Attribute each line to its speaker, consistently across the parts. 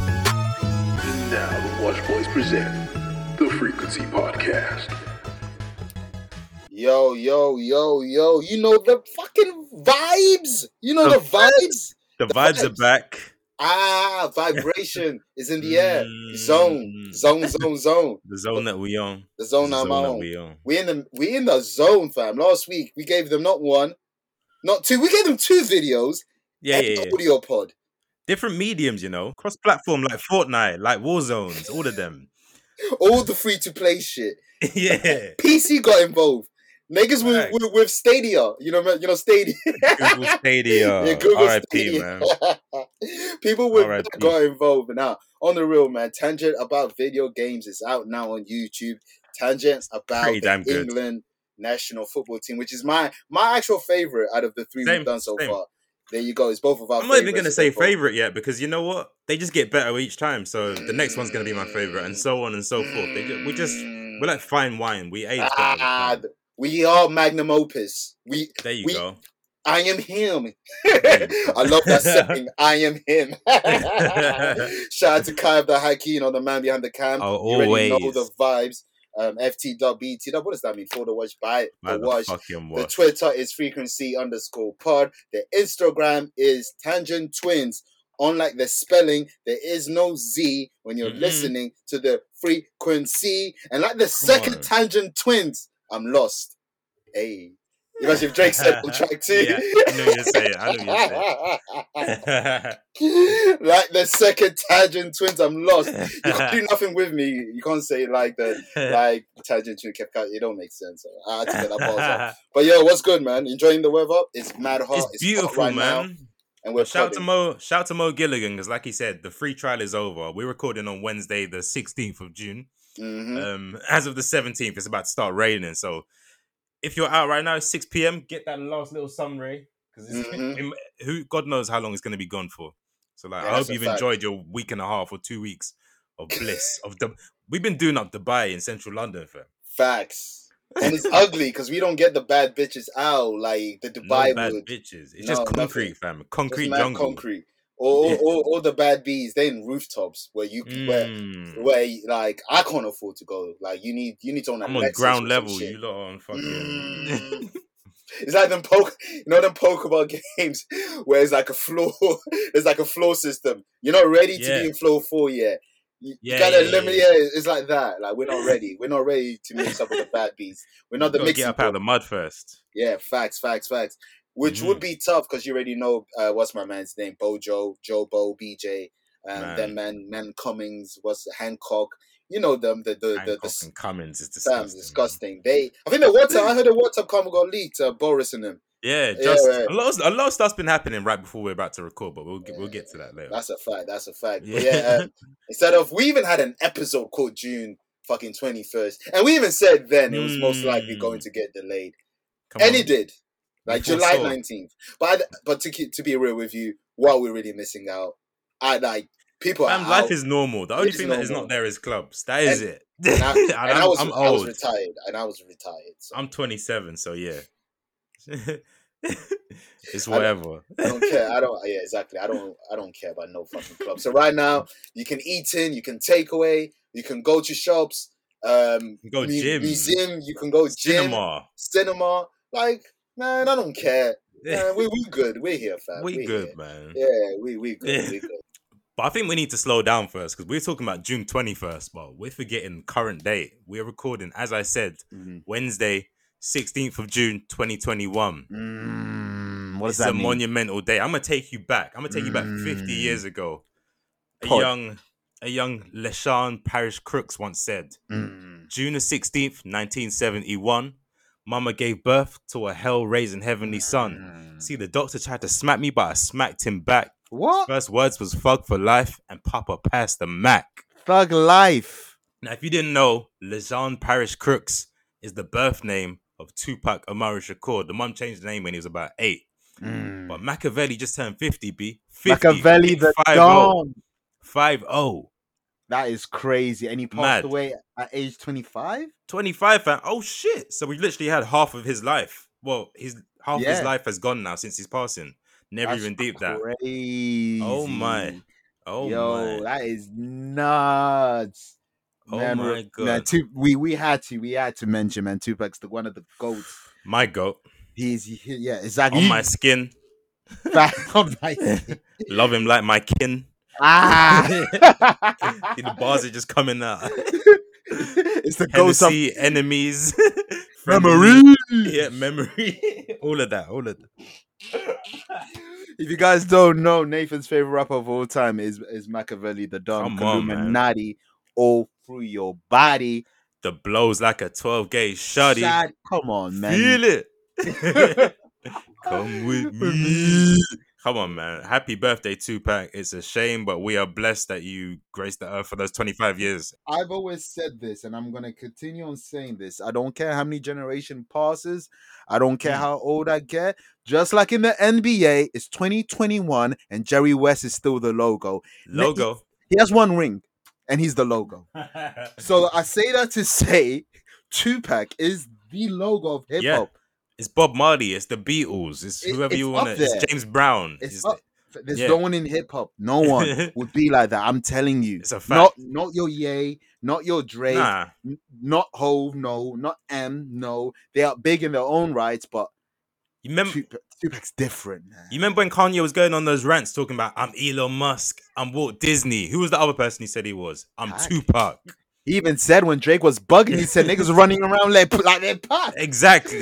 Speaker 1: And now the Watch Boys present the Frequency Podcast.
Speaker 2: Yo, yo, yo, yo. You know the fucking vibes. You know the,
Speaker 3: The
Speaker 2: vibes.
Speaker 3: The
Speaker 2: The
Speaker 3: vibes are
Speaker 2: vibes.
Speaker 3: back.
Speaker 2: Ah, vibration is in the air. Zone,
Speaker 3: Mm.
Speaker 2: zone, zone, zone.
Speaker 3: The zone that we on.
Speaker 2: The
Speaker 3: The
Speaker 2: zone I'm
Speaker 3: zone that
Speaker 2: on.
Speaker 3: we on.
Speaker 2: We in the we in the zone, fam. Last week we gave them not one, not two. We gave them two videos
Speaker 3: Yeah,
Speaker 2: and
Speaker 3: yeah,
Speaker 2: an
Speaker 3: yeah.
Speaker 2: audio pod.
Speaker 3: Different mediums, you know. Cross platform like Fortnite, like War Zones, all of them.
Speaker 2: All the free to play shit.
Speaker 3: yeah.
Speaker 2: PC got involved. Niggas with,
Speaker 3: Right.
Speaker 2: with, with Stadia. You know, you know Stadia.
Speaker 3: Google Stadia.
Speaker 2: Yeah, Google
Speaker 3: RIP,
Speaker 2: Stadia.
Speaker 3: man.
Speaker 2: People with
Speaker 3: RIP.
Speaker 2: that got involved now. On the real man, tangent about video games is out now on YouTube. Tangents about
Speaker 3: Pretty
Speaker 2: the
Speaker 3: damn good.
Speaker 2: England national football team, which is my my actual favorite out of the three
Speaker 3: Same,
Speaker 2: we've done so
Speaker 3: same.
Speaker 2: far. There you go. It's both of our.
Speaker 3: I'm not even going to
Speaker 2: favourites
Speaker 3: say
Speaker 2: so far.
Speaker 3: favorite yet because you know what? They just get better each time. So the next one's going to be my favorite and so on and so forth. They ju- we just, we're like fine wine. We age better.
Speaker 2: Ah,
Speaker 3: with time.
Speaker 2: th- Mm. we are magnum opus. We
Speaker 3: There you
Speaker 2: we-
Speaker 3: go.
Speaker 2: I am him.
Speaker 3: There you go.
Speaker 2: I love that saying. I am him. Shout out to Kai the Hakeem on the man behind the cam.
Speaker 3: Oh,
Speaker 2: You already
Speaker 3: always.
Speaker 2: know the vibes. Um, FT dot BT dot- What does that mean? For the watch, by
Speaker 3: By
Speaker 2: the watch.
Speaker 3: fucking
Speaker 2: The
Speaker 3: watch.
Speaker 2: Twitter is frequency underscore pod. The Instagram is tangent twins. Unlike the spelling, there is no Z when you're
Speaker 3: Mm-mm.
Speaker 2: listening to the frequency. And like the second
Speaker 3: on.
Speaker 2: tangent twins, I'm lost. Hey. Imagine if Drake said on track two.
Speaker 3: Yeah, I knew you'd say it. I knew you'd say it.
Speaker 2: like the second tangent twins, I'm lost. You can't do nothing with me. You can't say like the like tangent twin kept It don't make sense. I had to get that pause out. But yo, what's good, man? Enjoying the weather? It's mad hot.
Speaker 3: it's
Speaker 2: hot
Speaker 3: beautiful,
Speaker 2: right now,
Speaker 3: man.
Speaker 2: and
Speaker 3: Well,
Speaker 2: we're
Speaker 3: shout to
Speaker 2: podding.
Speaker 3: Mo, shout to Mo Gilligan because, like he said, the free trial is over. We're recording on Wednesday, the sixteenth of June.
Speaker 2: Mhm.
Speaker 3: Um, as of the seventeenth, it's about to start raining. So, if you're out right now, it's six p.m. Get that last little sun ray because
Speaker 2: Mhm.
Speaker 3: who God knows how long it's going to be gone for. So, like,
Speaker 2: Yeah,
Speaker 3: I
Speaker 2: that's
Speaker 3: hope
Speaker 2: a
Speaker 3: you've
Speaker 2: fact.
Speaker 3: enjoyed your week and a half or two weeks of bliss of the. We've been doing up Dubai in central London, fam.
Speaker 2: Facts. And it's ugly because we don't get the bad bitches out like the Dubai
Speaker 3: no bad
Speaker 2: would.
Speaker 3: bitches. It's
Speaker 2: No,
Speaker 3: just
Speaker 2: nothing.
Speaker 3: concrete, fam.
Speaker 2: Just
Speaker 3: Concrete
Speaker 2: mad
Speaker 3: jungle.
Speaker 2: concrete. Or,
Speaker 3: Yeah.
Speaker 2: or, or, or the bad bees, they in rooftops where you where
Speaker 3: Mm.
Speaker 2: where like I can't afford to go. Like you need you need to own a
Speaker 3: I'm on
Speaker 2: Lexus or some
Speaker 3: ground level.
Speaker 2: shit.
Speaker 3: You lot are on fucking.
Speaker 2: Mm. It's like them poke, you know, them Pokemon games where it's like a floor, it's like a floor system. You're not ready to
Speaker 3: Yeah.
Speaker 2: be in floor four yet. You, you
Speaker 3: Yeah,
Speaker 2: gotta
Speaker 3: yeah,
Speaker 2: limit.
Speaker 3: yeah,
Speaker 2: Yeah, it's like that. Like we're not ready. We're not ready to mix up with the bad bees. We're not the
Speaker 3: Gotta get
Speaker 2: mixing.
Speaker 3: up out of
Speaker 2: bowl.
Speaker 3: the mud first.
Speaker 2: Yeah, facts, facts, facts. Which would
Speaker 3: Mhm.
Speaker 2: be tough because you already know uh, what's my man's name, Bojo, Jobo, BJ, um, them man, man Cummings, what's Hancock. You know them, the the the,
Speaker 3: Hancock
Speaker 2: the, the
Speaker 3: and Cummins is disgusting.
Speaker 2: Sam's disgusting. They, I think the WhatsApp. I heard the WhatsApp comment got leaked. Uh, Boris and them.
Speaker 3: Yeah,
Speaker 2: Yeah,
Speaker 3: just
Speaker 2: right.
Speaker 3: a lot. Of, a lot of stuff's been happening right before we're about to record, but we'll get, we'll get to that later.
Speaker 2: That's a fact. That's a fact. But
Speaker 3: Yeah.
Speaker 2: yeah, um, instead of we even had an episode called June fucking twenty first, and we even said then it was most likely going
Speaker 3: Mm.
Speaker 2: to get delayed,
Speaker 3: Come
Speaker 2: and
Speaker 3: on.
Speaker 2: it did, like
Speaker 3: We
Speaker 2: July
Speaker 3: foresaw.
Speaker 2: nineteenth. But I, but to keep, to be real with you, what we're really missing out, I like people. Are
Speaker 3: Fam, life
Speaker 2: out.
Speaker 3: is normal. The only
Speaker 2: It's
Speaker 3: thing that is
Speaker 2: normal.
Speaker 3: not there is clubs. That is
Speaker 2: And-
Speaker 3: it.
Speaker 2: and I, and I
Speaker 3: I'm-
Speaker 2: was
Speaker 3: I'm
Speaker 2: I was
Speaker 3: old.
Speaker 2: retired, and I was retired. So
Speaker 3: I'm 27, so yeah. it's whatever.
Speaker 2: I don't care. I don't. Yeah, exactly. I don't. I don't care about no fucking club. So right now, you can eat in, you can take away, you can go to shops, um,
Speaker 3: Go
Speaker 2: mu-
Speaker 3: gym.
Speaker 2: museum, you can go gym, cinema.
Speaker 3: Cinema.
Speaker 2: Like, man, I don't care. Man, we we good. We're here, fam.
Speaker 3: we
Speaker 2: We're
Speaker 3: good,
Speaker 2: here.
Speaker 3: man.
Speaker 2: Yeah, we we good. We good.
Speaker 3: But I think we need to slow down first because we're talking about June 21st, but we're forgetting current date. We're recording, as I said,
Speaker 4: Mhm.
Speaker 3: Wednesday, 16th of June, 2021.
Speaker 4: Mm, what
Speaker 3: It's
Speaker 4: does that
Speaker 3: a
Speaker 4: mean?
Speaker 3: monumental day. I'm gonna take you back. I'm gonna take you back 50
Speaker 4: Mm.
Speaker 3: years ago. A
Speaker 4: Pod.
Speaker 3: young, a young Leshan Parish Crooks once said,
Speaker 4: Mm.
Speaker 3: June the 16th, 1971, Mama gave birth to a hell-raising heavenly son.
Speaker 4: Mm.
Speaker 3: See, the doctor tried to smack me, but I smacked him back.
Speaker 4: What?
Speaker 3: First words was "fuck for life" and Papa passed the Mac.
Speaker 4: Thug life.
Speaker 3: Now, if you didn't know, Lejean Parish Crooks is the birth name of Tupac Amaru Shakur. The mum changed the name when he was about eight.
Speaker 4: Mm.
Speaker 3: But Machiavelli just turned 50, B. 50.
Speaker 4: Machiavelli
Speaker 3: big
Speaker 4: the
Speaker 3: 50.
Speaker 4: Don.
Speaker 3: Five oh.
Speaker 2: That is crazy. And he passed
Speaker 3: Mad.
Speaker 2: away at age 25?
Speaker 3: 25 fan. Oh shit. So we literally had half of his life. Well, his half his
Speaker 2: Yeah.
Speaker 3: life has gone now since his passing. Never
Speaker 2: That's
Speaker 3: even deep that.
Speaker 2: Crazy.
Speaker 3: Oh my. Oh
Speaker 2: Yo,
Speaker 3: my.
Speaker 2: that is nuts.
Speaker 3: Oh
Speaker 2: man,
Speaker 3: my
Speaker 2: re- man,
Speaker 3: God.
Speaker 2: Tu- we we had to we had to mention man Tupac's the one of the goats.
Speaker 3: My goat.
Speaker 2: He's he, yeah exactly.
Speaker 3: On my skin.
Speaker 2: On my-
Speaker 3: Love him like my kin.
Speaker 2: ah.
Speaker 3: See, the bars are just coming out.
Speaker 2: it's the ghost of
Speaker 3: Hennessy, enemies. friendly-
Speaker 2: memory.
Speaker 3: Yeah, memory. all of that. All of that.
Speaker 2: If you guys don't know, Nathan's favorite rapper of all time is is Machiavelli the Don
Speaker 3: Come on, man.
Speaker 2: Illuminati all through your body.
Speaker 3: The blows like a 12 gauge shoddy.
Speaker 2: Shad- come on, man.
Speaker 3: Feel it. Come with me. Come on, man. Happy birthday, Tupac. It's a shame, but we are blessed that you graced the earth for those 25 years.
Speaker 2: I've always said this, and I'm gonna continue on saying this. I don't care how many generation passes. I don't care
Speaker 3: Mm.
Speaker 2: how old I get. Just like in the NBA, it's 2021, and Jerry West is still the logo. Ne-
Speaker 3: Logo.
Speaker 2: He has one ring, and he's the logo. So I say that to say, Tupac is the logo of hip
Speaker 3: Yeah.
Speaker 2: hop.
Speaker 3: it's Bob Marley. It's the Beatles. It's
Speaker 2: It-
Speaker 3: whoever
Speaker 2: it's
Speaker 3: you
Speaker 2: up
Speaker 3: want to. It's
Speaker 2: there.
Speaker 3: James Brown.
Speaker 2: It's
Speaker 3: It's,
Speaker 2: up. There's
Speaker 3: yeah.
Speaker 2: no one in hip hop. No one would be like that. I'm telling you.
Speaker 3: It's a fact.
Speaker 2: Not not your Ye, not your Drake,
Speaker 3: nah,
Speaker 2: n- not Hove, no, not M, no. They are big in their own rights, but
Speaker 3: you remember? You
Speaker 2: Tupac, Tupac's different. Man.
Speaker 3: remember when Kanye was going on those rants talking about I'm Elon Musk, I'm Walt Disney. Who was the other person he said he was? I'm
Speaker 2: Pac.
Speaker 3: Tupac.
Speaker 2: He even said when Drake was bugging, he said niggas running around like like they're pack.
Speaker 3: Exactly.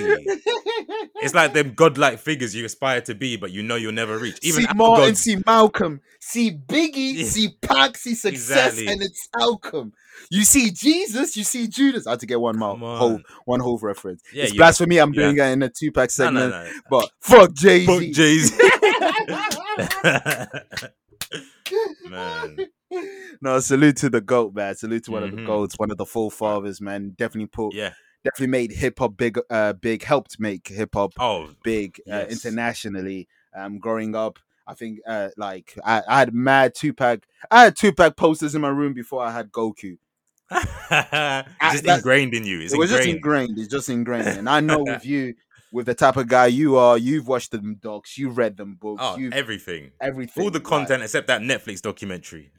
Speaker 3: it's like them godlike figures you aspire to be, but you know you'll never reach. Even
Speaker 2: see
Speaker 3: our
Speaker 2: Martin,
Speaker 3: gods-
Speaker 2: see Malcolm, see Biggie,
Speaker 3: Yeah.
Speaker 2: see Pac, see success,
Speaker 3: Exactly.
Speaker 2: and it's outcome. You see Jesus, you see Judas. I had to get one more
Speaker 3: Come on.
Speaker 2: whole one whole reference.
Speaker 3: Yeah,
Speaker 2: it's
Speaker 3: you-
Speaker 2: blasphemy. I'm
Speaker 3: yeah.
Speaker 2: doing it in a two pack
Speaker 3: Nah,
Speaker 2: segment,
Speaker 3: nah, nah.
Speaker 2: but fuck Jay
Speaker 3: Fuck
Speaker 2: Z.
Speaker 3: Jay-Z. Man.
Speaker 2: no, salute to the goat, man. Salute to one of
Speaker 3: Mhm.
Speaker 2: the goats, one of the forefathers, man. Definitely put,
Speaker 3: Yeah.
Speaker 2: definitely made hip hop big. Uh, big helped make hip hop
Speaker 3: Oh,
Speaker 2: big uh,
Speaker 3: Yes.
Speaker 2: internationally. Um, growing up, I think uh, like I, I had mad Tupac. I had Tupac posters in my room before I had Goku.
Speaker 3: it's just
Speaker 2: that-
Speaker 3: ingrained in you. It's
Speaker 2: it was just
Speaker 3: ingrained.
Speaker 2: ingrained. It's just ingrained, and I know with you, with the type of guy you are, you've watched them docs, you've read them books,
Speaker 3: Oh,
Speaker 2: you've
Speaker 3: everything.
Speaker 2: everything,
Speaker 3: All the
Speaker 2: like-
Speaker 3: content except that Netflix documentary.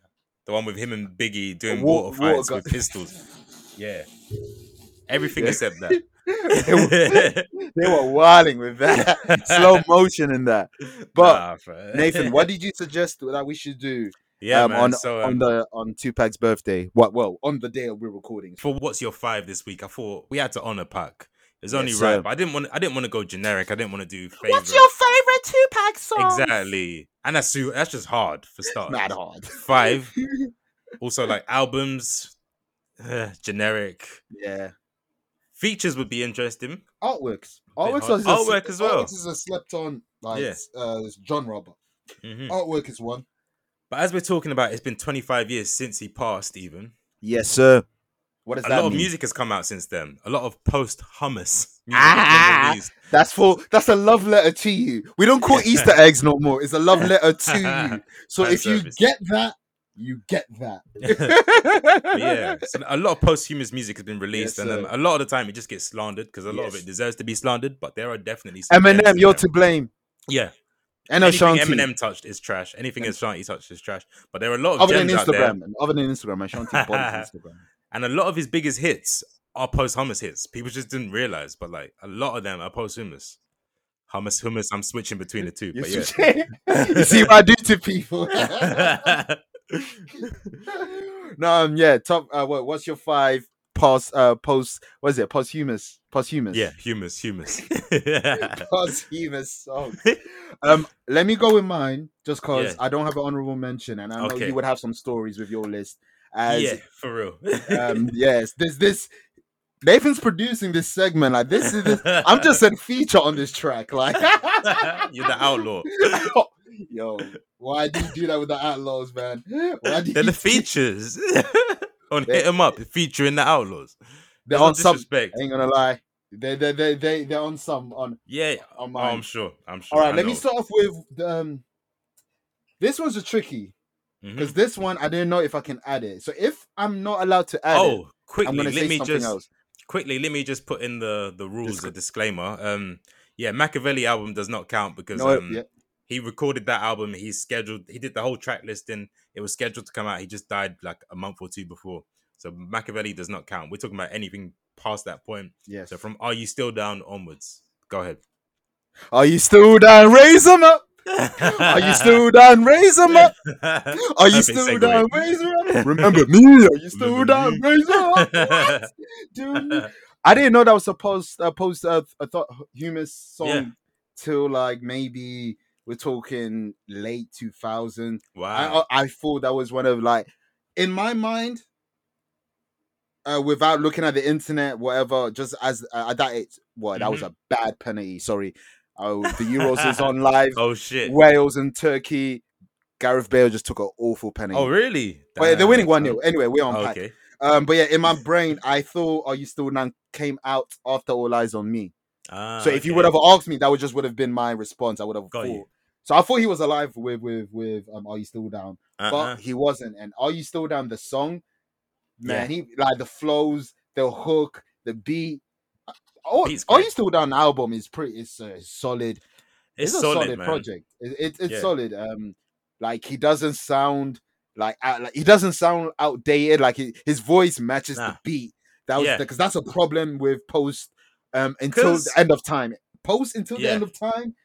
Speaker 3: The one with him and Biggie doing
Speaker 2: wa-
Speaker 3: water
Speaker 2: water
Speaker 3: fights
Speaker 2: gun-
Speaker 3: with pistols. Yeah. Everything
Speaker 2: Yeah.
Speaker 3: except
Speaker 2: they were-
Speaker 3: that.
Speaker 2: they were wilding with that slow motion in that. But
Speaker 3: Nah, fam.
Speaker 2: Nathan, what did you suggest that we should do
Speaker 3: yeah,
Speaker 2: um,
Speaker 3: man.
Speaker 2: on
Speaker 3: so, um,
Speaker 2: on the on Tupac's birthday? What? Well, on the day of we're recording.
Speaker 3: for what's your five this week, I thought we had to honor Pac. It's
Speaker 2: Yes,
Speaker 3: only
Speaker 2: sir.
Speaker 3: right. But I didn't want. I didn't want to go generic. I didn't want to do. Favorite.
Speaker 2: favorite Tupac song?
Speaker 3: Exactly, and that's su- that's just hard for start.
Speaker 2: Mad hard.
Speaker 3: Five. Also, like albums, eh, generic
Speaker 2: Yeah.
Speaker 3: features would be interesting.
Speaker 2: Artworks.
Speaker 3: Bit
Speaker 2: Artworks
Speaker 3: hard.
Speaker 2: was a-
Speaker 3: Artwork as well.
Speaker 2: Artworks is a slept on like
Speaker 3: Yeah.
Speaker 2: uh, genre, but
Speaker 3: Mhm.
Speaker 2: artwork is one.
Speaker 3: But as we're talking about, it's been 25 years since he passed. Even
Speaker 2: Yes, sir. What does
Speaker 3: a
Speaker 2: that
Speaker 3: lot of
Speaker 2: mean?
Speaker 3: music has come out since then. A lot of post hummus.
Speaker 2: Ah! That's for that's a love letter to you. We don't call Easter eggs no more. It's a love letter to you. So
Speaker 3: Fan
Speaker 2: if you
Speaker 3: service.
Speaker 2: get that, you get that.
Speaker 3: But yeah, so a lot of posthumous music has been released,
Speaker 2: Yes,
Speaker 3: and um,
Speaker 2: sir.
Speaker 3: a lot of the time it just gets slandered because a lot of
Speaker 2: Yes.
Speaker 3: it deserves to be slandered. But there are definitely some gems
Speaker 2: Eminem,
Speaker 3: in
Speaker 2: you're
Speaker 3: there.
Speaker 2: to blame.
Speaker 3: yeah.
Speaker 2: And
Speaker 3: Anything
Speaker 2: Ashanti.
Speaker 3: Eminem touched is trash. Anything Ashanti touched is trash. But there are a lot of
Speaker 2: Other than
Speaker 3: gems out there,
Speaker 2: Instagram. man. Other than Instagram. Ashanti bodies Instagram.
Speaker 3: and a lot of his biggest hits are post hummus hits. People just didn't realize, but like a lot of them are post hummus. Hummus, hummus. I'm switching between the two, but
Speaker 2: You
Speaker 3: yeah.
Speaker 2: see- you see what I do to people. no, um, yeah, top. Uh, what, what's your five post? Uh, post. What is it? Posthumous. Posthumous.
Speaker 3: yeah, humus, humus.
Speaker 2: Posthumous song. um, let me go with mine, just cause
Speaker 3: Yeah.
Speaker 2: I don't have an honorable mention, and I know
Speaker 3: Okay.
Speaker 2: you would have some stories with your list. As
Speaker 3: yeah, for real.
Speaker 2: um, yes, there's this. Nathan's producing this segment. Like this is. This, I'm just a feature on this track. Like
Speaker 3: You're the outlaw.
Speaker 2: Yo, why do you do that with the outlaws, man? Why do you
Speaker 3: They're the features on
Speaker 2: They-
Speaker 3: Hit 'Em Up featuring the Outlaws.
Speaker 2: They're
Speaker 3: There's no
Speaker 2: on some.
Speaker 3: disrespect.
Speaker 2: I ain't gonna lie. They they they they they're on some on.
Speaker 3: Yeah,
Speaker 2: on
Speaker 3: oh,
Speaker 2: mine.
Speaker 3: I'm sure. I'm sure.
Speaker 2: All right,
Speaker 3: I
Speaker 2: let me
Speaker 3: know.
Speaker 2: start off with um. This one's a tricky.
Speaker 3: Mhm.
Speaker 2: because this one I didn't know if I can add it. So if I'm not allowed to add it,
Speaker 3: Oh,
Speaker 2: I'm
Speaker 3: quickly,
Speaker 2: gonna
Speaker 3: let
Speaker 2: say
Speaker 3: me
Speaker 2: something
Speaker 3: just
Speaker 2: else.
Speaker 3: quickly let me just put in the the rules,
Speaker 2: Discl-
Speaker 3: a disclaimer. Um, yeah, Machiavelli album does not count because
Speaker 2: No,
Speaker 3: um,
Speaker 2: yeah.
Speaker 3: he recorded that album. He scheduled, he did the whole track listing. It was scheduled to come out. He just died like a month or two before, so Machiavelli does not count. We're talking about anything past that point.
Speaker 2: Yes.
Speaker 3: So from Are You Still Down onwards, go ahead.
Speaker 2: Are you still down? Raise them up. Are you still down? Raise them up. Are you
Speaker 3: Perfect
Speaker 2: still
Speaker 3: segue.
Speaker 2: down? Raise them up. Remember me. Are you still
Speaker 3: Remember
Speaker 2: down?
Speaker 3: me.
Speaker 2: Raise them up. Dude, I didn't know that was supposed uh, post uh, a thought humus song
Speaker 3: Yeah.
Speaker 2: till like maybe we're talking late 2000. I,
Speaker 3: wow.
Speaker 2: I I thought that was one of like in my mind, uh, without looking at the internet, whatever. Just as uh, at that age, what that was a
Speaker 3: Mm-hmm.
Speaker 2: bad penalty. Sorry, oh the Euros is on live.
Speaker 3: oh shit.
Speaker 2: Wales and Turkey. Gareth Bale just took an awful penalty.
Speaker 3: Oh really?
Speaker 2: But yeah, they're winning
Speaker 3: Damn,
Speaker 2: one 0
Speaker 3: son.
Speaker 2: Anyway, we're on.
Speaker 3: Oh,
Speaker 2: pack.
Speaker 3: okay.
Speaker 2: Um, but yeah, in my brain, I thought "Are You Still None" came out after "All Eyes on Me."
Speaker 3: Ah,
Speaker 2: so if you
Speaker 3: okay.
Speaker 2: would have asked me, that would just would have been my response. I would have
Speaker 3: Got
Speaker 2: thought.
Speaker 3: you.
Speaker 2: So I thought he was alive with with with um, "Are You Still Down,"
Speaker 3: Uh-uh.
Speaker 2: but he wasn't. And "Are You Still Down" the song, man, he like the flows, the hook, the beat. Uh, Oh,
Speaker 3: Beat's
Speaker 2: "Are
Speaker 3: great.
Speaker 2: You Still Down" album is pretty. It's a solid.
Speaker 3: it's,
Speaker 2: a
Speaker 3: solid,
Speaker 2: solid,
Speaker 3: man.
Speaker 2: project. It, it, it's
Speaker 3: Yeah.
Speaker 2: solid. Um, like he doesn't sound like, out, like he doesn't sound outdated. Like he, his voice matches
Speaker 3: Nah.
Speaker 2: the beat. That was
Speaker 3: Yeah.
Speaker 2: because that's a problem with post. Um, until
Speaker 3: 'Cause-
Speaker 2: the end of time. Post until the
Speaker 3: Yeah.
Speaker 2: end of time.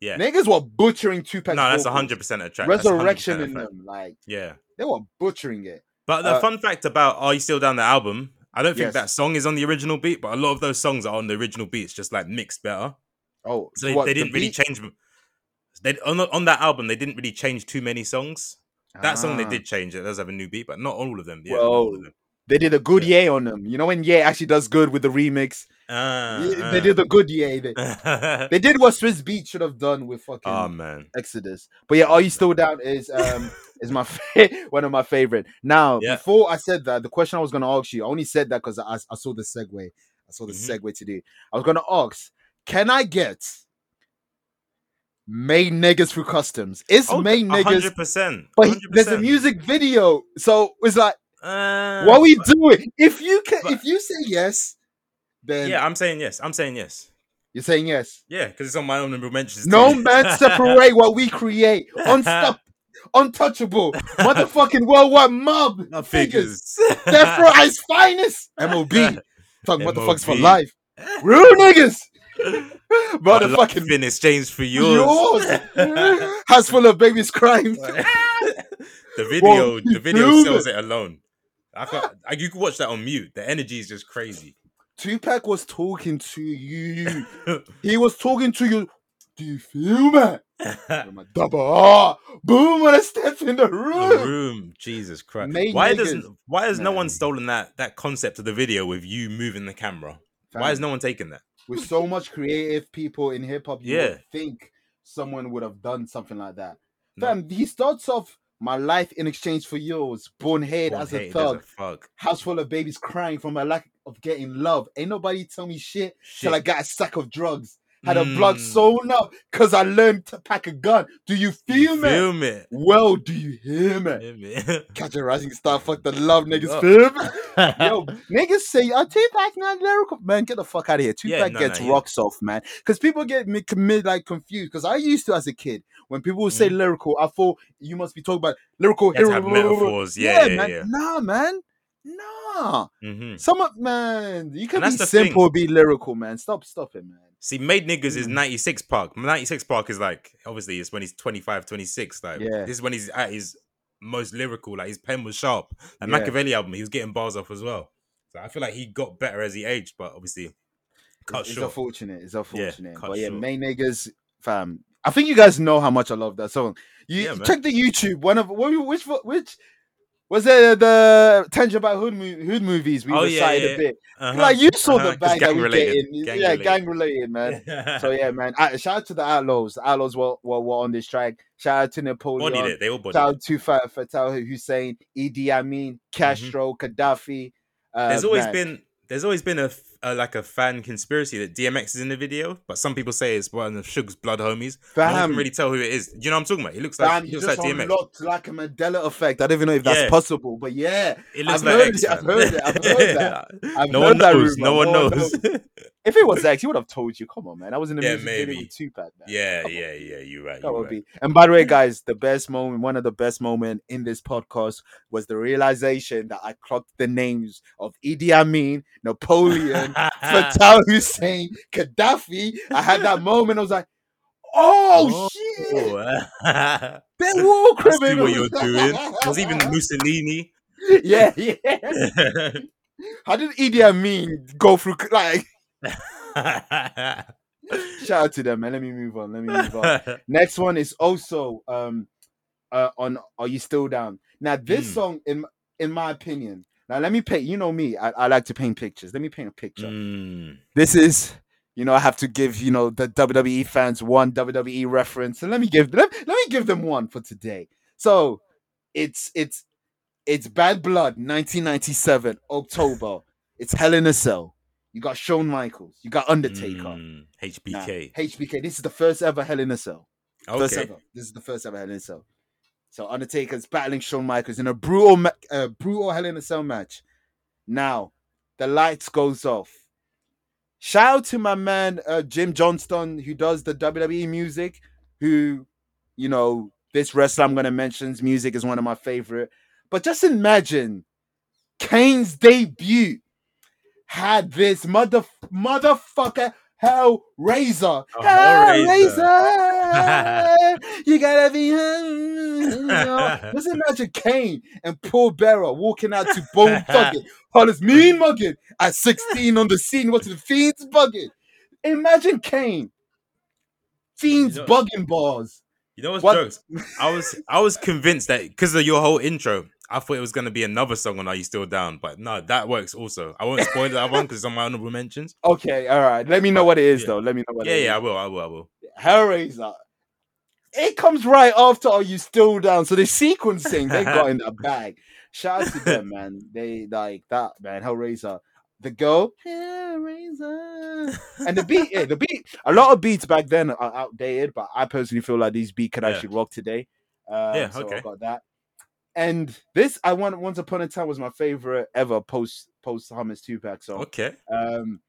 Speaker 3: Yeah.
Speaker 2: niggas were butchering Tupac.
Speaker 3: No, that's hundred percent a track. That's 100%
Speaker 2: Resurrection
Speaker 3: a
Speaker 2: in
Speaker 3: fact.
Speaker 2: them, like
Speaker 3: Yeah,
Speaker 2: they were butchering it.
Speaker 3: but the
Speaker 2: Uh,
Speaker 3: fun fact about "Are You Still Down" the album, I don't think
Speaker 2: Yes.
Speaker 3: that song is on the original beat, but a lot of those songs are on the original beats, just like mixed better.
Speaker 2: Oh,
Speaker 3: So they,
Speaker 2: what,
Speaker 3: they
Speaker 2: the
Speaker 3: didn't really
Speaker 2: beat?
Speaker 3: change. They on the- on that album, they didn't really change too many songs. That song they
Speaker 2: Ah.
Speaker 3: did change. It does have a new beat, but not all of them. Yeah, not all of
Speaker 2: Whoa.
Speaker 3: them.
Speaker 2: They did a good
Speaker 3: Yeah.
Speaker 2: yay on them. You know when yay actually does good with the remix.
Speaker 3: Ah,
Speaker 2: Yeah,
Speaker 3: ah.
Speaker 2: They did a good yay. They, they did what Swiss Beat should have done with fucking
Speaker 3: oh man,
Speaker 2: Exodus. But yeah, are you still down? Is um is my fa- one of my favorite. Now,
Speaker 3: Yeah.
Speaker 2: before I said that, the question I was gonna ask you, I only said that because I, I saw the segue. I saw the
Speaker 3: Mhm.
Speaker 2: segue to do. I was gonna ask, can I get made niggas through customs? It's
Speaker 3: Oh,
Speaker 2: made niggas,
Speaker 3: hundred percent.
Speaker 2: but he- there's a music video, so it's like,
Speaker 3: Uh,
Speaker 2: what we doing? If you can,
Speaker 3: but-
Speaker 2: if you say yes, then
Speaker 3: yeah, I'm saying yes. I'm saying yes.
Speaker 2: you're saying yes.
Speaker 3: Yeah, because it's on my honorable mentions.
Speaker 2: No
Speaker 3: too.
Speaker 2: man separate what we create. Unstop, untouchable, motherfucking worldwide mob.
Speaker 3: Not
Speaker 2: figures.
Speaker 3: figures.
Speaker 2: Death row is finest. Mob, fuck motherfuckers for
Speaker 3: MOB.
Speaker 2: life. Real niggas,
Speaker 3: But a
Speaker 2: motherfucking
Speaker 3: in exchange for yours.
Speaker 2: yours. House full of babies crying.
Speaker 3: the video,
Speaker 2: Won't
Speaker 3: the
Speaker 2: you
Speaker 3: video
Speaker 2: do
Speaker 3: sells it alone. I can't, I, you can watch that on mute. The energy is just crazy.
Speaker 2: Tupac was talking to you. He was talking to you. Do you feel me?
Speaker 3: the
Speaker 2: With my Double R. Boom when I step in the room.
Speaker 3: room, Jesus Christ!
Speaker 2: Made
Speaker 3: why
Speaker 2: niggas,
Speaker 3: doesn't why has no one
Speaker 2: man.
Speaker 3: stolen that that concept of the video with you moving the camera? Why is no one taking that?
Speaker 2: with so much creative people in hip hop, you
Speaker 3: Yeah.
Speaker 2: would think someone would have done something like that.
Speaker 3: No.
Speaker 2: Fam, he starts off my life in exchange for yours, born head
Speaker 3: Born
Speaker 2: as a
Speaker 3: hated
Speaker 2: thug,
Speaker 3: fuck.
Speaker 2: house full of babies crying from a lack of getting love. Ain't nobody tell me shit
Speaker 3: Shit.
Speaker 2: till I got a sack of drugs. Had a blood
Speaker 3: Mm.
Speaker 2: sewn up because I learned to pack a gun. Do you feel me?
Speaker 3: Film it.
Speaker 2: Well, do you hear me?
Speaker 3: Film it.
Speaker 2: Catch a rising star, fuck the love, niggas.
Speaker 3: Yup.
Speaker 2: Feel me? Yo, niggas say, oh, Tupac not lyrical. Man, get the fuck out of here.
Speaker 3: Yeah,
Speaker 2: Tupac
Speaker 3: no,
Speaker 2: gets
Speaker 3: no, yeah.
Speaker 2: rocks off, man. Because people get me, me like confused. Because I used to, as a kid, when people would say lyrical, I thought you must be talking about lyrical
Speaker 3: Mm-hmm. You had to
Speaker 2: hero. blah, blah,
Speaker 3: have
Speaker 2: blah, blah.
Speaker 3: metaphors. Yeah, yeah,
Speaker 2: man.
Speaker 3: yeah.
Speaker 2: Nah, man. Nah.
Speaker 3: Mhm.
Speaker 2: Some of- man, you can be
Speaker 3: that's the thing.
Speaker 2: simple, be lyrical, man. Stop, stop it, man.
Speaker 3: See, Made Niggas is
Speaker 2: Mm.
Speaker 3: 96 Park. 96 Park is like, obviously, it's when he's 25, 26. Like,
Speaker 2: Yeah.
Speaker 3: this is when he's at his most lyrical. Like, his pen was sharp. And
Speaker 2: Yeah.
Speaker 3: Machiavelli album, he was getting bars off as well. So I feel like he got better as he aged, but obviously, cut
Speaker 2: It's, it's
Speaker 3: short.
Speaker 2: unfortunate. It's unfortunate.
Speaker 3: cut
Speaker 2: but yeah,
Speaker 3: short.
Speaker 2: main niggas, fam. I think you guys know how much I love that song. You
Speaker 3: Yeah, man.
Speaker 2: check the YouTube. One of wh- which vo- which was it the Tangent about hood, mo- hood movies we
Speaker 3: Oh, yeah,
Speaker 2: recited
Speaker 3: yeah,
Speaker 2: a bit.
Speaker 3: Uh-huh.
Speaker 2: Like you saw
Speaker 3: uh-huh,
Speaker 2: the
Speaker 3: 'cause
Speaker 2: bag that we
Speaker 3: gang-related,
Speaker 2: get in.
Speaker 3: gang
Speaker 2: yeah,
Speaker 3: related.
Speaker 2: gang related, man. so yeah, man. I, shout out to the Outlaws. The Outlaws were, were, were on this track. Shout out to
Speaker 3: bodied
Speaker 2: Napoleon.
Speaker 3: it. They all bodied
Speaker 2: Shout
Speaker 3: it. Mm-hmm.
Speaker 2: out to Fa- Fatah Hussein, Idi Amin, Castro, Gaddafi. Uh,
Speaker 3: There's always
Speaker 2: man.
Speaker 3: been. There's always been a, f- a, like a fan conspiracy that DMX is in the video, but some people say it's one of Suge's blood homies. I
Speaker 2: Fam,
Speaker 3: can't really tell who it is. You know what I'm talking about? He looks like
Speaker 2: fam,
Speaker 3: he
Speaker 2: you
Speaker 3: looks
Speaker 2: just
Speaker 3: like DMX.
Speaker 2: unlocked like a Mandela effect. I don't even know if that's
Speaker 3: Yeah.
Speaker 2: possible, but yeah,
Speaker 3: It looks
Speaker 2: I've
Speaker 3: like
Speaker 2: heard
Speaker 3: X,
Speaker 2: it, I've
Speaker 3: man.
Speaker 2: heard it, I've heard that. I've
Speaker 3: no,
Speaker 2: heard
Speaker 3: one
Speaker 2: that
Speaker 3: knows,
Speaker 2: rumor,
Speaker 3: no one knows.
Speaker 2: If it was X, he would have told you. Come on, man. I was in the
Speaker 3: Yeah,
Speaker 2: music video
Speaker 3: maybe.
Speaker 2: with Tupac. Man.
Speaker 3: Yeah,
Speaker 2: Come on.
Speaker 3: yeah, yeah. You're right.
Speaker 2: That
Speaker 3: You're
Speaker 2: would
Speaker 3: right.
Speaker 2: be. And by the way, guys, the best moment, one of the best moment in this podcast was the realization that I clocked the names of Idi Amin, Napoleon, Fatal Hussein, Gaddafi. I had that moment. I was like, oh, shit,
Speaker 3: I
Speaker 2: they're war
Speaker 3: see
Speaker 2: criminals.
Speaker 3: what you're doing. Because even Mussolini.
Speaker 2: yeah, yeah. How did Idi Amin go through? Like, shout out to them, man. Let me move on. Let me move on. Next one is also um uh, on Are You Still Down? Now this
Speaker 3: Mm.
Speaker 2: song in m- in my opinion. Now let me paint. You know me. I, I like to paint pictures. Let me paint a picture.
Speaker 3: Mm,
Speaker 2: This is. You know, I have to give you know the WWE fans one WWE reference, and let me give let, let me give them one for today. So, it's it's it's Bad Blood, 1997 October. it's Hell in a Cell. You got Shawn Michaels. You got Undertaker.
Speaker 3: mm,
Speaker 2: Nah,
Speaker 3: HBK.
Speaker 2: HBK. This is the first ever Hell in a Cell. First
Speaker 3: Okay.
Speaker 2: ever. This is the first ever Hell in a Cell. So Undertaker's battling Shawn Michaels in a brutal, ma- uh, brutal Hell in a Cell match. Now the lights goes off. Shout out to my man uh, Jim Johnston who does the WWE music. Who, you know, this wrestler I'm gonna mention's music is one of my favorite. But just imagine Kane's debut had this mother motherfucker Hellraiser.
Speaker 3: A Hellraiser.
Speaker 2: Hellraiser. you gotta be. You know? Just imagine Kane and Paul Bearer walking out to Bone Thugging, Hollis Mean Mugging at 16 on the scene. What's the Fiends bugging? Imagine Kane. Fiends
Speaker 3: You know-
Speaker 2: bugging bars.
Speaker 3: You know what's
Speaker 2: What-
Speaker 3: jokes? I was I was convinced that because of your whole intro, I thought it was gonna be another song on Are You Still Down? But no, that works also. I won't spoil that one because it's on my honorable mentions.
Speaker 2: Okay, all right. Let me know what it is,
Speaker 3: Yeah.
Speaker 2: though. Let me know what
Speaker 3: Yeah,
Speaker 2: it is.
Speaker 3: yeah, I will, I will, I will.
Speaker 2: Hellraiser. It comes right after Are You Still Down? So the sequencing they got in that bag. Shout out to them, man. They like that, man. Hellraiser. The girl, Hellraiser. And the beat, yeah, the beat. A lot of beats back then are outdated, but I personally feel like these beats could
Speaker 3: Yeah.
Speaker 2: actually rock today. Uh,
Speaker 3: Yeah,
Speaker 2: so I
Speaker 3: okay.
Speaker 2: got that. And this, I want once upon a time was my favorite ever post post Hummus two pack song.
Speaker 3: Okay.
Speaker 2: Um,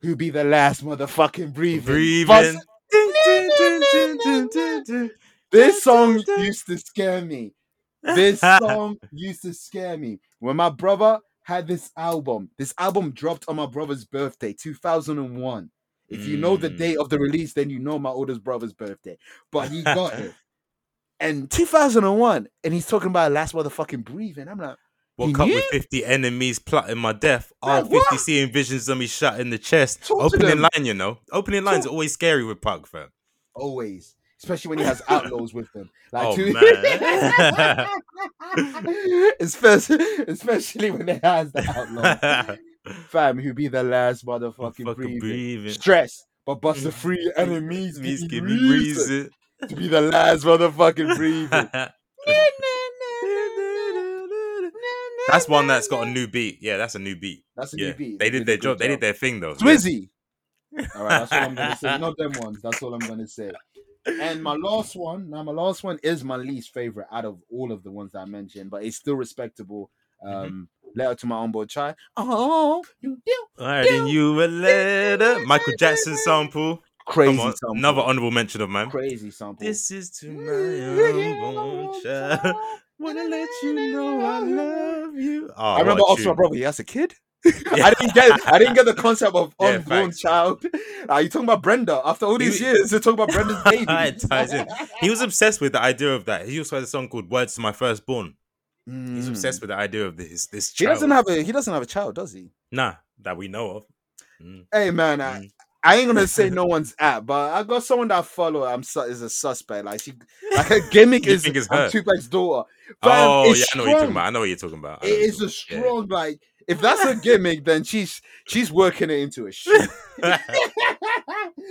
Speaker 2: who be the last motherfucking breathing? Bust-
Speaker 3: Breathing. Dun, dun, dun, dun, dun, dun, dun.
Speaker 2: this
Speaker 3: Dun,
Speaker 2: song
Speaker 3: dun, dun.
Speaker 2: used to scare me. This song used to scare me. When my brother had this album, this album dropped on my brother's birthday, 2001. If you know the
Speaker 3: Mm.
Speaker 2: date of the release, then you know my oldest brother's birthday. But he got it. And 2001, and he's talking about last motherfucking breathing. I'm like, He
Speaker 3: Woke up with
Speaker 2: knew?
Speaker 3: 50 enemies plotting my death.
Speaker 2: Man,
Speaker 3: Oh, 50
Speaker 2: what?
Speaker 3: seeing visions of me shot in the chest.
Speaker 2: Talk to
Speaker 3: Opening
Speaker 2: them.
Speaker 3: line, you know. Opening lines
Speaker 2: Talk-
Speaker 3: are always scary with Park fam.
Speaker 2: always, especially when he has outlaws with him. Like,
Speaker 3: Oh,
Speaker 2: two-
Speaker 3: man.
Speaker 2: especially, especially when he has the outlaws. fam who be the last motherfucking
Speaker 3: Fucking
Speaker 2: breathing.
Speaker 3: breathing.
Speaker 2: Stress, but bust the
Speaker 3: Mm.
Speaker 2: free enemies give me
Speaker 3: give me
Speaker 2: reason
Speaker 3: reason.
Speaker 2: to be the last motherfucking breathing.
Speaker 3: That's one that's got a new beat. Yeah, that's a new beat.
Speaker 2: That's a
Speaker 3: yeah.
Speaker 2: new beat.
Speaker 3: They did
Speaker 2: a
Speaker 3: their
Speaker 2: good
Speaker 3: job. They did their thing though. Yeah.
Speaker 2: Swizzy. All right, that's all I'm gonna say. Not them ones. That's all I'm gonna say. And my last one. Now my last one is my least favorite out of all of the ones that I mentioned, but it's still respectable.
Speaker 3: Mhm.
Speaker 2: Um, letter to my onboard child. Oh, you do
Speaker 3: Writing you a letter. Michael Jackson sample.
Speaker 2: crazy
Speaker 3: Come on,
Speaker 2: sample.
Speaker 3: another honorable mention of mine.
Speaker 2: crazy sample. Mm-hmm.
Speaker 3: This is to my
Speaker 2: Yeah,
Speaker 3: unborn child. Wanna let you know I love you. Oh,
Speaker 2: I remember
Speaker 3: what a
Speaker 2: asking my
Speaker 3: tune.
Speaker 2: brother, he has a kid. I didn't get I didn't get the concept of
Speaker 3: Yeah,
Speaker 2: unborn
Speaker 3: facts.
Speaker 2: child. Are you talking about Brenda? After all these
Speaker 3: He-
Speaker 2: years, they're talking about Brenda's baby.
Speaker 3: It ties in. He was obsessed with the idea of that. He also had a song called "Words to My Firstborn." He's
Speaker 2: Mm.
Speaker 3: obsessed with the idea of this this
Speaker 2: He
Speaker 3: child.
Speaker 2: doesn't have a he doesn't have a child, does he?
Speaker 3: nah that we know of. Mm,
Speaker 2: Hey man, I,
Speaker 3: mm.
Speaker 2: I ain't gonna say no one's app, but I got someone that I follow. I'm su- is a suspect. Like she, like her gimmick
Speaker 3: You
Speaker 2: is
Speaker 3: think it's
Speaker 2: I'm
Speaker 3: her?
Speaker 2: Tupac's daughter. Fam,
Speaker 3: Oh
Speaker 2: it's
Speaker 3: yeah, I know what
Speaker 2: strong.
Speaker 3: you're talking about. I know what you're talking about. I know
Speaker 2: it
Speaker 3: what you're
Speaker 2: is a
Speaker 3: talking about.
Speaker 2: strong like if that's a gimmick then she's she's working it into a shit
Speaker 3: Yeah. yeah,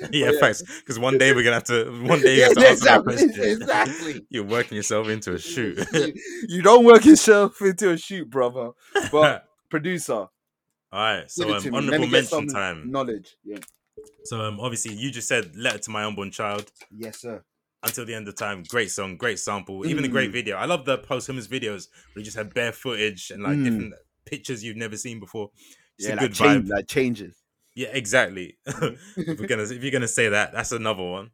Speaker 2: But yeah,
Speaker 3: facts. Because one day we're gonna have to. One day you
Speaker 2: Yeah,
Speaker 3: have to answer that
Speaker 2: exactly,
Speaker 3: question.
Speaker 2: exactly.
Speaker 3: You're working yourself into a shoot.
Speaker 2: you, you don't work yourself into a shoot brother but producer
Speaker 3: All right, so
Speaker 2: Give it to
Speaker 3: um,
Speaker 2: me. Let me
Speaker 3: honorable
Speaker 2: get
Speaker 3: mention
Speaker 2: some
Speaker 3: time.
Speaker 2: Knowledge. Yeah.
Speaker 3: So um, obviously you just said "Letter to My Unborn Child."
Speaker 2: Yes, sir.
Speaker 3: Until the end of time, great song, great sample, even a great
Speaker 2: Mm.
Speaker 3: video. I love the posthumous videos. We just had bare footage and like
Speaker 2: Mm.
Speaker 3: different pictures you've never seen before. It's
Speaker 2: yeah,
Speaker 3: a
Speaker 2: like,
Speaker 3: good
Speaker 2: change,
Speaker 3: vibe.
Speaker 2: like changes.
Speaker 3: Yeah, exactly. if we're gonna if you're gonna say that, that's another one.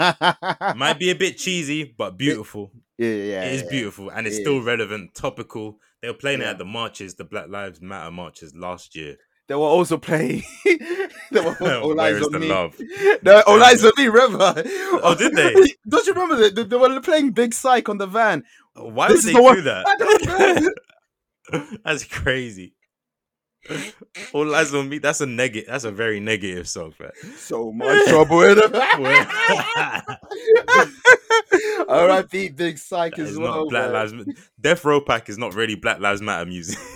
Speaker 2: yeah,
Speaker 3: Might be a bit cheesy, but beautiful.
Speaker 2: yeah,
Speaker 3: it is
Speaker 2: yeah.
Speaker 3: beautiful and it's
Speaker 2: It
Speaker 3: still relevant, topical. They were playing it
Speaker 2: Yeah.
Speaker 3: at the marches, the Black Lives Matter marches last year.
Speaker 2: They were also playing. they were all
Speaker 3: Where
Speaker 2: eyes
Speaker 3: is
Speaker 2: on
Speaker 3: the
Speaker 2: me.
Speaker 3: love?
Speaker 2: No, all eyes on me, remember?
Speaker 3: Oh, did they?
Speaker 2: Don't you remember that they, they were playing Big Psych on the van?
Speaker 3: Why
Speaker 2: This is
Speaker 3: would
Speaker 2: the
Speaker 3: they
Speaker 2: one-
Speaker 3: do
Speaker 2: I don't know.
Speaker 3: that? That's crazy. All eyes on me. That's a negative. That's a very negative song, man.
Speaker 2: so much trouble. in
Speaker 3: That
Speaker 2: R.I.P. Big Psych as
Speaker 3: is
Speaker 2: well.
Speaker 3: not Black
Speaker 2: man.
Speaker 3: Lives. Death Row Pack is not really Black Lives Matter music.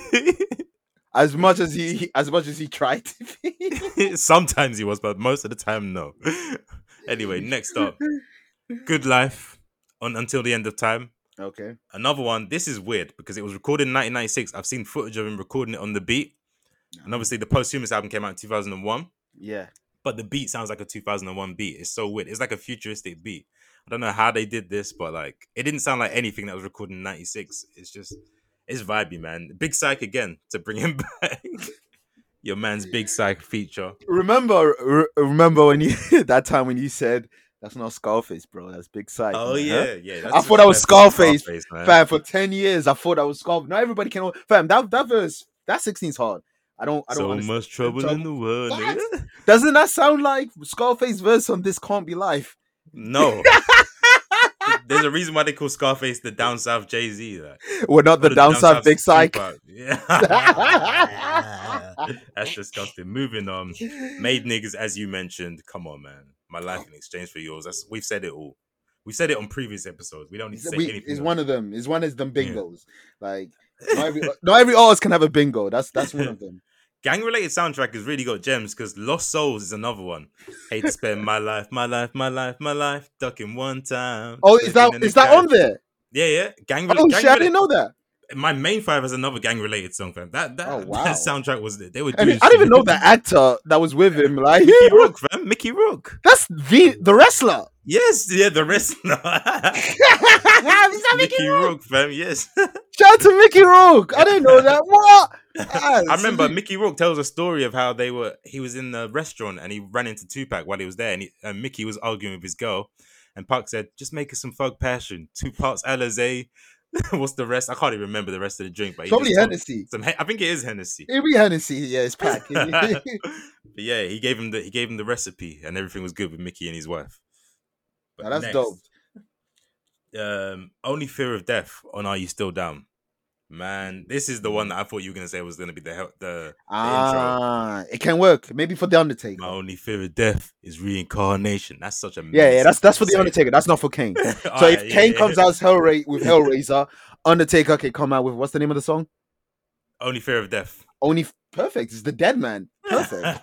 Speaker 2: As much as he, he- as much as he tried to be.
Speaker 3: Sometimes he was, but most of the time, no. anyway, next up, Good Life on Until the End of Time.
Speaker 2: Okay.
Speaker 3: Another one. This is weird because it was recorded in 1996. I've seen footage of him recording it on the beat, and obviously the posthumous album came out in 2001.
Speaker 2: Yeah.
Speaker 3: But the beat sounds like a 2001 beat. It's so weird. It's like a futuristic beat. I don't know how they did this, but like it didn't sound like anything that was recorded in '96. It's just it's vibey, man. Big Psych again to bring him back. Your man's Big Psych feature.
Speaker 2: Remember, re- remember when you that time when you said that's not Scarface, bro. That's Big Psych.
Speaker 3: Oh
Speaker 2: man, huh?"
Speaker 3: yeah, yeah.
Speaker 2: I thought that was Scarface,
Speaker 3: man.
Speaker 2: Fam, for ten years I thought I was Scarface. Not everybody can. all- Fam, that that verse, that 16's hard. I don't. I don't.
Speaker 3: so
Speaker 2: understand.
Speaker 3: much trouble in the world.
Speaker 2: Facts.
Speaker 3: nigga.
Speaker 2: Doesn't that sound like Scarface verse on "This Can't Be Life"?
Speaker 3: No. There's a reason why they call Scarface the down south Jay Z.
Speaker 2: Well, not the down south Big Psych.
Speaker 3: Yeah. That's disgusting. Moving on. Made niggas, as you mentioned. Come on, man. My
Speaker 2: Oh.
Speaker 3: life in exchange for yours. That's we've said it all. We said it on previous episodes. We don't need to
Speaker 2: It's,
Speaker 3: say
Speaker 2: we,
Speaker 3: anything.
Speaker 2: it's
Speaker 3: else.
Speaker 2: one of them. It's one of them
Speaker 3: Yeah.
Speaker 2: bingos. Like not every, not every artist can have a bingo. That's that's one of them.
Speaker 3: Gang related soundtrack has really got gems because Lost Souls is another one. Hate to spend my life, my life, my life, my life, ducking one time.
Speaker 2: Oh, is that
Speaker 3: Living in
Speaker 2: is
Speaker 3: the
Speaker 2: that
Speaker 3: cash.
Speaker 2: on there?
Speaker 3: Yeah, yeah. Gang, rela-
Speaker 2: Oh
Speaker 3: gang
Speaker 2: shit, I
Speaker 3: related-
Speaker 2: didn't know that.
Speaker 3: my main five has another gang related song, fam. That that,
Speaker 2: Oh, wow.
Speaker 3: that soundtrack was they were
Speaker 2: I,
Speaker 3: doing.
Speaker 2: mean, I didn't even know
Speaker 3: shit.
Speaker 2: that actor that was with him. Like
Speaker 3: Mickey Rook, fam. Mickey Rook.
Speaker 2: that's the the wrestler.
Speaker 3: Yes, yeah, the wrestler.
Speaker 2: Is that Mickey
Speaker 3: Mickey
Speaker 2: Rook?
Speaker 3: Rook, fam. Yes,
Speaker 2: Shout out to Mickey Rook. I didn't know that. What? Ah,
Speaker 3: I remember
Speaker 2: salute.
Speaker 3: Mickey Rook tells a story of how they were. He was in the restaurant and he ran into Tupac while he was there, and, he, and Mickey was arguing with his girl, and Pac said, "Just make us some Thug Passion, two parts Alizé. What's the rest? I can't even remember the rest of the drink, but he
Speaker 2: Probably
Speaker 3: just told-
Speaker 2: Hennessy.
Speaker 3: Some, Hen- I think it is Hennessy.
Speaker 2: It'd be Hennessy. Yeah, it's packed.
Speaker 3: but yeah, he gave him the he gave him the recipe, and everything was good with Mickey and his wife. But
Speaker 2: Now that's
Speaker 3: next,
Speaker 2: dope.
Speaker 3: Um, only fear of death on Are You Still Down? Man, this is the one
Speaker 2: Mm.
Speaker 3: that I thought you were gonna say was gonna be the hel- the, the intro. Oh,
Speaker 2: Ah, it can work. Maybe for the Undertaker.
Speaker 3: My only fear of death is reincarnation. That's such a
Speaker 2: yeah, yeah,
Speaker 3: mean
Speaker 2: that's that's for
Speaker 3: sentence
Speaker 2: the
Speaker 3: to
Speaker 2: Undertaker. That's not for Kane.
Speaker 3: say.
Speaker 2: So
Speaker 3: Alright,
Speaker 2: if
Speaker 3: yeah,
Speaker 2: Kane
Speaker 3: yeah.
Speaker 2: comes out as Hellra- with Hellraiser, Undertaker can come out with what's the name of the song?
Speaker 3: only fear of death.
Speaker 2: Only f- perfect. It's the Dead Man. Perfect.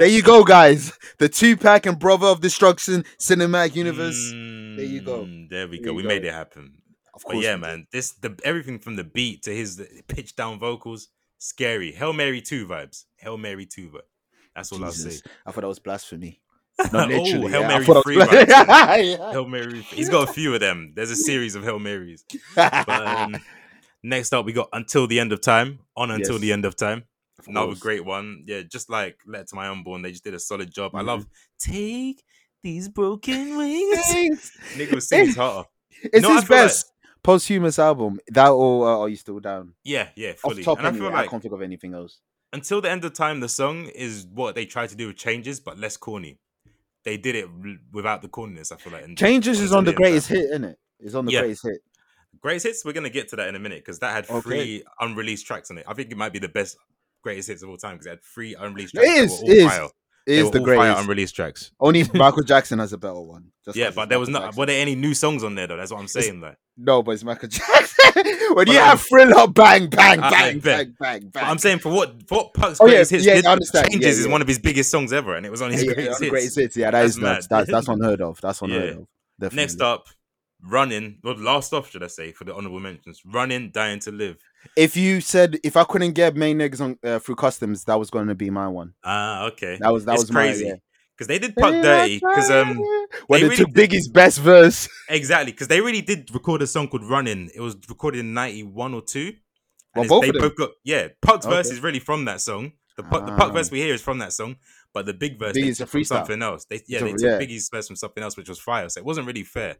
Speaker 2: there you go, guys. The two pack and brother of destruction cinematic universe. There you go.
Speaker 3: Mm, There we
Speaker 2: There
Speaker 3: go.
Speaker 2: you
Speaker 3: we
Speaker 2: go.
Speaker 3: made it happen.
Speaker 2: Of
Speaker 3: But
Speaker 2: course,
Speaker 3: yeah,
Speaker 2: we did.
Speaker 3: man, this the everything from the beat to his pitch down vocals, scary. Hail Mary two vibes. Hail Mary two vibe. That's all I'll
Speaker 2: Jesus.
Speaker 3: say.
Speaker 2: I thought that was blasphemy.
Speaker 3: Oh,
Speaker 2: Not literally.
Speaker 3: Hail
Speaker 2: yeah.
Speaker 3: Mary
Speaker 2: I thought
Speaker 3: free
Speaker 2: that was bla- Yeah.
Speaker 3: Hail Mary. He's got a few of them. There's a series of Hail Marys. But um, next up, we got Until the End of Time. On Until
Speaker 2: Yes.
Speaker 3: the End of Time.
Speaker 2: Of
Speaker 3: Another
Speaker 2: course.
Speaker 3: great one. Yeah, just like Letter to My Unborn. They just did a solid job. I
Speaker 2: Mhm.
Speaker 3: love Take These Broken Wings.
Speaker 2: Thanks.
Speaker 3: Nigga was singing harder.
Speaker 2: It's
Speaker 3: No, I
Speaker 2: his
Speaker 3: feel like-
Speaker 2: best posthumous album. That or uh, Are You Still Down?
Speaker 3: Yeah, yeah,
Speaker 2: Off
Speaker 3: fully.
Speaker 2: top,
Speaker 3: And I
Speaker 2: anyway,
Speaker 3: feel
Speaker 2: I
Speaker 3: like
Speaker 2: can't think of anything else.
Speaker 3: until the end of time, the song is what they tried to do with changes, but less corny. They did it r- without the corniness. I feel like. in-
Speaker 2: Changes is on the
Speaker 3: Until End
Speaker 2: greatest
Speaker 3: of Time.
Speaker 2: hit, isn't it? It's on the
Speaker 3: Yeah.
Speaker 2: greatest hit.
Speaker 3: Greatest hits. We're gonna get to that in a minute because that had
Speaker 2: Okay.
Speaker 3: three unreleased tracks on it. I think it might be the best greatest hits of all time because it had three unreleased
Speaker 2: It
Speaker 3: tracks. that
Speaker 2: is,
Speaker 3: were all
Speaker 2: it is.
Speaker 3: fire.
Speaker 2: It
Speaker 3: They
Speaker 2: is
Speaker 3: were
Speaker 2: the
Speaker 3: all fire
Speaker 2: greatest.
Speaker 3: unreleased tracks.
Speaker 2: Only Michael Jackson has a better one. Just
Speaker 3: Yeah,
Speaker 2: 'cause
Speaker 3: but
Speaker 2: it's
Speaker 3: there was
Speaker 2: Michael
Speaker 3: not.
Speaker 2: Jackson.
Speaker 3: Were there any new songs on there though? That's what I'm saying. though.
Speaker 2: No, but it's Michael Jackson. when
Speaker 3: But
Speaker 2: you
Speaker 3: I'm-
Speaker 2: have Thriller, bang, bang,
Speaker 3: I- I
Speaker 2: bang,
Speaker 3: bet.
Speaker 2: bang, bang,
Speaker 3: But
Speaker 2: bang.
Speaker 3: I'm saying for what for what Puck's
Speaker 2: Oh, yeah,
Speaker 3: greatest hits
Speaker 2: yeah,
Speaker 3: did,
Speaker 2: I understand. Yeah,
Speaker 3: changes is
Speaker 2: yeah.
Speaker 3: one of his biggest songs ever, and it was on his
Speaker 2: yeah, yeah,
Speaker 3: greatest
Speaker 2: on the
Speaker 3: hits.
Speaker 2: greatest hits. Yeah, that
Speaker 3: That's
Speaker 2: is
Speaker 3: mad.
Speaker 2: nuts. That's that's unheard of. That's unheard
Speaker 3: Yeah.
Speaker 2: of. Definitely.
Speaker 3: Next up, Running, well, last off, should I say, for the honorable mentions. Running, dying to live.
Speaker 2: If you said if I couldn't get main niggas on uh, through customs, that was going to be my one.
Speaker 3: Ah, okay.
Speaker 2: That was that
Speaker 3: It's
Speaker 2: was
Speaker 3: crazy.
Speaker 2: My, yeah.
Speaker 3: Because they did Puck Dirty. Because um,
Speaker 2: when
Speaker 3: they
Speaker 2: they
Speaker 3: really
Speaker 2: took Biggie's best verse,
Speaker 3: exactly. Because they really did record a song called Running. It was recorded in '91 or two.
Speaker 2: Well,
Speaker 3: it's-
Speaker 2: both
Speaker 3: they
Speaker 2: of them?
Speaker 3: both got yeah. Puck's
Speaker 2: Okay.
Speaker 3: verse is really from that song. The Puck, the Puck
Speaker 2: Ah.
Speaker 3: verse we hear is from that song, but the big verse they
Speaker 2: Biggie's a
Speaker 3: took from
Speaker 2: freestyle.
Speaker 3: something else. They
Speaker 2: It's
Speaker 3: yeah,
Speaker 2: a-
Speaker 3: they took
Speaker 2: yeah.
Speaker 3: Biggie's verse from something else, which was fire. So it wasn't really fair.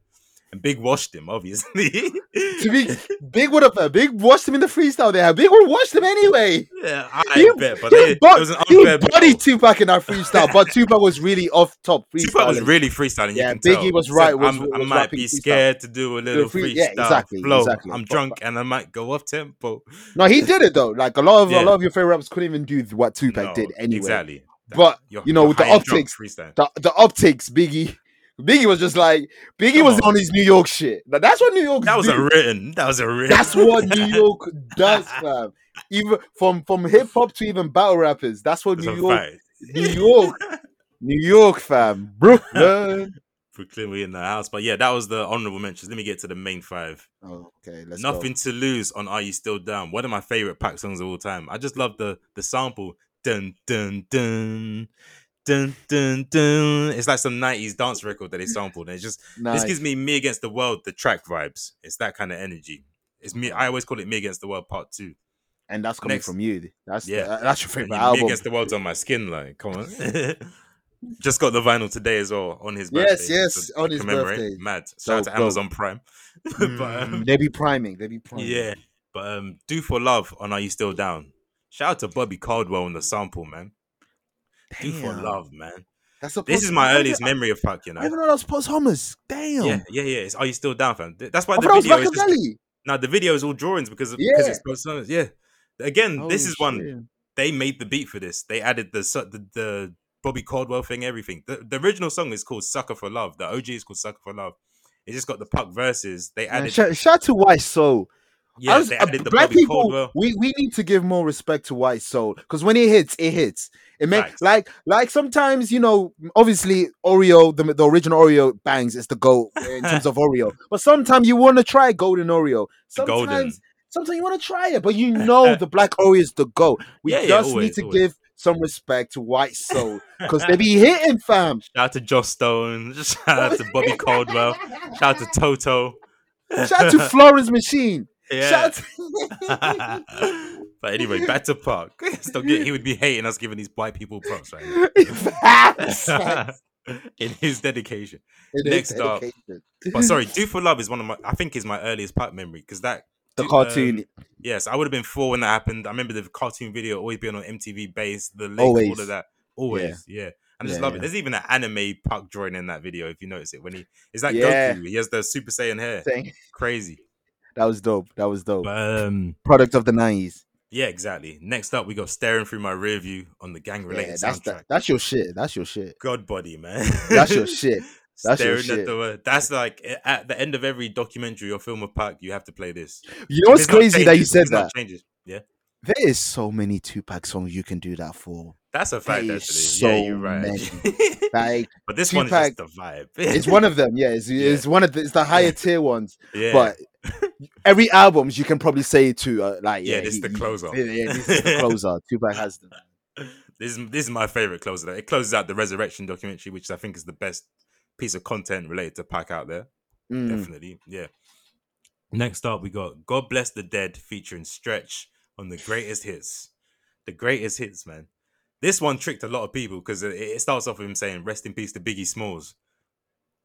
Speaker 3: And Big washed him, obviously.
Speaker 2: to be Big would have uh, Big watched him in the freestyle. They had Big would watched him anyway.
Speaker 3: yeah, I
Speaker 2: He-
Speaker 3: bet, but
Speaker 2: he
Speaker 3: they,
Speaker 2: bo-
Speaker 3: it was an
Speaker 2: He
Speaker 3: unfair. battle.
Speaker 2: bodied Tupac in that freestyle, but Tupac was really off top freestyle.
Speaker 3: Tupac was really freestyling.
Speaker 2: Yeah,
Speaker 3: you can
Speaker 2: Biggie
Speaker 3: tell.
Speaker 2: was
Speaker 3: He said,
Speaker 2: right, was-
Speaker 3: I'm- i
Speaker 2: was
Speaker 3: might
Speaker 2: rapping
Speaker 3: be
Speaker 2: freestyle.
Speaker 3: scared to do a little
Speaker 2: free-
Speaker 3: freestyle
Speaker 2: yeah, exactly,
Speaker 3: flow.
Speaker 2: exactly.
Speaker 3: I'm
Speaker 2: But-
Speaker 3: drunk and I might go off tempo.
Speaker 2: No, he did it though. Like a lot of a
Speaker 3: Yeah.
Speaker 2: lot of your favorite rappers couldn't even do what Tupac
Speaker 3: No,
Speaker 2: did anyway.
Speaker 3: Exactly. That-
Speaker 2: But,
Speaker 3: you're-
Speaker 2: you know,
Speaker 3: you're
Speaker 2: with the
Speaker 3: high and drunk
Speaker 2: optics,
Speaker 3: freestyle.
Speaker 2: The the optics, Biggie. Biggie was just like Biggie
Speaker 3: Come
Speaker 2: was
Speaker 3: on.
Speaker 2: on his New York shit. Like, that's what New York.
Speaker 3: That was
Speaker 2: do.
Speaker 3: a written. That was a written.
Speaker 2: That's what New York does, fam. Even from from hip hop to even battle rappers. That's what
Speaker 3: That's
Speaker 2: New
Speaker 3: a
Speaker 2: York,
Speaker 3: fact.
Speaker 2: New York, New York, fam. Brooklyn.
Speaker 3: Brooklyn, we in the house. But yeah, that was the honorable mentions. Let me get to the main five.
Speaker 2: Oh, okay, let's go.
Speaker 3: Nothing to lose on Are You Still Down? One of my favorite pack songs of all time. I just love the the sample. Dun dun dun. Dun dun dun. It's like some 90s dance record that they sampled. And it's just
Speaker 2: Nice.
Speaker 3: this gives me Me Against the World, the track vibes. It's that kind of energy. It's me. I always call it Me Against the World Part Two.
Speaker 2: and that's coming
Speaker 3: next-
Speaker 2: from you. That's
Speaker 3: Yeah.
Speaker 2: yeah. That's your
Speaker 3: And
Speaker 2: favorite
Speaker 3: you- Me
Speaker 2: album.
Speaker 3: Against the World's on my skin, like come on. Just got the vinyl today as well on his
Speaker 2: Yes,
Speaker 3: birthday.
Speaker 2: yes,
Speaker 3: to
Speaker 2: on his
Speaker 3: commemorate.
Speaker 2: birthday.
Speaker 3: Mad. Shout
Speaker 2: Dope,
Speaker 3: out to Amazon Prime. but
Speaker 2: Mm,
Speaker 3: um,
Speaker 2: they be priming. They be priming.
Speaker 3: yeah, but um, Do for Love on Are You Still Down? Shout out to Bobby Caldwell on the sample, man. Do for
Speaker 2: Damn.
Speaker 3: Love, man.
Speaker 2: That's a
Speaker 3: This
Speaker 2: post-
Speaker 3: is
Speaker 2: I
Speaker 3: my
Speaker 2: didn't-
Speaker 3: earliest memory of Puck, you
Speaker 2: I
Speaker 3: know.
Speaker 2: even know that was posthumous. Damn.
Speaker 3: Yeah, yeah, yeah. It's Are You Still Down, fam. Th- That's why
Speaker 2: I
Speaker 3: the
Speaker 2: thought that was
Speaker 3: video is just
Speaker 2: Oh, Machiavelli.
Speaker 3: Now the video is all drawings because of, because it's personas. Yeah. Again, this is one they made the beat for this. They added the su- the, the Bobby Caldwell thing, everything. The, the original song is called "Sucker for Love." The OG is called "Sucker for Love." It just got the puck verses. They added,
Speaker 2: shout, shout out to White Soul. I
Speaker 3: yeah,
Speaker 2: was-
Speaker 3: they
Speaker 2: uh,
Speaker 3: added the
Speaker 2: black
Speaker 3: Bobby
Speaker 2: people,
Speaker 3: Caldwell.
Speaker 2: we, we need to give more respect to White Soul because when it hits, it hits. It makes
Speaker 3: Facts.
Speaker 2: like like sometimes you know obviously Oreo the, the original Oreo bangs is the goat in terms of Oreo, but sometimes you want to try Golden Oreo.
Speaker 3: The
Speaker 2: Sometimes
Speaker 3: golden.
Speaker 2: sometimes you want to try it, but you know the Black Oreo is the goat. We
Speaker 3: Yeah, yeah,
Speaker 2: just
Speaker 3: always,
Speaker 2: need to
Speaker 3: always.
Speaker 2: give some respect to White Soul because they be hitting, fam.
Speaker 3: Shout out to Joss Stone. Shout out to Bobby Caldwell. Shout out to Toto.
Speaker 2: Shout out to Florence Machine. Shout out
Speaker 3: Yeah.
Speaker 2: to-
Speaker 3: but anyway, back to Puck. Stop get- he would be hating us giving these white people props right now.
Speaker 2: Facts, facts.
Speaker 3: in his dedication.
Speaker 2: It is
Speaker 3: Next up.
Speaker 2: dedication.
Speaker 3: But sorry, Do for Love is one of my I think is my earliest Pat memory because that
Speaker 2: the
Speaker 3: do-
Speaker 2: cartoon.
Speaker 3: um, yes, I would have been four when that happened. I remember the cartoon video always being on MTV base, the link, all
Speaker 2: Always.
Speaker 3: of that. Always, yeah. I just
Speaker 2: Yeah,
Speaker 3: love it.
Speaker 2: yeah.
Speaker 3: There's even an anime Puck drawing in that video if you notice it. When he is that
Speaker 2: Yeah.
Speaker 3: Goku, he has the Super Saiyan hair.
Speaker 2: Thing.
Speaker 3: Crazy.
Speaker 2: That was dope. That was dope.
Speaker 3: um, But um
Speaker 2: Product of the nineties.
Speaker 3: yeah, exactly. Next up we got staring through my rear view on the gang related
Speaker 2: Yeah, that's
Speaker 3: soundtrack.
Speaker 2: that, that's your shit. That's your shit.
Speaker 3: God body, man.
Speaker 2: That's your shit. That's your
Speaker 3: Staring at the world. That's like a- at the end of every documentary or film of Park, you have to play this.
Speaker 2: You know what's
Speaker 3: If it's not
Speaker 2: crazy that you
Speaker 3: changes- if
Speaker 2: said
Speaker 3: it's not
Speaker 2: that?
Speaker 3: changes. Yeah,
Speaker 2: There is so many Tupac songs you can do that for.
Speaker 3: that's a fact.
Speaker 2: There
Speaker 3: Actually,
Speaker 2: is
Speaker 3: yeah,
Speaker 2: so
Speaker 3: you're right.
Speaker 2: Like
Speaker 3: but this one is just the vibe.
Speaker 2: it's one of them. Yeah, it's,
Speaker 3: Yeah.
Speaker 2: it's one of the, it's the higher tier ones.
Speaker 3: yeah,
Speaker 2: But every albums you can probably say to uh, like
Speaker 3: Yeah,
Speaker 2: yeah,
Speaker 3: this is
Speaker 2: he-
Speaker 3: the
Speaker 2: he-
Speaker 3: closer.
Speaker 2: Yeah, yeah, this is the closer. Tupac has them.
Speaker 3: this is this is my favorite closer. though. It closes out the resurrection documentary, which I think is the best piece of content related to Park out there.
Speaker 2: Mm.
Speaker 3: Definitely, yeah. Next up, we got "God Bless the Dead" featuring Stretch on the greatest hits. The greatest hits, man. This one tricked a lot of people because it, it starts off with him saying "Rest in peace to Biggie Smalls."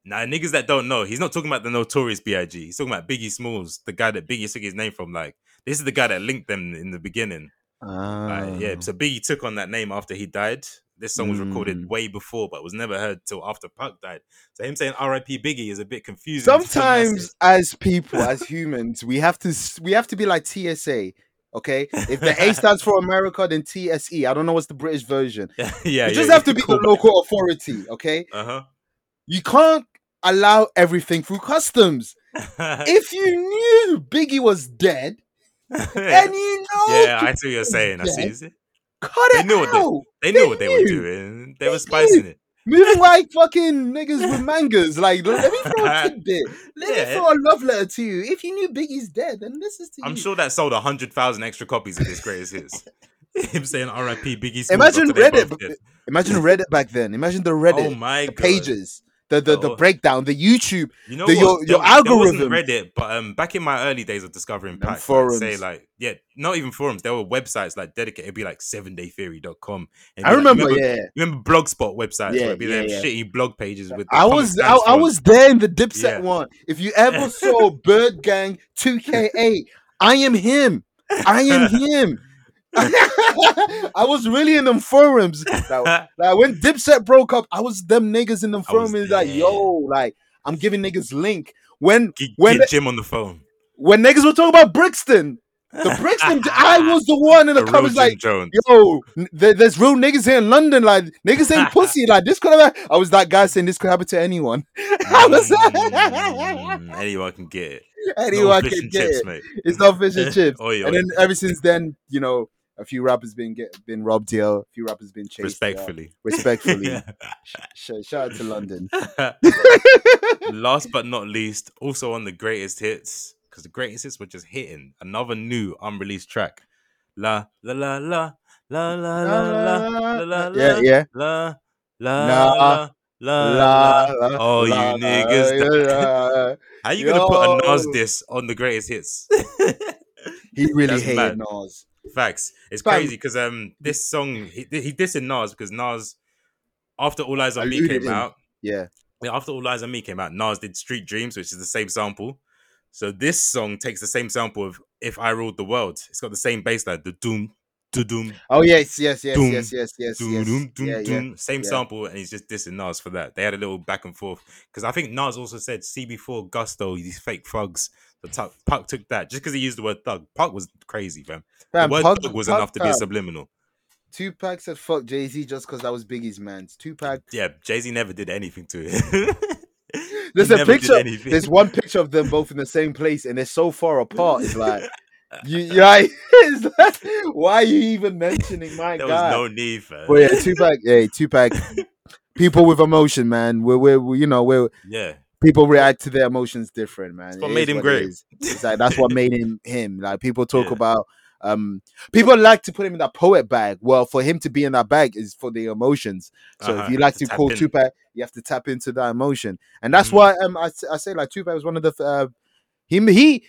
Speaker 3: Now, niggas that don't know, he's not talking about the notorious Big. He's talking about Biggie Smalls, the guy that Biggie took his name from. Like, this is the guy that linked them in the beginning. Like,
Speaker 2: Ah.
Speaker 3: yeah, so Biggie took on that name after he died. This song was recorded
Speaker 2: Mm.
Speaker 3: way before, but was never heard till after Puck died. So him saying "R.I.P. Biggie" is a bit confusing. to the masses.
Speaker 2: sometimes as people as humans we have to s- we have to be like tsa okay if the a stands for america then tse i don't know what's the british version
Speaker 3: yeah, yeah,
Speaker 2: you just have to be the
Speaker 3: cool.
Speaker 2: local authority okay
Speaker 3: Uh
Speaker 2: you can't allow everything through customs
Speaker 3: huh.
Speaker 2: if you knew biggie was dead and you know
Speaker 3: yeah, I
Speaker 2: Tupac
Speaker 3: see what you're saying. I
Speaker 2: was dead,
Speaker 3: see.
Speaker 2: cut
Speaker 3: They
Speaker 2: it
Speaker 3: knew what
Speaker 2: out
Speaker 3: they knew
Speaker 2: They
Speaker 3: what they were
Speaker 2: knew.
Speaker 3: doing. They
Speaker 2: They
Speaker 3: were spicing it.
Speaker 2: Moving like fucking niggas with mangas. Like, let me throw a tidbit. Let me
Speaker 3: Yeah.
Speaker 2: throw a love letter to you. If you knew Biggie's dead, then this is to
Speaker 3: I'm
Speaker 2: you.
Speaker 3: sure that sold hundred thousand extra copies of his greatest hits. Him saying "R.I.P. Biggie." Smalls
Speaker 2: Imagine
Speaker 3: after they
Speaker 2: Reddit,
Speaker 3: both
Speaker 2: but-
Speaker 3: did.
Speaker 2: Imagine Reddit back then. Imagine the Reddit,
Speaker 3: Oh my
Speaker 2: the
Speaker 3: god!
Speaker 2: pages, the the, the
Speaker 3: Oh.
Speaker 2: breakdown, the YouTube.
Speaker 3: You know
Speaker 2: the- your-
Speaker 3: what?
Speaker 2: your
Speaker 3: there, there wasn't
Speaker 2: algorithm.
Speaker 3: Reddit, but um, back in my early days of discovering
Speaker 2: Them
Speaker 3: packs,
Speaker 2: forums.
Speaker 3: I'd say like yeah, not even forums. There were websites like dedicated. It'd be like sevendaytheory.com. And
Speaker 2: I
Speaker 3: it'd be like-
Speaker 2: remember, yeah.
Speaker 3: remember Blogspot websites
Speaker 2: Yeah,
Speaker 3: where it'd be
Speaker 2: yeah,
Speaker 3: them
Speaker 2: yeah.
Speaker 3: shitty blog pages with. The
Speaker 2: I
Speaker 3: comic
Speaker 2: was I,
Speaker 3: sans
Speaker 2: I
Speaker 3: font.
Speaker 2: was there in the Dipset
Speaker 3: Yeah.
Speaker 2: one. If you ever saw Bird Gang 2K8, I am him. I am him. I was really in them forums. Like, like, when Dipset broke up, I was them niggas in them
Speaker 3: I was
Speaker 2: forums. Like
Speaker 3: there.
Speaker 2: yo, like I'm giving niggas link. When
Speaker 3: Get,
Speaker 2: When-
Speaker 3: get Jim on the phone.
Speaker 2: when niggas were talking about Brixton, the Brixton, I was the one in the,
Speaker 3: The real
Speaker 2: comments
Speaker 3: Jim
Speaker 2: like
Speaker 3: Jones.
Speaker 2: yo, n- there- there's real niggas here in London. Like niggas ain't pussy. Like this could have. I was that guy saying this could happen to anyone. I was
Speaker 3: Mm, anyone can get it.
Speaker 2: anyone
Speaker 3: Little fish
Speaker 2: can
Speaker 3: and
Speaker 2: get
Speaker 3: chips, Oh,
Speaker 2: it.
Speaker 3: mate.
Speaker 2: It's not fish and chips.
Speaker 3: Oi, oi.
Speaker 2: and then ever since then, you know, a few rappers been get been robbed here. A few rappers been chased. here.
Speaker 3: respectfully.
Speaker 2: respectfully. Sh- shout out to London.
Speaker 3: Last but not least, also on the greatest hits, because the greatest hits were just hitting another new unreleased track. La la la la la la la la la,
Speaker 2: yeah,
Speaker 3: la.
Speaker 2: yeah.
Speaker 3: la
Speaker 2: La,
Speaker 3: la la la. Oh, you niggas.
Speaker 2: niggas!
Speaker 3: How you gonna put a Nas
Speaker 2: Yo.
Speaker 3: diss on the greatest hits?
Speaker 2: He really
Speaker 3: That's
Speaker 2: hated
Speaker 3: mad.
Speaker 2: Nas.
Speaker 3: Facts. It's
Speaker 2: Fam.
Speaker 3: crazy because um this song he he dissed Nas because Nas after All Eyes on Me
Speaker 2: Alluded
Speaker 3: came
Speaker 2: him.
Speaker 3: out.
Speaker 2: Yeah,
Speaker 3: yeah, After All Eyes on Me came out, Nas did Street Dreams, which is the same sample. So this song takes the same sample of If I Ruled the World. It's got the same bass line, the doom, do doom,
Speaker 2: Oh yes, yes, yes,
Speaker 3: Doom,
Speaker 2: yes, yes, yes,
Speaker 3: doom,
Speaker 2: yes.
Speaker 3: doom, doom,
Speaker 2: yeah, yeah.
Speaker 3: doom. Same
Speaker 2: yeah.
Speaker 3: sample, and he's just dissing Nas for that. They had a little back and forth because I think Nas also said CB4 Gusto, these fake thugs. But Tuck, Puck took that just because he used the word thug. Puck was crazy, fam.
Speaker 2: Fam,
Speaker 3: the word
Speaker 2: Pug-
Speaker 3: thug was
Speaker 2: Pug
Speaker 3: enough to be a
Speaker 2: fam,
Speaker 3: subliminal.
Speaker 2: Tupac said fuck Jay Z just because I was Biggie's man. Tupac.
Speaker 3: Yeah, Jay Z never did anything to it. He
Speaker 2: There's a
Speaker 3: never did
Speaker 2: picture.
Speaker 3: anything.
Speaker 2: There's one picture of them both in the same place, and they're so far apart. It's like, you, you like, it's like, why are you even mentioning my
Speaker 3: there was
Speaker 2: guy?
Speaker 3: no need, fam.
Speaker 2: But yeah, Tupac. Hey, Tupac. people with emotion, man. We're, we're we- you know we're
Speaker 3: yeah.
Speaker 2: people react to their emotions different, man.
Speaker 3: It's what
Speaker 2: It
Speaker 3: made
Speaker 2: is
Speaker 3: him
Speaker 2: it
Speaker 3: great.
Speaker 2: is. It's like that's what made him him. Like people talk
Speaker 3: Yeah.
Speaker 2: about um people like to put him in that poet bag. Well, for him to be in that bag is for the emotions. So
Speaker 3: Uh-huh,
Speaker 2: if you like
Speaker 3: to
Speaker 2: to
Speaker 3: tap
Speaker 2: call
Speaker 3: in.
Speaker 2: Tupac, you have to tap into that emotion, and that's
Speaker 3: Mhm.
Speaker 2: why um I, s- I say like Tupac was one of the f- uh, him he.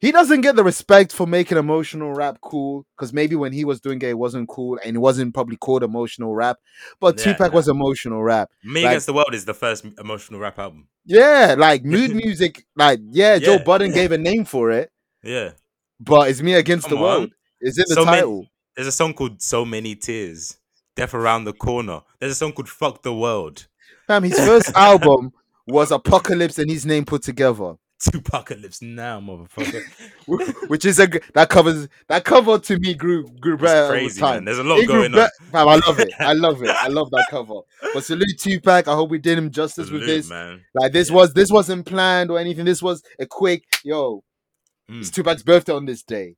Speaker 2: He doesn't get the respect for making emotional rap cool because maybe when he was doing it, it wasn't cool and it wasn't probably called emotional rap. But
Speaker 3: Yeah,
Speaker 2: Tupac
Speaker 3: nah.
Speaker 2: was emotional rap.
Speaker 3: Me
Speaker 2: Like-
Speaker 3: Against the World is the first m- emotional rap album.
Speaker 2: Yeah, like mood music. Like, yeah, Joe
Speaker 3: Yeah.
Speaker 2: Budden gave a name for it,
Speaker 3: Yeah.
Speaker 2: but it's me against the
Speaker 3: Come on.
Speaker 2: world. It's in the
Speaker 3: So many-
Speaker 2: title.
Speaker 3: There's a song called So Many Tears, Death Around the Corner. There's a song called Fuck the World,
Speaker 2: Fam, his first album was Apocalypse and his name put together,
Speaker 3: Tupacalypse Now, motherfucker.
Speaker 2: wh- which is a g- that covers that cover to me grew grew
Speaker 3: It's
Speaker 2: better over
Speaker 3: crazy,
Speaker 2: time.
Speaker 3: man. There's a lot
Speaker 2: It grew
Speaker 3: going
Speaker 2: be-
Speaker 3: on.
Speaker 2: Fam, I love it. I love it. I love that cover. But salute Tupac. I hope we did him justice with
Speaker 3: Salute,
Speaker 2: this.
Speaker 3: man.
Speaker 2: Like this
Speaker 3: Yeah.
Speaker 2: was this wasn't planned or anything. This was a quick yo. It's
Speaker 3: Mm.
Speaker 2: Tupac's birthday on this day.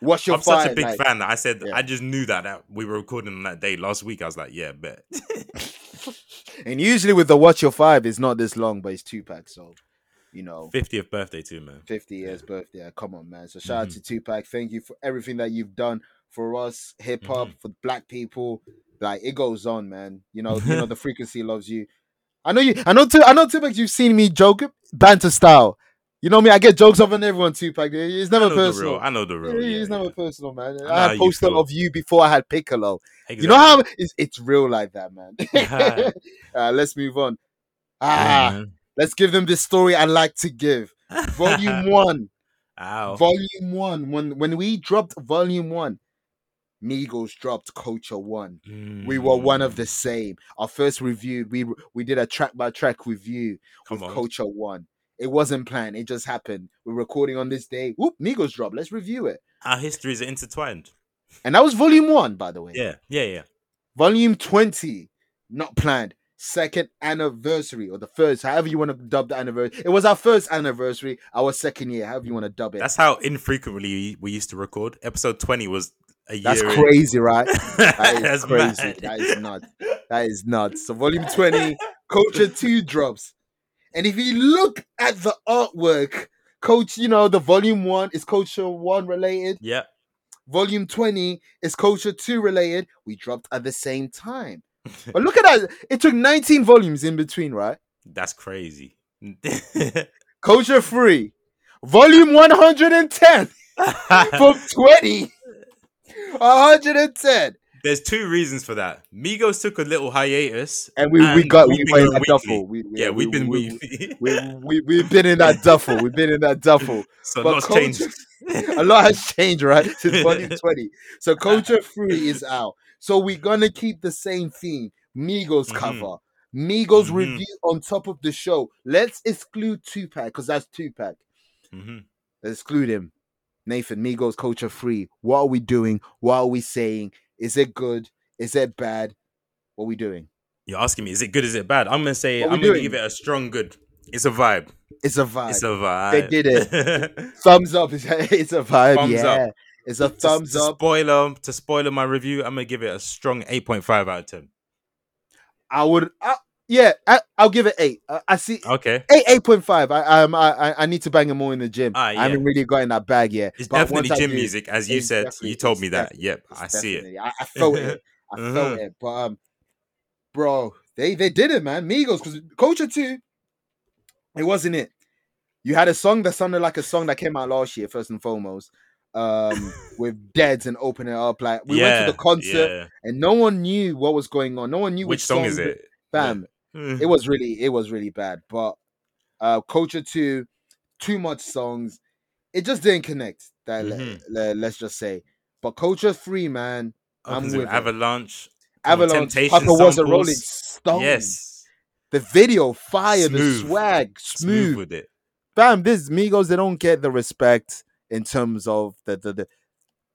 Speaker 2: What's your
Speaker 3: I'm such a
Speaker 2: fire,
Speaker 3: big
Speaker 2: like-
Speaker 3: fan that I said
Speaker 2: Yeah.
Speaker 3: I just knew that, that we were recording on that day last week. I was like, yeah, bet.
Speaker 2: And usually with the Watch Your Five, it's not this long, but it's Tupac. So, you know,
Speaker 3: 50th birthday too, man.
Speaker 2: 50 years birthday. Come on, man. So shout out to
Speaker 3: Mm-hmm.
Speaker 2: Tupac. Thank you for everything that you've done for us, hip hop,
Speaker 3: Mm-hmm.
Speaker 2: for black people. Like it goes on, man. You know, you know the frequency loves you. I know you. I know. Tu- I know Tupac. You've seen me joke banter style. You know me. I get jokes off on everyone. Tupac. It's
Speaker 3: I
Speaker 2: never
Speaker 3: know the real.
Speaker 2: personal.
Speaker 3: I know the real. Yeah,
Speaker 2: it's never
Speaker 3: yeah.
Speaker 2: personal, man.
Speaker 3: know
Speaker 2: I
Speaker 3: how
Speaker 2: had
Speaker 3: you
Speaker 2: poster
Speaker 3: feel.
Speaker 2: of you before I had Piccolo. You know
Speaker 3: Exactly.
Speaker 2: how it's, it's real like that, man. uh, let's move on. Ah,
Speaker 3: Yeah,
Speaker 2: Let's give them this story I like to give.
Speaker 3: man.
Speaker 2: Volume one.
Speaker 3: Ow.
Speaker 2: Volume one. When when we dropped volume one, Migos dropped Culture One. We were one of the
Speaker 3: Mm,
Speaker 2: same. Our first review, we we did a track by track review
Speaker 3: Mm-hmm. Come
Speaker 2: with
Speaker 3: on.
Speaker 2: Culture One. It wasn't planned. It just happened. We're recording on this day. Whoop, Migos drop. Let's review it.
Speaker 3: Our histories are intertwined.
Speaker 2: And that was volume one, by the way.
Speaker 3: Yeah, yeah, yeah.
Speaker 2: Volume 20, not planned. Second anniversary or the first, however you want to dub the anniversary. It was our first anniversary, our second year, however you want to dub it.
Speaker 3: That's how infrequently we used to record. Episode 20 was a year.
Speaker 2: That's
Speaker 3: in.
Speaker 2: crazy, right? That is
Speaker 3: That's
Speaker 2: crazy.
Speaker 3: mad.
Speaker 2: That is nuts. That is nuts. So volume 20, Culture 2 drops. And if you look at the artwork, Coach, you know, the volume one is culture one related.
Speaker 3: Yep.
Speaker 2: Volume 20 is culture two related. We dropped at the same time. But look at that. It took 19 volumes in between, right?
Speaker 3: That's crazy.
Speaker 2: Culture three, volume 110 from 20. 110.
Speaker 3: There's two reasons for that. Migos took a little hiatus.
Speaker 2: And we, we
Speaker 3: And
Speaker 2: got, we
Speaker 3: we've been
Speaker 2: went in
Speaker 3: going
Speaker 2: that
Speaker 3: weekly.
Speaker 2: duffel. We,
Speaker 3: Yeah, we've been
Speaker 2: we,
Speaker 3: weavy.
Speaker 2: we, we, we've been in that duffel. We've been in that duffel.
Speaker 3: so
Speaker 2: but
Speaker 3: lots
Speaker 2: culture-
Speaker 3: changed.
Speaker 2: A lot has changed, right? Since 2020. So Culture Free is out. So we're gonna keep the same theme. Migos
Speaker 3: Mhm.
Speaker 2: cover. Migos
Speaker 3: Mhm.
Speaker 2: review on top of the show. Let's exclude Tupac because that's Tupac.
Speaker 3: Mhm.
Speaker 2: Let's exclude him. Nathan, Migos Culture Free. What are we doing? What are we saying? Is it good? Is it bad? What are we doing?
Speaker 3: You're asking me, is it good? Is it bad? I'm gonna say,
Speaker 2: What we
Speaker 3: I'm gonna
Speaker 2: doing?
Speaker 3: give it a strong good. It's a vibe.
Speaker 2: It's a vibe.
Speaker 3: It's a vibe.
Speaker 2: They did
Speaker 3: it.
Speaker 2: thumbs up. It's a, it's a vibe.
Speaker 3: Thumbs
Speaker 2: yeah.
Speaker 3: up.
Speaker 2: It's a
Speaker 3: To-
Speaker 2: thumbs
Speaker 3: to
Speaker 2: up.
Speaker 3: Spoiler to spoiler my review. I'm gonna give it a strong 8.5 out of 10.
Speaker 2: I would, I, yeah, I, I'll give it eight. I, I see
Speaker 3: Okay,
Speaker 2: eight, eight point five. I, um, I, I, I need to bang him more in the gym.
Speaker 3: Ah,
Speaker 2: I
Speaker 3: yeah.
Speaker 2: haven't really got in that bag yet.
Speaker 3: it's
Speaker 2: but once
Speaker 3: definitely
Speaker 2: I
Speaker 3: gym
Speaker 2: do,
Speaker 3: music, as you
Speaker 2: it's
Speaker 3: said. You
Speaker 2: definitely-
Speaker 3: told
Speaker 2: it's
Speaker 3: me that.
Speaker 2: defi-
Speaker 3: Yep,
Speaker 2: it's
Speaker 3: I see it.
Speaker 2: definitely-
Speaker 3: Uh-huh.
Speaker 2: I, I felt it. I felt it. But um, bro, they they did it, man. Migos, because Culture Two, it wasn't it. You had a song that sounded like a song that came out last year, first and foremost, um, with Deads and opening it up. Like we went to the concert
Speaker 3: yeah.
Speaker 2: and no one knew what was going on. No one knew
Speaker 3: Which song is
Speaker 2: that-
Speaker 3: it?
Speaker 2: Bam, it was really it was really bad but uh culture 2 too much songs it just didn't connect that
Speaker 3: Mhm.
Speaker 2: let, us just say but culture 3 man
Speaker 3: Opens
Speaker 2: I'm
Speaker 3: with
Speaker 2: with it.
Speaker 3: Avalanche. Come on,
Speaker 2: avalanche
Speaker 3: Temptation
Speaker 2: papa was a rolling
Speaker 3: samples.
Speaker 2: stone
Speaker 3: Yes,
Speaker 2: the video fire
Speaker 3: Smooth.
Speaker 2: the swag
Speaker 3: smooth.
Speaker 2: smooth,
Speaker 3: with it.
Speaker 2: bam this migos they don't get the respect in terms of the the, the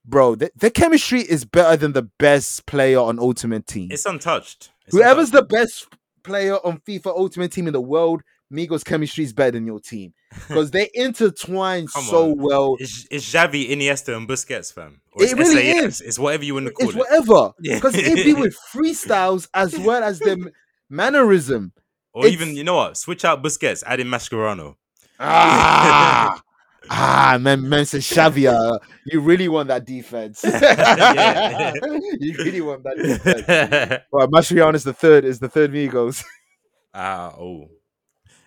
Speaker 2: bro the, the chemistry is better than the best player on ultimate team
Speaker 3: It's untouched. It's
Speaker 2: Whoever's
Speaker 3: untouched.
Speaker 2: the best player on FIFA Ultimate Team in the world, Migos chemistry is better than your team because they intertwine
Speaker 3: Come
Speaker 2: so
Speaker 3: on.
Speaker 2: well.
Speaker 3: it's, it's Xavi, Iniesta, and Busquets, fam. Or
Speaker 2: It
Speaker 3: it's
Speaker 2: really
Speaker 3: SAS. It's whatever you want to call
Speaker 2: It's
Speaker 3: it.
Speaker 2: whatever
Speaker 3: Yeah.
Speaker 2: because it be with freestyles as well as them mannerism.
Speaker 3: Or even
Speaker 2: It's-
Speaker 3: you know what? Switch out Busquets, add in Mascherano.
Speaker 2: Ah, ah, man, man, said Xavier, you really want that defense.
Speaker 3: Yeah.
Speaker 2: you really want that defense. Well, Mascherano is the third. Is the third Migos.
Speaker 3: ah, oh.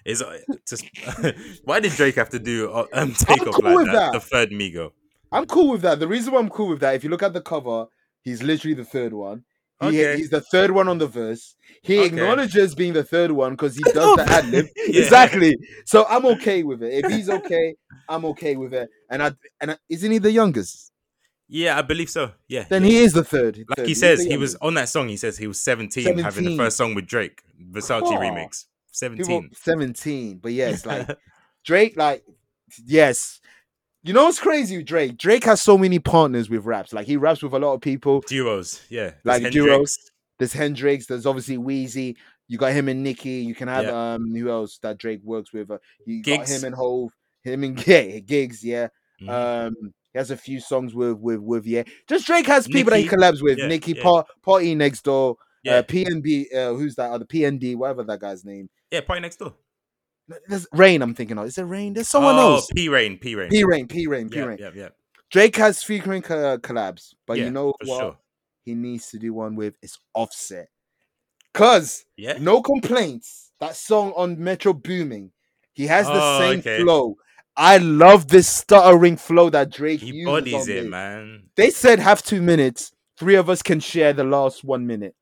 Speaker 3: Is just why did Drake have to do uh, um
Speaker 2: I'm
Speaker 3: take off
Speaker 2: cool
Speaker 3: like
Speaker 2: with
Speaker 3: that,
Speaker 2: that.
Speaker 3: The third Migo.
Speaker 2: I'm cool with that. The reason why I'm cool with that, if you look at the cover, he's literally the third one. He,
Speaker 3: Okay.
Speaker 2: He's the third one on the verse. He
Speaker 3: Okay.
Speaker 2: acknowledges being the third one because he does
Speaker 3: not
Speaker 2: the ad lib.
Speaker 3: bad. Yeah.
Speaker 2: Exactly. So I'm okay with it. If he's okay, I'm okay with it. And I and I, isn't he the youngest?
Speaker 3: Yeah, I believe so. Yeah.
Speaker 2: Then
Speaker 3: yeah.
Speaker 2: he is the third.
Speaker 3: like
Speaker 2: third.
Speaker 3: he
Speaker 2: He's
Speaker 3: says
Speaker 2: the
Speaker 3: he was
Speaker 2: youngest.
Speaker 3: on that song. He says he was 17, having the
Speaker 2: 17.
Speaker 3: first song with Drake, Versace
Speaker 2: Huh.
Speaker 3: remix.
Speaker 2: People,
Speaker 3: 17.
Speaker 2: 17. But yes, like Drake, like yes. You know what's crazy with Drake? Drake has so many partners with raps. Like he raps with a lot of people.
Speaker 3: duos, yeah. There's
Speaker 2: Like
Speaker 3: Hendrix.
Speaker 2: duos. There's Hendrix. There's obviously Wheezy. You got him and Nicki. You can have um who else that Drake works with? Uh, you got
Speaker 3: Gigs.
Speaker 2: him and Hove. Him and yeah, Gigs. Yeah.
Speaker 3: Mhm.
Speaker 2: Um, he has a few songs with with with yeah. Just Drake has people
Speaker 3: Nicki.
Speaker 2: that he collabs with.
Speaker 3: Yeah,
Speaker 2: Nicki
Speaker 3: yeah.
Speaker 2: Par- Party Next Door.
Speaker 3: yeah,
Speaker 2: Uh, PNB. Uh, who's that? Other PND. Whatever that guy's name.
Speaker 3: yeah. Party next door.
Speaker 2: There's Rain. I'm thinking of. Is it Rain? There's someone
Speaker 3: oh,
Speaker 2: else.
Speaker 3: P Rain, P Rain.
Speaker 2: P Rain. P Rain. P
Speaker 3: Yeah,
Speaker 2: Rain.
Speaker 3: yeah, yeah.
Speaker 2: Drake has frequent co- collabs, but
Speaker 3: Yeah,
Speaker 2: you know
Speaker 3: For
Speaker 2: what?
Speaker 3: sure.
Speaker 2: He needs to do one with is Offset. Cause
Speaker 3: Yeah.
Speaker 2: no complaints. That song on Metro Booming. He has the
Speaker 3: Oh,
Speaker 2: same
Speaker 3: okay.
Speaker 2: flow. I love this stuttering flow that Drake
Speaker 3: He
Speaker 2: uses
Speaker 3: bodies
Speaker 2: on
Speaker 3: it,
Speaker 2: this.
Speaker 3: man.
Speaker 2: They said have two minutes. Three of us can share the last one minute.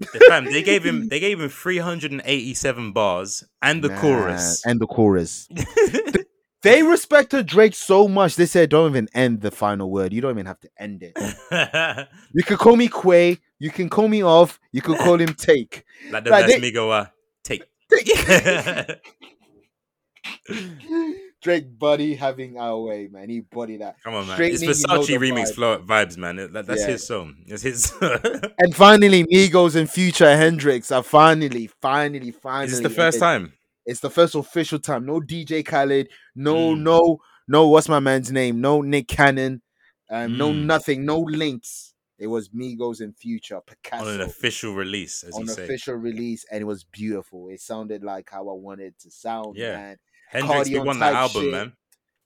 Speaker 3: The fam, they gave him they gave him 387 bars and the
Speaker 2: Man,
Speaker 3: chorus.
Speaker 2: And the chorus. Th- they respected Drake so much. They said, don't even end the final word. You don't even have to end it.
Speaker 3: like
Speaker 2: You can call me Quay. You can call me off. You can call him Take.
Speaker 3: the
Speaker 2: Like,
Speaker 3: last
Speaker 2: they-
Speaker 3: Migo uh, take.
Speaker 2: Drake, buddy, having our way, man. He buddy that.
Speaker 3: Come on, man.
Speaker 2: Straight
Speaker 3: It's
Speaker 2: nigga, you know
Speaker 3: Versace
Speaker 2: the
Speaker 3: remix
Speaker 2: vibe.
Speaker 3: flow, vibes, man. That- that- that's
Speaker 2: Yeah.
Speaker 3: his song. It's his.
Speaker 2: And finally, Migos and Future Hendrix are finally, finally, finally.
Speaker 3: Is this the first time?
Speaker 2: It's the first official time. No DJ Khaled. No,
Speaker 3: Mm.
Speaker 2: no, no. What's my man's name? No Nick Cannon. Um, No
Speaker 3: Mm.
Speaker 2: nothing, no links. It was Migos in Future,
Speaker 3: on an
Speaker 2: Picasso
Speaker 3: official release, as
Speaker 2: on
Speaker 3: you say.
Speaker 2: official release, and it was beautiful. It sounded like how I wanted it to sound.
Speaker 3: Yeah.
Speaker 2: man.
Speaker 3: Hendrix, we
Speaker 2: Cardi on
Speaker 3: won that
Speaker 2: type
Speaker 3: album,
Speaker 2: shit.
Speaker 3: man.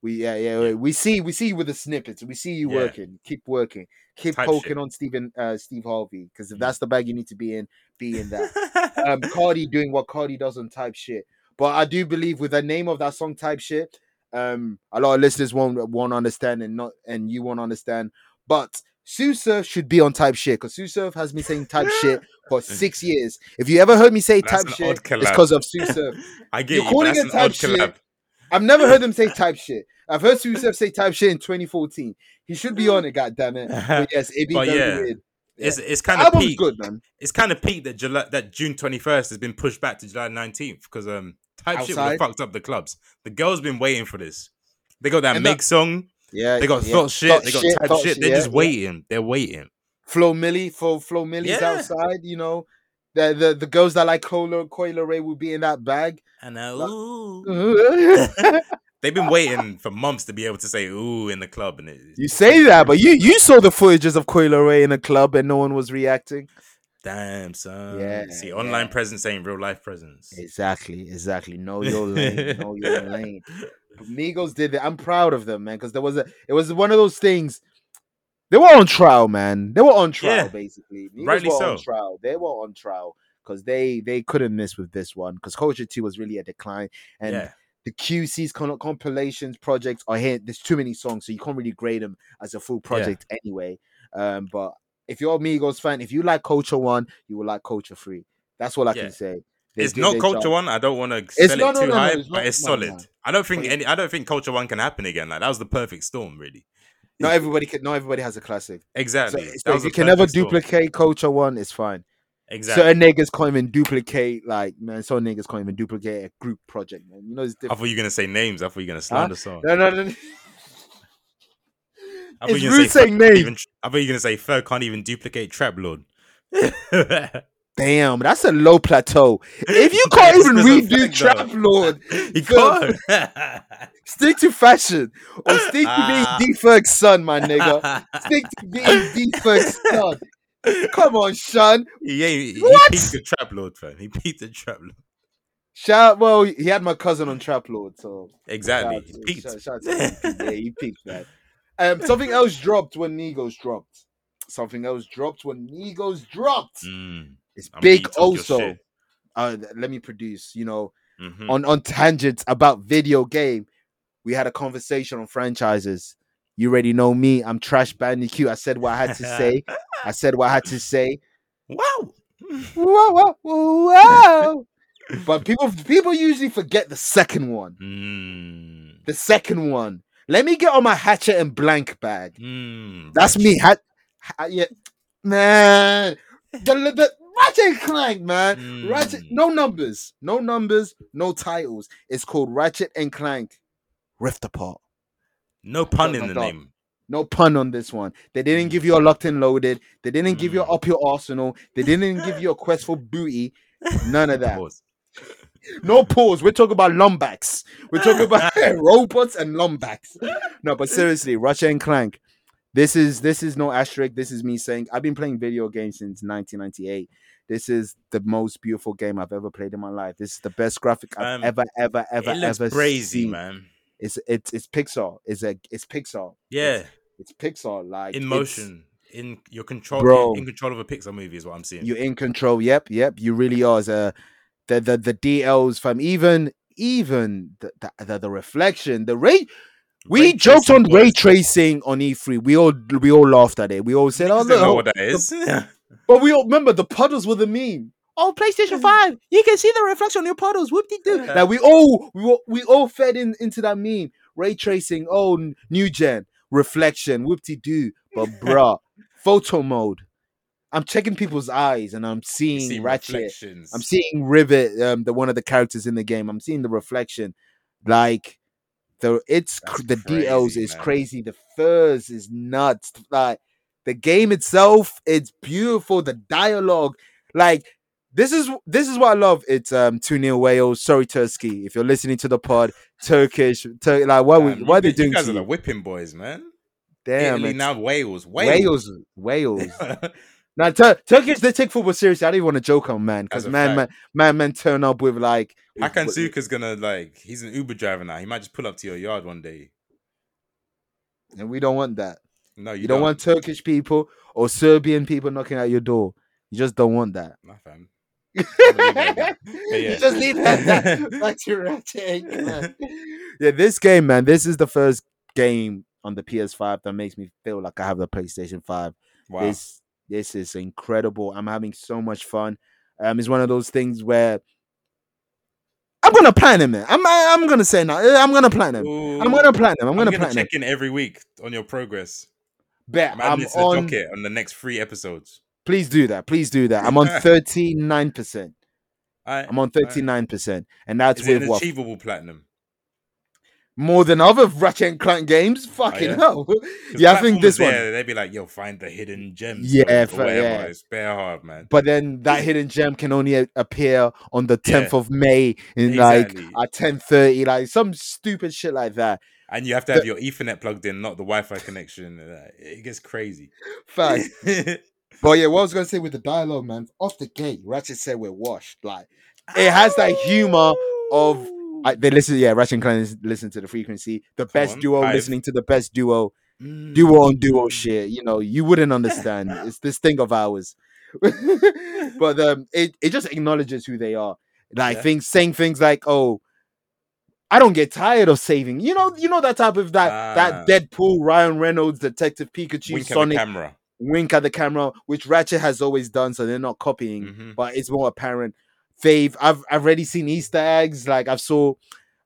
Speaker 2: We yeah, yeah
Speaker 3: Yeah.
Speaker 2: yeah we see we see you with the snippets. We see you
Speaker 3: Yeah.
Speaker 2: working. Keep working. Keep
Speaker 3: Type
Speaker 2: poking
Speaker 3: shit.
Speaker 2: on Stephen uh, Steve Harvey because if
Speaker 3: Mm.
Speaker 2: that's the bag you need to be in, be in that. um, Cardi doing what Cardi does on type shit. But I do believe with the name of that song type shit, um, a lot of listeners won't won't understand and not and you won't understand. But Sue Surf should be on type shit because Sue Surf has me saying type shit for six years. If you ever heard me say
Speaker 3: That's
Speaker 2: type
Speaker 3: an
Speaker 2: shit,
Speaker 3: odd
Speaker 2: it's
Speaker 3: collab.
Speaker 2: because of Sue Surf.
Speaker 3: I get
Speaker 2: You're
Speaker 3: you, but
Speaker 2: calling
Speaker 3: that's
Speaker 2: it
Speaker 3: an odd
Speaker 2: type shit?
Speaker 3: collab.
Speaker 2: I've never heard him say type shit. I've heard Susef say type shit in 2014. He should be on it, goddammit. But yes, it'd be
Speaker 3: But
Speaker 2: very
Speaker 3: yeah,
Speaker 2: weird. Yeah.
Speaker 3: It's it's
Speaker 2: The
Speaker 3: kind of
Speaker 2: album's
Speaker 3: peak.
Speaker 2: good, man.
Speaker 3: It's kind of peak that July that June twenty first has been pushed back to July nineteenth because um type shit would have
Speaker 2: Outside.
Speaker 3: fucked up the clubs. The girls been waiting for this. They got that
Speaker 2: And
Speaker 3: Meg
Speaker 2: that-
Speaker 3: song.
Speaker 2: Yeah,
Speaker 3: They got
Speaker 2: yeah.
Speaker 3: thought shit.
Speaker 2: Thought
Speaker 3: they got
Speaker 2: Shit,
Speaker 3: type
Speaker 2: Thought
Speaker 3: shit. They're
Speaker 2: Shit,
Speaker 3: just
Speaker 2: yeah.
Speaker 3: waiting. They're waiting.
Speaker 2: Flo Millie for Flo Millie's
Speaker 3: Yeah.
Speaker 2: outside. You know, the the, the girls that like Coil Coil Ray will be in that bag.
Speaker 3: And uh,
Speaker 2: Like-
Speaker 3: ooh,
Speaker 2: you
Speaker 3: they've been waiting for months to be able to say ooh in the club, and it,
Speaker 2: say that, but you you saw the footages of Coil Ray in a club and no one was reacting.
Speaker 3: damn son.
Speaker 2: Yeah,
Speaker 3: See, online
Speaker 2: yeah.
Speaker 3: presence ain't real life presence.
Speaker 2: Exactly, exactly. Know your lane. Know your lane. But Migos did it. I'm proud of them, man, because there was a it was one of those things. They were on trial, man. They were on trial,
Speaker 3: Yeah.
Speaker 2: basically. Migos
Speaker 3: Rightly
Speaker 2: were on
Speaker 3: so.
Speaker 2: trial. They were on trial because they they couldn't miss with this one because Culture Two was really a decline, and
Speaker 3: yeah.
Speaker 2: the QC's con- compilations projects are here. There's too many songs, so you can't really grade them as a full project anyway. Um, but if you're a Migos fan, if you like Culture One, you will like Culture Three. That's all I
Speaker 3: Yeah.
Speaker 2: can say. They
Speaker 3: It's
Speaker 2: did
Speaker 3: not
Speaker 2: their
Speaker 3: culture
Speaker 2: job.
Speaker 3: one. I don't want to
Speaker 2: It's
Speaker 3: sell
Speaker 2: no,
Speaker 3: it
Speaker 2: no,
Speaker 3: too
Speaker 2: no, no.
Speaker 3: high,
Speaker 2: It's
Speaker 3: but
Speaker 2: not.
Speaker 3: it's
Speaker 2: No,
Speaker 3: solid.
Speaker 2: no.
Speaker 3: I don't think
Speaker 2: But
Speaker 3: any. I don't think culture one can happen again. Like that was the perfect storm, really.
Speaker 2: not everybody can not everybody has a classic. So,
Speaker 3: Exactly.
Speaker 2: so
Speaker 3: That
Speaker 2: if
Speaker 3: was
Speaker 2: you
Speaker 3: the
Speaker 2: can never
Speaker 3: perfect storm.
Speaker 2: duplicate culture one, it's fine. Certain
Speaker 3: Exactly.
Speaker 2: niggas can't even duplicate like man, some niggas can't even duplicate a group project, man. You know it's
Speaker 3: I thought
Speaker 2: different.
Speaker 3: you were gonna say names. I thought you were gonna
Speaker 2: Huh?
Speaker 3: slander someone.
Speaker 2: No, no, no. no.
Speaker 3: I thought
Speaker 2: It's
Speaker 3: you were gonna
Speaker 2: rude
Speaker 3: say Ferg
Speaker 2: saying
Speaker 3: can't
Speaker 2: names.
Speaker 3: even. I thought you were gonna say Ferg can't even duplicate Trap Lord.
Speaker 2: Damn, that's a low plateau. If you can't
Speaker 3: It's
Speaker 2: even
Speaker 3: 'cause of
Speaker 2: redo
Speaker 3: Ferg, though.
Speaker 2: Trap Lord,
Speaker 3: he
Speaker 2: Ferg,
Speaker 3: can't.
Speaker 2: stick to fashion or stick to being
Speaker 3: Ah.
Speaker 2: D Ferg's son, my nigga. Stick to being D Ferg's son. Come on, son.
Speaker 3: he ain't, he
Speaker 2: What?
Speaker 3: peaked the Trap Lord, fam. He peaked the Trap Lord.
Speaker 2: Shout well, he had my cousin on Trap Lord, so shout
Speaker 3: Exactly.
Speaker 2: out
Speaker 3: He
Speaker 2: to
Speaker 3: peaked.
Speaker 2: shout, shout out to him. He peaked- Yeah, he peaked that. Um, something else dropped when Migos dropped. Something else dropped when Migos dropped.
Speaker 3: Mm,
Speaker 2: It's
Speaker 3: I remember
Speaker 2: big
Speaker 3: you talk your
Speaker 2: also.
Speaker 3: shit.
Speaker 2: Uh, th- let me produce. You know,
Speaker 3: hmm
Speaker 2: on on tangents about video game, we had a conversation on franchises. You already know me. I'm Trash Bandicoot. I said what I had to say. I said what I had to say.
Speaker 3: wow.
Speaker 2: Whoa, whoa, whoa! But people people usually forget the second one.
Speaker 3: Mm.
Speaker 2: The second one. Let me get on my hatchet and blank bag.
Speaker 3: Mm.
Speaker 2: That's
Speaker 3: ratchet.
Speaker 2: me. Hat, ha- yeah, man. The, the, the Ratchet and Clank, man. Ratchet.
Speaker 3: Mm.
Speaker 2: No numbers. No numbers. No titles. It's called Ratchet and Clank Rift Apart.
Speaker 3: No
Speaker 2: Dot
Speaker 3: pun in
Speaker 2: dot
Speaker 3: the
Speaker 2: dot.
Speaker 3: name.
Speaker 2: No pun on this one. They didn't
Speaker 3: Mm.
Speaker 2: give you a locked and loaded. They didn't give you
Speaker 3: Mm.
Speaker 2: up your arsenal. They didn't give you a quest for booty. None of that.
Speaker 3: Pause.
Speaker 2: No pause. We're talking about lumbax. We're talking about robots and lumbax. No, but seriously, Ratchet and Clank. This is this is no asterisk. This is me saying I've been playing video games since 1998. This is the most beautiful game I've ever played in my life. This is the best graphic I've
Speaker 3: Um,
Speaker 2: ever, ever,
Speaker 3: it
Speaker 2: ever,
Speaker 3: looks
Speaker 2: ever
Speaker 3: brazy,
Speaker 2: seen.
Speaker 3: man.
Speaker 2: It's it's it's Pixar. It's a it's Pixar. It's
Speaker 3: Yeah,
Speaker 2: it's Pixar. Like
Speaker 3: in
Speaker 2: it's
Speaker 3: motion, in your control, in,
Speaker 2: bro.
Speaker 3: in control of a Pixar movie is what I'm seeing.
Speaker 2: You're in control. Yep, yep. You really are. As a the the the DLs from even even the the, the, the reflection the rate
Speaker 3: Ray
Speaker 2: We joked
Speaker 3: tracing
Speaker 2: on ray
Speaker 3: was
Speaker 2: tracing on E3. We all we all laughed at it. We all said, "Oh
Speaker 3: niggas don't know
Speaker 2: look!"
Speaker 3: what that
Speaker 2: the-
Speaker 3: is.
Speaker 2: But we all remember the puddles were the meme. Oh, PlayStation Five, you can see the reflection on your puddles. Whoop de doo. Like we all we all, we all fed in into that meme. Ray tracing. Oh, n- new gen reflection. Whoop de doo. But bruh, photo mode. I'm checking people's eyes and I'm
Speaker 3: you
Speaker 2: seeing
Speaker 3: see
Speaker 2: Ratchet. I'm
Speaker 3: reflections.
Speaker 2: seeing Rivet, um, the one of the characters in the game. I'm seeing the reflection. Like the it's
Speaker 3: That's
Speaker 2: cr- the DLs
Speaker 3: crazy,
Speaker 2: is
Speaker 3: man.
Speaker 2: crazy. The furs is nuts. Like the game itself, it's beautiful. The dialogue, like this is this is what I love. It's um two near Wales. Sorry, Tursky, if you're listening to the pod, Turkish, Tur- like why we
Speaker 3: Damn, you,
Speaker 2: why are they
Speaker 3: guys- you
Speaker 2: doing to
Speaker 3: guys are the
Speaker 2: you?
Speaker 3: whipping boys, man.
Speaker 2: Damn,
Speaker 3: Italy
Speaker 2: it's-
Speaker 3: now Wales. Wales.
Speaker 2: Wales, Wales. now Tur- Turkish, they take football seriously. I don't even want to joke on man because
Speaker 3: That's a
Speaker 2: man, man,
Speaker 3: fact.
Speaker 2: man, man, turn up with like. with-
Speaker 3: Hakan
Speaker 2: with-
Speaker 3: Suka's gonna like he's an Uber driver now. He might just pull up to your yard one day.
Speaker 2: and we don't want that.
Speaker 3: No,
Speaker 2: You, don't, want Turkish people or Serbian people knocking at your door. You just don't want that.
Speaker 3: Nah, fam. I'm gonna leave it at that. yeah.
Speaker 2: You just need that.
Speaker 5: Back to Ratchet.
Speaker 2: yeah, this game, man. This is the first game on the PS5 that makes me feel like I have the PlayStation 5.
Speaker 3: Wow.
Speaker 2: This this is incredible. I'm having so much fun. Um, it's one of those things where I'm gonna plan him. Man. I'm I, am i gonna say now. eh, I'm gonna plan him. I'm
Speaker 3: Ooh.
Speaker 2: gonna plan him. I'm
Speaker 3: I'm
Speaker 2: gonna,
Speaker 3: gonna
Speaker 2: plan him.
Speaker 3: check in every week on your progress.
Speaker 2: Bet
Speaker 3: I'm adding
Speaker 2: I'm
Speaker 3: it to the
Speaker 2: on.
Speaker 3: docket on the next three episodes.
Speaker 2: Please do that. Please do that. I'm on 39. percent
Speaker 3: All right.
Speaker 2: I'm on 39, percent and that's
Speaker 3: Is it
Speaker 2: with
Speaker 3: an
Speaker 2: what
Speaker 3: achievable platinum?
Speaker 2: more than other Ratchet and Clank games. Fucking
Speaker 3: Oh, yeah?
Speaker 2: hell.
Speaker 3: 'Cause
Speaker 2: yeah, I think
Speaker 3: platformers
Speaker 2: this one.
Speaker 3: there, They'd be like, "Yo, find the hidden gems."
Speaker 2: Yeah,
Speaker 3: or
Speaker 2: fa-
Speaker 3: whatever.
Speaker 2: yeah.
Speaker 3: It's bare hard, man.
Speaker 2: But then that hidden gem can only a- appear on the 10th of May in
Speaker 3: Exactly.
Speaker 2: like at 10:30, like some stupid shit like that.
Speaker 3: And you have to have your Ethernet plugged in, not the Wi-Fi connection. Uh, It gets crazy.
Speaker 2: Facts. but yeah, what I was gonna say with the dialogue, man, off the gate, Ratchet said we're washed. Like it has that humor
Speaker 3: Oh!
Speaker 2: of I, they listen. Yeah, Ratchet and Clank is- listen to the frequency. The best
Speaker 3: on,
Speaker 2: duo
Speaker 3: Hive.
Speaker 2: listening to the best duo,
Speaker 3: Mm.
Speaker 2: duo on duo shit. You know, you wouldn't understand. it's this thing of ours. but um, it it just acknowledges who they are. Like
Speaker 3: Yeah.
Speaker 2: things saying things like, "Oh, I don't get tired of saving." You know, you know that type of that
Speaker 3: Ah.
Speaker 2: that Deadpool, Ryan Reynolds, Detective Pikachu,
Speaker 3: Wink at the
Speaker 2: Sonic
Speaker 3: camera.
Speaker 2: wink at the camera, which Ratchet has always done, so they're not copying,
Speaker 3: Mhm.
Speaker 2: but it's more apparent. They've I've I've already seen Easter eggs. Like I've saw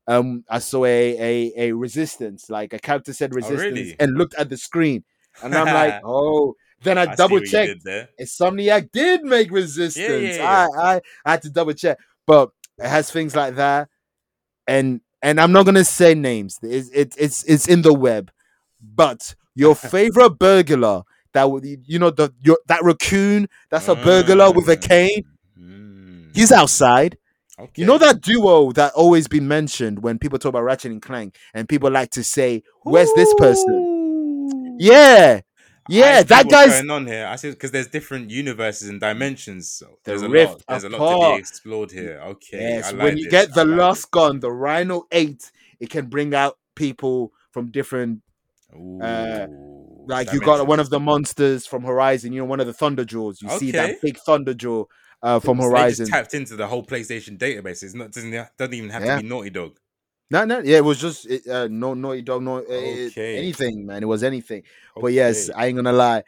Speaker 2: um I saw a a, a resistance, like a character said resistance
Speaker 3: Oh, really?
Speaker 2: and looked at the screen. And I'm like, oh then I,
Speaker 3: see
Speaker 2: double
Speaker 3: what you
Speaker 2: checked.
Speaker 3: did there.
Speaker 2: Insomniac did make resistance.
Speaker 3: yeah.
Speaker 2: I, I I had to double check. But it has things like that. And and I'm not gonna say names. It's it's it's, it's in the web. But your favorite burglar that would you know the your that raccoon that's a burglar with a
Speaker 3: Mm.
Speaker 2: cane.
Speaker 3: Mm.
Speaker 2: He's outside.
Speaker 3: Okay.
Speaker 2: You know that duo that always been mentioned when people talk about Ratchet and Clank, and people like to say, "Where's this person?"
Speaker 3: Ooh.
Speaker 2: Yeah,
Speaker 3: I
Speaker 2: yeah,
Speaker 3: see
Speaker 2: that
Speaker 3: what's
Speaker 2: guy's
Speaker 3: going on here. I see because there's different universes and dimensions. So
Speaker 2: The
Speaker 3: there's a lot.
Speaker 2: Rift
Speaker 3: There's a lot to
Speaker 2: Apart.
Speaker 3: be explored here. Okay, I
Speaker 2: Yes,
Speaker 3: like
Speaker 2: when you
Speaker 3: this.
Speaker 2: get
Speaker 3: I
Speaker 2: the
Speaker 3: like
Speaker 2: Lost Gun, the Rhino 8, it can bring out people from different
Speaker 3: this. Ooh,
Speaker 2: uh, like you got one
Speaker 3: dimensions.
Speaker 2: of the monsters from Horizon, you know, one of the Thunderjaws. You see that
Speaker 3: Okay.
Speaker 2: big Thunderjaw uh, from
Speaker 3: So they just
Speaker 2: Horizon.
Speaker 3: tapped into the whole PlayStation database. It's not doesn't doesn't even have
Speaker 2: Yeah.
Speaker 3: to be Naughty Dog.
Speaker 2: No, no, yeah, it was just it, uh, no naughty dog, no it-
Speaker 3: Okay.
Speaker 2: anything, man. It was anything. But yes,
Speaker 3: Okay.
Speaker 2: I ain't gonna lie.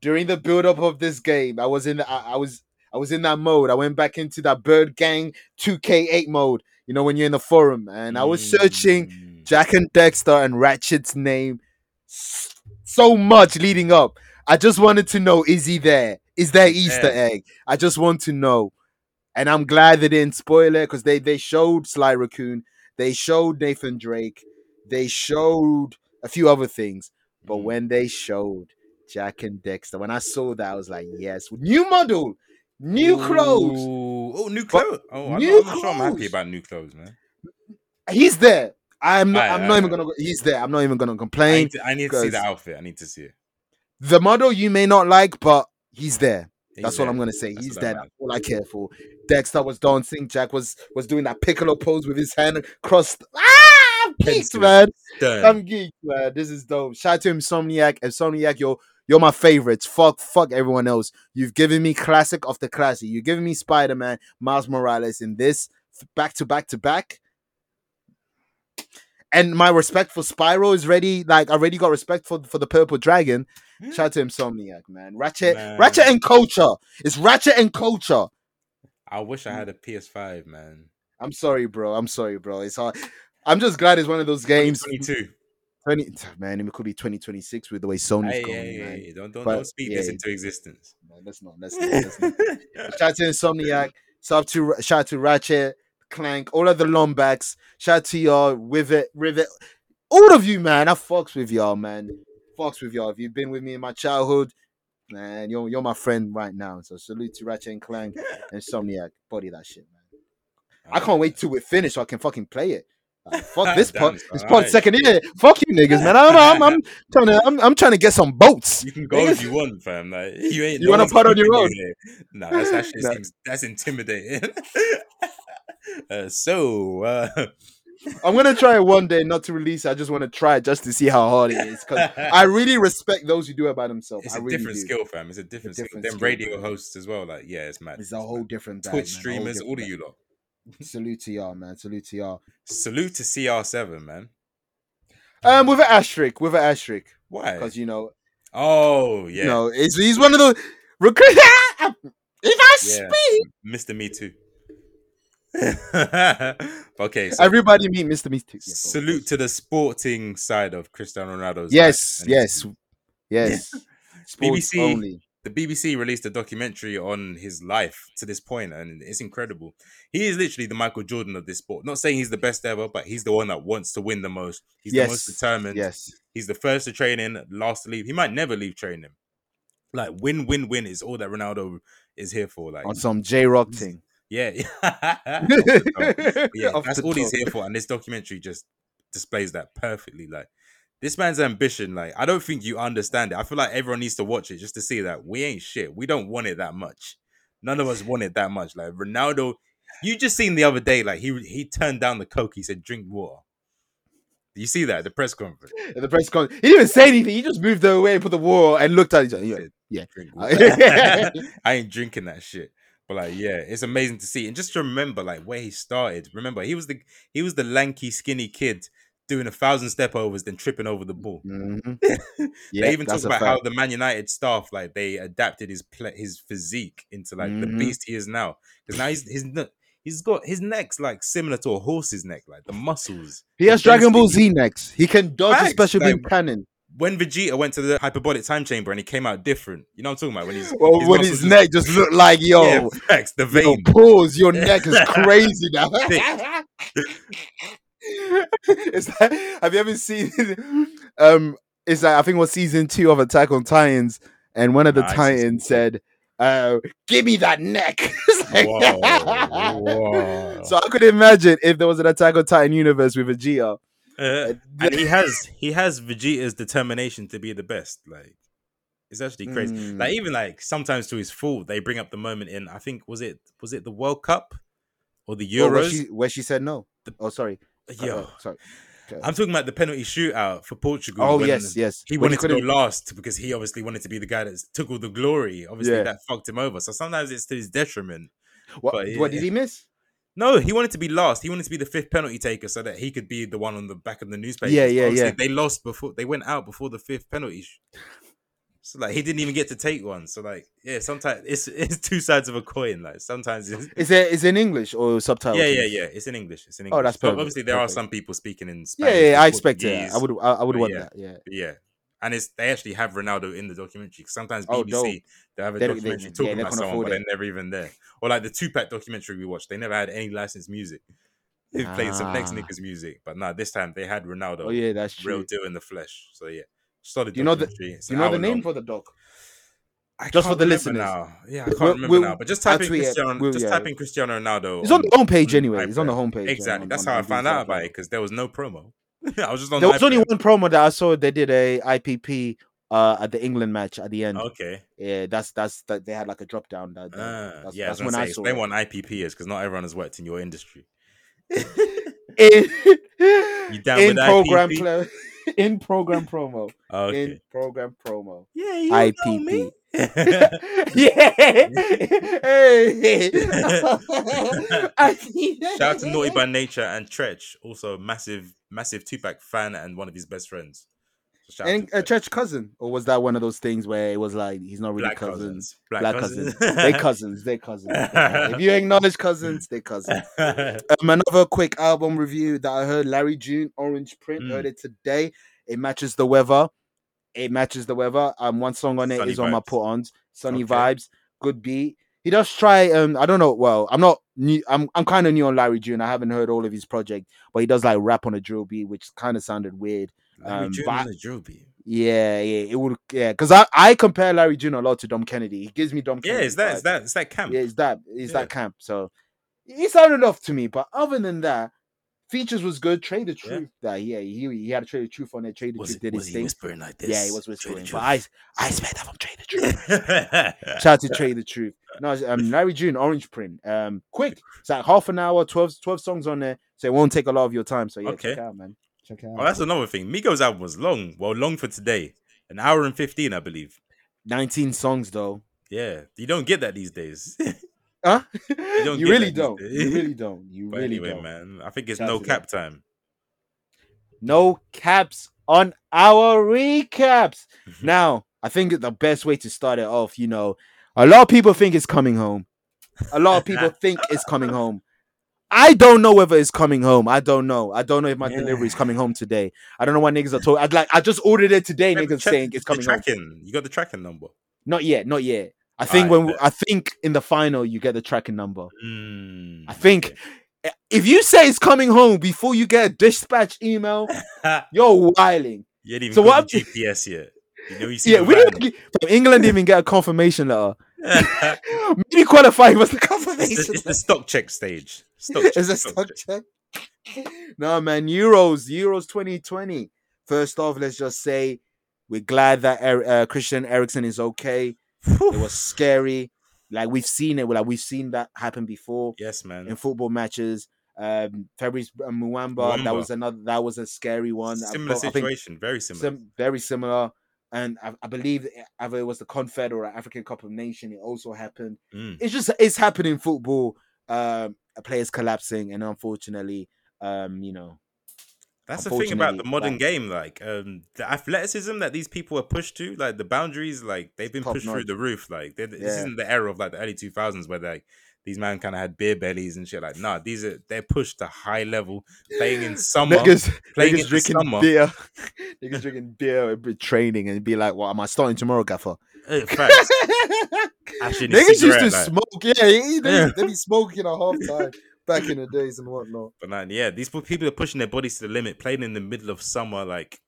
Speaker 2: During the build up of this game, I was in the, I, I was I was in that mode. I went back into that Bird Gang 2K8 mode. You know when you're in the forum, and I was searching
Speaker 3: Mm.
Speaker 2: Jack and Dexter and Ratchet's name s- so much leading up. I just wanted to know is he there? Is there
Speaker 3: He's
Speaker 2: Easter
Speaker 3: there.
Speaker 2: egg? I just want to know. And I'm glad they didn't spoil it because they, they showed Sly Raccoon, they showed Nathan Drake, they showed a few other things. But
Speaker 3: Mm.
Speaker 2: when they showed Jack and Dexter, when I saw that, I was like, yes, new model, new clothes.
Speaker 3: Mm-hmm. Ooh. Oh, new
Speaker 2: But-
Speaker 3: clothes. Oh, I'm,
Speaker 2: new
Speaker 3: not, I'm not sure I'm happy
Speaker 2: clothes.
Speaker 3: about new clothes, man.
Speaker 2: He's there. I'm not,
Speaker 3: Aye,
Speaker 2: I'm
Speaker 3: aye,
Speaker 2: not even
Speaker 3: aye.
Speaker 2: gonna. go- He's there. I'm not even gonna
Speaker 3: I
Speaker 2: complain.
Speaker 3: need, to, I need to see the
Speaker 2: because-
Speaker 3: outfit. I need to see it.
Speaker 2: the model you may not like, but he's there.
Speaker 3: He's
Speaker 2: That's
Speaker 3: there.
Speaker 2: all I'm gonna say.
Speaker 3: That's
Speaker 2: He's
Speaker 3: what
Speaker 2: there.
Speaker 3: that
Speaker 2: That's all I care for. Dexter was dancing. Jack was was doing that piccolo pose with his hand crossed. Ah, I'm geeked,
Speaker 3: Pensive.
Speaker 2: man.
Speaker 3: Stern.
Speaker 2: I'm geeked, man. uh, This is dope. Shout out to Insomniac. Insomniac, you're you're my favorites. Fuck, fuck everyone else. You've given me classic of the classic. You've given me Spider Man, Miles Morales, in this back to back to back. And my respect for Spyro is ready. Like I already got respect for for the Purple Dragon. Shout out to Insomniac, man. Ratchet, Ratchet
Speaker 3: Man.
Speaker 2: and Culture. It's Ratchet and Culture.
Speaker 3: I wish
Speaker 2: mm.
Speaker 3: I had a PS5, man.
Speaker 2: I'm sorry, bro. I'm sorry, bro. It's hard. I'm just glad it's one of those games.
Speaker 3: 22.
Speaker 2: 20, man, it could be 2026 with the way Sony's
Speaker 3: Hey, hey,
Speaker 2: going,
Speaker 3: hey,
Speaker 2: man.
Speaker 3: hey, don't don't,
Speaker 2: But,
Speaker 3: don't speak this
Speaker 2: yeah.
Speaker 3: into existence.
Speaker 2: No, Let's not. Let's not. Let's not. Shout out to Insomniac. Shout out to shout out to Ratchet, Clank, all of the Lombacks. Shout out to y'all, Rivet, Rivet, all of you, man. I fucks with y'all, man. Fucks with y'all. If you've been with me in my childhood, man, you're you're my friend right now. So salute to Ratchet and Clank, Insomniac. Body that shit, man. I can't wait till it finish so I can fucking play it. Like, fuck this
Speaker 3: Damn,
Speaker 2: pod.
Speaker 3: son.
Speaker 2: This
Speaker 3: Alright.
Speaker 2: pod's second year. Fuck you niggas, man. I'm, I'm, I'm trying to. I'm, I'm trying to get some boats.
Speaker 3: You can go if you want, fam. Like you ain't.
Speaker 2: You wanna
Speaker 3: one's
Speaker 2: putt on your
Speaker 3: keeping
Speaker 2: own?
Speaker 3: you here. Nah, that's actually
Speaker 2: No.
Speaker 3: seems, that's intimidating. uh, so uh,
Speaker 2: I'm gonna try it one day, not to release. it. I just want to try it just to see how hard it is. Because I really respect those who do it by themselves.
Speaker 3: it's
Speaker 2: I
Speaker 3: a
Speaker 2: really
Speaker 3: different
Speaker 2: do.
Speaker 3: skill, fam. It's a different,
Speaker 2: different
Speaker 3: skill. Then
Speaker 2: skill,
Speaker 3: radio
Speaker 2: bro.
Speaker 3: hosts as well. Like yeah, it's mad.
Speaker 2: It's a whole
Speaker 3: mad.
Speaker 2: different bag, man, a
Speaker 3: Twitch
Speaker 2: whole
Speaker 3: streamers, all
Speaker 2: different
Speaker 3: of
Speaker 2: bag.
Speaker 3: you lot.
Speaker 2: Salute to y'all, man. Salute to y'all.
Speaker 3: Salute to CR7, man.
Speaker 2: Um, with an asterisk, with an asterisk,
Speaker 3: Why?
Speaker 2: because you know,
Speaker 3: Oh yeah,
Speaker 2: you know, it's, he's one of those. Recruit. if I
Speaker 3: Yeah.
Speaker 2: speak,
Speaker 3: Mr. Me Too. okay, so
Speaker 2: everybody meet Mr. Mystic. Yeah, of
Speaker 3: salute
Speaker 2: course.
Speaker 3: to the sporting side of Cristiano Ronaldo's. life
Speaker 2: Yes,
Speaker 3: and
Speaker 2: yes, yes. Sports
Speaker 3: BBC
Speaker 2: only.
Speaker 3: the BBC released a documentary on his life to this point, and it's incredible. He is literally the Michael Jordan of this sport. Not saying he's the best ever, but he's the one that wants to win the most. He's the most
Speaker 2: Yes,
Speaker 3: determined.
Speaker 2: Yes,
Speaker 3: He's the first to train in, last to leave. He might never leave training. Like win, win, win is all that Ronaldo is here for. Like
Speaker 2: on some J Rock thing.
Speaker 3: yeah, yeah,
Speaker 2: Off
Speaker 3: that's
Speaker 2: the
Speaker 3: all he's
Speaker 2: top.
Speaker 3: here for, and this documentary just displays that perfectly. Like this man's ambition, like I don't think you understand it. I feel like everyone needs to watch it just to see that we ain't shit. We don't want it that much. None of us want it that much. Like Ronaldo, you just seen the other day, like he he turned down the coke. He said, "Drink water." You see that at the press conference?
Speaker 2: At the press con. He didn't even say anything. He just moved away and put the wall and looked at each other. Yeah.
Speaker 3: Drink water.
Speaker 2: I-
Speaker 3: I ain't drinking that shit. But like, yeah, it's amazing to see, and just to remember like where he started. Remember, he was the he was the lanky, skinny kid doing a thousand step overs, then tripping over the ball.
Speaker 2: Mhm.
Speaker 3: they
Speaker 2: Yeah,
Speaker 3: even talk
Speaker 2: that's a
Speaker 3: about
Speaker 2: fact.
Speaker 3: how the Man United staff like they adapted his pla his physique into like the
Speaker 2: Mhm.
Speaker 3: beast he is now. Because now he's his ne- he's got his neck's like similar to a horse's neck, like the muscles.
Speaker 2: He has
Speaker 3: the
Speaker 2: Dragon Ball
Speaker 3: density.
Speaker 2: Z next. He can dodge a
Speaker 3: Facts,
Speaker 2: special
Speaker 3: like-
Speaker 2: beam cannon.
Speaker 3: When Vegeta went to the hyperbolic time chamber and he came out different, you know what I'm talking about? When he's
Speaker 2: Well, when
Speaker 3: muscles
Speaker 2: his
Speaker 3: just-
Speaker 2: neck just looked like yo,
Speaker 3: yeah, facts, the
Speaker 2: yo,
Speaker 3: vein.
Speaker 2: pause. Your neck is crazy now. it's like, have you ever seen? Um, it's like I think it was season two of Attack on Titans, and one of the
Speaker 3: Nah, I see season
Speaker 2: Titans
Speaker 3: two.
Speaker 2: said, uh, "Give me that neck." It's like-
Speaker 3: Whoa, whoa.
Speaker 2: So I could imagine if there was an Attack on Titan universe with a Gia.
Speaker 3: Uh, and he has he has Vegeta's determination to be the best. Like it's actually crazy.
Speaker 2: Hmm. Mm.
Speaker 3: Like even like sometimes to his fault, they bring up the moment in I think was it was it the World Cup or the
Speaker 2: Or where
Speaker 3: Euros?
Speaker 2: she, where she said no. Oh, sorry. Uh,
Speaker 3: Yo,
Speaker 2: Oh, uh, sorry. okay.
Speaker 3: I'm talking about the penalty shootout for Portugal.
Speaker 2: Oh
Speaker 3: when
Speaker 2: yes, yes.
Speaker 3: He
Speaker 2: When
Speaker 3: wanted to go
Speaker 2: couldn't-
Speaker 3: last because he obviously wanted to be the guy that took all the glory. Obviously,
Speaker 2: Yeah.
Speaker 3: that fucked him over. So sometimes it's to his detriment.
Speaker 2: What,
Speaker 3: but
Speaker 2: what
Speaker 3: yeah.
Speaker 2: did he miss?
Speaker 3: No, he wanted to be last. He wanted to be the fifth penalty taker so that he could be the one on the back of the newspaper.
Speaker 2: Yeah, yeah, yeah.
Speaker 3: They lost before they went out before the fifth penalty. sh- So like he didn't even get to take one. So like yeah, sometimes it's it's two sides of a coin. Like sometimes it's
Speaker 2: Is it is it in English or subtitles?
Speaker 3: yeah, yeah, yeah. It's in English. It's in English.
Speaker 2: Oh, that's
Speaker 3: But
Speaker 2: perfect,
Speaker 3: obviously there
Speaker 2: perfect.
Speaker 3: are some people speaking in
Speaker 2: Yeah,
Speaker 3: Spanish.
Speaker 2: yeah, yeah, I
Speaker 3: and
Speaker 2: expect that. I
Speaker 3: Portuguese.
Speaker 2: would, I, I would
Speaker 3: But
Speaker 2: want
Speaker 3: Oh, yeah.
Speaker 2: that. Yeah,
Speaker 3: Yeah. And it's they actually have Ronaldo in the documentary. 'cause sometimes
Speaker 2: Oh,
Speaker 3: BBC
Speaker 2: dope.
Speaker 3: they have
Speaker 2: They don't-
Speaker 3: a
Speaker 2: they-
Speaker 3: documentary
Speaker 2: yeah,
Speaker 3: talking
Speaker 2: they
Speaker 3: about
Speaker 2: can't
Speaker 3: someone,
Speaker 2: afford it.
Speaker 3: but they're never even there. Or like the Tupac documentary we watched, they never had any licensed music. They played some next
Speaker 2: Ah.
Speaker 3: niggas music, but nah, this time they had Ronaldo,
Speaker 2: Oh yeah, that's
Speaker 3: real
Speaker 2: true.
Speaker 3: deal in the flesh. So yeah, solid
Speaker 2: Do you know the-
Speaker 3: documentary. It's
Speaker 2: Do you
Speaker 3: an
Speaker 2: know the
Speaker 3: hour
Speaker 2: name
Speaker 3: long.
Speaker 2: for the doc?
Speaker 3: I
Speaker 2: Just for
Speaker 3: can't
Speaker 2: the
Speaker 3: remember
Speaker 2: listeners.
Speaker 3: Now. Yeah, I
Speaker 2: We'll-
Speaker 3: can't remember
Speaker 2: we'll-
Speaker 3: now. But just
Speaker 2: I'll
Speaker 3: type in
Speaker 2: tweet it.
Speaker 3: Cristiano.
Speaker 2: We'll-
Speaker 3: just
Speaker 2: uh, yeah.
Speaker 3: type in Cristiano Ronaldo.
Speaker 2: It's on
Speaker 3: on-
Speaker 2: the homepage anyway. It's on the
Speaker 3: iPad.
Speaker 2: homepage.
Speaker 3: exactly.
Speaker 2: on-
Speaker 3: That's
Speaker 2: on
Speaker 3: how I
Speaker 2: BBC
Speaker 3: found out
Speaker 2: platform.
Speaker 3: about it because there was no promo. I was just on.
Speaker 2: There was
Speaker 3: the
Speaker 2: only
Speaker 3: iPad.
Speaker 2: one promo that I saw. They did a IPP uh, at the England match at the end.
Speaker 3: Oh, Okay.
Speaker 2: Yeah, that's that's that they had like a drop down. That, that-
Speaker 3: Ah,
Speaker 2: that's,
Speaker 3: yeah,
Speaker 2: that's
Speaker 3: I was
Speaker 2: when
Speaker 3: gonna
Speaker 2: I
Speaker 3: say,
Speaker 2: saw.
Speaker 3: explain
Speaker 2: it.
Speaker 3: what an IPP is because not everyone has worked in your industry.
Speaker 2: in
Speaker 3: down
Speaker 2: in
Speaker 3: with
Speaker 2: program
Speaker 3: IPP?
Speaker 2: pla- in program promo in
Speaker 3: Okay.
Speaker 2: program promo.
Speaker 3: Yeah, you know me.
Speaker 2: yeah. Hey.
Speaker 3: Shout out to Naughty by Nature and Tretch, also a massive, massive Tupac fan and one of his best friends. So shout out
Speaker 2: And uh,
Speaker 3: to
Speaker 2: a
Speaker 3: Tretch.
Speaker 2: church cousin, or was that one of those things where it was like he's not really
Speaker 3: Black
Speaker 2: cousins?
Speaker 3: cousins. Black,
Speaker 2: Black
Speaker 3: cousins.
Speaker 2: cousins, they cousins, they cousins. They- if you acknowledge cousins, they cousins.
Speaker 3: cousins.
Speaker 2: Um, another quick album review that I heard: Larry June, Orange Print.
Speaker 3: Mm.
Speaker 2: Heard it today. It matches the weather. It matches the weather. Um, one song on it is
Speaker 3: Sunny
Speaker 2: on my
Speaker 3: vibes.
Speaker 2: put-ons. Sunny
Speaker 3: Okay.
Speaker 2: vibes, good beat. He does try. Um, I don't know. Well, I'm not new. I'm I'm kind of new on Larry June. I haven't heard all of his project, but he does like rap on a drill beat, which kind of sounded weird.
Speaker 3: Larry
Speaker 2: Um,
Speaker 3: June
Speaker 2: but-
Speaker 3: on the drill beat.
Speaker 2: Yeah, yeah, it would. Yeah, because I, I compare Larry June a lot to Dom Kennedy. He gives me Dom.
Speaker 3: Yeah,
Speaker 2: Kennedy
Speaker 3: it's that, it's
Speaker 2: vibes.
Speaker 3: that, it's that camp.
Speaker 2: Yeah, it's that. It's
Speaker 3: Yeah.
Speaker 2: that camp. So it sounded off to me, but other than that, Features was good. Trade the truth. Yeah, yeah he, he had a trade the truth on there. Trade the
Speaker 6: Was,
Speaker 2: truth
Speaker 6: it,
Speaker 2: did
Speaker 6: was
Speaker 2: his
Speaker 6: he
Speaker 2: thing.
Speaker 6: whispering like this?
Speaker 2: Yeah, he was whispering.
Speaker 6: Trade
Speaker 2: But I, I smell that from Trade the Truth.
Speaker 6: the truth.
Speaker 2: Shout out to Trade the Truth. No, it's, um, Larry June, Orange Print. Um, quick. It's like half an hour, 12, 12 songs on there. So it won't take a lot of your time. So yeah,
Speaker 3: Okay.
Speaker 2: check it out, man. Check it out.
Speaker 3: Oh, that's another thing. Migos' album was long. Well, long for today. An hour and 15, I believe.
Speaker 2: 19 songs though.
Speaker 3: Yeah. You don't get that these days.
Speaker 2: Huh?
Speaker 3: You
Speaker 2: You,
Speaker 3: don't get
Speaker 2: really
Speaker 3: that these
Speaker 2: don't.
Speaker 3: days.
Speaker 2: You really don't. You
Speaker 3: but
Speaker 2: really
Speaker 3: anyway,
Speaker 2: don't.
Speaker 3: man, I think it's
Speaker 2: Shout
Speaker 3: no
Speaker 2: to them.
Speaker 3: cap time.
Speaker 2: No caps on our recaps.
Speaker 3: Mm-hmm.
Speaker 2: now, I think that the best way to start it off, you know, a lot of people think it's coming home. A lot of people think it's coming home. I don't know whether it's coming home. I don't know. I don't know if my delivery is coming home today. I don't know why niggas are talking. I'd like I just ordered it today.
Speaker 3: Check-
Speaker 2: Niggas
Speaker 3: check
Speaker 2: saying it's
Speaker 3: the
Speaker 2: coming home.
Speaker 3: tracking. You got the tracking number.
Speaker 2: Not yet. Not yet. I think
Speaker 3: Alright,
Speaker 2: when
Speaker 3: bet.
Speaker 2: I think in the final you get the tracking number.
Speaker 3: Mm.
Speaker 2: I think if you say it's coming home before you get a dispatch email, you're wilding.
Speaker 3: you ain't even
Speaker 2: So
Speaker 3: so
Speaker 2: what
Speaker 3: got the GPS yet. You know, you see
Speaker 2: Yeah,
Speaker 3: the
Speaker 2: we
Speaker 3: van.
Speaker 2: didn't. Get, from England didn't even get a confirmation letter. Maybe qualifying was the
Speaker 3: it's,
Speaker 2: confirmation.
Speaker 3: the, it's the stock check stage. Stock check,
Speaker 2: letter. Is that stock check? no, man. Euros, Euros 2020. First off, let's just say we're glad that er- uh, Christian Eriksen is okay. It was scary. Like we've seen it. Like we've seen that happen before.
Speaker 3: Yes, man.
Speaker 2: in football matches. Um, Fabrice Muamba, that
Speaker 3: Muamba.
Speaker 2: was another, that was a scary one. I
Speaker 3: Similar
Speaker 2: thought- I think
Speaker 3: situation. Very similar.
Speaker 2: sim- very similar. And I, I believe it- either it was the Confed or African Cup of Nation, it also happened.
Speaker 3: Mm.
Speaker 2: It's just it's happening in football. Um, players collapsing, and unfortunately, um, you know,
Speaker 3: That's the thing about the
Speaker 2: unfortunately,
Speaker 3: modern
Speaker 2: like-
Speaker 3: game, like um, the athleticism that these people are pushed to, like the boundaries, like they've been
Speaker 2: Top
Speaker 3: pushed through
Speaker 2: notch.
Speaker 3: the roof. Like they, this
Speaker 2: Yeah.
Speaker 3: isn't the era of like the early two thousands where like these man kind of had beer bellies and shit. Like nah, these are they're pushed to high level, playing in summer,
Speaker 2: niggas,
Speaker 3: playing
Speaker 2: niggas
Speaker 3: in the
Speaker 2: drinking
Speaker 3: summer.
Speaker 2: beer, niggas drinking beer, and be training, and be like, "What am I starting tomorrow, Gaffer?"
Speaker 3: Uh, facts. Ashing a
Speaker 2: Niggas used to
Speaker 3: cigarette, like.
Speaker 2: smoke, yeah. They, they,
Speaker 3: Yeah.
Speaker 2: they be smoking at half time back in the days and whatnot.
Speaker 3: But man, yeah, these p- people are pushing their bodies to the limit, playing in the middle of summer. Like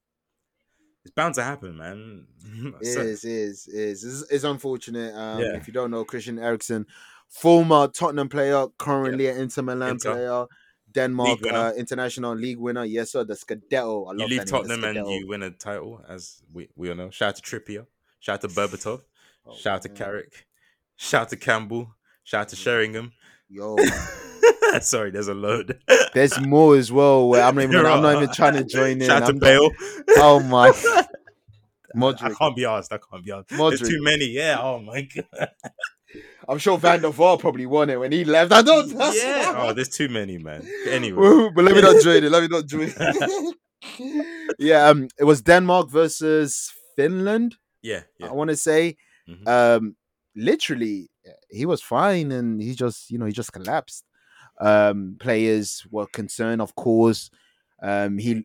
Speaker 3: it's bound to happen, man. So-
Speaker 2: Is is is is is unfortunate. Um,
Speaker 3: Yeah.
Speaker 2: If you don't know, Christian Eriksen, former Tottenham player, currently an Inter Milan
Speaker 3: Inter.
Speaker 2: player, Denmark
Speaker 3: League winner.
Speaker 2: uh, international league winner. Yes, sir. The Scudetto. I love
Speaker 3: you
Speaker 2: that name,
Speaker 3: leave
Speaker 2: the
Speaker 3: Tottenham and
Speaker 2: Scudetto.
Speaker 3: you win a title, as we, we all know. Shout out to Trippier, shout out to Berbatov,
Speaker 2: Oh,
Speaker 3: shout out to
Speaker 2: man. Mm.
Speaker 3: Carrick, shout out to Campbell, shout out to Sheringham.
Speaker 2: Yo,
Speaker 3: Sorry, there's a load.
Speaker 2: there's more as well. Where I'm not even.
Speaker 3: There
Speaker 2: I'm not
Speaker 3: are.
Speaker 2: even trying to join in.
Speaker 3: shout out to
Speaker 2: I'm
Speaker 3: Bale.
Speaker 2: Not, oh my.
Speaker 3: I
Speaker 2: Modric.
Speaker 3: can't be asked. I can't be asked. There's
Speaker 2: Modric.
Speaker 3: too many. Yeah. Oh my god.
Speaker 2: I'm sure Van der Vaart probably won it when he left. I don't. know.
Speaker 3: Yeah. Oh, there's too many, man. Anyway.
Speaker 2: Woo, but let me not join it. Let me not join it. yeah, um, it was Denmark versus Finland.
Speaker 3: Yeah.
Speaker 2: I
Speaker 3: Yeah.
Speaker 2: want to say,
Speaker 3: Mhm.
Speaker 2: um, literally, uh, he was fine, and he just, you know, he just collapsed. Um, players were concerned, of course. Um, he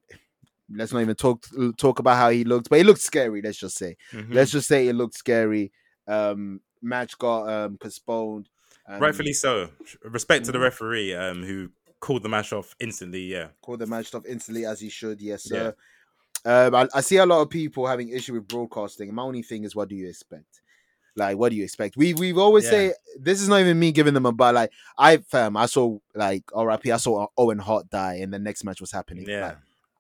Speaker 2: let's not even talk talk about how he looked, but he looked scary. Let's just say,
Speaker 3: Mhm.
Speaker 2: let's just say it looked scary. Um, match got um postponed. Um,
Speaker 3: Rightfully so. Respect to the
Speaker 2: Mhm.
Speaker 3: referee, um, who called the match off instantly. Yeah.
Speaker 2: call the match stuff instantly as he should. Yes,
Speaker 3: Yeah.
Speaker 2: sir. Um, I, I see a lot of people having issue with broadcasting. My only thing is, what do you expect? Like, what do you expect? We we always
Speaker 3: Yeah.
Speaker 2: say this is not even me giving them a bad. Like, I fam, I saw like RIP. I saw Owen Hart die, and the next match was happening.
Speaker 3: Yeah.
Speaker 2: Like,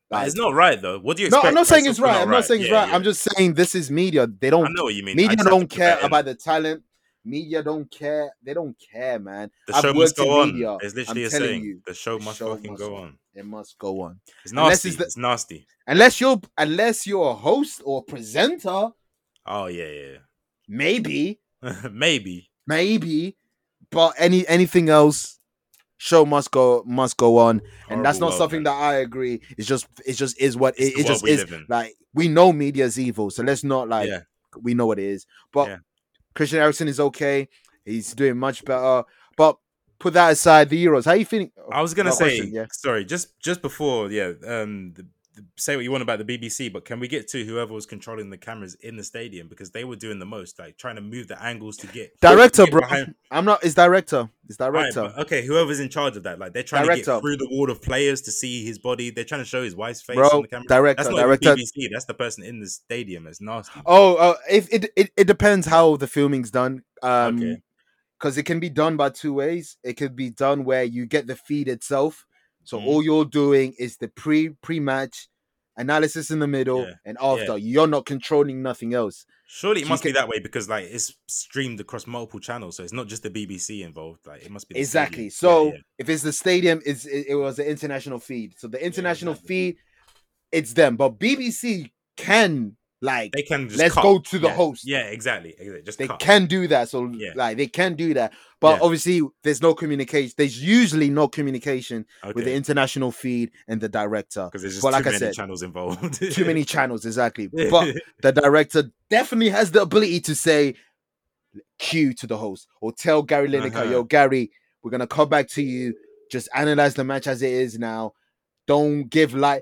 Speaker 3: But
Speaker 2: like-
Speaker 3: it's not right though. What do you?
Speaker 2: no,
Speaker 3: Expect?
Speaker 2: I'm not
Speaker 3: Like,
Speaker 2: saying it's
Speaker 3: still
Speaker 2: right. I'm not saying it's
Speaker 3: Yeah,
Speaker 2: right.
Speaker 3: yeah.
Speaker 2: I'm just saying this is media. They
Speaker 3: I
Speaker 2: don't.
Speaker 3: know what you mean. I
Speaker 2: Media
Speaker 3: just have to
Speaker 2: don't
Speaker 3: put
Speaker 2: care
Speaker 3: that in.
Speaker 2: about the talent. Media don't care. They don't care, man.
Speaker 3: The
Speaker 2: I've
Speaker 3: show
Speaker 2: worked
Speaker 3: must
Speaker 2: in
Speaker 3: go on.
Speaker 2: media.
Speaker 3: There's
Speaker 2: I'm
Speaker 3: literally a
Speaker 2: telling
Speaker 3: saying.
Speaker 2: you,
Speaker 3: the show
Speaker 2: the
Speaker 3: must
Speaker 2: show
Speaker 3: fucking
Speaker 2: must
Speaker 3: go
Speaker 2: go
Speaker 3: on.
Speaker 2: It must go on.
Speaker 3: It's
Speaker 2: Unless
Speaker 3: nasty.
Speaker 2: it's
Speaker 3: It's,
Speaker 2: the-
Speaker 3: nasty.
Speaker 2: unless you're unless you're a host or presenter,
Speaker 3: Oh yeah, yeah.
Speaker 2: maybe,
Speaker 3: yeah. Maybe.
Speaker 2: maybe, but any anything else, show must go must go on, and that's
Speaker 3: Horrible
Speaker 2: not
Speaker 3: world,
Speaker 2: something that
Speaker 3: man.
Speaker 2: I agree. It's just it's just is what it,
Speaker 3: It's the
Speaker 2: it
Speaker 3: world
Speaker 2: just
Speaker 3: we
Speaker 2: is.
Speaker 3: live in.
Speaker 2: Like we know media's evil, so let's not like
Speaker 3: yeah.
Speaker 2: we know what it is. But
Speaker 3: Yeah.
Speaker 2: Christian Eriksen is okay. He's doing much better. But put that aside, the Euros. How you feeling?
Speaker 3: I was gonna
Speaker 2: no
Speaker 3: say.
Speaker 2: question, yeah.
Speaker 3: Sorry. Just just before. Yeah. Um. The, the- Say what you want about the BBC, but can we get to whoever was controlling the cameras in the stadium because they were doing the most, like trying to move the angles to get
Speaker 2: Director,
Speaker 3: get
Speaker 2: bro.
Speaker 3: behind-
Speaker 2: I'm not. It's director. It's
Speaker 3: Right,
Speaker 2: director.
Speaker 3: but okay, whoever's in charge of that, like they're trying to
Speaker 2: Director.
Speaker 3: get through the wall of players to see his body. They're trying to show his wife's face on
Speaker 2: Bro,
Speaker 3: the camera.
Speaker 2: director,
Speaker 3: That's not
Speaker 2: director,
Speaker 3: even BBC. That's the person in the stadium. It's nasty.
Speaker 2: Oh, uh, if it, it it depends how the filming's done. Um, because it can be done by two ways. It could be done where you get the feed itself, So
Speaker 3: Mhm.
Speaker 2: all you're doing is the pre pre match analysis in the middle
Speaker 3: Yeah,
Speaker 2: and after. You're not controlling nothing else.
Speaker 3: Surely it
Speaker 2: So you
Speaker 3: must be
Speaker 2: can-
Speaker 3: that way because like it's streamed across multiple channels, so it's not just the BBC involved. Like it must be the stadium.
Speaker 2: Exactly.
Speaker 3: Yeah,
Speaker 2: So
Speaker 3: yeah.
Speaker 2: if it's the stadium, it's it, it was the international feed. So the international
Speaker 3: exactly.
Speaker 2: feed, it's them. But BBC can like
Speaker 3: they can just
Speaker 2: let's
Speaker 3: cut.
Speaker 2: go to the
Speaker 3: yeah.
Speaker 2: host.
Speaker 3: Yeah, exactly. exactly. Just
Speaker 2: They
Speaker 3: cut.
Speaker 2: can do that. So
Speaker 3: Yeah.
Speaker 2: like they can do that. But
Speaker 3: Yeah.
Speaker 2: obviously there's no communication. There's usually no communication with the
Speaker 3: Okay.
Speaker 2: international feed and the director.
Speaker 3: because there's just
Speaker 2: But
Speaker 3: too
Speaker 2: like I
Speaker 3: many
Speaker 2: said,
Speaker 3: channels involved.
Speaker 2: Too many channels, exactly. But the director definitely has the ability to say cue to the host or tell Gary Lineker,
Speaker 3: Uh-huh.
Speaker 2: yo, Gary, we're gonna come back to you. Just analyze the match as it is now. Don't give light.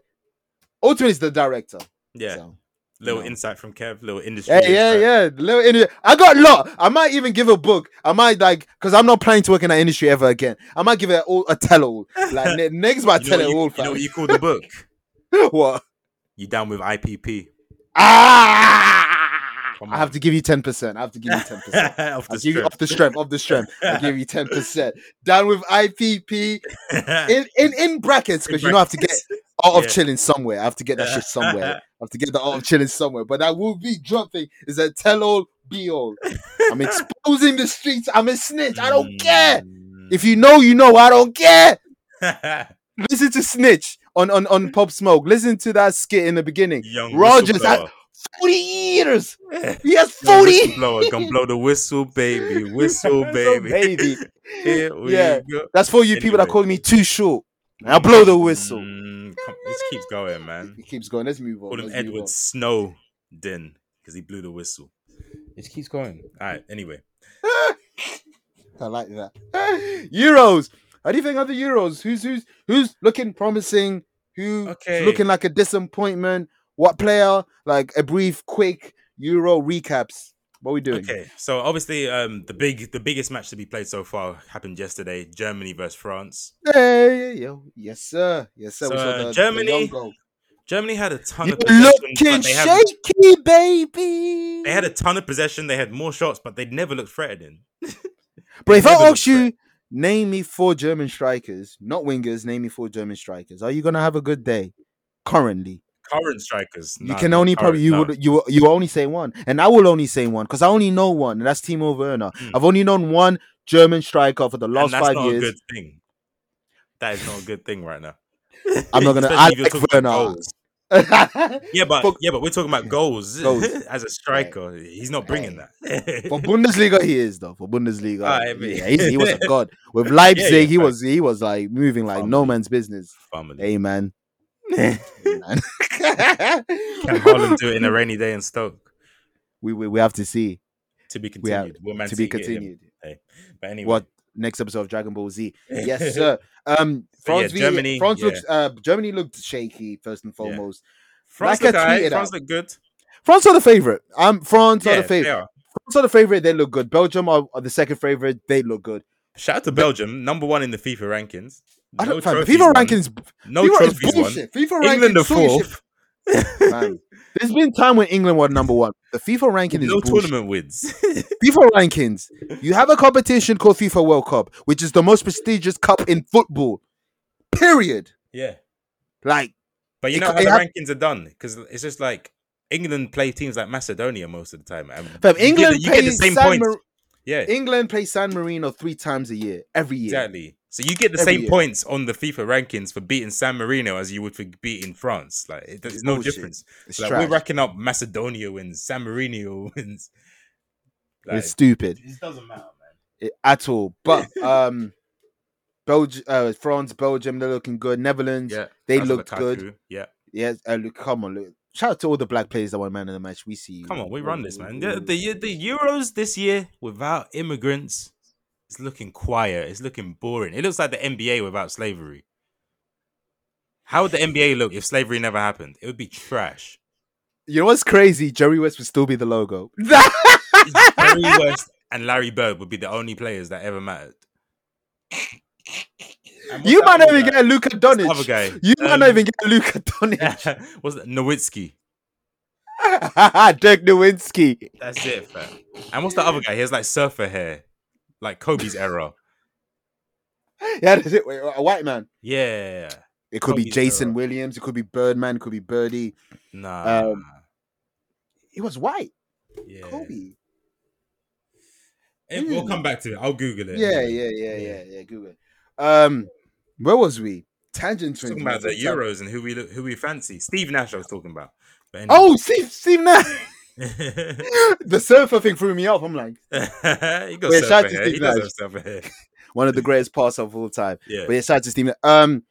Speaker 2: Ultimately, it's the director.
Speaker 3: yeah,
Speaker 2: so,
Speaker 3: little
Speaker 2: know.
Speaker 3: insight from Kev, little industry.
Speaker 2: yeah, yeah,
Speaker 3: insight.
Speaker 2: yeah. Little industry. I got a lot. I might even give a book. I might like because I'm not planning to work in that industry ever again. I might give it all a tell all. Like ne- next, by
Speaker 3: You know,
Speaker 2: tell
Speaker 3: what
Speaker 2: it
Speaker 3: you,
Speaker 2: all.
Speaker 3: you know what
Speaker 2: fam.
Speaker 3: you call the book?
Speaker 2: What?
Speaker 3: You down with IPP?
Speaker 2: Ah!
Speaker 3: Come
Speaker 2: I have
Speaker 3: on.
Speaker 2: to give you 10%. I have to give you 10%.
Speaker 3: Off
Speaker 2: I'll
Speaker 3: the
Speaker 2: give you off the strength, off the strength. I give you 10%. Down with IPP
Speaker 3: strip.
Speaker 2: in, in, in brackets, because you know I have to get out of chilling somewhere. I have to get that shit somewhere. I have to get the out of chilling somewhere. But that will be dropping is a tell all be all. I'm exposing the streets. I'm a snitch. I
Speaker 3: Mm.
Speaker 2: don't care. If you know, you know. I don't care. Listen to Snitch on, on, on Pop Smoke. Listen to that skit in the beginning.
Speaker 3: Young
Speaker 2: Rogers, I-
Speaker 3: whistleblower.
Speaker 2: 40 years. He has
Speaker 3: Young
Speaker 2: 40
Speaker 3: whistleblower, gonna blow the whistle, baby. Whistle,
Speaker 2: So
Speaker 3: baby.
Speaker 2: baby.
Speaker 3: Here we
Speaker 2: Yeah.
Speaker 3: go.
Speaker 2: That's for you people that
Speaker 3: Anyway.
Speaker 2: call me too short. Now blow the whistle.
Speaker 3: Mm, come- this keeps going, man.
Speaker 2: It keeps going. Let's move on.
Speaker 3: Call him
Speaker 2: Let's move
Speaker 3: Edward Snowden because he blew the whistle. It keeps going. All right. Anyway,
Speaker 2: on. I like that. Euros. How do you think of the Euros? Who's who's who's looking promising? Who's
Speaker 3: Okay.
Speaker 2: looking like a disappointment? What player? Like a brief, quick Euro recaps. What we doing?
Speaker 3: Okay, so obviously, um, the big, the biggest match to be played so far happened yesterday: Germany versus France.
Speaker 2: Hey, yo. Yes, sir. Yes, sir.
Speaker 3: So,
Speaker 2: we saw
Speaker 3: uh,
Speaker 2: the- the
Speaker 3: Germany-
Speaker 2: young goal.
Speaker 3: Germany had a ton
Speaker 2: You're
Speaker 3: of possession,
Speaker 2: looking
Speaker 3: but they, had,
Speaker 2: shaky, baby.
Speaker 3: they had a ton of possession. They had more shots, but they never looked threatening.
Speaker 2: But if I
Speaker 3: Never
Speaker 2: ask
Speaker 3: looked
Speaker 2: you, name me four German strikers, not wingers, name me four German strikers, are you gonna have a good day? Currently,
Speaker 3: Current strikers,
Speaker 2: you
Speaker 3: nah,
Speaker 2: can
Speaker 3: man,
Speaker 2: only
Speaker 3: current,
Speaker 2: probably you
Speaker 3: nah.
Speaker 2: would you will- you will only say one, and I will only say one because I only know one, and that's Timo Werner.
Speaker 3: Hmm.
Speaker 2: I've only known one German striker for the
Speaker 3: and
Speaker 2: last
Speaker 3: that's
Speaker 2: five
Speaker 3: not
Speaker 2: years.
Speaker 3: a good thing. That is not a good thing right now.
Speaker 2: I'm not gonna.
Speaker 3: Especially
Speaker 2: I
Speaker 3: if you're
Speaker 2: like
Speaker 3: talking about
Speaker 2: Werner.
Speaker 3: goals. Yeah, but
Speaker 2: For-
Speaker 3: yeah, but we're talking about goals,
Speaker 2: Goals.
Speaker 3: as a striker. He's not bringing
Speaker 2: Hey.
Speaker 3: that.
Speaker 2: For Bundesliga, he is though. For Bundesliga,
Speaker 3: Alright, mate.
Speaker 2: yeah, he's, he was a god. With Leipzig,
Speaker 3: yeah, Hmm.
Speaker 2: he
Speaker 3: fact.
Speaker 2: was he was like moving like no
Speaker 3: Family.
Speaker 2: man's business.
Speaker 3: Family.
Speaker 2: Hey man,
Speaker 3: Hmm.
Speaker 2: man.
Speaker 3: Can Haaland do it in a rainy day in Stoke?
Speaker 2: we, we we have to see
Speaker 3: To be
Speaker 2: We have-
Speaker 3: continued. Will Man
Speaker 2: to be
Speaker 3: City get him?
Speaker 2: continued.
Speaker 3: But anyway,
Speaker 2: What next episode of Dragon Ball Z? Yes, sir. Um,
Speaker 3: So, yeah,
Speaker 2: France, v-
Speaker 3: Germany,
Speaker 2: France
Speaker 3: yeah.
Speaker 2: looks. Uh, Germany looked shaky first and
Speaker 3: Yeah.
Speaker 2: foremost.
Speaker 3: France
Speaker 2: Like
Speaker 3: look
Speaker 2: I
Speaker 3: alright,
Speaker 2: tweeted
Speaker 3: France
Speaker 2: out.
Speaker 3: look good.
Speaker 2: France are the favorite. Um, France are
Speaker 3: Yeah,
Speaker 2: the
Speaker 3: they
Speaker 2: favorite.
Speaker 3: are.
Speaker 2: France are the favorite. They look good. Belgium are, are the second favorite. They look good.
Speaker 3: Shout out to Belgium, number one in the FIFA rankings.
Speaker 2: I
Speaker 3: No
Speaker 2: don't. fam,
Speaker 3: trophies
Speaker 2: FIFA
Speaker 3: won.
Speaker 2: rankings.
Speaker 3: No
Speaker 2: FIFA is
Speaker 3: trophies won.
Speaker 2: bullshit. FIFA
Speaker 3: England the
Speaker 2: rankings. sort of
Speaker 3: fourth.
Speaker 2: shit, man. There's been time when England were number one. The FIFA ranking is
Speaker 3: No
Speaker 2: bullshit.
Speaker 3: tournament wins.
Speaker 2: FIFA rankings. You have a competition called FIFA World Cup, which is the most prestigious cup in football. Period.
Speaker 3: yeah.
Speaker 2: Like,
Speaker 3: But you
Speaker 2: It
Speaker 3: know
Speaker 2: co-
Speaker 3: how
Speaker 2: it
Speaker 3: the
Speaker 2: hap-
Speaker 3: rankings are done because it's just like England play teams like Macedonia most of the time. And
Speaker 2: fam,
Speaker 3: you
Speaker 2: England
Speaker 3: get the, you get the
Speaker 2: plays
Speaker 3: same
Speaker 2: San
Speaker 3: points.
Speaker 2: Mar-
Speaker 3: yeah,
Speaker 2: England plays San Marino three times a year, every year.
Speaker 3: exactly. So you get the
Speaker 2: Every
Speaker 3: same
Speaker 2: year.
Speaker 3: points on the FIFA rankings for beating San Marino as you would for beating France. Like it, there's no
Speaker 2: bullshit.
Speaker 3: difference.
Speaker 2: It's
Speaker 3: Like
Speaker 2: trash.
Speaker 3: we're racking up Macedonia wins, San Marino wins. Like,
Speaker 2: it's stupid
Speaker 3: it doesn't matter, man.
Speaker 2: it, at all. But um, Belgium, uh, France, Belgium, they're looking good. Netherlands,
Speaker 3: Yeah,
Speaker 2: they
Speaker 3: Shout out to
Speaker 2: looked good.
Speaker 3: Lukaku. Yeah,
Speaker 2: Yes, uh, look, come on, look. Shout out to all the black players that were man of the match. We see you.
Speaker 3: come on, we run this, man. The, the the Euros this year without immigrants, it's looking quiet. It's looking boring. It looks like the NBA without slavery. How would the NBA look if slavery never happened? It would be trash.
Speaker 2: You know what's crazy? Jerry West would still be the logo.
Speaker 3: Jerry West and Larry Bird would be the only players that ever mattered. And what's
Speaker 2: you
Speaker 3: that
Speaker 2: might not
Speaker 3: other
Speaker 2: even
Speaker 3: guy?
Speaker 2: get a Luka
Speaker 3: What's the Other
Speaker 2: Doncic.
Speaker 3: guy.
Speaker 2: You might not
Speaker 3: Um,
Speaker 2: even get a Luka Doncic.
Speaker 3: What's that? Nowitzki.
Speaker 2: Dirk Nowitzki.
Speaker 3: That's it, fam. And what's the other guy? He has like surfer hair, like Kobe's era.
Speaker 2: yeah, that's it. Wait, a white man.
Speaker 3: Yeah.
Speaker 2: It could be
Speaker 3: Kobe's
Speaker 2: Jason
Speaker 3: era.
Speaker 2: Williams. It could be Birdman. It could be Birdie.
Speaker 3: Nah.
Speaker 2: Um, He was white.
Speaker 3: yeah.
Speaker 2: Kobe.
Speaker 3: Eh, We'll
Speaker 2: Mm.
Speaker 3: come back to it. I'll Google it.
Speaker 2: Yeah, yeah, yeah,
Speaker 3: Yeah.
Speaker 2: yeah, yeah. Google. Um, where was we? Tangent
Speaker 3: Talking
Speaker 2: twins.
Speaker 3: about the
Speaker 2: man.
Speaker 3: Euros and who we look, who we fancy. Steve Nash, I was talking about. But anyway.
Speaker 2: Oh, Steve, Steve Nash. the surfer thing threw me off. I'm like,
Speaker 3: he got
Speaker 2: Wait,
Speaker 3: self
Speaker 2: shout out to
Speaker 3: ahead.
Speaker 2: Steve
Speaker 3: He does
Speaker 2: Nash.
Speaker 3: have self ahead.
Speaker 2: one of the greatest passes of all time.
Speaker 3: Yeah.
Speaker 2: But yeah, shout out to Steve Nash. Um,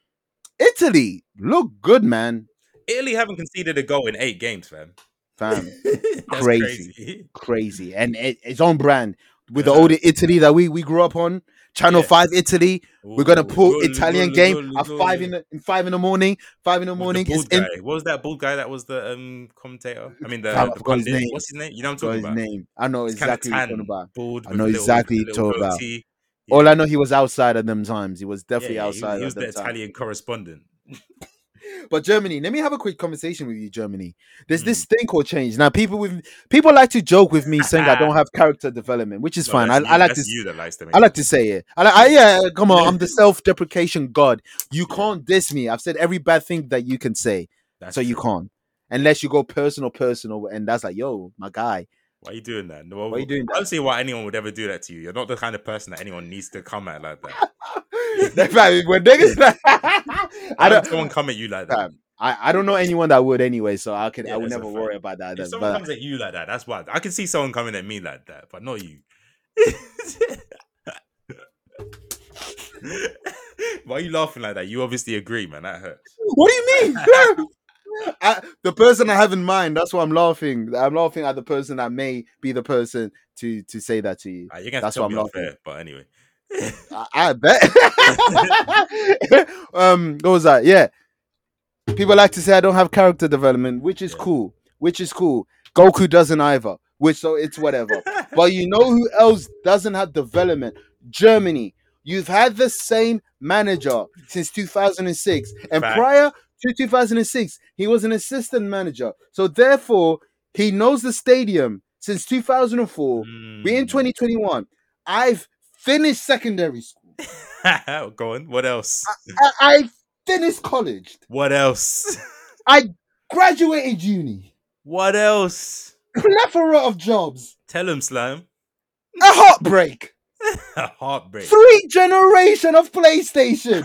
Speaker 2: Italy look good, man.
Speaker 3: Italy haven't conceded a goal in eight games, fam.
Speaker 2: Fam,
Speaker 3: That's
Speaker 2: Crazy.
Speaker 3: crazy.
Speaker 2: crazy, and it, it's on brand with the
Speaker 3: Uh-huh.
Speaker 2: older Italy that we we grew up on. Channel
Speaker 3: Yeah.
Speaker 2: Five Italy. We're gonna
Speaker 3: Ooh,
Speaker 2: pull
Speaker 3: goal,
Speaker 2: Italian
Speaker 3: goal,
Speaker 2: game
Speaker 3: goal,
Speaker 2: at
Speaker 3: goal.
Speaker 2: five in the, in five in the morning. Five in the
Speaker 3: With
Speaker 2: morning.
Speaker 3: The
Speaker 2: it's in,
Speaker 3: bald guy. What was that bald guy that was the um commentator? I mean, the,
Speaker 2: Fam, I
Speaker 3: the
Speaker 2: forgot his
Speaker 3: pundit.
Speaker 2: name.
Speaker 3: What's his name? You know what
Speaker 2: got
Speaker 3: I'm talking
Speaker 2: his
Speaker 3: about.
Speaker 2: name. I know
Speaker 3: It's kind of
Speaker 2: exactly what you're
Speaker 3: tan,
Speaker 2: talking about.
Speaker 3: bald.
Speaker 2: I
Speaker 3: with
Speaker 2: know
Speaker 3: a little,
Speaker 2: exactly
Speaker 3: with
Speaker 2: who
Speaker 3: a
Speaker 2: you're
Speaker 3: little
Speaker 2: talking about.
Speaker 3: goatee.
Speaker 2: All
Speaker 3: Yeah.
Speaker 2: I know, he was outside at them times. He was definitely
Speaker 3: yeah, yeah, he was,
Speaker 2: outside
Speaker 3: he was
Speaker 2: at
Speaker 3: the
Speaker 2: them times.
Speaker 3: Italian correspondent.
Speaker 2: But Germany, let me have a quick conversation with you, Germany. There's
Speaker 3: Mm.
Speaker 2: this thing called change. Now, people with people like to joke with me saying I don't have character development, which is
Speaker 3: No,
Speaker 2: fine. I,
Speaker 3: that's
Speaker 2: I
Speaker 3: you-
Speaker 2: like
Speaker 3: that's
Speaker 2: to.
Speaker 3: you that likes to make.
Speaker 2: I like to say it. I, like, I yeah, come on. I'm the self-deprecation god. You
Speaker 3: Yeah.
Speaker 2: can't diss me. I've said every bad thing that you can say,
Speaker 3: That's
Speaker 2: so you
Speaker 3: true.
Speaker 2: can't, unless you go personal, personal, and that's like, yo, my guy,
Speaker 3: Why are you doing that? No,
Speaker 2: why are you doing
Speaker 3: I
Speaker 2: that?
Speaker 3: don't see why anyone would ever do that to you. You're not the kind of person that anyone needs to come at like that.
Speaker 2: That's like, when niggas,
Speaker 3: Why
Speaker 2: I
Speaker 3: would
Speaker 2: don't.
Speaker 3: someone come at you like that?
Speaker 2: fam, I, I don't know anyone that would anyway, so I could
Speaker 3: Yeah,
Speaker 2: I would
Speaker 3: that's a
Speaker 2: never
Speaker 3: fact.
Speaker 2: worry about that.
Speaker 3: If
Speaker 2: then,
Speaker 3: someone
Speaker 2: But
Speaker 3: comes at you like that, that's why I can see someone coming at me like that, but not you. why are you laughing like that? You obviously agree, man. That hurts.
Speaker 2: what do you mean? I, the person I have in mind, that's why I'm laughing. I'm laughing at the person that may be the person to to say that to you.
Speaker 3: Ah, you're gonna
Speaker 2: That's
Speaker 3: have to tell
Speaker 2: why
Speaker 3: me
Speaker 2: I'm
Speaker 3: off
Speaker 2: laughing.
Speaker 3: air, but anyway.
Speaker 2: I, I bet. um, what was that? Yeah, people like to say I don't have character development, which is
Speaker 3: Yeah.
Speaker 2: cool. Which is cool. Goku doesn't either. Which so it's whatever. But you know who else doesn't have development? Germany. You've had the same manager since 2006. And
Speaker 3: Fact.
Speaker 2: prior to 2006, he was an assistant manager. So therefore, he knows the stadium since 2004. We're in
Speaker 3: Mm.
Speaker 2: 2021. I've finished secondary school.
Speaker 3: Go on. What else?
Speaker 2: I, I finished college.
Speaker 3: What else?
Speaker 2: I graduated uni.
Speaker 3: What else?
Speaker 2: Plethora of jobs.
Speaker 3: Tell him, Slime.
Speaker 2: A heartbreak.
Speaker 3: Heartbreak.
Speaker 2: Three generation of PlayStation.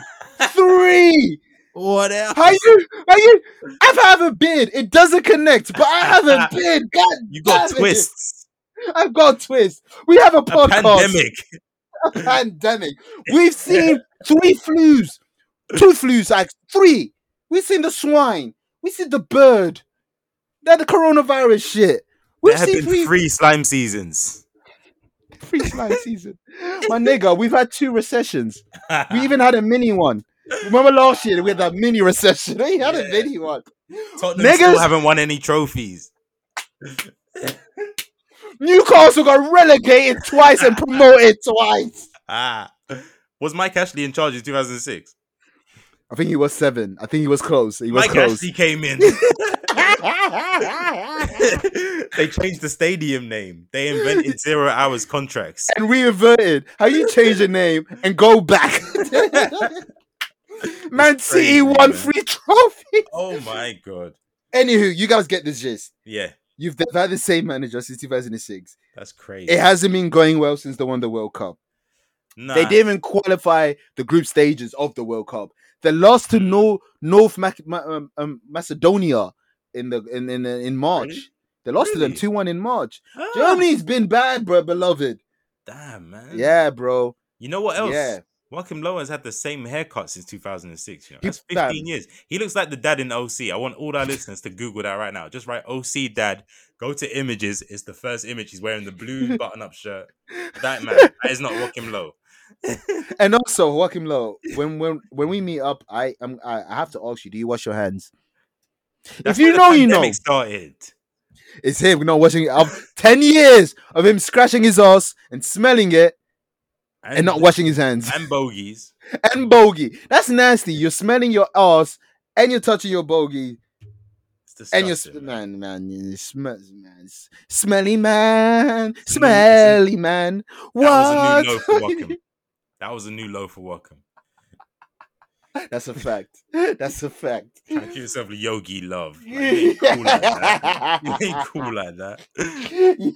Speaker 2: Three.
Speaker 3: What else?
Speaker 2: How you? How you? I've have a bid. It doesn't connect, but I have a bid. God
Speaker 3: You got
Speaker 2: damn it.
Speaker 3: twists.
Speaker 2: I've got twist. We have a
Speaker 3: A
Speaker 2: podcast.
Speaker 3: pandemic.
Speaker 2: Pandemic. We've seen three flus, two flus, like three. We've seen the swine. We've seen the bird. That the coronavirus shit. We've
Speaker 3: There have
Speaker 2: seen
Speaker 3: been
Speaker 2: three
Speaker 3: three slime seasons.
Speaker 2: three slime season. My nigga, we've had two recessions.
Speaker 3: Ah.
Speaker 2: We even had a mini one. Remember last year we had that mini recession. We had a
Speaker 3: Yeah.
Speaker 2: mini one.
Speaker 3: Tottenham still
Speaker 2: Niggas,
Speaker 3: haven't won any trophies.
Speaker 2: Newcastle got relegated twice and promoted twice.
Speaker 3: Ah. Was Mike Ashley in charge in 2006?
Speaker 2: I think he was seven. I think he was close. He was
Speaker 3: Mike
Speaker 2: close.
Speaker 3: Ashley came in. they changed the stadium name. They invented zero hours contracts.
Speaker 2: and reinverted. How you change your name and go back? Man
Speaker 3: It's crazy,
Speaker 2: City won
Speaker 3: man.
Speaker 2: free trophy.
Speaker 3: Oh my god.
Speaker 2: Anywho, you guys get the gist.
Speaker 3: Yeah,
Speaker 2: You've they've had the same manager since 2006.
Speaker 3: that's crazy.
Speaker 2: It hasn't been going well since they won the World Cup.
Speaker 3: nah.
Speaker 2: They didn't even qualify the group stages of the World Cup. They lost to Nor- North Mac- Ma- um, um, Macedonia in the in in, in March.
Speaker 3: Really?
Speaker 2: They lost to them
Speaker 3: Really?
Speaker 2: two one in March.
Speaker 3: Ah,
Speaker 2: Germany's been bad, bro, beloved.
Speaker 3: Damn, man.
Speaker 2: Yeah, bro.
Speaker 3: You know what else?
Speaker 2: Yeah.
Speaker 3: Malcolm Lowen's had the same haircut since 2006. You know,
Speaker 2: He-
Speaker 3: that's 15
Speaker 2: fam.
Speaker 3: years. He looks like the dad in OC. I want all our listeners to Google that right now. Just write OC dad. Go to images. It's the first image. He's wearing the blue button-up shirt. That man. That is not Malcolm Lowe.
Speaker 2: And also, Joaquim Low, when when when we meet up, I am I, I have to ask you, do you wash your hands?
Speaker 3: That's
Speaker 2: if you
Speaker 3: where the
Speaker 2: know, you know.
Speaker 3: pandemic started.
Speaker 2: It's him not washing. Of ten years of him scratching his ass and smelling it and not washing his hands
Speaker 3: and bogeys.
Speaker 2: and bogey. That's nasty. You're smelling your ass and you're touching your bogey
Speaker 3: It's disgusting.
Speaker 2: and you're sm-
Speaker 3: man.
Speaker 2: man man you smell man S- smelly man
Speaker 3: It's a new- it's a-
Speaker 2: smelly man.
Speaker 3: That was a
Speaker 2: What?
Speaker 3: new low for Wacom. That was a new low for Wacom.
Speaker 2: That's a fact. That's a fact.
Speaker 3: Try and keep yourself Yogi Love. Like, you ain't cool like that. You ain't cool like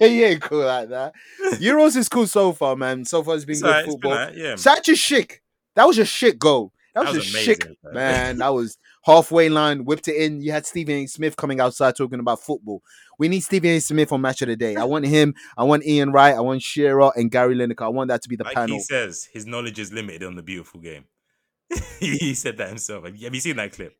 Speaker 3: that.
Speaker 2: yeah, you ain't cool like that. Euros is cool so far, man. So far, it's been
Speaker 3: It's
Speaker 2: good
Speaker 3: alright, it's been
Speaker 2: football.
Speaker 3: alright, yeah.
Speaker 2: Such a chic. That was a shit goal. That was,
Speaker 3: That was
Speaker 2: a chic
Speaker 3: amazing, man.
Speaker 2: man. That was halfway line, whipped it in. You had Stephen A. Smith coming outside talking about football. We need Stephen A. Smith on Match of the Day. I want him. I want Ian Wright. I want Shearer and Gary Lineker. I want that to be the
Speaker 3: Like
Speaker 2: panel.
Speaker 3: he says, his knowledge is limited on the beautiful game. he said that himself. Have you, have you seen that clip?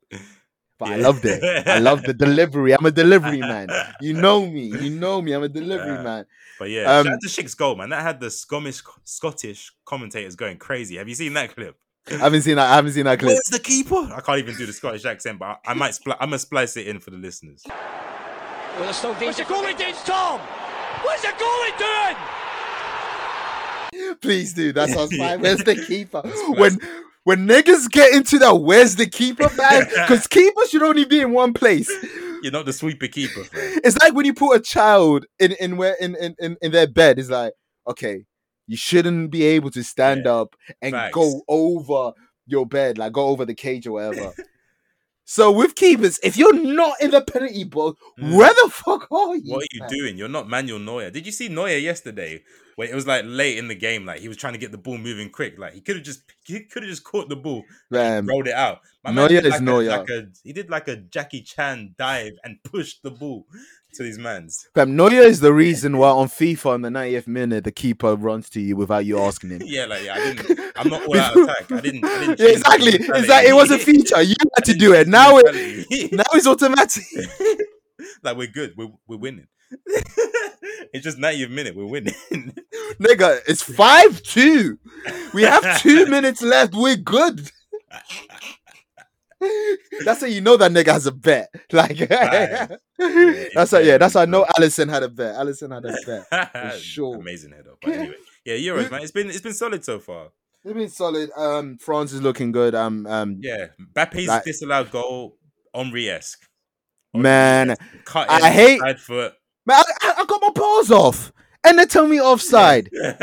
Speaker 2: But I
Speaker 3: Yeah.
Speaker 2: loved it. I love the delivery. I'm a delivery man. You know me. You know me. I'm a delivery
Speaker 3: Yeah.
Speaker 2: man.
Speaker 3: But yeah,
Speaker 2: Um,
Speaker 3: shout out to Schick's goal, man. That had the Scottish Scottish commentators going crazy. Have you seen that clip?
Speaker 2: I haven't seen that. I haven't seen that clip.
Speaker 3: Where's the keeper? I can't even do the Scottish accent, but I, I might. Spl- I'm gonna splice it in for the listeners.
Speaker 6: Well, it's still
Speaker 7: What's
Speaker 6: danger.
Speaker 7: the goalie doing, Tom? What's the goalie doing?
Speaker 2: Please do. That sounds fine. Where's the keeper?
Speaker 3: That's
Speaker 2: When when niggas get into that, where's the keeper, man? Because keepers should only be in one place.
Speaker 3: You're not the sweeper keeper. fam.
Speaker 2: It's like when you put a child in in where in in, in, in their bed. It's like okay, you shouldn't be able to stand up and
Speaker 3: Facts.
Speaker 2: go over your bed, like go over the cage or whatever. so with keepers, if you're not in the penalty box,
Speaker 3: Mm.
Speaker 2: where the fuck are you?
Speaker 3: What are you
Speaker 2: man?
Speaker 3: doing? You're not Manuel Neuer. Did you see Neuer yesterday? Where it was like late in the game, like he was trying to get the ball moving quick. Like he could have just he could have just caught the ball,
Speaker 2: Man,
Speaker 3: rolled it out.
Speaker 2: Neuer
Speaker 3: did
Speaker 2: is
Speaker 3: like a-
Speaker 2: Neuer.
Speaker 3: like a- he did like a Jackie Chan dive and pushed the ball to these mans.
Speaker 2: Fam, Neuer is the reason why on FIFA on the 90th minute the keeper runs to you without you asking him.
Speaker 3: Yeah, like yeah, I didn't. I'm not all out of attack. I didn't. I didn't
Speaker 2: Yeah,
Speaker 3: change my
Speaker 2: exactly.
Speaker 3: mentality.
Speaker 2: It's like it was a feature. You had to do it. Now it
Speaker 3: it.
Speaker 2: now it's automatic.
Speaker 3: like we're good. We're we're winning. it's just 90th minute. We're winning.
Speaker 2: Nigga, it's five two. We have two minutes left. We're good. That's how you know that nigga has a bet. Like
Speaker 3: Right.
Speaker 2: that's how yeah, that's how I know Allison had a bet. Allison had a bet. sure.
Speaker 3: Amazing head up. But anyway, yeah, Euros, man. It's been it's been solid so far.
Speaker 2: They've been solid. Um France is looking good. Um um
Speaker 3: Yeah, Mbappe's
Speaker 2: Like-
Speaker 3: disallowed goal. Omri esque.
Speaker 2: man.
Speaker 3: Cut
Speaker 2: I
Speaker 3: in,
Speaker 2: hate-
Speaker 3: side foot.
Speaker 2: Man, I, I- I got my balls off. And they tell me offside. This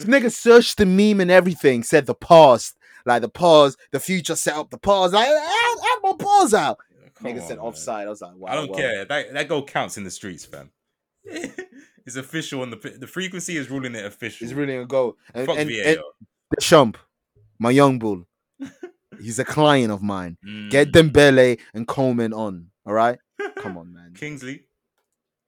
Speaker 2: nigga searched the meme and everything, said the past, like the pause, the future set up the pause. Like, I I had my balls out.
Speaker 3: Come
Speaker 2: nigga
Speaker 3: on,
Speaker 2: said
Speaker 3: man.
Speaker 2: offside. I was like, wow.
Speaker 3: I don't
Speaker 2: Oh, wow.
Speaker 3: care. That that goal counts in the streets, fam. it's official on the the frequency is ruling it official.
Speaker 2: It's really a goal. And,
Speaker 3: Fuck
Speaker 2: and,
Speaker 3: VAR.
Speaker 2: and Deschamps, my young bull, he's a client of mine. Get
Speaker 3: Mm.
Speaker 2: Dembele and Coleman on. All right? Come on, man.
Speaker 3: Kingsley.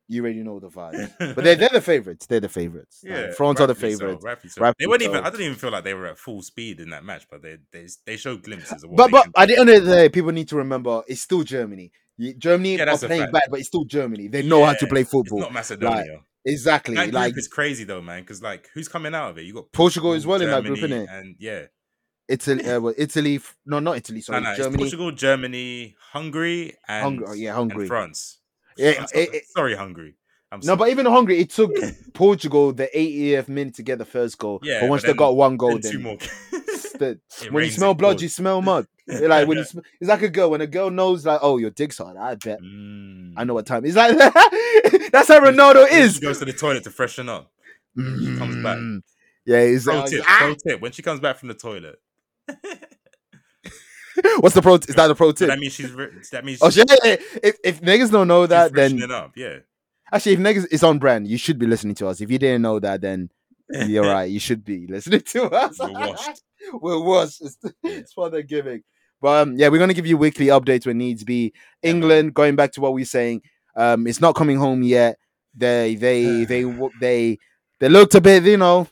Speaker 2: You already know the vibes. But they're, they're the favorites. They're the favorites. Like, France are the
Speaker 3: rightfully so,
Speaker 2: favorites.
Speaker 3: rightfully so.
Speaker 2: Rightfully
Speaker 3: They weren't even.
Speaker 2: so.
Speaker 3: I didn't even feel like they were at full speed in that match, but they they, they showed glimpses of what.
Speaker 2: But
Speaker 3: they
Speaker 2: but
Speaker 3: can
Speaker 2: at
Speaker 3: do.
Speaker 2: the end of the day, people need to remember it's still Germany. You- Germany
Speaker 3: Yeah,
Speaker 2: are
Speaker 3: that's a
Speaker 2: playing
Speaker 3: fact.
Speaker 2: bad, but it's still Germany. They know how to
Speaker 3: Yeah,
Speaker 2: play
Speaker 3: it's
Speaker 2: football.
Speaker 3: not Macedonia.
Speaker 2: exactly.
Speaker 3: that group
Speaker 2: Like
Speaker 3: is crazy though, man. Because like, who's coming out of it? You got
Speaker 2: Portugal as well in that group,
Speaker 3: Germany,
Speaker 2: isn't it?
Speaker 3: And yeah,
Speaker 2: Italy, uh, well, Italy. f- No, not Italy.
Speaker 3: no,
Speaker 2: Sorry,
Speaker 3: no, it's
Speaker 2: Germany.
Speaker 3: Portugal, Germany, Hungary, and
Speaker 2: Hungary. oh, Yeah,
Speaker 3: and
Speaker 2: Hungary.
Speaker 3: France.
Speaker 2: Yeah,
Speaker 3: I'm sorry,
Speaker 2: it- it-
Speaker 3: sorry, Hungary. I'm
Speaker 2: No,
Speaker 3: sorry.
Speaker 2: but even Hungary, it took Portugal the 80th minute to get the first goal. but
Speaker 3: Yeah, but
Speaker 2: once
Speaker 3: then-
Speaker 2: they got one goal,
Speaker 3: Then
Speaker 2: then
Speaker 3: two more.
Speaker 2: the-
Speaker 3: It
Speaker 2: when you
Speaker 3: rains, it
Speaker 2: smell blood,
Speaker 3: pours.
Speaker 2: you smell mud. Like when you sm- it's like a girl. When a girl knows, like, oh, your dick's hard. I bet.
Speaker 3: Mm.
Speaker 2: I know what time. It's like that's how Ronaldo
Speaker 3: When
Speaker 2: is.
Speaker 3: she goes to the toilet to freshen up. she comes back.
Speaker 2: Mm. Yeah, he's,
Speaker 3: Pro
Speaker 2: he's-
Speaker 3: tip,
Speaker 2: ah!
Speaker 3: pro tip. When she comes back from the toilet,
Speaker 2: What's the pro? Is that the pro
Speaker 3: so
Speaker 2: tip?
Speaker 3: that means she's re- that means
Speaker 2: Oh
Speaker 3: she's
Speaker 2: shit! If, if niggas don't know that, then
Speaker 3: freshening up. Yeah,
Speaker 2: actually, if niggas it's on brand, you should be listening to us. If you didn't know that, then you're right. You should be listening to us.
Speaker 3: We're washed.
Speaker 2: We're washed. It's, it's what they're giving. But um, yeah, we're gonna give you weekly updates when needs be.
Speaker 3: Yeah, man.
Speaker 2: England, going back to what we are saying, um, it's not coming home yet. They, they, they, they, they, they looked a bit, you know.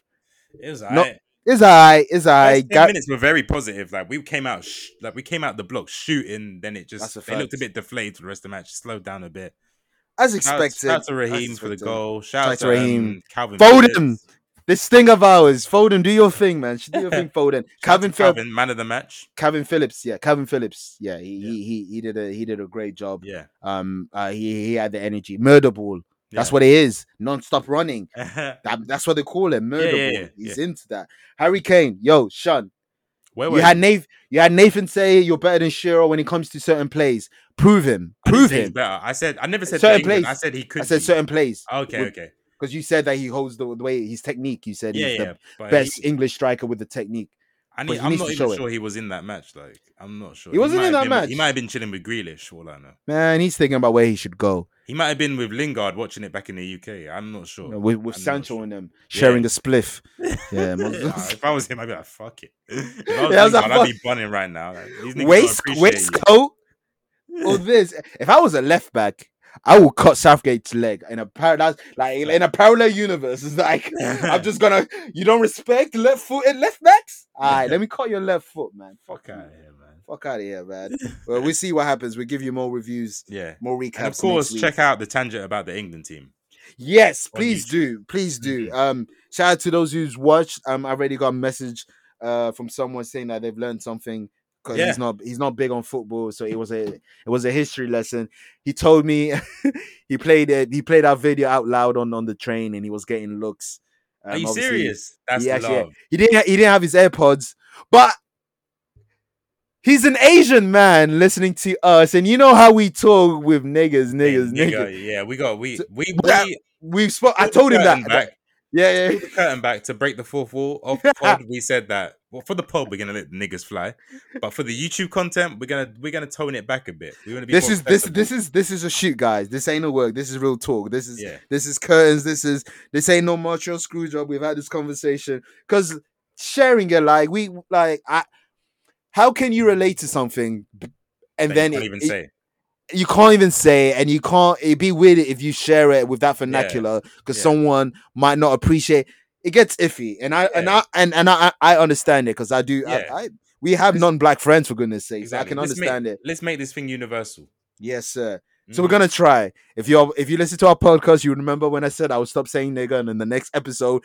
Speaker 3: it was.
Speaker 2: No,
Speaker 3: alright.
Speaker 2: It's alright. It's
Speaker 3: First
Speaker 2: alright.
Speaker 3: ten
Speaker 2: Ga-
Speaker 3: minutes were very positive. Like we came out, sh- like we came out the block shooting. Then it
Speaker 2: That's a
Speaker 3: just they looked a
Speaker 2: fact.
Speaker 3: bit deflated for the rest of the match. Slowed down a bit.
Speaker 2: as
Speaker 3: Shout,
Speaker 2: expected.
Speaker 3: shout out to
Speaker 2: as
Speaker 3: Raheem for the
Speaker 2: expected.
Speaker 3: goal. Shout out
Speaker 2: to
Speaker 3: to um,
Speaker 2: Raheem.
Speaker 3: Calvin.
Speaker 2: Foden!
Speaker 3: Phillips.
Speaker 2: This thing of ours, Foden, do your thing, man. Do your thing, Foden.
Speaker 3: Shout out to
Speaker 2: Calvin, Phil-
Speaker 3: Calvin, man of the match.
Speaker 2: Calvin Phillips, yeah, Calvin Phillips, yeah, he
Speaker 3: Yeah.
Speaker 2: he he he did a he did a great job.
Speaker 3: Yeah,
Speaker 2: Um, uh, he he had the energy, murder ball. That's
Speaker 3: Yeah.
Speaker 2: what it is. Non-stop running.
Speaker 3: where
Speaker 2: That, that's what they call it. Murder
Speaker 3: yeah,
Speaker 2: ball.
Speaker 3: yeah,
Speaker 2: He's into that. Harry Kane, yo, Sean,
Speaker 3: were
Speaker 2: you had Nathan, you had Nathan say you're better than Shearer when it comes to certain plays. Prove him.
Speaker 3: I didn't
Speaker 2: Prove
Speaker 3: say he's
Speaker 2: him.
Speaker 3: Better. I said I never said to
Speaker 2: Certain
Speaker 3: England. I
Speaker 2: place.
Speaker 3: said he could.
Speaker 2: I said
Speaker 3: be.
Speaker 2: certain plays
Speaker 3: Okay, okay.
Speaker 2: because you said that he holds the, the way his technique. You said
Speaker 3: Yeah,
Speaker 2: he's
Speaker 3: yeah.
Speaker 2: the
Speaker 3: but he-
Speaker 2: best English striker with the technique.
Speaker 3: And
Speaker 2: But
Speaker 3: he,
Speaker 2: he
Speaker 3: I'm
Speaker 2: needs
Speaker 3: not
Speaker 2: to
Speaker 3: even
Speaker 2: show it.
Speaker 3: sure he was in that match. Like, I'm not sure.
Speaker 2: He wasn't
Speaker 3: might
Speaker 2: in
Speaker 3: have
Speaker 2: that
Speaker 3: been with-
Speaker 2: match.
Speaker 3: He might have been chilling with Grealish, for all I know.
Speaker 2: Man, he's thinking about where he should go
Speaker 3: He might have been with Lingard watching it back in the UK. I'm not sure.
Speaker 2: you know, with, with
Speaker 3: I'm not
Speaker 2: Sancho
Speaker 3: sure.
Speaker 2: and them
Speaker 3: Yeah.
Speaker 2: sharing a spliff. Yeah, man.
Speaker 3: Nah, if I was him, I'd be like, fuck it. If I was
Speaker 2: Yeah, I was
Speaker 3: Lingard,
Speaker 2: like,
Speaker 3: I'd be bunning right now. Like, these niggas don't
Speaker 2: waist,
Speaker 3: appreciate you.
Speaker 2: waistcoat, or this. If I was a left back, I would cut Southgate's leg in a parallel, like in a parallel universe. It's like I'm just gonna. You don't respect left foot and left backs. All right, let me cut your left foot, man. Fuck
Speaker 3: Fuck
Speaker 2: you.
Speaker 3: out of here, man.
Speaker 2: Fuck out of here, man. Well, we'll see what happens. We'll give you more reviews,
Speaker 3: Yeah.
Speaker 2: more recaps.
Speaker 3: And of
Speaker 2: next
Speaker 3: course,
Speaker 2: week.
Speaker 3: check out the tangent about the England team.
Speaker 2: Yes,
Speaker 3: on
Speaker 2: please
Speaker 3: YouTube. Mm-hmm.
Speaker 2: do. Please do. Um, shout out to those who's watched. Um, I already got a message uh from someone saying that they've learned something because
Speaker 3: Yeah.
Speaker 2: he's not he's not big on football, so it was a it was a history lesson. He told me he played it, he played our video out loud on on the train and he was getting looks.
Speaker 3: Are
Speaker 2: Um,
Speaker 3: you
Speaker 2: obviously,
Speaker 3: serious? That's
Speaker 2: he actually-
Speaker 3: love.
Speaker 2: He didn't ha- he didn't have his AirPods, but He's an Asian man listening to us, and you know how we talk with niggas, niggas,
Speaker 3: Yeah,
Speaker 2: niggas.
Speaker 3: nigga, Yeah, we got we
Speaker 2: So-
Speaker 3: we,
Speaker 2: Yeah,
Speaker 3: we
Speaker 2: We spoke. I
Speaker 3: pulled
Speaker 2: told
Speaker 3: the
Speaker 2: him
Speaker 3: curtain
Speaker 2: that. that-
Speaker 3: Back,
Speaker 2: Yeah, yeah.
Speaker 3: pulled the curtain back to break the fourth wall of the pod. We said that. Well, for the pod, we're gonna let the niggas fly, but for the YouTube content, we're gonna we're gonna tone it back a bit. We're gonna be
Speaker 2: this
Speaker 3: more
Speaker 2: is this
Speaker 3: accessible.
Speaker 2: this is this is a shoot, guys. This ain't no work. This is real talk. This is
Speaker 3: yeah.
Speaker 2: this is curtains. This is this ain't no Montreal screw job. We've had this conversation because sharing it like we like I. How can you relate to something, b- and
Speaker 3: that
Speaker 2: then
Speaker 3: you can't
Speaker 2: it-
Speaker 3: even
Speaker 2: it-
Speaker 3: say
Speaker 2: you can't even say, it, and you can't. It'd be weird if you share it with that vernacular because
Speaker 3: Yeah.
Speaker 2: someone might not appreciate. It gets iffy, and I and I
Speaker 3: Yeah.
Speaker 2: and and I I understand it because I do. I-
Speaker 3: Yeah.
Speaker 2: I, we have non-black friends for goodness' sake. so I
Speaker 3: Exactly.
Speaker 2: can
Speaker 3: Let's make-
Speaker 2: understand it.
Speaker 3: Let's make this thing universal.
Speaker 2: Yes, sir. So
Speaker 3: Mm.
Speaker 2: we're gonna try. If you if you listen to our podcast, you remember when I said I would stop saying nigga, and in the next episode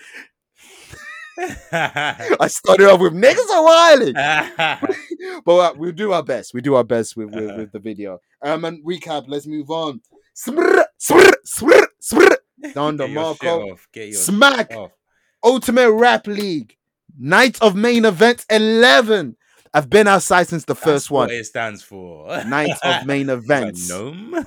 Speaker 2: I started off with niggas are wilding. But uh, we'll do our best. We do our best with with,
Speaker 3: Uh-huh.
Speaker 2: with the video. Um, and recap. Let's move on. Smrr, smrr, smrr, smrr. Don
Speaker 3: Get your shit oh,
Speaker 2: DeMarco.
Speaker 3: off. Get your shit
Speaker 2: Smack.
Speaker 3: off.
Speaker 2: Ultimate Rap League. Night of main event eleven. I've been outside since the
Speaker 3: That's
Speaker 2: first one.
Speaker 3: What it stands for.
Speaker 2: Night of main
Speaker 3: Like,
Speaker 2: events.
Speaker 3: Gnome.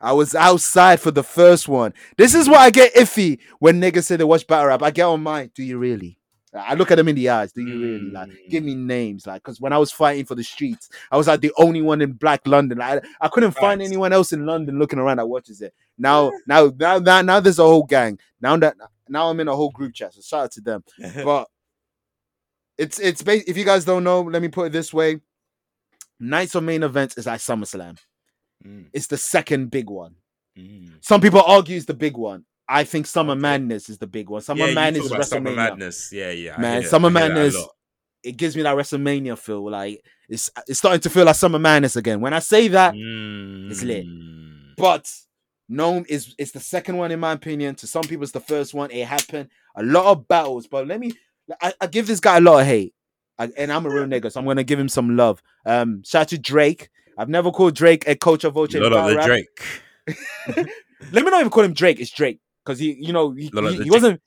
Speaker 2: I was outside for the first one. This is why I get iffy when niggas say they watch battle rap. I get on mine. Do you really? I look at them in the eyes. Do you really? Like, give me names. Like, because when I was fighting for the streets, I was like the only one in Black London. I, I couldn't find
Speaker 3: Facts.
Speaker 2: anyone else in London looking around that watches it. Now, now, now, now, now, there's a whole gang. Now that now I'm in a whole group chat. So shout out to them but it's it's ba- if you guys don't know, let me put it this way: Nights of Main Events is like SummerSlam.
Speaker 3: Mm,
Speaker 2: It's the second big one.
Speaker 3: mm.
Speaker 2: Some people argue it's the big one. I think Summer
Speaker 3: Okay.
Speaker 2: Madness is the big one. Summer
Speaker 3: Yeah, you
Speaker 2: Madness
Speaker 3: talk
Speaker 2: is
Speaker 3: about
Speaker 2: WrestleMania.
Speaker 3: Summer Madness. Yeah, yeah. I
Speaker 2: Man,
Speaker 3: hear-
Speaker 2: Summer
Speaker 3: I hear that a
Speaker 2: Madness-
Speaker 3: lot.
Speaker 2: It gives me that WrestleMania feel. Like it's it's starting to feel like Summer Madness again. When I say that,
Speaker 3: Mm. It's
Speaker 2: lit.
Speaker 3: Mm.
Speaker 2: but Gnome is it's the second one in my opinion. To some people, it's the first one. It happened a lot of battles, but let me. I, I give this guy a lot of hate, I, and I'm a real nigga, so I'm gonna give him some love. Um, shout out to Drake. I've never called Drake a coach of Voce. in
Speaker 3: Lot
Speaker 2: battle
Speaker 3: of the
Speaker 2: rap.
Speaker 3: Drake.
Speaker 2: Let me not even call him Drake. It's Drake because he, you know, he,
Speaker 3: Lot of
Speaker 2: he,
Speaker 3: the
Speaker 2: he
Speaker 3: Drake.
Speaker 2: wasn't.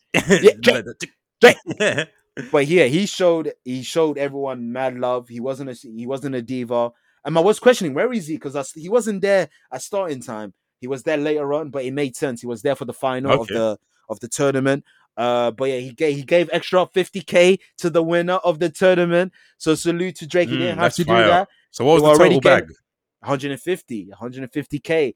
Speaker 3: Lot of the
Speaker 2: Drake.
Speaker 3: Drake.
Speaker 2: But yeah, he showed he showed everyone mad love. He wasn't a he wasn't a diva. And I was questioning where is he because he wasn't there at starting time. He was there later on, but it made sense. He was there for the final of
Speaker 3: Okay.
Speaker 2: the of the tournament. Uh, but yeah, he gave he gave extra 50k to the winner of the tournament. So salute to Drake. He
Speaker 3: Mm,
Speaker 2: didn't have
Speaker 3: that's
Speaker 2: to
Speaker 3: fire.
Speaker 2: do that.
Speaker 3: So what was
Speaker 2: You
Speaker 3: the
Speaker 2: already
Speaker 3: total
Speaker 2: came-
Speaker 3: bag?
Speaker 2: 150, 150k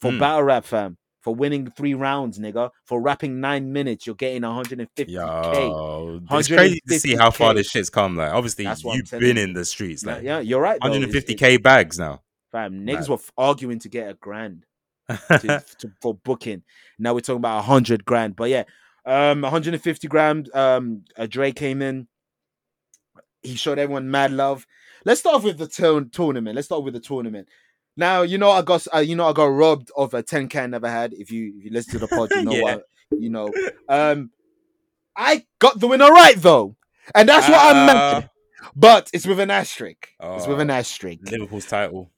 Speaker 2: for
Speaker 3: Mm.
Speaker 2: battle rap fam for winning three rounds, nigga. For rapping nine minutes, you're getting 150k.
Speaker 3: Yo, it's crazy to see how far this shit's come. Like, obviously,
Speaker 2: That's what I'm
Speaker 3: you've
Speaker 2: telling
Speaker 3: been
Speaker 2: you.
Speaker 3: in the streets.
Speaker 2: Yeah,
Speaker 3: Like,
Speaker 2: yeah, you're right. though. It's- it's-
Speaker 3: 150k bags now.
Speaker 2: Fam, niggas
Speaker 3: Mad.
Speaker 2: were f- arguing to get a grand to, to- for booking. Now we're talking about a hundred grand. But yeah, um, 150 grand. Um, uh, Dre came in. He showed everyone mad love. Let's start off with the tour- tournament. Let's start with the tournament. Now you know I got s- uh, you know I got robbed of a 10k I never had. If you if you listen to the pod, you know
Speaker 3: Yeah.
Speaker 2: what you know. Um, I got the winner right though, and that's what I'm.
Speaker 3: Uh,
Speaker 2: mad- But it's with an asterisk. it's with an
Speaker 3: uh,
Speaker 2: asterisk
Speaker 3: Liverpool's title.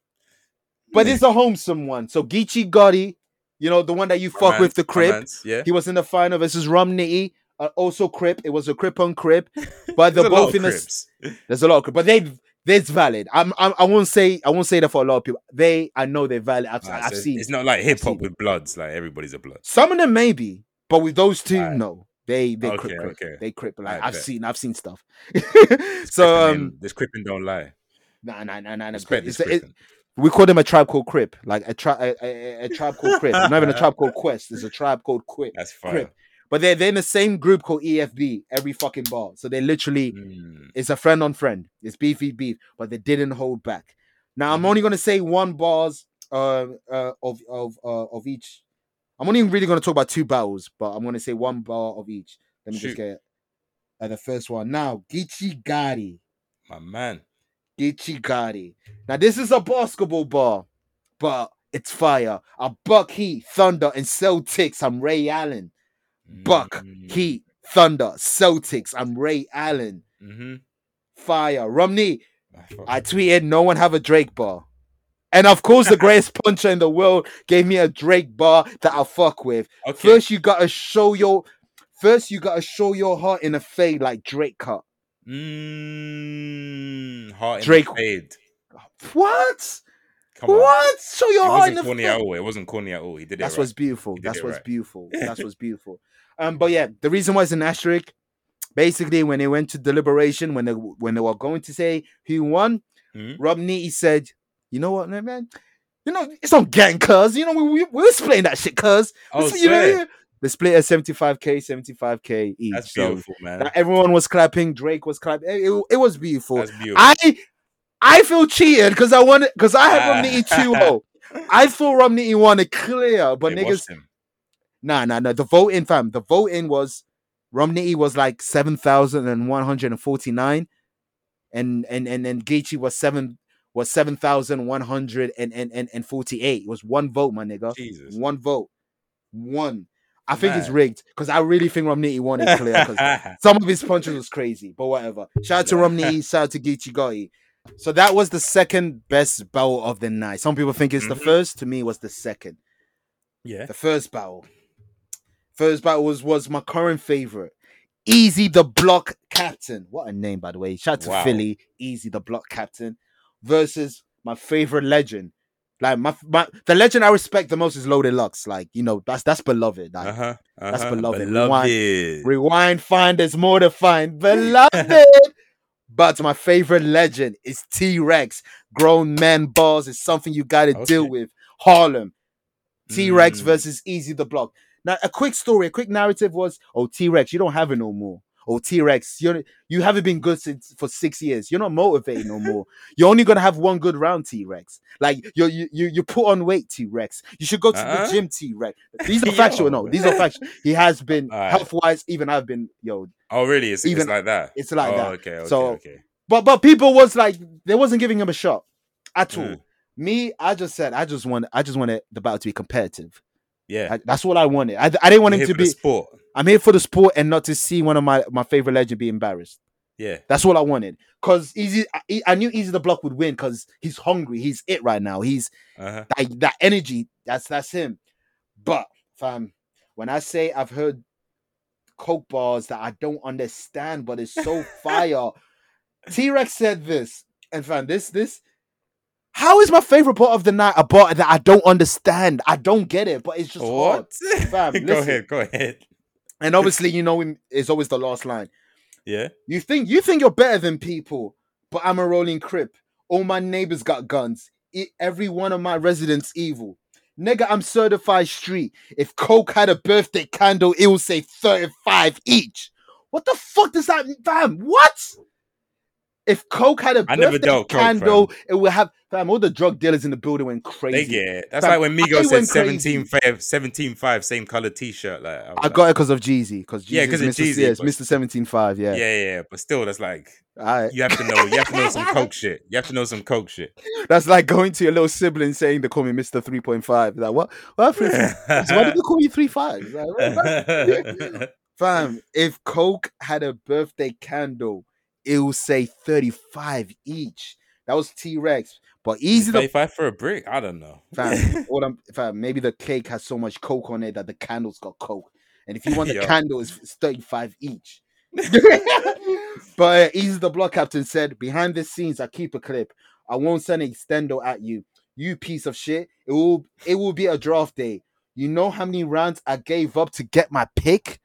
Speaker 2: but it's a homesome one. So Geechee Gotti, you know, the one that you fuck
Speaker 3: Romance,
Speaker 2: with the Crip.
Speaker 3: romance, Yeah.
Speaker 2: He was in the final versus Romney, uh, also Crip. It was a Crip on Crip, but
Speaker 3: There's
Speaker 2: they're
Speaker 3: a lot
Speaker 2: both
Speaker 3: of
Speaker 2: in the. s-
Speaker 3: Crips.
Speaker 2: There's a lot of Crip, but they that's valid. I'm, I'm I won't say I won't say that for a lot of people. They I know they're valid. I've,
Speaker 3: Alright,
Speaker 2: I've
Speaker 3: so
Speaker 2: seen
Speaker 3: It's not like hip hop
Speaker 2: seen.
Speaker 3: with Bloods. Like everybody's a Blood.
Speaker 2: some of them maybe, but with those two,
Speaker 3: Alright.
Speaker 2: no. They they
Speaker 3: Okay,
Speaker 2: crip, crip.
Speaker 3: okay.
Speaker 2: they crip. Like
Speaker 3: I
Speaker 2: I've
Speaker 3: bet.
Speaker 2: seen I've seen stuff.
Speaker 3: This
Speaker 2: so
Speaker 3: Crippen
Speaker 2: um,
Speaker 3: ain't- this Crippen don't lie.
Speaker 2: nah nah nah nah. nah.
Speaker 3: Respect
Speaker 2: It's,
Speaker 3: this
Speaker 2: it,
Speaker 3: Crippen.
Speaker 2: we call them a tribe called Crip, like a, tri- a, a, a- a tribe called Crip. It's not even a tribe called Quest. It's a tribe called Quip.
Speaker 3: That's fine.
Speaker 2: Crip. But they're they're in the same group called EFB every fucking bar. So they literally
Speaker 3: Mm.
Speaker 2: it's a friend on friend. It's beefy beef, but they didn't hold back. Now I'm only gonna say one bars uh, uh, of of uh, of each. I'm only really gonna talk about two battles, but I'm gonna say one bar of each. Let me
Speaker 3: Shoot.
Speaker 2: just get uh, the first one now. Gichi Gari,
Speaker 3: My man.
Speaker 2: Gichi Gari. Now this is a basketball bar, but it's fire. A Buck Heat, Thunder, and Celtics. I'm Ray Allen. Buck
Speaker 3: Mm.
Speaker 2: Heat, Thunder, Celtics. I'm Ray Allen.
Speaker 3: Mm-hmm.
Speaker 2: Fire. Romney, I tweeted, no one have a Drake bar. And of course, the greatest puncher in the world gave me a Drake bar that I fuck with.
Speaker 3: okay.
Speaker 2: First, you gotta show your first you gotta show your heart in a fade like Drake cut.
Speaker 3: Mm, heart Drake
Speaker 2: Drake-
Speaker 3: fade.
Speaker 2: What?
Speaker 3: Come on.
Speaker 2: what? Show your
Speaker 3: It
Speaker 2: heart in
Speaker 3: wasn't
Speaker 2: a
Speaker 3: corny
Speaker 2: fade.
Speaker 3: at all. It wasn't corny at all. He did it.
Speaker 2: That's
Speaker 3: right.
Speaker 2: what's beautiful.
Speaker 3: You did
Speaker 2: That's
Speaker 3: it
Speaker 2: what's
Speaker 3: right.
Speaker 2: beautiful. That's what's beautiful. Um, but yeah, the reason why it's an asterisk, basically, when they went to deliberation, when they when they were going to say who won,
Speaker 3: Mhm.
Speaker 2: Rob Neaty said, "You know what, man? You know it's not gang, cuz. You know we we, we were splitting that shit, cuz.
Speaker 3: Oh,
Speaker 2: This- you know,
Speaker 3: swear.
Speaker 2: yeah. They split at 75k, 75k each.
Speaker 3: That's
Speaker 2: so
Speaker 3: beautiful, man.
Speaker 2: now everyone was clapping. Drake was clapping. It, it- it was beautiful.
Speaker 3: That's beautiful.
Speaker 2: I I feel cheated because I wanted because I had Romney two zero. I thought Romney won it clear, but
Speaker 3: They
Speaker 2: niggas,
Speaker 3: watched him.
Speaker 2: nah, nah, nah. The voting, fam, the voting was Romney was like seven thousand and one hundred and forty nine, and and and and Gaethje was seven was seven thousand one hundred and and and and forty eight. It was one vote, my nigga.
Speaker 3: Jesus.
Speaker 2: One vote. One. I think it's
Speaker 3: Mad.
Speaker 2: rigged because I really think Romney won it clear because some of his punches was crazy, but whatever. Shout out to Romney, shout out to Geechee Gotti. So that was the second best battle of the night. Some people think it's the
Speaker 3: Mhm.
Speaker 2: first. To me, it was the second.
Speaker 3: yeah.
Speaker 2: The first battle. First battle was, was my current favorite. Easy the Block Captain. What a name, by the way. Shout out to
Speaker 3: Wow.
Speaker 2: Philly. Easy the Block Captain versus my favorite legend. Like my, my the legend I respect the most is Loaded Lux. Like, you know, that's that's beloved. Like,
Speaker 3: Uh-huh. uh-huh.
Speaker 2: beloved. We want-
Speaker 3: Beloved.
Speaker 2: Rewind, find there's more to find. Beloved. but my favorite legend is T Rex. Grown man balls is something you got to deal
Speaker 3: Okay.
Speaker 2: with. Harlem. T Rex
Speaker 3: Mm.
Speaker 2: versus Easy the Block. Now, a quick story, a quick narrative was oh, T Rex, you don't have it no more. Oh, T Rex, you you haven't been good since for six years. You're not motivated no more. You're only gonna have one good round, T Rex. Like you you you you put on weight, T Rex. You should go to
Speaker 3: Uh-uh.
Speaker 2: the gym, T Rex. These are factual. No,
Speaker 3: Yo.
Speaker 2: these are factual. He has been
Speaker 3: Alright.
Speaker 2: health wise. Even I've been yo.
Speaker 3: Oh, really? It's, it's
Speaker 2: Even-
Speaker 3: like that.
Speaker 2: it's like
Speaker 3: oh,
Speaker 2: that.
Speaker 3: Okay. Okay.
Speaker 2: So-
Speaker 3: okay.
Speaker 2: But but people was like they wasn't giving him a shot at all.
Speaker 3: Mm.
Speaker 2: Me, I just said I just want I just wanted the battle to be competitive.
Speaker 3: Yeah.
Speaker 2: I- that's all I wanted. I, I didn't want
Speaker 3: You're
Speaker 2: him to
Speaker 3: here for the
Speaker 2: be.
Speaker 3: sport.
Speaker 2: I'm here for the sport and not to see one of my my favorite legend be embarrassed.
Speaker 3: Yeah.
Speaker 2: That's all I wanted. Cause easy, I, I knew Easy the Block would win because he's hungry. He's it right now. He's
Speaker 3: Uh-huh.
Speaker 2: like that energy. That's that's him. But fam, when I say I've heard coke bars that I don't understand, but it's so fire. T Rex said this, and fam, this this. How is my favorite part of the night a bar that I don't understand? I don't get it, but it's just hard.
Speaker 3: What?
Speaker 2: Fam,
Speaker 3: go
Speaker 2: listen.
Speaker 3: ahead. Go ahead.
Speaker 2: And obviously, you know, him is always the last line.
Speaker 3: Yeah.
Speaker 2: You think you think you're better than people, but I'm a rolling crip. All my neighbors got guns. E- every one of my residents evil. Nigga, I'm certified street. If Coke had a birthday candle, it would say 35 each. What the fuck does that mean, fam? What? If Coke had a
Speaker 3: I never
Speaker 2: birthday
Speaker 3: dealt coke, fam.
Speaker 2: candle, it would have fam. All the drug dealers in the building went crazy.
Speaker 3: They get it. That's
Speaker 2: Fam,
Speaker 3: like when
Speaker 2: I
Speaker 3: Migos said
Speaker 2: went crazy.
Speaker 3: 17 5, 17 5, same color t shirt. Like, was
Speaker 2: I
Speaker 3: like,
Speaker 2: got it because of Jeezy. Because
Speaker 3: Yeah, 'cause of
Speaker 2: Mr.
Speaker 3: Jeezy,
Speaker 2: Yes,
Speaker 3: but-
Speaker 2: Mr. 175. Yeah.
Speaker 3: yeah. yeah, yeah. But still, that's like,
Speaker 2: All right.
Speaker 3: you have to know. You have to know some coke shit. You have to know some coke shit.
Speaker 2: That's like going to your little sibling saying they call me Mister Three Point Five. Like what? What? Three, why did they call you three five? Like, what- what? Fam, if Coke had a birthday candle, it would say thirty five each. That was T Rex, but easy to
Speaker 3: Five for a brick. I don't know.
Speaker 2: fam. What I'm fam? Maybe the cake has so much Coke on it that the candle's got Coke, and if you want the
Speaker 3: Yo.
Speaker 2: candle, it's thirty five each. but uh, easy the block captain said behind the scenes, I keep a clip. I won't send an extendo at you. You piece of shit. It will it will be a draft day. You know how many rounds I gave up to get my pick?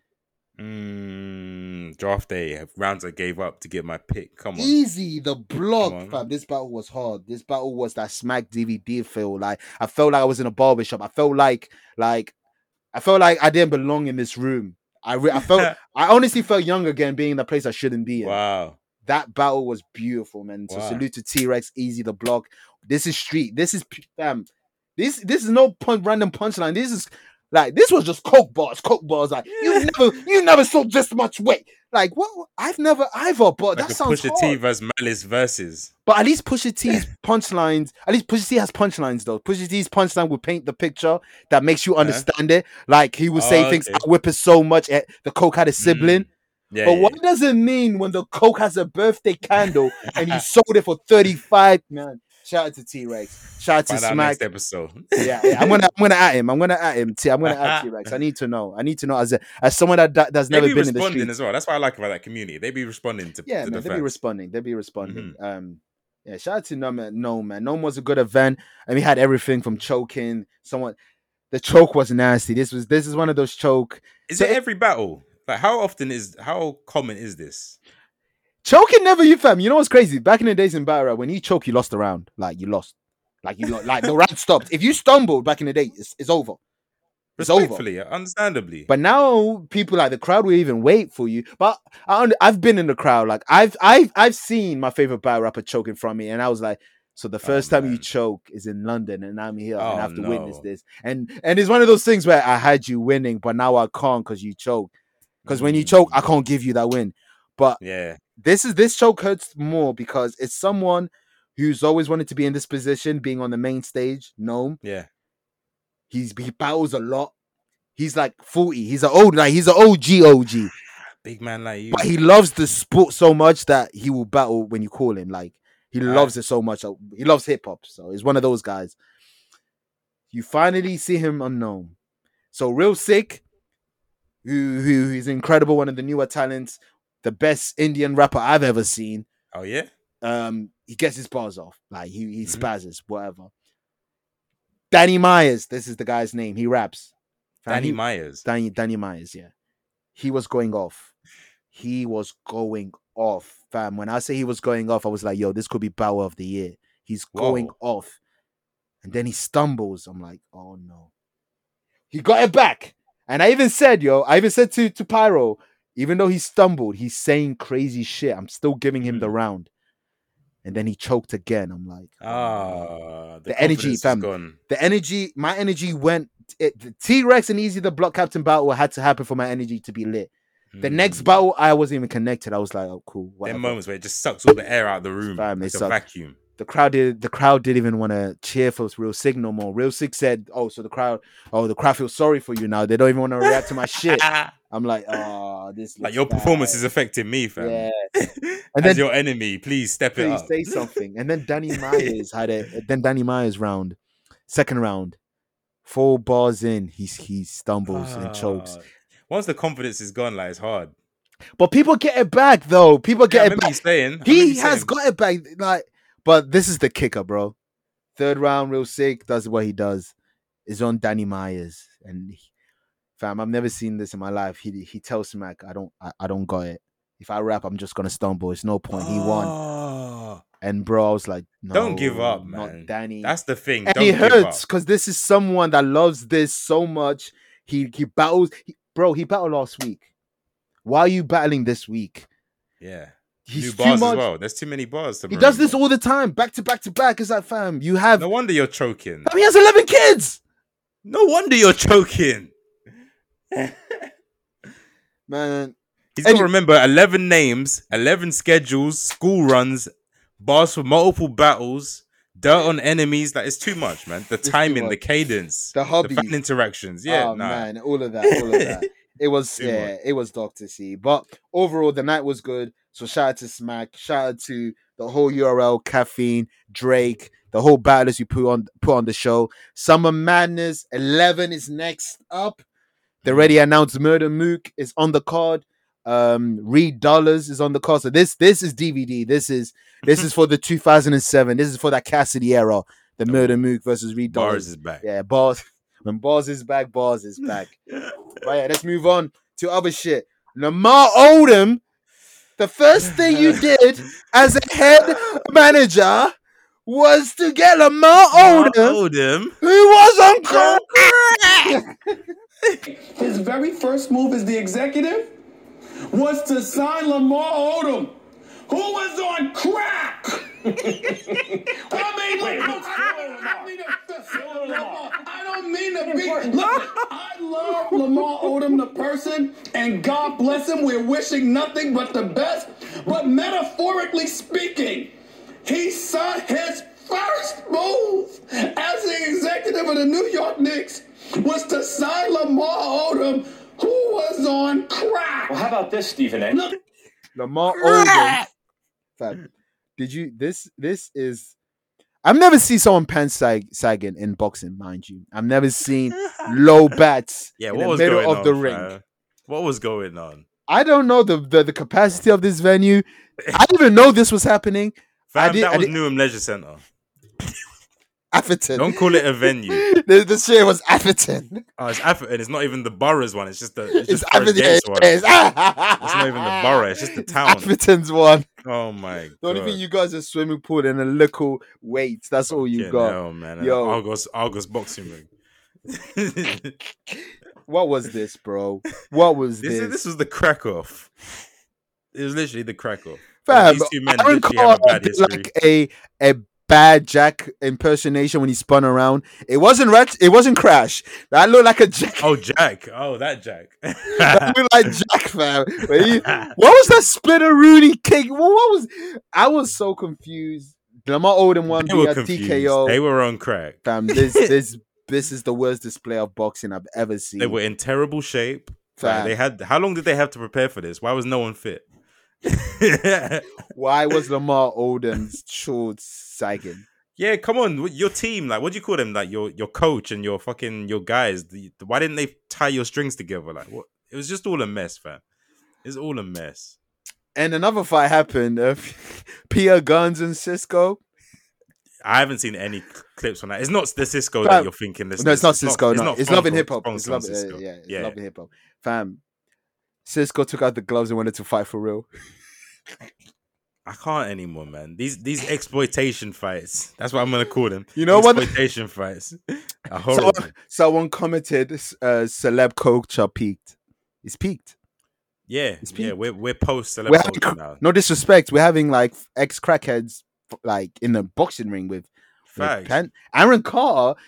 Speaker 3: Mm, draft day rounds I gave up to get my pick. Come on.
Speaker 2: Easy, the
Speaker 3: Come
Speaker 2: block,
Speaker 3: on.
Speaker 2: fam. This battle was hard. This battle was that smack DVD feel. Like I felt like I was in a barber shop. I felt like like I felt like I didn't belong in this room. I re- I felt I honestly felt young again, being in the place I shouldn't be in.
Speaker 3: Wow.
Speaker 2: That battle was beautiful, man. So
Speaker 3: Wow.
Speaker 2: salute to T Rex, Easy the block. This is street. This is p- fam. This this is no pun- random punchline. This is like this was just coke bars, coke bars. Like you never you never saw this much weight. Like what? I've never either. But
Speaker 3: Like
Speaker 2: that
Speaker 3: a
Speaker 2: sounds
Speaker 3: Pusha
Speaker 2: hard.
Speaker 3: T versus Malice versus.
Speaker 2: But at least Pusha T's punchlines, at least Pusha T has punchlines though. Pusha T's punchline will paint the picture that makes you understand it. Like he will say
Speaker 3: Uh-huh. Oh,
Speaker 2: things,
Speaker 3: okay. Mm,
Speaker 2: I whip it so much, eh, the Coke had a sibling.
Speaker 3: Yeah.
Speaker 2: but
Speaker 3: yeah,
Speaker 2: what does it mean when the Coke has a birthday candle and you sold it for 35? Man, shout out to T Rex. Shout out to
Speaker 3: Find out
Speaker 2: Smack.
Speaker 3: next episode.
Speaker 2: Yeah, yeah, I'm gonna, I'm gonna at him. I'm gonna at him. T. I'm gonna at T Rex. I need to know. I need to know as a, as someone that that- that's
Speaker 3: they
Speaker 2: never
Speaker 3: be
Speaker 2: been in the
Speaker 3: responding
Speaker 2: street.
Speaker 3: as well. That's what I like about that community. They be responding to,
Speaker 2: Yeah, man,
Speaker 3: to the
Speaker 2: they'll be
Speaker 3: fans.
Speaker 2: responding. They'll be responding. Um, yeah, shout out to No Man. No man, No was a good event, and we had everything from choking. Someone, the choke was nasty. This was this is one of those choke.
Speaker 3: Is
Speaker 2: So
Speaker 3: it
Speaker 2: it-
Speaker 3: every battle? Like how often is how common is this?
Speaker 2: Choking never you fam. You know what's crazy? Back in the days in battle rap, when you choke, you lost the round. Like you lost. Like you lo- like the round stopped. If you stumbled back in the day, it's, it's over. It's over.
Speaker 3: Respectfully, understandably.
Speaker 2: But now people like the crowd will even wait for you. But I, und- I've been in the crowd. Like I've I've I've seen my favorite battle rapper choking from me, and I was like, so the first time you
Speaker 3: Oh, man.
Speaker 2: choke is in London, and I'm here, and
Speaker 3: Oh,
Speaker 2: I have to witness
Speaker 3: no.
Speaker 2: this. And and it's one of those things where I had you winning, but now I can't because you choke. Because when you choke,
Speaker 3: Mm.
Speaker 2: I can't give you that win. But
Speaker 3: yeah.
Speaker 2: this is this choke hurts more because it's someone who's always wanted to be in this position, being on the main stage. Gnome,
Speaker 3: Yeah.
Speaker 2: he's he battles a lot. He's like 40. He's an old, like he's an OG OG.
Speaker 3: Big man like you.
Speaker 2: But he loves the sport so much that he will battle when you call him. Like he
Speaker 3: Right.
Speaker 2: loves it so much. uh, He loves hip hop. So he's one of those guys. You finally see him unknown. So real sick, who who is incredible, one of the newer talents, the best Indian rapper I've ever seen
Speaker 3: oh yeah?
Speaker 2: um he gets his bars off like he he
Speaker 3: Mhm.
Speaker 2: spazzes whatever danny myers this is the guy's name he raps Fam,
Speaker 3: Danny
Speaker 2: he-
Speaker 3: Myers.
Speaker 2: danny danny myers yeah he was going off he was going off fam when i say he was going off i was like yo this could be power of the year he's going
Speaker 3: Whoa.
Speaker 2: off and then he stumbles i'm like oh no he got it back and i even said yo i even said to to pyro even though he stumbled he's saying crazy shit i'm still giving him
Speaker 3: Mm.
Speaker 2: the round and then he choked again i'm like oh,
Speaker 3: Ah, the,
Speaker 2: The energy,
Speaker 3: confidence is
Speaker 2: fam.
Speaker 3: Gone.
Speaker 2: the energy, my energy went. It, the T Rex and Easy the Block Captain battle had to happen for my energy to be lit. The next
Speaker 3: Mm.
Speaker 2: battle, I wasn't even connected. I was like, "Oh, cool."
Speaker 3: Them
Speaker 2: Whatever.
Speaker 3: moments where it just sucks all the air out of the room.
Speaker 2: Fam, they
Speaker 3: like a
Speaker 2: suck.
Speaker 3: vacuum.
Speaker 2: The crowd did. The crowd didn't even want to cheer for Real Sig no more. Real Sig said, "Oh, so the crowd. Oh, the crowd feels sorry for you now. They don't even want to react to my shit."
Speaker 3: Ah,
Speaker 2: I'm like, "Oh, this
Speaker 3: like
Speaker 2: looks
Speaker 3: your performance
Speaker 2: bad."
Speaker 3: is affecting me, fam.
Speaker 2: Yeah.
Speaker 3: As
Speaker 2: And then
Speaker 3: your enemy, please step it
Speaker 2: please
Speaker 3: up.
Speaker 2: say something. And then Danny Myers had a then Danny Myers round, second round, four bars in, he's he stumbles and chokes.
Speaker 3: Ah. Once the confidence is gone, like it's hard.
Speaker 2: But people get it back though. People
Speaker 3: Yeah, I
Speaker 2: get it
Speaker 3: remember
Speaker 2: back.
Speaker 3: you saying I remember
Speaker 2: He
Speaker 3: you
Speaker 2: has
Speaker 3: saying-
Speaker 2: got it back. Like, but this is the kicker, bro. Third round, real sick, does what he does. Is on Danny Myers. And he- fam, I've never seen this in my life. He he tells Smack, I don't I, I don't got it. If I rap, I'm just gonna stumble. It's no point. He won.
Speaker 3: Ah,
Speaker 2: And bro, I was like, no,
Speaker 3: Don't give up, man.
Speaker 2: Not Danny.
Speaker 3: That's the thing.
Speaker 2: and
Speaker 3: Don't
Speaker 2: it
Speaker 3: give
Speaker 2: hurts
Speaker 3: up.
Speaker 2: because this is someone that loves this so much. He he battles, he, bro. He battled last week. Why are you battling this week?
Speaker 3: Yeah.
Speaker 2: He's
Speaker 3: New
Speaker 2: too
Speaker 3: bars as
Speaker 2: much.
Speaker 3: well. There's too many bars. To
Speaker 2: He does
Speaker 3: remember.
Speaker 2: this all the time, back to back to back. It's like, fam, you have.
Speaker 3: No wonder you're choking.
Speaker 2: Fam, he has eleven kids,
Speaker 3: No wonder you're choking.
Speaker 2: man.
Speaker 3: He's
Speaker 2: And
Speaker 3: got to
Speaker 2: you-
Speaker 3: remember 11 names, 11 schedules, school runs, bars for multiple battles, dirt on enemies. Like, it's too much, man. The
Speaker 2: too
Speaker 3: timing, the
Speaker 2: much.
Speaker 3: cadence,
Speaker 2: The
Speaker 3: the
Speaker 2: hobby.
Speaker 3: fan interactions. Yeah,
Speaker 2: oh
Speaker 3: nah.
Speaker 2: man, all of that, all of that. It was
Speaker 3: Too
Speaker 2: yeah, it was Doctor C. But overall, the night was good. So shout out to Smack, shout out to the whole URL, caffeine, Drake, the whole battlers you put on put on the show. Summer Madness Eleven is next up. They already
Speaker 3: Mm.
Speaker 2: announced Murder Mook is on the card. Um, Reed Dollars is on the card. So this this is DVD. This is this is for the 2007. This is for that Cassidy era. The Murder Mook versus Reed Dollars.
Speaker 3: Bars is back.
Speaker 2: Yeah, bars. When bars is back, bars is back. but yeah, let's move on to other shit. Lamar Odom, the first thing you did as a head manager was to get Lamar
Speaker 3: Lamar
Speaker 2: Odom,
Speaker 3: Odom.
Speaker 2: who was on call.
Speaker 8: His very first move as the executive was to sign Lamar Odom, who was on crack. I mean, look, look, I, I mean, Lamar, I don't mean to be. Look, I love Lamar Odom, the person, and God bless him. We're wishing nothing but the best. But metaphorically speaking, he signed his first move as the executive of the New York Knicks was to sign Lamar Odom, who was on crack.
Speaker 7: Well, how about this, Stephen A?
Speaker 8: Look,
Speaker 2: Lamar Odom. Fam, did you this this is I've never seen someone pants sag, sagging in boxing, mind you. I've never seen low bats
Speaker 3: Yeah,
Speaker 2: in
Speaker 3: what
Speaker 2: the
Speaker 3: was
Speaker 2: middle
Speaker 3: going
Speaker 2: of
Speaker 3: on,
Speaker 2: the ring.
Speaker 3: fam? What was going on?
Speaker 2: I don't know the, the the capacity of this venue. I didn't even know this was happening.
Speaker 3: Fam,
Speaker 2: did- I
Speaker 3: that was
Speaker 2: did-
Speaker 3: Newham Leisure Centre.
Speaker 2: Atherton.
Speaker 3: Don't call it a venue.
Speaker 2: the, the shit was Atherton.
Speaker 3: Oh, it's Atherton. It's not even the boroughs one. It's just the it's
Speaker 2: It's
Speaker 3: just Forest
Speaker 2: Atherton.
Speaker 3: Gates one.
Speaker 2: It's
Speaker 3: It's
Speaker 2: not
Speaker 3: not even the borough. It's just the town.
Speaker 2: Atherton's one.
Speaker 3: Oh my
Speaker 2: The
Speaker 3: god.
Speaker 2: only thing you got is a swimming pool and a little weight. That's all you
Speaker 3: Fucking
Speaker 2: got.
Speaker 3: hell, man.
Speaker 2: Yo.
Speaker 3: Yo. Argos, Argos boxing ring. this,
Speaker 2: What was this, bro? What was this?
Speaker 3: is, this was the crack off. It was literally the crack off.
Speaker 2: Fam,
Speaker 3: These two men
Speaker 2: Aaron
Speaker 3: literally have a
Speaker 2: Carter
Speaker 3: bad
Speaker 2: did
Speaker 3: history.
Speaker 2: like a a bad Jack impersonation when he spun around. It wasn't rat. It wasn't Crash. That looked like a Jack.
Speaker 3: Oh, Jack. Oh, that Jack.
Speaker 2: that looked like Jack, fam. When he- what was that splitter Rooney kick? What, what was? I was so confused. Lamar Odom won
Speaker 3: they were
Speaker 2: via
Speaker 3: confused.
Speaker 2: TKO.
Speaker 3: They were on crack.
Speaker 2: fam, this this this is the worst display of boxing I've ever seen.
Speaker 3: They were in terrible shape. Like,
Speaker 2: Fam.
Speaker 3: they had how long did they have to prepare for this? Why was no one fit?
Speaker 2: Why was Lamar Odom's shorts sagging?
Speaker 3: yeah, come on, wh- your team. Like, what do you call them? Like your your coach and your fucking your guys. the- the- why didn't they tie your strings together? Like, what? It was just all a mess, fam. It's all a mess.
Speaker 2: And another fight happened. Uh, Pierre Guns and Cisco.
Speaker 3: I haven't seen any cl- clips from that. It's not the Cisco
Speaker 2: Fam.
Speaker 3: that you're thinking. This
Speaker 2: No, it's not Cisco. no, it's
Speaker 3: phone
Speaker 2: loving
Speaker 3: call,
Speaker 2: hip hop.
Speaker 3: phone
Speaker 2: It's
Speaker 3: call
Speaker 2: loving,
Speaker 3: Cisco.
Speaker 2: yeah, it's
Speaker 3: yeah.
Speaker 2: loving hip hop. Fam, Cisco took out the gloves and wanted to fight for real.
Speaker 3: I can't anymore, man. These these exploitation fights. That's what I'm gonna call them.
Speaker 2: You know what? uh,
Speaker 3: Exploitation fights. Are horrible.
Speaker 2: Someone, someone commented, s- uh, "Celeb culture peaked. It's peaked.
Speaker 3: Yeah,
Speaker 2: It's
Speaker 3: yeah,
Speaker 2: peak.
Speaker 3: we're we're post celeb
Speaker 2: We're having
Speaker 3: culture
Speaker 2: cr-
Speaker 3: now.
Speaker 2: no disrespect. We're having like ex crackheads f- like in the boxing ring with, with
Speaker 3: Facts.
Speaker 2: Pen- Aaron Carter.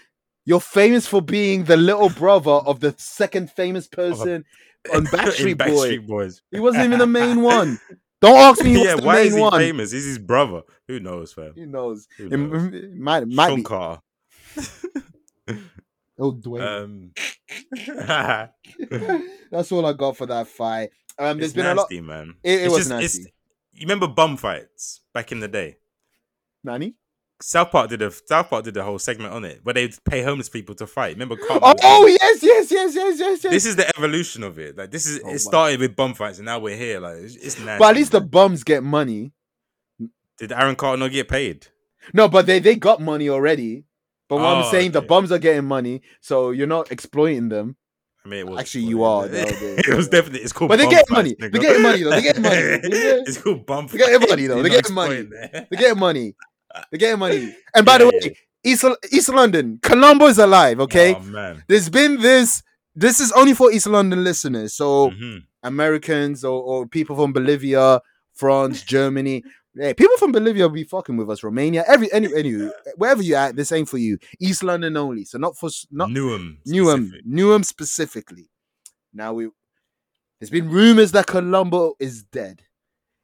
Speaker 2: You're famous for being the little brother of the second famous person on
Speaker 3: In
Speaker 2: Backstreet Boy.
Speaker 3: Backstreet Boys.
Speaker 2: He wasn't even the main one. Don't ask me. He
Speaker 3: yeah,
Speaker 2: was the
Speaker 3: why
Speaker 2: main
Speaker 3: is he
Speaker 2: one.
Speaker 3: famous? He's his brother. Who knows, fam?
Speaker 2: Who knows?
Speaker 3: Who
Speaker 2: It,
Speaker 3: knows?
Speaker 2: m- it might, it might
Speaker 3: Sean
Speaker 2: be.
Speaker 3: Carter.
Speaker 2: Oh, Dwayne.
Speaker 3: Um,
Speaker 2: That's all I got for that fight. Um, there's
Speaker 3: it's
Speaker 2: been
Speaker 3: nasty, man.
Speaker 2: It- it was nasty.
Speaker 3: you remember bum fights back in the day?
Speaker 2: a lot. Nani?
Speaker 3: South Park did a South Park did a whole segment on it where they'd pay homeless people to fight. Remember?
Speaker 2: Oh, oh, yes, yes, yes, yes, yes, yes.
Speaker 3: This is the evolution of it. Like this is
Speaker 2: Oh, my-
Speaker 3: it started with bum fights and now we're here. Like it's, it's nasty.
Speaker 2: but at least the
Speaker 3: man.
Speaker 2: bums get money.
Speaker 3: did Aaron Carter not get paid?
Speaker 2: No, but they they got money already. But what I'm
Speaker 3: Oh,
Speaker 2: saying, the
Speaker 3: okay.
Speaker 2: bums are getting money, so you're not exploiting them.
Speaker 3: I mean, it was
Speaker 2: Actually, you are, though,
Speaker 3: it was
Speaker 2: yeah.
Speaker 3: definitely. It's called.
Speaker 2: But they
Speaker 3: bum
Speaker 2: get
Speaker 3: fights,
Speaker 2: money. They
Speaker 3: nigga.
Speaker 2: get money, though. They get money. Nigga.
Speaker 3: it's called bum.
Speaker 2: They get
Speaker 3: fights.
Speaker 2: money, though.
Speaker 3: You're
Speaker 2: They
Speaker 3: not
Speaker 2: get money.
Speaker 3: exploiting that.
Speaker 2: They're getting money. They're getting money. And by
Speaker 3: Yeah,
Speaker 2: the way,
Speaker 3: yeah.
Speaker 2: East East London, Colombo is alive. Okay,
Speaker 3: Oh man.
Speaker 2: there's been this. This is only for East London listeners. So.
Speaker 3: Mhm.
Speaker 2: Americans or, or people from Bolivia, France, Germany. Hey, people from Bolivia will be fucking with us. Romania, every any, any wherever you at, this ain't for you. East London only, so not for s- not
Speaker 3: Newham.
Speaker 2: Newham,
Speaker 3: specific.
Speaker 2: Newham specifically. Now we, there's been rumors that Colombo is dead.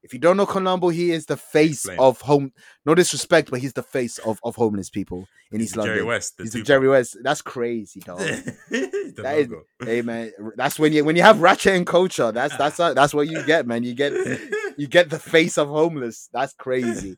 Speaker 2: If you don't know Colombo, he is the face
Speaker 3: Explain.
Speaker 2: of home. No disrespect, but he's the face of, of homeless people in
Speaker 3: He's
Speaker 2: East
Speaker 3: the
Speaker 2: London.
Speaker 3: Jerry West. The
Speaker 2: he's the
Speaker 3: Tupac.
Speaker 2: Jerry West. That's crazy, dog.
Speaker 3: The
Speaker 2: That is-
Speaker 3: logo.
Speaker 2: hey man, that's when you when you have ratchet and culture. That's that's that's what you get, man. You get you get the face of homeless. That's crazy.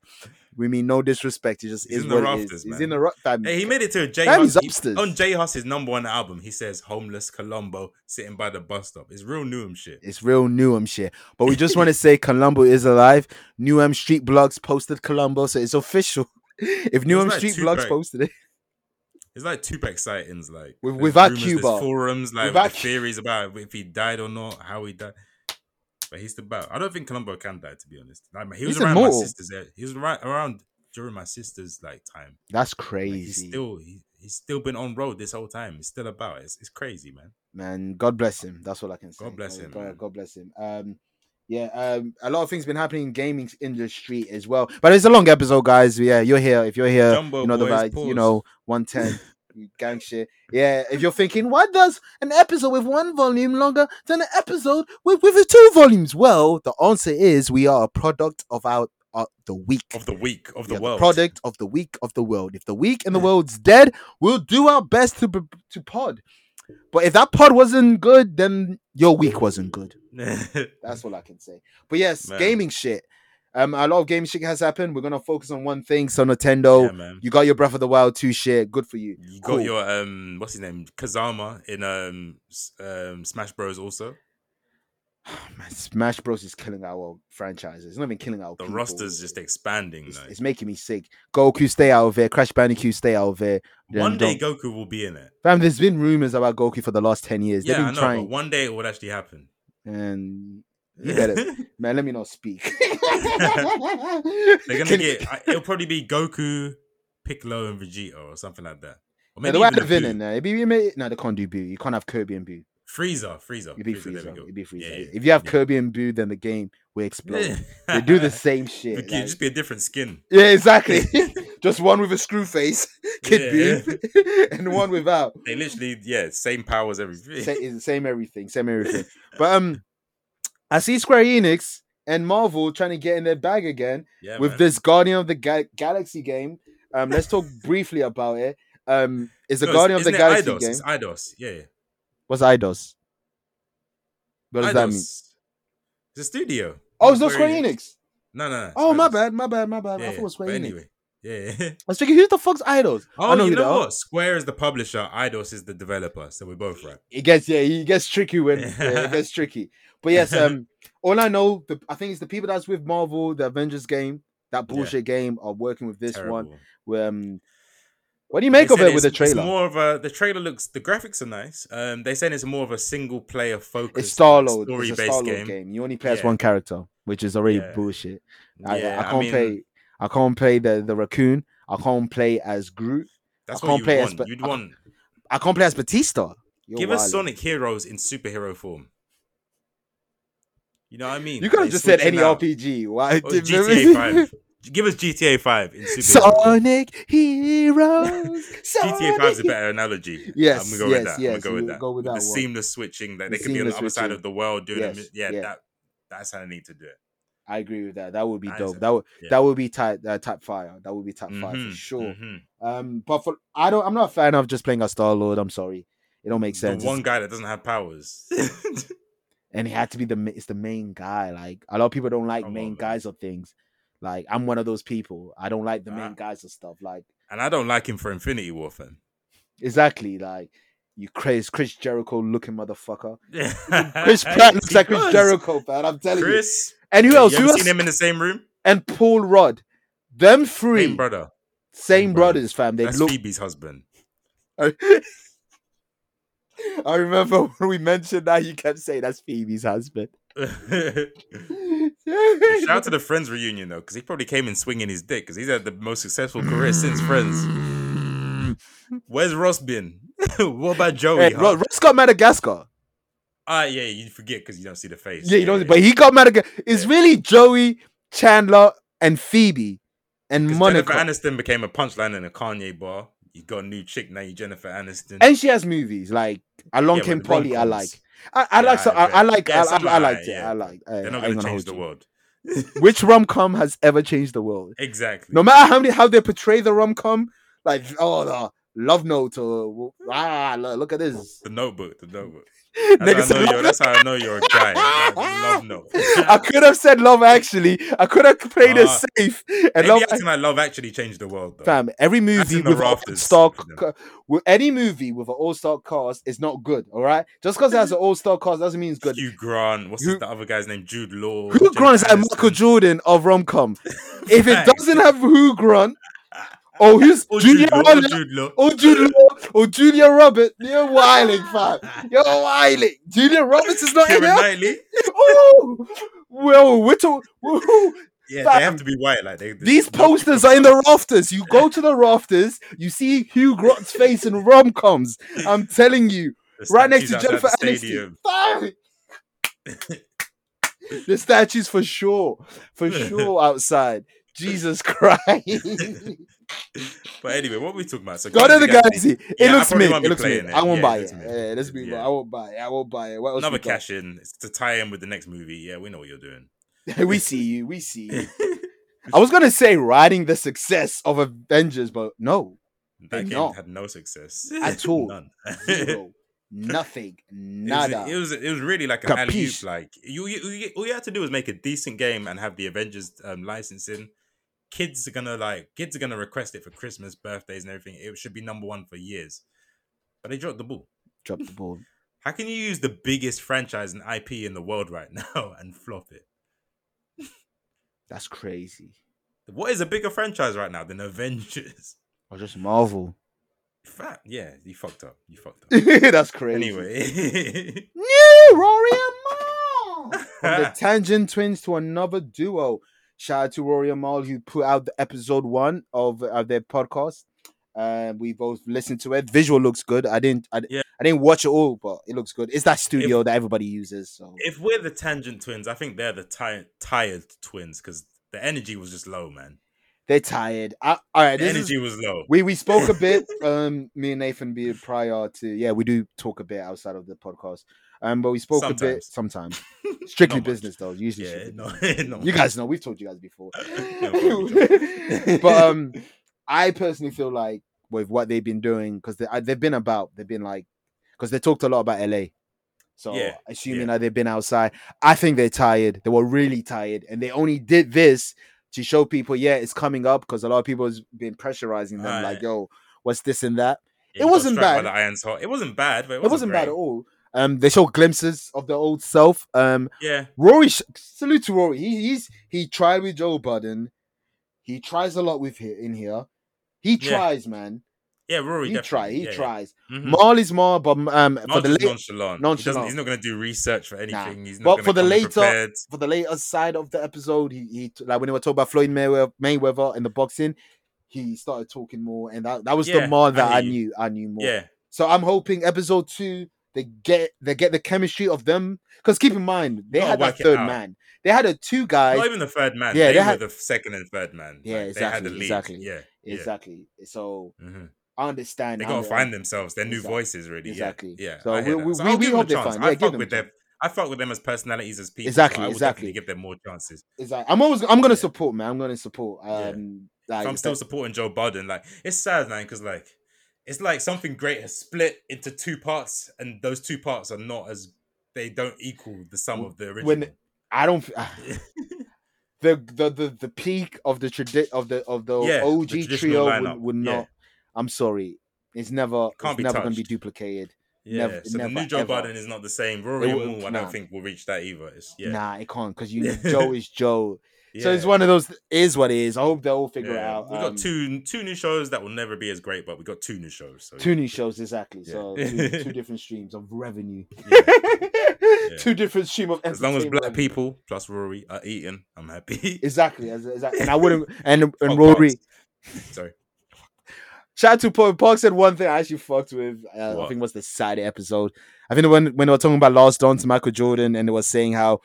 Speaker 2: We mean no disrespect. It just
Speaker 3: He's
Speaker 2: is
Speaker 3: in the
Speaker 2: what it
Speaker 3: rafters,
Speaker 2: is. He's
Speaker 3: man.
Speaker 2: in the rock family.
Speaker 3: Hey, he made it to a J
Speaker 2: Fam,
Speaker 3: Huss.
Speaker 2: he's
Speaker 3: he-
Speaker 2: upstairs.
Speaker 3: On J Huss's number one album, he says homeless Colombo sitting by the bus stop. It's real Newham shit.
Speaker 2: It's real Newham shit. But we just want to say Colombo is alive. Newham Street Blogs posted Colombo, so it's official. If Newham
Speaker 3: like
Speaker 2: Street
Speaker 3: two
Speaker 2: Blogs
Speaker 3: great-
Speaker 2: posted it,
Speaker 3: It's like Tupac sightings, like
Speaker 2: With-
Speaker 3: there's
Speaker 2: without
Speaker 3: rumors,
Speaker 2: Cuba.
Speaker 3: there's forums, like
Speaker 2: Without
Speaker 3: with the
Speaker 2: Cu-
Speaker 3: theories about if he died or not, how he died. But he's the bow. I don't think Colombo can die, to be honest. Like, he was
Speaker 2: He's
Speaker 3: around
Speaker 2: immortal.
Speaker 3: my sister's. era- He was right around during my sister's like time.
Speaker 2: That's
Speaker 3: Like,
Speaker 2: crazy,
Speaker 3: he's still he, he's still been on road this whole time. He's still about. It's, it's crazy, man.
Speaker 2: man. God bless him. That's all I can say.
Speaker 3: God bless
Speaker 2: Like,
Speaker 3: him,
Speaker 2: God,
Speaker 3: man.
Speaker 2: God bless him. Um, yeah. Um, a lot of things been happening in gaming industry as well. But it's a long episode, guys. Yeah, you're here. If you're here,
Speaker 3: Jumbo
Speaker 2: you know
Speaker 3: boys,
Speaker 2: the vibe. You
Speaker 3: pause.
Speaker 2: know, one ten. Gang shit. Yeah, if you're thinking, why does an episode with one volume longer than an episode with, with two volumes? Well, the answer is we are a product of our uh, the week.
Speaker 3: Of the week, of the
Speaker 2: We are
Speaker 3: world.
Speaker 2: product of the week of the world. If the week and the world's dead, we'll do our best to p- to pod. But if that pod wasn't good, then your week wasn't good. That's all I can say. But yes,
Speaker 3: Man.
Speaker 2: gaming shit. Um, a lot of gaming shit has happened. We're gonna focus on one thing. So
Speaker 3: yeah,
Speaker 2: Nintendo,
Speaker 3: man.
Speaker 2: you got your Breath of the Wild two shit. Good for you.
Speaker 3: You
Speaker 2: Cool.
Speaker 3: got your um, what's his name, Kazama in um, S- um Smash Bros. Also,
Speaker 2: Man, Smash Bros is killing our franchises. It's not even killing our.
Speaker 3: the
Speaker 2: people.
Speaker 3: roster's just expanding.
Speaker 2: It's,
Speaker 3: like.
Speaker 2: it's making me sick. Goku, stay out of it. Crash Bandicoot, stay out of it. Then
Speaker 3: One day
Speaker 2: don't-
Speaker 3: Goku will be in it.
Speaker 2: Fam, there's been rumors about Goku for the last ten years.
Speaker 3: Yeah,
Speaker 2: They've
Speaker 3: I
Speaker 2: been
Speaker 3: know,
Speaker 2: trying.
Speaker 3: but one day it will actually happen.
Speaker 2: and you better man let me not speak
Speaker 3: They're gonna
Speaker 2: Can-
Speaker 3: get. I- It'll probably be Goku, Piccolo, and Vegeta, or something like that. Or
Speaker 2: no,
Speaker 3: maybe
Speaker 2: they won't
Speaker 3: even a
Speaker 2: have Vin
Speaker 3: Buu.
Speaker 2: in there. It'd be, it'd be- no, they can't do Boo. You can't have Kirby and Boo.
Speaker 3: Freezer, Freezer,
Speaker 2: It'd be
Speaker 3: Freezer,
Speaker 2: Freezer.
Speaker 3: there we go.
Speaker 2: It'd be Freezer.
Speaker 3: Yeah, yeah,
Speaker 2: If you have
Speaker 3: yeah.
Speaker 2: Kirby and Boo, then the game will explode.
Speaker 3: Yeah.
Speaker 2: they do the same
Speaker 3: It
Speaker 2: shit.
Speaker 3: could
Speaker 2: like-
Speaker 3: just be a different skin.
Speaker 2: yeah, exactly. Just one with a screw face, Kid
Speaker 3: Yeah.
Speaker 2: Boo, and one without.
Speaker 3: They literally, yeah, same powers everything.
Speaker 2: Sa- is- same everything, same everything. But um, I see Square Enix and Marvel trying to get in their bag again.
Speaker 3: yeah,
Speaker 2: with
Speaker 3: man.
Speaker 2: this Guardian of the Ga- Galaxy game. Um, let's talk briefly about it. Um, it's a
Speaker 3: No, it's-
Speaker 2: Guardian of the
Speaker 3: isn't it
Speaker 2: Galaxy
Speaker 3: Eidos?
Speaker 2: game.
Speaker 3: It's Eidos. Yeah, yeah.
Speaker 2: What's IDOS? What does that mean?
Speaker 3: Eidos. It's a studio.
Speaker 2: Oh, it's not Square Enix.
Speaker 3: No, no. no, it's
Speaker 2: Oh, my
Speaker 3: Eidos.
Speaker 2: bad, my bad, my bad.
Speaker 3: Yeah,
Speaker 2: I thought it was Square
Speaker 3: but
Speaker 2: Enix.
Speaker 3: Anyway, yeah. yeah.
Speaker 2: I was thinking, who the fuck's IDOS?
Speaker 3: Oh,
Speaker 2: I know
Speaker 3: you
Speaker 2: who they
Speaker 3: know
Speaker 2: are.
Speaker 3: what? Square is the publisher. Eidos is the developer. So we're both right.
Speaker 2: It gets yeah, it gets tricky when yeah, it gets tricky. But yes, um, all I know, the, I think it's the people that's with Marvel, the Avengers game, that
Speaker 3: Yeah.
Speaker 2: bullshit game, are working with this one.
Speaker 3: Terrible.
Speaker 2: Where, Um, what do you
Speaker 3: They
Speaker 2: make of
Speaker 3: said
Speaker 2: it with the
Speaker 3: it's-
Speaker 2: trailer?
Speaker 3: It's more of a the trailer looks the graphics are nice. Um, they said it's more of a single player focused,
Speaker 2: It's Star Lord.
Speaker 3: story
Speaker 2: It's a Star
Speaker 3: based
Speaker 2: Lord
Speaker 3: game.
Speaker 2: game. You only play as
Speaker 3: Yeah.
Speaker 2: one character, which is already
Speaker 3: Yeah.
Speaker 2: bullshit. I, I-
Speaker 3: Yeah,
Speaker 2: I
Speaker 3: I
Speaker 2: can't
Speaker 3: mean-
Speaker 2: play. I can't play the the raccoon. I can't play as Groot.
Speaker 3: That's
Speaker 2: I
Speaker 3: what
Speaker 2: can't
Speaker 3: you
Speaker 2: play as
Speaker 3: want.
Speaker 2: Sp-
Speaker 3: You'd
Speaker 2: I-
Speaker 3: want
Speaker 2: I can't play as Batista. You're
Speaker 3: give us
Speaker 2: wildin'.
Speaker 3: Sonic heroes in superhero form. You know what I mean?
Speaker 2: You could have
Speaker 3: They
Speaker 2: just said
Speaker 3: switching
Speaker 2: any
Speaker 3: Oh, out.
Speaker 2: RPG. Why?
Speaker 3: Or GTA Five. Give us GTA Five in superhero. form.
Speaker 2: Sonic Heroes.
Speaker 3: GTA Five is a
Speaker 2: Sonic-
Speaker 3: better analogy.
Speaker 2: Yes,
Speaker 3: I'm gonna go
Speaker 2: yes,
Speaker 3: with that.
Speaker 2: yes,
Speaker 3: I'm gonna go
Speaker 2: we'll
Speaker 3: with that.
Speaker 2: go with
Speaker 3: the
Speaker 2: that one.
Speaker 3: seamless switching that
Speaker 2: The
Speaker 3: they could be on the
Speaker 2: seamless
Speaker 3: other side
Speaker 2: switching.
Speaker 3: of the world doing. a
Speaker 2: Yes,
Speaker 3: mi- yeah,
Speaker 2: yeah.
Speaker 3: that that's how they need to do it.
Speaker 2: I agree with that. That would be
Speaker 3: That is
Speaker 2: dope.
Speaker 3: a-
Speaker 2: That would
Speaker 3: yeah.
Speaker 2: that would be type uh, type fire. That would be type fire for
Speaker 3: Mhm,
Speaker 2: sure.
Speaker 3: mhm.
Speaker 2: Um, but for I don't. I'm not a fan of just playing as Star Lord. I'm sorry. It don't make
Speaker 3: The
Speaker 2: sense. It's-
Speaker 3: one guy that doesn't have powers.
Speaker 2: and it had to be the ma- it's the main guy. Like a lot of people don't like
Speaker 3: Come on,
Speaker 2: main
Speaker 3: man.
Speaker 2: guys of things. Like I'm one of those people. I don't like the main
Speaker 3: Ah.
Speaker 2: guys of stuff. Like
Speaker 3: And I don't like him for Infinity War fan.
Speaker 2: exactly like you crazy Chris Jericho looking motherfucker. Chris
Speaker 3: Chris
Speaker 2: Pratt looks like Chris Jericho, man. I'm telling you.
Speaker 3: uh, Chris.
Speaker 2: And who
Speaker 3: You
Speaker 2: else?
Speaker 3: ever
Speaker 2: Who else?
Speaker 3: seen him in the same room?
Speaker 2: And Paul Rudd. Them three
Speaker 3: Same
Speaker 2: same,
Speaker 3: brother. same brother.
Speaker 2: brothers, fam. They
Speaker 3: That's
Speaker 2: look.
Speaker 3: Phoebe's husband.
Speaker 2: I remember when we mentioned that you kept saying that's Phoebe's husband.
Speaker 3: Shout out to the Friends reunion though, because he probably came in swinging his dick, because he's had the most successful career since Friends. Where's Ross been? what about Joey?
Speaker 2: Mm. Hey,
Speaker 3: huh?
Speaker 2: Ro- Ross got Madagascar.
Speaker 3: ah, yeah, you forget because you don't see the face.
Speaker 2: Yeah, you know, but he got Madagascar. It's
Speaker 3: Yeah.
Speaker 2: really Joey, Chandler, and Phoebe, and
Speaker 3: 'Cause
Speaker 2: Monica,
Speaker 3: Jennifer Aniston became a punchline in a Kanye bar. You got a new chick now. You Jennifer Aniston.
Speaker 2: and she has movies like Along
Speaker 3: Yeah,
Speaker 2: Came
Speaker 3: but
Speaker 2: Polly. I like. I,
Speaker 3: rom-coms.
Speaker 2: I like.
Speaker 3: Yeah,
Speaker 2: So, I, I
Speaker 3: okay.
Speaker 2: like.
Speaker 3: Yeah,
Speaker 2: I,
Speaker 3: some
Speaker 2: I, I
Speaker 3: are,
Speaker 2: liked it.
Speaker 3: yeah,
Speaker 2: I like. uh, I,
Speaker 3: They're not
Speaker 2: I ain't
Speaker 3: going to
Speaker 2: gonna
Speaker 3: change
Speaker 2: hold
Speaker 3: the
Speaker 2: you.
Speaker 3: world.
Speaker 2: Which rom com has ever changed the world?
Speaker 3: Exactly.
Speaker 2: No matter how many how they portray the rom com, like oh the love note or ah look, look at this.
Speaker 3: The notebook, the notebook.
Speaker 2: Nigga
Speaker 3: That's,
Speaker 2: said,
Speaker 3: how I,
Speaker 2: "Love
Speaker 3: know you're, that's how I know you're a guy. Like, love note.
Speaker 2: I could have said love actually. I could have played it
Speaker 3: Ah.
Speaker 2: safe. And
Speaker 3: Maybe
Speaker 2: love,
Speaker 3: acting like love actually changed the world, though.
Speaker 2: fam, every
Speaker 3: That's
Speaker 2: movie
Speaker 3: in the
Speaker 2: with an all
Speaker 3: rafters
Speaker 2: star
Speaker 3: for them.
Speaker 2: with any movie with an all star cast is not good. All right, just because it has an all star cast doesn't mean it's good.
Speaker 3: Hugh Grant. What's
Speaker 2: Hugh-
Speaker 3: the other guy's name? Jude Law.
Speaker 2: Hugh
Speaker 3: Jennifer
Speaker 2: Grant is like Michael
Speaker 3: Aniston.
Speaker 2: Jordan of rom com. If it
Speaker 3: Facts.
Speaker 2: doesn't have Hugh Grant Oh, who's
Speaker 3: Or
Speaker 2: Junior
Speaker 3: Jude Law, or
Speaker 2: Roller?
Speaker 3: Jude Law.
Speaker 2: Oh, Julia, oh, Julia Roberts. You're wilding, fam. You're wilding. Julia Roberts is not in
Speaker 3: Keira
Speaker 2: here.
Speaker 3: Knightley.
Speaker 2: Oh, well, we're to, woo.
Speaker 3: Yeah,
Speaker 2: Fam.
Speaker 3: they have to be white. Like they,
Speaker 2: these posters are in the rafters. You go to the rafters, you see Hugh Grott's face in rom coms. I'm telling you,
Speaker 3: the
Speaker 2: right next to
Speaker 3: statues outside
Speaker 2: Jennifer
Speaker 3: the
Speaker 2: Aniston. Fam. the statues for sure, for sure outside. Jesus Christ.
Speaker 3: But anyway, what we talking about? So
Speaker 2: God of the
Speaker 3: Guardians of
Speaker 2: Galaxy. It
Speaker 3: Yeah, I
Speaker 2: looks
Speaker 3: probably
Speaker 2: mid. It
Speaker 3: won't be
Speaker 2: looks
Speaker 3: playing
Speaker 2: mid.
Speaker 3: it.
Speaker 2: I won't
Speaker 3: Yeah,
Speaker 2: buy
Speaker 3: it
Speaker 2: it.
Speaker 3: looks mid.
Speaker 2: Yeah, let's be real.
Speaker 3: Yeah.
Speaker 2: I won't buy it. I won't buy it. What else?
Speaker 3: Another
Speaker 2: we got?
Speaker 3: cash in It's to tie in with the next movie. Yeah, we know what you're doing.
Speaker 2: we see you. We see you. I was gonna say riding the success of Avengers, but no,
Speaker 3: That game
Speaker 2: not.
Speaker 3: had no success
Speaker 2: At all.
Speaker 3: None.
Speaker 2: zero, nothing,
Speaker 3: It was,
Speaker 2: nada.
Speaker 3: it was it was really like an
Speaker 2: Capiche.
Speaker 3: alley oop. Like you, you, you- all you had to do was make a decent game and have the Avengers um, licensing. Kids are gonna like kids are gonna request it for Christmas, birthdays, and everything. It should be number one for years, but they dropped the ball.
Speaker 2: Drop the ball.
Speaker 3: How can you use the biggest franchise and IP in the world right now and flop it?
Speaker 2: That's crazy.
Speaker 3: What is a bigger franchise right now than Avengers?
Speaker 2: Or just Marvel.
Speaker 3: Fact, yeah, you fucked up. You fucked up.
Speaker 2: That's crazy.
Speaker 3: anyway,
Speaker 2: New Rory and Marl. From the Tangent Twins to another duo. Shout out to Rory and Marl who put out the episode one of, of their podcast. Uh, we both listened to it. Visual looks good. I didn't. I,
Speaker 3: Yeah.
Speaker 2: I didn't watch it all, but it looks good. It's that studio that everybody uses. So
Speaker 3: if we're the tangent twins, I think they're the ti- tired twins because the energy was just low, man.
Speaker 2: they're tired. I, all right,
Speaker 3: The
Speaker 2: this is-
Speaker 3: energy was low.
Speaker 2: we we spoke a bit. Um, me and Nathan be prior to yeah, we do talk a bit outside of the podcast. Um, but we spoke a bit
Speaker 3: Sometimes.
Speaker 2: sometimes. Strictly
Speaker 3: Not much.
Speaker 2: business though. Usually,
Speaker 3: yeah,
Speaker 2: strictly
Speaker 3: no, no.
Speaker 2: You guys know we've told you guys before.
Speaker 3: Yeah, probably.
Speaker 2: but um, I personally feel like with what they've been doing because they, I- they've been about they've been like because they talked a lot about LA. So
Speaker 3: Yeah,
Speaker 2: assuming
Speaker 3: yeah.
Speaker 2: that they've been outside, I think they're tired. They were really tired, and they only did this to show people, yeah, it's coming up because a lot of people has been pressurizing them,
Speaker 3: Right.
Speaker 2: like, yo, what's this and that.
Speaker 3: Yeah, you got
Speaker 2: wasn't
Speaker 3: struck by
Speaker 2: bad.
Speaker 3: the iron's hot. It wasn't bad, but it
Speaker 2: It
Speaker 3: wasn't,
Speaker 2: wasn't bad
Speaker 3: great.
Speaker 2: at all. Um, they show glimpses of their old self. Um,
Speaker 3: Yeah,
Speaker 2: Rory, sh- salute to Rory. He, he's he tried with Joe Budden. He tries a lot with here in here. He
Speaker 3: Yeah.
Speaker 2: tries, man.
Speaker 3: yeah, Rory.
Speaker 2: he try. He tries.
Speaker 3: Mm-hmm.
Speaker 2: Marl is Marl, but um, for the late,
Speaker 3: nonchalant. He doesn't-
Speaker 2: nonchalant.
Speaker 3: he's not going to do research for anything. He's not
Speaker 2: But
Speaker 3: gonna
Speaker 2: for the
Speaker 3: come in
Speaker 2: later-
Speaker 3: prepared.
Speaker 2: for the later side of the episode, he, he t- like when they were talking about Floyd Mayweather, Mayweather and the boxing, he started talking more, and that, that was the
Speaker 3: Yeah,
Speaker 2: Marl
Speaker 3: I
Speaker 2: that I,
Speaker 3: hear you.
Speaker 2: knew. I knew more.
Speaker 3: yeah,
Speaker 2: So I'm hoping episode two they get they get the chemistry of them. Because keep in mind they
Speaker 3: Gotta
Speaker 2: had that
Speaker 3: work it
Speaker 2: third
Speaker 3: out.
Speaker 2: man. They had a two guys.
Speaker 3: not even the third man.
Speaker 2: Yeah,
Speaker 3: Yeah, they,
Speaker 2: they
Speaker 3: were
Speaker 2: had-
Speaker 3: the second and third man.
Speaker 2: Yeah,
Speaker 3: Like, they had
Speaker 2: exactly,
Speaker 3: the lead.
Speaker 2: exactly,
Speaker 3: Yeah, yeah.
Speaker 2: Exactly. So
Speaker 3: Mhm.
Speaker 2: I understand.
Speaker 3: They
Speaker 2: I
Speaker 3: gotta
Speaker 2: under-
Speaker 3: find themselves, their new
Speaker 2: Exactly.
Speaker 3: voices, really.
Speaker 2: Exactly.
Speaker 3: Yeah. yeah
Speaker 2: So
Speaker 3: I hear
Speaker 2: we- we-
Speaker 3: that. I'll
Speaker 2: we-
Speaker 3: give
Speaker 2: we
Speaker 3: them a
Speaker 2: hope they
Speaker 3: chance.
Speaker 2: find-
Speaker 3: I
Speaker 2: yeah, give
Speaker 3: fuck
Speaker 2: them a
Speaker 3: with them. I fuck with them as personalities as people.
Speaker 2: Exactly,
Speaker 3: So I would
Speaker 2: exactly.
Speaker 3: definitely give them more chances.
Speaker 2: Exactly. I'm always. I'm gonna
Speaker 3: Yeah.
Speaker 2: support, man. I'm gonna support.
Speaker 3: Yeah.
Speaker 2: Um,
Speaker 3: If
Speaker 2: like,
Speaker 3: I'm still
Speaker 2: that-
Speaker 3: supporting Joe Biden. Like it's sad, man, because like it's like something great has split into two parts, and those two parts are not as they don't equal the sum of the original.
Speaker 2: When- I don't. the, the the the peak of the tradi- of the of the
Speaker 3: Yeah, the
Speaker 2: OG
Speaker 3: traditional
Speaker 2: trio
Speaker 3: lineup,
Speaker 2: would, would
Speaker 3: yeah.
Speaker 2: not. I'm sorry. It's never.
Speaker 3: Can't
Speaker 2: it's
Speaker 3: be
Speaker 2: never gonna be
Speaker 3: touched.
Speaker 2: duplicated.
Speaker 3: yeah,
Speaker 2: never-
Speaker 3: so the
Speaker 2: never,
Speaker 3: new Joe
Speaker 2: ever.
Speaker 3: Biden is not the same. Rory
Speaker 2: will-
Speaker 3: and Moore, I
Speaker 2: nah.
Speaker 3: don't think will reach that either. It's, yeah.
Speaker 2: Nah, it can't because you
Speaker 3: Yeah.
Speaker 2: Joe is Joe.
Speaker 3: yeah.
Speaker 2: So it's one of those. th- Is what it is. I hope they'll figure it
Speaker 3: Yeah.
Speaker 2: out.
Speaker 3: We got
Speaker 2: Um,
Speaker 3: two two new shows that will never be as great, but we got two new shows. So
Speaker 2: two new shows exactly.
Speaker 3: Yeah.
Speaker 2: So two, two different streams of revenue.
Speaker 3: Yeah.
Speaker 2: Two different stream of
Speaker 3: As long as
Speaker 2: entertainment
Speaker 3: black people plus Rory are eating, I'm happy.
Speaker 2: Exactly, as- exactly. And I wouldn't. And
Speaker 3: Oh,
Speaker 2: and Rory,
Speaker 3: Parks. Sorry.
Speaker 2: shout out to Paul Park said one thing I actually fucked with. Uh, I
Speaker 3: What?
Speaker 2: think it was the Saturday episode. I think when when they were talking about Last Dance, Michael Jordan, and they were saying how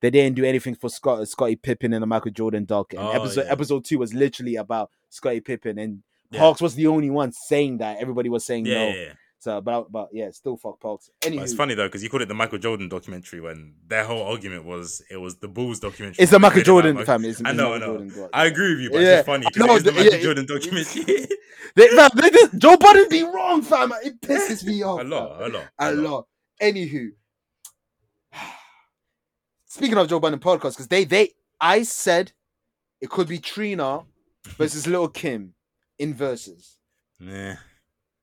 Speaker 2: they didn't do anything for Scott Scotty Pippen and the Michael Jordan doc. And
Speaker 3: Oh,
Speaker 2: episode
Speaker 3: yeah.
Speaker 2: episode two was literally about Scotty Pippen, and
Speaker 3: Yeah.
Speaker 2: Parks was the only one saying that. Everybody was saying
Speaker 3: Yeah,
Speaker 2: no.
Speaker 3: yeah, yeah.
Speaker 2: So, but I- but yeah, still fuck Parks.
Speaker 3: But
Speaker 2: Anyway,
Speaker 3: it's
Speaker 2: it's,
Speaker 3: funny though because you called it the Michael Jordan documentary when their whole argument was it was the Bulls documentary.
Speaker 2: the
Speaker 3: They
Speaker 2: Michael
Speaker 3: made it about
Speaker 2: Jordan
Speaker 3: Michael-
Speaker 2: family. It's,
Speaker 3: I
Speaker 2: it's
Speaker 3: know, I
Speaker 2: Michael
Speaker 3: know.
Speaker 2: Jordan doc.
Speaker 3: I agree with you, but
Speaker 2: Yeah,
Speaker 3: it's just funny
Speaker 2: I
Speaker 3: because
Speaker 2: know,
Speaker 3: it is the
Speaker 2: yeah,
Speaker 3: Michael
Speaker 2: it-
Speaker 3: Jordan documentary.
Speaker 2: They, man, they just, Joe Budden be wrong, fam. It pisses me off.
Speaker 3: a lot, a lot,
Speaker 2: fam. A lot. Anywho, speaking of Joe Budden podcast, because they they I said it could be Trina versus Little Kim in verses.
Speaker 3: Yeah.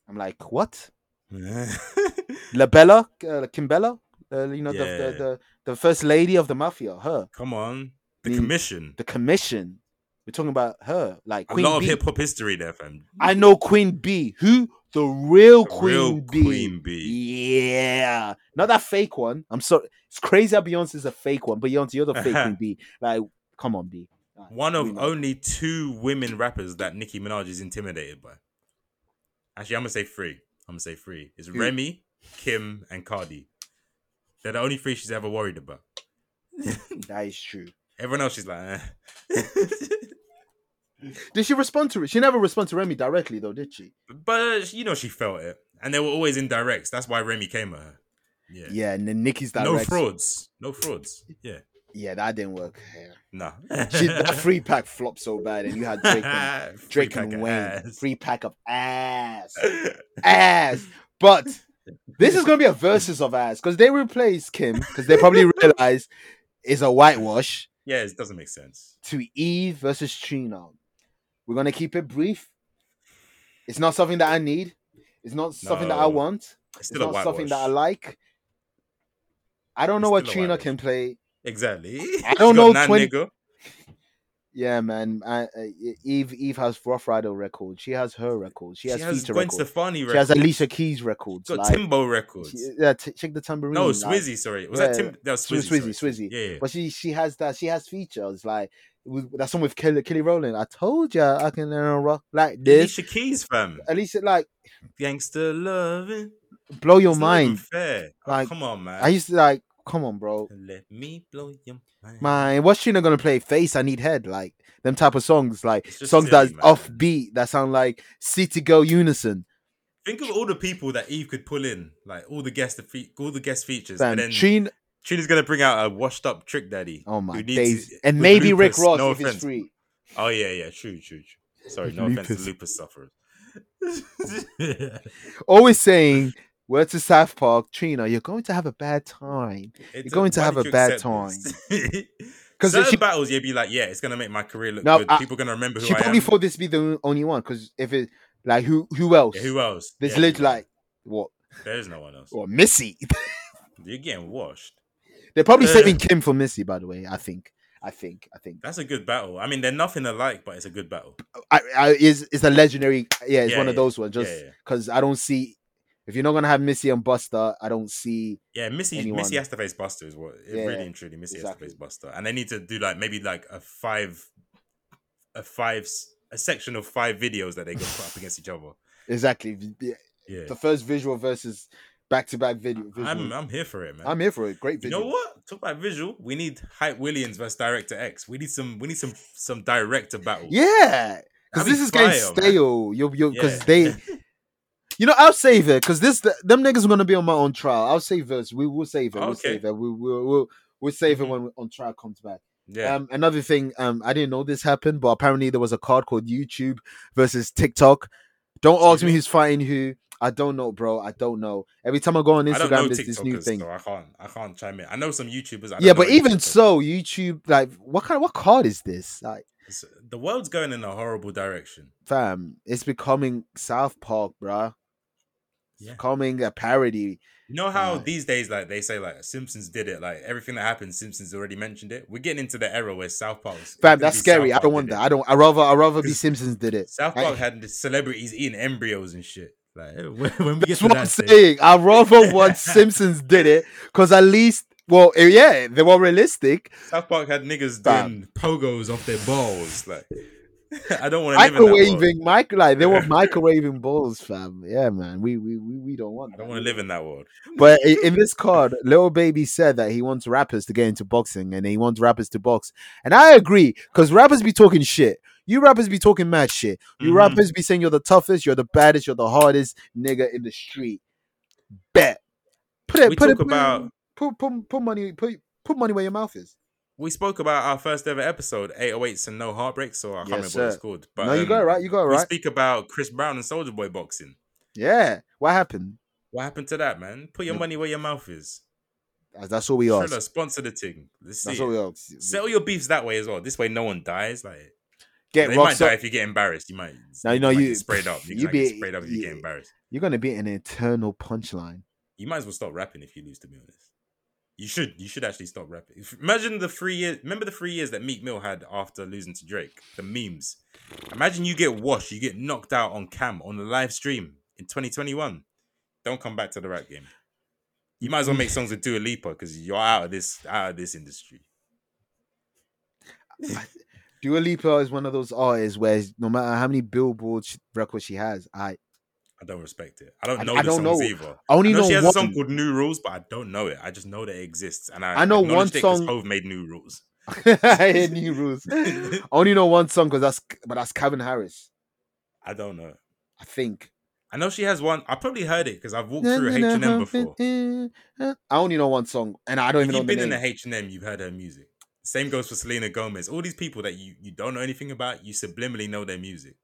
Speaker 2: I'm like, what?
Speaker 3: Yeah.
Speaker 2: Labella, uh, Kimbella, uh, you know the,
Speaker 3: Yeah.
Speaker 2: the the the first lady of the mafia, her,
Speaker 3: Come on, the
Speaker 2: Mm.
Speaker 3: commission.
Speaker 2: the commission. We're talking about her, like
Speaker 3: A
Speaker 2: Queen
Speaker 3: lot of
Speaker 2: B.
Speaker 3: hip hop history there, fam.
Speaker 2: I know Queen B. Who the real Queen
Speaker 3: Real
Speaker 2: B?
Speaker 3: Queen B.
Speaker 2: Yeah, not that fake one. I'm sorry. It's crazy how Beyonce's a fake one. Beyonce, you're the fake Queen B. Like, come on, B. Like,
Speaker 3: One
Speaker 2: we
Speaker 3: of
Speaker 2: know.
Speaker 3: only two women rappers that Nicki Minaj is intimidated by. Actually, I'm gonna say three. I'm gonna say three. It's Remy, Kim, and Cardi. They're the only three she's ever worried about.
Speaker 2: that is true.
Speaker 3: Everyone else, she's like, eh.
Speaker 2: Did she respond to it? She never responded to Remy directly, though, did she?
Speaker 3: but you know she felt it, and they were always indirects. That's why Remy came at her. Yeah.
Speaker 2: Yeah, and then Nikki's direct.
Speaker 3: No frauds. No frauds. Yeah.
Speaker 2: Yeah, that didn't work. Yeah.
Speaker 3: Nah.
Speaker 2: She, that free pack flopped so bad, and you had Drake and
Speaker 3: Free
Speaker 2: Drake
Speaker 3: pack
Speaker 2: and
Speaker 3: of
Speaker 2: Wayne,
Speaker 3: ass.
Speaker 2: free pack of ass, ass. But this is gonna be a versus of ass because they replace Kim because they probably realize it's a whitewash
Speaker 3: Yeah, it doesn't make sense.
Speaker 2: to Eve versus Trina. We're gonna keep it brief. It's not something that I need. It's not something that I
Speaker 3: No.
Speaker 2: want.
Speaker 3: It's
Speaker 2: It's
Speaker 3: still a
Speaker 2: not
Speaker 3: whitewash.
Speaker 2: something that I like. I don't
Speaker 3: It's
Speaker 2: know what
Speaker 3: still a
Speaker 2: Trina
Speaker 3: whitewash.
Speaker 2: can play.
Speaker 3: Exactly.
Speaker 2: I don't
Speaker 3: She got
Speaker 2: know
Speaker 3: nine
Speaker 2: 20
Speaker 3: nigga.
Speaker 2: Yeah, man. I, I- Eve Eve has Rough Rider record. She has her record. She
Speaker 3: She
Speaker 2: has,
Speaker 3: has
Speaker 2: feature
Speaker 3: Gwen
Speaker 2: record.
Speaker 3: Stefani records.
Speaker 2: She has Alicia Keys records.
Speaker 3: She's got
Speaker 2: like,
Speaker 3: Timbo records.
Speaker 2: she- yeah, t- check the tambourine.
Speaker 3: no,
Speaker 2: like,
Speaker 3: Swizzy. Sorry, was that
Speaker 2: yeah,
Speaker 3: Tim? That was
Speaker 2: Swizzy,
Speaker 3: Swizzy.
Speaker 2: Swizzy,
Speaker 3: sorry.
Speaker 2: Swizzy.
Speaker 3: Yeah, yeah.
Speaker 2: But she she has that. She has features like with, that song with Kelly, Kelly Rowland. I told ya I can learn rock like this. Uh,
Speaker 3: Alicia Keys, fam.
Speaker 2: Alicia, like
Speaker 3: Gangster loving.
Speaker 2: blow your
Speaker 3: It's not even
Speaker 2: mind.
Speaker 3: Fair. Oh,
Speaker 2: Like,
Speaker 3: come on, man.
Speaker 2: I used to like, come on, bro.
Speaker 3: Let me blow your mind.
Speaker 2: Man, what's Trina gonna play? Face, I need head, like them type of songs, like
Speaker 3: It's just
Speaker 2: songs
Speaker 3: silly,
Speaker 2: that's
Speaker 3: man.
Speaker 2: offbeat that sound like City Girl unison.
Speaker 3: Think of all the people that Eve could pull in, like all the guest, fe- all the guest features,
Speaker 2: Fam,
Speaker 3: and then
Speaker 2: Trina,
Speaker 3: Trina's gonna bring out a washed-up trick daddy.
Speaker 2: oh my
Speaker 3: who needs-
Speaker 2: days, and
Speaker 3: with
Speaker 2: maybe Rick
Speaker 3: lupus,
Speaker 2: Ross
Speaker 3: no
Speaker 2: if it's
Speaker 3: offense.
Speaker 2: free.
Speaker 3: Oh yeah, yeah, true, true, true. Sorry, no offense to lupus sufferers.
Speaker 2: always saying, "Word to South Park, Trina, you're going to have a bad time."
Speaker 3: It's
Speaker 2: going to
Speaker 3: why
Speaker 2: have
Speaker 3: did
Speaker 2: a
Speaker 3: you
Speaker 2: bad
Speaker 3: accept this?
Speaker 2: 'Cause
Speaker 3: certain
Speaker 2: she-
Speaker 3: battles, you'd be like, yeah, it's gonna make my career look
Speaker 2: No,
Speaker 3: good.
Speaker 2: I-
Speaker 3: People are gonna remember who
Speaker 2: she
Speaker 3: I
Speaker 2: probably
Speaker 3: am.
Speaker 2: thought this be the o- only one because if it like who who else?
Speaker 3: Yeah, who else?
Speaker 2: There's
Speaker 3: Yeah, who
Speaker 2: literally
Speaker 3: else?
Speaker 2: like what
Speaker 3: there is no one else.
Speaker 2: or Missy.
Speaker 3: You're getting washed.
Speaker 2: They're probably
Speaker 3: Uh,
Speaker 2: saving Kim for Missy, by the way. I think. I think. I think.
Speaker 3: That's a good battle. I mean, they're nothing alike, but it's a good battle.
Speaker 2: I, I is it's a legendary. Yeah, it's
Speaker 3: Yeah,
Speaker 2: one of
Speaker 3: yeah,
Speaker 2: those ones.
Speaker 3: yeah,
Speaker 2: Just
Speaker 3: yeah.
Speaker 2: because I don't see if you're not gonna have Missy and Buster, I don't see.
Speaker 3: Yeah, Missy
Speaker 2: Anyone.
Speaker 3: Missy has to face Buster is what it
Speaker 2: Yeah,
Speaker 3: really and truly Missy
Speaker 2: exactly.
Speaker 3: has to face Buster, and they need to do like maybe like a five, a five, s- a section of five videos that they go put up against each other.
Speaker 2: Exactly. v- yeah,
Speaker 3: Yeah,
Speaker 2: The first visual versus back to back video. Visual.
Speaker 3: I'm I'm here for it, man.
Speaker 2: I'm here for it. Great
Speaker 3: You
Speaker 2: video.
Speaker 3: know what? Talk about visual. We need hype Williams versus director X. We need some. We need some some director battle.
Speaker 2: Yeah, because
Speaker 3: That'd be
Speaker 2: this is getting
Speaker 3: fire, man.
Speaker 2: stale. You you because
Speaker 3: Yeah.
Speaker 2: they, you know, I'll save it because this th- them niggas are gonna be on my own trial. I'll save this. We will save it. We'll
Speaker 3: Okay.
Speaker 2: save it. We will we'll, we'll save it
Speaker 3: Mhm.
Speaker 2: when on trial comes back.
Speaker 3: Yeah.
Speaker 2: Um, another thing, um, I didn't know this happened, but apparently there was a card called YouTube versus TikTok. Don't ask
Speaker 3: Mm-hmm.
Speaker 2: me who's fighting who. I don't know, bro. I don't know. Every time I go on
Speaker 3: I don't know
Speaker 2: Instagram, there's this new
Speaker 3: TikTokers,
Speaker 2: thing.
Speaker 3: so I can't. I can't chime in. I know some YouTubers. I don't
Speaker 2: Yeah,
Speaker 3: know
Speaker 2: but
Speaker 3: any
Speaker 2: even
Speaker 3: TikTokers.
Speaker 2: so, YouTube, like, what kind of what card is this? Like.
Speaker 3: It's- the world's going in a horrible direction.
Speaker 2: fam, it's becoming South Park, bruh. It's
Speaker 3: Yeah.
Speaker 2: becoming a parody.
Speaker 3: You know how
Speaker 2: Yeah.
Speaker 3: these days, like they say, like Simpsons did it. Like everything that happened, Simpsons already mentioned it. We're getting into the era where South Park. was- it
Speaker 2: Fam,
Speaker 3: could
Speaker 2: that's
Speaker 3: be
Speaker 2: scary.
Speaker 3: South
Speaker 2: I don't
Speaker 3: Park
Speaker 2: want
Speaker 3: did
Speaker 2: that.
Speaker 3: it.
Speaker 2: I don't I rather I rather be
Speaker 3: 'Cause
Speaker 2: Simpsons did it.
Speaker 3: South
Speaker 2: Like,
Speaker 3: Park had the celebrities eating embryos and shit. Like when, when we get
Speaker 2: that's
Speaker 3: to
Speaker 2: what I'm
Speaker 3: that stage,
Speaker 2: saying. I rather want Simpsons did it because at least well eh, yeah, they were realistic.
Speaker 3: South Park had niggas
Speaker 2: Fam.
Speaker 3: doing pogos off their balls. Like I don't want to live in that world.
Speaker 2: Microwaving mic like they were microwaving balls, fam. Yeah, man. We we we, we don't want
Speaker 3: I
Speaker 2: that.
Speaker 3: don't want to live in that world.
Speaker 2: But i- in this card, Little Baby said that he wants rappers to get into boxing and he wants rappers to box. And I agree, because rappers be talking shit. You rappers be talking mad shit. You
Speaker 3: Mhm.
Speaker 2: rappers be saying you're the toughest, you're the baddest, you're the hardest nigga in the street. Bet. Put it,
Speaker 3: We
Speaker 2: put it,
Speaker 3: talk
Speaker 2: put,
Speaker 3: about-
Speaker 2: put, put, put money, put, put money where your mouth is.
Speaker 3: We spoke about our first ever episode, 808s and No Heartbreaks, or I can't
Speaker 2: Yes,
Speaker 3: remember what it's
Speaker 2: sir.
Speaker 3: called. But
Speaker 2: no, you got it
Speaker 3: um,
Speaker 2: right. You got it
Speaker 3: We
Speaker 2: right.
Speaker 3: speak about Chris Brown and Soldier Boy boxing.
Speaker 2: Yeah. What happened?
Speaker 3: What happened to that, man? Put your
Speaker 2: Yep.
Speaker 3: money where your mouth is.
Speaker 2: That's- That's all we
Speaker 3: Triller,
Speaker 2: ask.
Speaker 3: sponsor the thing. Let's see.
Speaker 2: That's
Speaker 3: it.
Speaker 2: all we ask.
Speaker 3: Settle your beefs that way as well. This way, no one dies. Like
Speaker 2: Get
Speaker 3: they might
Speaker 2: Roxanne-
Speaker 3: die if you get embarrassed. You might.
Speaker 2: No, you know,
Speaker 3: might
Speaker 2: you-
Speaker 3: get sprayed up. You,
Speaker 2: you
Speaker 3: might
Speaker 2: be-
Speaker 3: get sprayed up if you
Speaker 2: yeah.
Speaker 3: get embarrassed.
Speaker 2: You're gonna be an eternal punchline.
Speaker 3: You might as well stop rapping if you lose. To be honest, You should you should actually stop rapping. If- Imagine the three years. Remember the three years that Meek Mill had after losing to Drake. The memes. Imagine you get washed. You get knocked out on cam on the live stream in 2021. Don't come back to the rap game. You might as well make songs with Dua Lipa because you're out of this out of this industry.
Speaker 2: Dua Lipa is one of those artists where no matter how many Billboard sh- records she has, I
Speaker 3: I don't respect it. I don't
Speaker 2: And
Speaker 3: know
Speaker 2: I
Speaker 3: the
Speaker 2: don't
Speaker 3: songs
Speaker 2: know-
Speaker 3: either.
Speaker 2: I only
Speaker 3: I know,
Speaker 2: know
Speaker 3: she has
Speaker 2: one.
Speaker 3: a song called New Rules, but I don't know it. I just know that it exists, and I,
Speaker 2: I know
Speaker 3: acknowledged
Speaker 2: one
Speaker 3: it 'cause
Speaker 2: song-
Speaker 3: Hove made New Rules.
Speaker 2: I hate new rules. I only know one song because that's but that's Calvin Harris,
Speaker 3: I don't know.
Speaker 2: I think.
Speaker 3: I know she has one. I probably heard it because I've walked through H and M before.
Speaker 2: eh, I only know one song, and I don't
Speaker 3: If
Speaker 2: even know
Speaker 3: you've
Speaker 2: the
Speaker 3: been in
Speaker 2: name.
Speaker 3: a H and M, you've heard her music. Same goes for Selena Gomez. All these people that you you don't know anything about, you subliminally know their music.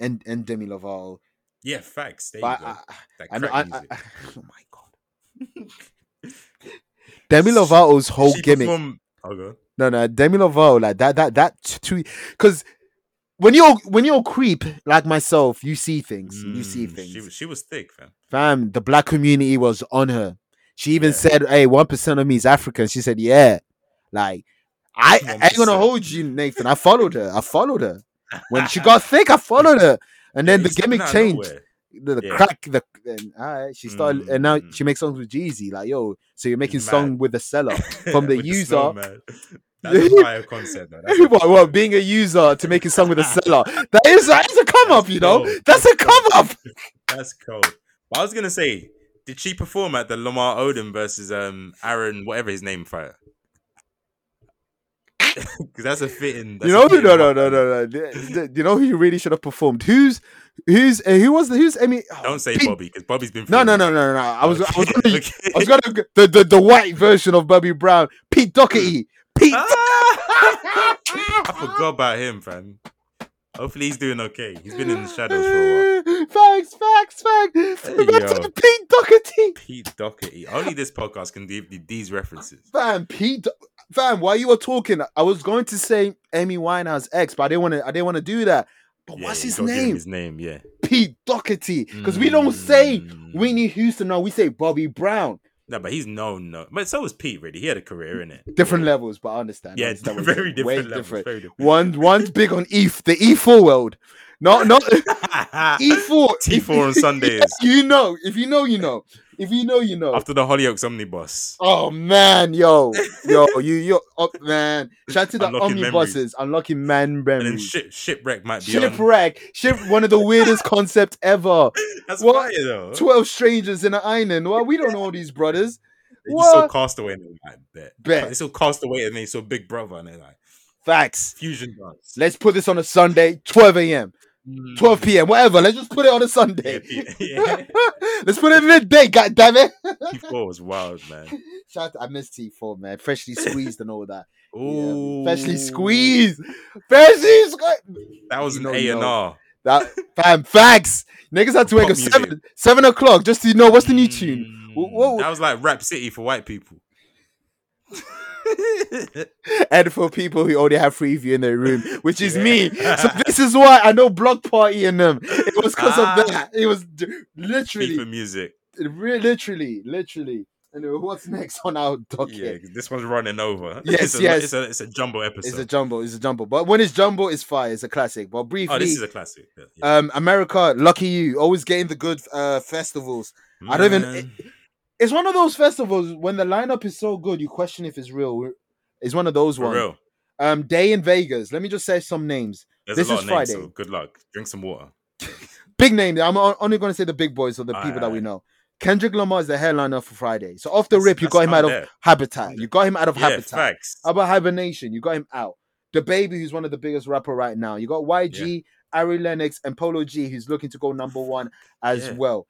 Speaker 2: and and Demi Lovato.
Speaker 3: Yeah, facts. There you
Speaker 2: But
Speaker 3: go.
Speaker 2: I,
Speaker 3: that
Speaker 2: I, I,
Speaker 3: crack
Speaker 2: I, I,
Speaker 3: music.
Speaker 2: I, oh my god, Demi Lovato's whole
Speaker 3: She
Speaker 2: gimmick.
Speaker 3: performed- Oh, go on.
Speaker 2: No, no, Demi Lovato, like that, that, that two, because when you're when you're a creep like myself, you see things, you see
Speaker 3: Mm,
Speaker 2: things.
Speaker 3: She was she was thick, fam.
Speaker 2: Fam, the black community was on her. She even
Speaker 3: Yeah.
Speaker 2: said, "Hey, one percent of me is African." She said, "Yeah." Like, I, I ain't
Speaker 3: 1%.
Speaker 2: gonna hold you, Nathan. I followed her. I followed her when she got thick. I followed her, and then
Speaker 3: Yeah,
Speaker 2: the
Speaker 3: you stepping
Speaker 2: gimmick
Speaker 3: out of
Speaker 2: changed.
Speaker 3: nowhere.
Speaker 2: The, the
Speaker 3: Yeah.
Speaker 2: crack, the and, all right, she started, and now
Speaker 3: Mm.
Speaker 2: she makes songs with Jeezy. Like, yo, so you're making
Speaker 3: Mad.
Speaker 2: song with a seller from the
Speaker 3: With
Speaker 2: user.
Speaker 3: snowman. That's a fire concept, though. That's a
Speaker 2: Well, well, being a user to making song with a seller, that is that is a come up, you know.
Speaker 3: cold.
Speaker 2: That's a come up.
Speaker 3: That's cold. But I was gonna say, did she perform at the Lamar Odom versus um Aaron whatever his name fight? Because that's a fitting. That's
Speaker 2: you know,
Speaker 3: a
Speaker 2: no,
Speaker 3: fitting
Speaker 2: no, no, no,
Speaker 3: mark.
Speaker 2: no. The- the- You know who you really should have performed? Who's, who's, uh, who was the, who's Emmy? oh,
Speaker 3: Don't say
Speaker 2: Pete-
Speaker 3: Bobby because Bobby's been.
Speaker 2: No,
Speaker 3: through
Speaker 2: no,
Speaker 3: it.
Speaker 2: no, no, no. I was, I was
Speaker 3: Okay,
Speaker 2: gonna,
Speaker 3: okay.
Speaker 2: I was gonna, go- the, the, the white version of Bobby Brown, Pete Doherty, Pete.
Speaker 3: Ah! I forgot about him, fam. Hopefully he's doing okay. He's been in the shadows for a while.
Speaker 2: Facts, facts, facts.
Speaker 3: Hey,
Speaker 2: Imagine
Speaker 3: yo.
Speaker 2: Pete Doherty.
Speaker 3: Pete Doherty. Only this podcast can give you these references.
Speaker 2: Fam, Pete. Do- Fam, while you were talking, I was going to say Amy Winehouse ex, but I didn't want to. I didn't want to do that. But Oh,
Speaker 3: Yeah,
Speaker 2: what's
Speaker 3: you
Speaker 2: his
Speaker 3: gotta give him
Speaker 2: name?
Speaker 3: His name, yeah.
Speaker 2: Pete Doherty. Because we don't say
Speaker 3: Mm.
Speaker 2: Whitney Houston. No, we say Bobby Brown.
Speaker 3: No, but he's known. No, but so was Pete. Really, he had a career in it.
Speaker 2: different levels, but I understand. I
Speaker 3: Yeah,
Speaker 2: understand what you're
Speaker 3: very
Speaker 2: saying.
Speaker 3: different
Speaker 2: Way
Speaker 3: levels. Very different.
Speaker 2: One one's big on ETH, the E4 world. No, not E4. If-
Speaker 3: T4 on Sundays
Speaker 2: You know, if you know, you know. If you know, you know.
Speaker 3: after the Hollyoaks omnibus.
Speaker 2: Oh man, yo, yo, you, yo, up man. Shout out to the
Speaker 3: Unlocking memories.
Speaker 2: omnibuses, unlocking man
Speaker 3: And then
Speaker 2: memories.
Speaker 3: ship, shipwreck might be on.
Speaker 2: Shipwreck, ship, one of the weirdest concepts ever.
Speaker 3: That's
Speaker 2: What?
Speaker 3: fire though.
Speaker 2: Twelve strangers in an island. Well, we don't know these brothers.
Speaker 3: They just saw
Speaker 2: What?
Speaker 3: Castaway and they're like, bet.
Speaker 2: Bet.
Speaker 3: They saw Castaway and they saw Big Brother and they're like,
Speaker 2: Facts.
Speaker 3: fusion dance.
Speaker 2: Let's put this on a Sunday, twelve a.m.,
Speaker 3: Mm.
Speaker 2: twelve p.m., whatever. Let's just put it on a
Speaker 3: Yeah,
Speaker 2: Sunday.
Speaker 3: Pete- yeah.
Speaker 2: Let's put it midday, god damn it.
Speaker 3: T4 was wild, man.
Speaker 2: Shout out to, I miss T4, man. Freshly squeezed and all that. Yeah,
Speaker 3: Ooh,
Speaker 2: freshly squeezed. Freshly squeezed.
Speaker 3: That was
Speaker 2: You
Speaker 3: an
Speaker 2: know,
Speaker 3: A
Speaker 2: you
Speaker 3: and
Speaker 2: know.
Speaker 3: R.
Speaker 2: That fam facts. Niggas had to wake
Speaker 3: Pop
Speaker 2: up
Speaker 3: music. Mm.
Speaker 2: seven seven o'clock just to know what's the new tune. Wha- wha-
Speaker 3: That was like Rap City for white people.
Speaker 2: And for people who only have three of you in their room, which is me. So this is why I know Block Party and them. It was because
Speaker 3: Ah.
Speaker 2: of that. It was d- literally,
Speaker 3: FIFA music.
Speaker 2: re- literally, literally. Anyway, what's next on our docket?
Speaker 3: Yeah, 'cause this one's running over.
Speaker 2: Yes,
Speaker 3: it's a,
Speaker 2: yes.
Speaker 3: It's a, it's a jumbo episode.
Speaker 2: It's a jumbo. It's a jumbo. But when it's jumbo, it's fire. It's a classic. But briefly,
Speaker 3: oh, this is a classic. Yeah, yeah.
Speaker 2: um, America, lucky you, always getting the good uh, festivals. I don't even-
Speaker 3: Man.
Speaker 2: It's one of those festivals when the lineup is so good, you question if it's real. It's one of those
Speaker 3: For
Speaker 2: ones.
Speaker 3: real.
Speaker 2: Um, Day in Vegas. Let me just say some names.
Speaker 3: There's
Speaker 2: This
Speaker 3: a lot
Speaker 2: is
Speaker 3: of names,
Speaker 2: Friday.
Speaker 3: so good luck. Drink some water.
Speaker 2: Big names. I'm o- only going to say the big boys or the people that we
Speaker 3: Aight.
Speaker 2: know. Kendrick Lamar is the headliner for Friday. So off the
Speaker 3: That's-
Speaker 2: rip, you
Speaker 3: that's
Speaker 2: got him
Speaker 3: up
Speaker 2: out of
Speaker 3: there.
Speaker 2: Habitat. You got him out of
Speaker 3: yeah,
Speaker 2: Habitat.
Speaker 3: facts.
Speaker 2: How about hibernation? You got him out. The baby, who's one of the biggest rapper right now. You got YG, Ari Lennox, and Polo G, who's looking to go number one as
Speaker 3: Yeah.
Speaker 2: well.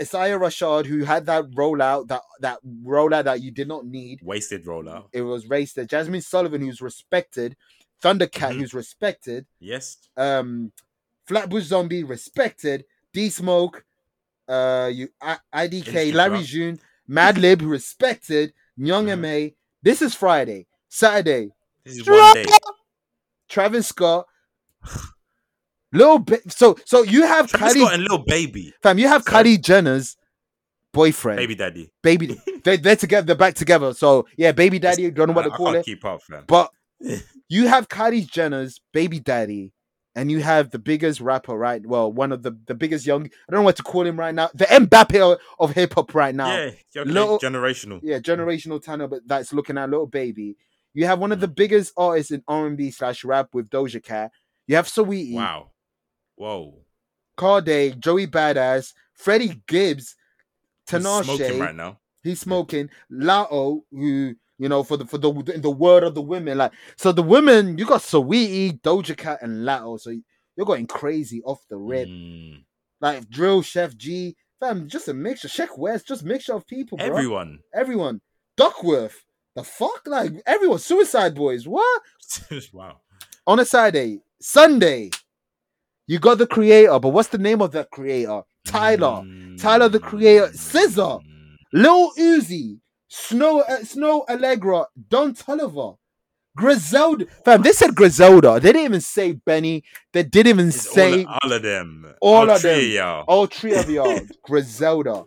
Speaker 2: Isaiah Rashad, who had that rollout, that that rollout that you did not need.
Speaker 3: Wasted rollout.
Speaker 2: It was raised to Jasmine Sullivan, who's respected. Thundercat,
Speaker 3: Mhm.
Speaker 2: who's respected.
Speaker 3: Yes.
Speaker 2: Um, Flatbush Zombie, respected. D Smoke, uh, you I, IDK,
Speaker 3: Industry
Speaker 2: Larry
Speaker 3: Drop.
Speaker 2: June, Madlib, respected. Young
Speaker 3: Mhm.
Speaker 2: Ma. This is Friday. Saturday,
Speaker 3: This is
Speaker 2: Drop
Speaker 3: one day.
Speaker 2: Travis Scott, Lil ba- so so you have
Speaker 3: Travis
Speaker 2: Kylie
Speaker 3: Scott and Lil Baby.
Speaker 2: fam, you have
Speaker 3: Sorry.
Speaker 2: Kylie Jenner's boyfriend,
Speaker 3: Baby daddy.
Speaker 2: baby. they they're together. They're back together. So yeah, baby daddy. Don't know what
Speaker 3: I,
Speaker 2: to
Speaker 3: I
Speaker 2: call
Speaker 3: can't
Speaker 2: it.
Speaker 3: keep up, fam.
Speaker 2: But you have Kylie Jenner's baby daddy, and you have the biggest rapper right. Well, one of the the biggest young. I don't know what to call him right now. The Mbappe of- of hip hop right now.
Speaker 3: yeah, you're okay,
Speaker 2: little-
Speaker 3: generational.
Speaker 2: yeah, generational talent, but that's looking at little baby. You have one of the biggest artists in R and B slash rap with Doja Cat. You have Saweetie,
Speaker 3: Wow. Whoa.
Speaker 2: Cordae, Joey Badass, Freddie Gibbs,
Speaker 3: He's
Speaker 2: Tinashe.
Speaker 3: smoking right now.
Speaker 2: He's smoking. Lao, who you know, for the for the in the word of the women, like so the women you got Saweetie, Doja Cat, and Lao. So you're going crazy off the rip,
Speaker 3: Mm.
Speaker 2: like Drill Chef G, fam. Just a mixture. Check West, just mixture of people, bro.
Speaker 3: Everyone.
Speaker 2: Everyone. Duckworth. The fuck? Like everyone. Suicide Boys. What?
Speaker 3: wow.
Speaker 2: On a Saturday. Sunday. You got the creator, but what's the name of that creator?
Speaker 3: Mm.
Speaker 2: Tyler. Tyler, the creator. Scissor. Lil Uzi. Snow uh, Snow Allegra. Don Tolliver. Griselda. Fam, they said Griselda. They didn't even say Benny. They didn't even
Speaker 3: It's
Speaker 2: say
Speaker 3: all, all of them.
Speaker 2: all of
Speaker 3: three
Speaker 2: them. Oh,
Speaker 3: y'all.
Speaker 2: all three of y'all. Griselda.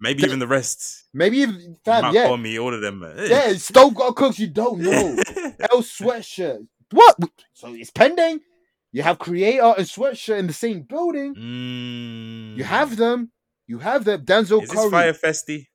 Speaker 3: Maybe even the rest.
Speaker 2: Maybe even fam,
Speaker 3: Matt
Speaker 2: yeah.
Speaker 3: Homie, all of them. Eh.
Speaker 2: Yeah, Stove got cooks you don't know. L sweatshirt. What? So it's pending. You have creator and sweatshirt in the same building.
Speaker 3: Mm.
Speaker 2: You have them. You have them. Denzel
Speaker 3: Is
Speaker 2: Curry.
Speaker 3: this Fire Festy?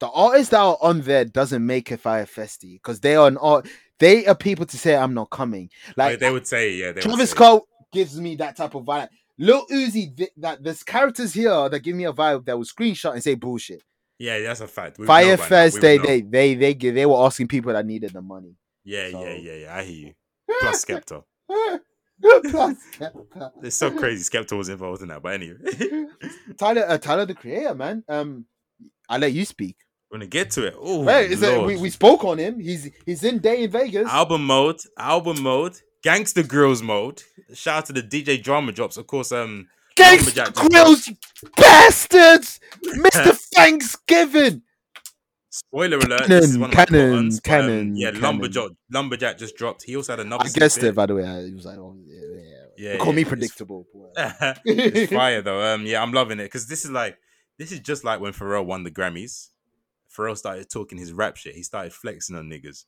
Speaker 2: The artists that are on there doesn't make it fire festy because they are an art. They are people to say I'm not coming.
Speaker 3: Like,
Speaker 2: Like
Speaker 3: they would say, yeah. They would
Speaker 2: Travis
Speaker 3: say.
Speaker 2: Scott gives me that type of vibe. Lil Uzi, th- that there's characters here that give me a vibe that will screenshot and say bullshit.
Speaker 3: Yeah, that's a fact. We would know
Speaker 2: Fire
Speaker 3: by now.
Speaker 2: Fest,
Speaker 3: We would
Speaker 2: they,
Speaker 3: know.
Speaker 2: they they they gi- they were asking people that needed the money.
Speaker 3: Yeah,
Speaker 2: So-
Speaker 3: yeah, yeah, yeah. I hear you. Plus Skepta.
Speaker 2: Plus, Kepler.
Speaker 3: It's so crazy. Skepta was involved in that. But anyway,
Speaker 2: Tyler, uh, Tyler the Creator, man. Um, I let you speak.
Speaker 3: when to get to it. Oh,
Speaker 2: Wait, is it, we,
Speaker 3: Lord.
Speaker 2: we spoke on him. He's he's in Day in Vegas.
Speaker 3: album mode, album mode, gangster grills mode. Shout out to the DJ Drama Drops, of course. Um,
Speaker 2: Gangsta
Speaker 3: Lumberjack.
Speaker 2: grills, you bastards! Mr. Thanksgiving.
Speaker 3: spoiler alert. This is
Speaker 2: Canon,
Speaker 3: one of my
Speaker 2: canon,
Speaker 3: buttons, but, um,
Speaker 2: canon,
Speaker 3: yeah,
Speaker 2: canon.
Speaker 3: Lumberjack, Lumberjack just dropped. He also had another.
Speaker 2: I guessed
Speaker 3: snippet.
Speaker 2: it. By the way, I he was like, oh, yeah, yeah. yeah.
Speaker 3: Yeah,
Speaker 2: You call
Speaker 3: yeah,
Speaker 2: me
Speaker 3: it's-
Speaker 2: predictable. boy.
Speaker 3: it's fire though. Um, yeah, I'm loving it because this is like this is just like when Pharrell won the Grammys. Pharrell started talking his rap shit. He started flexing on niggas.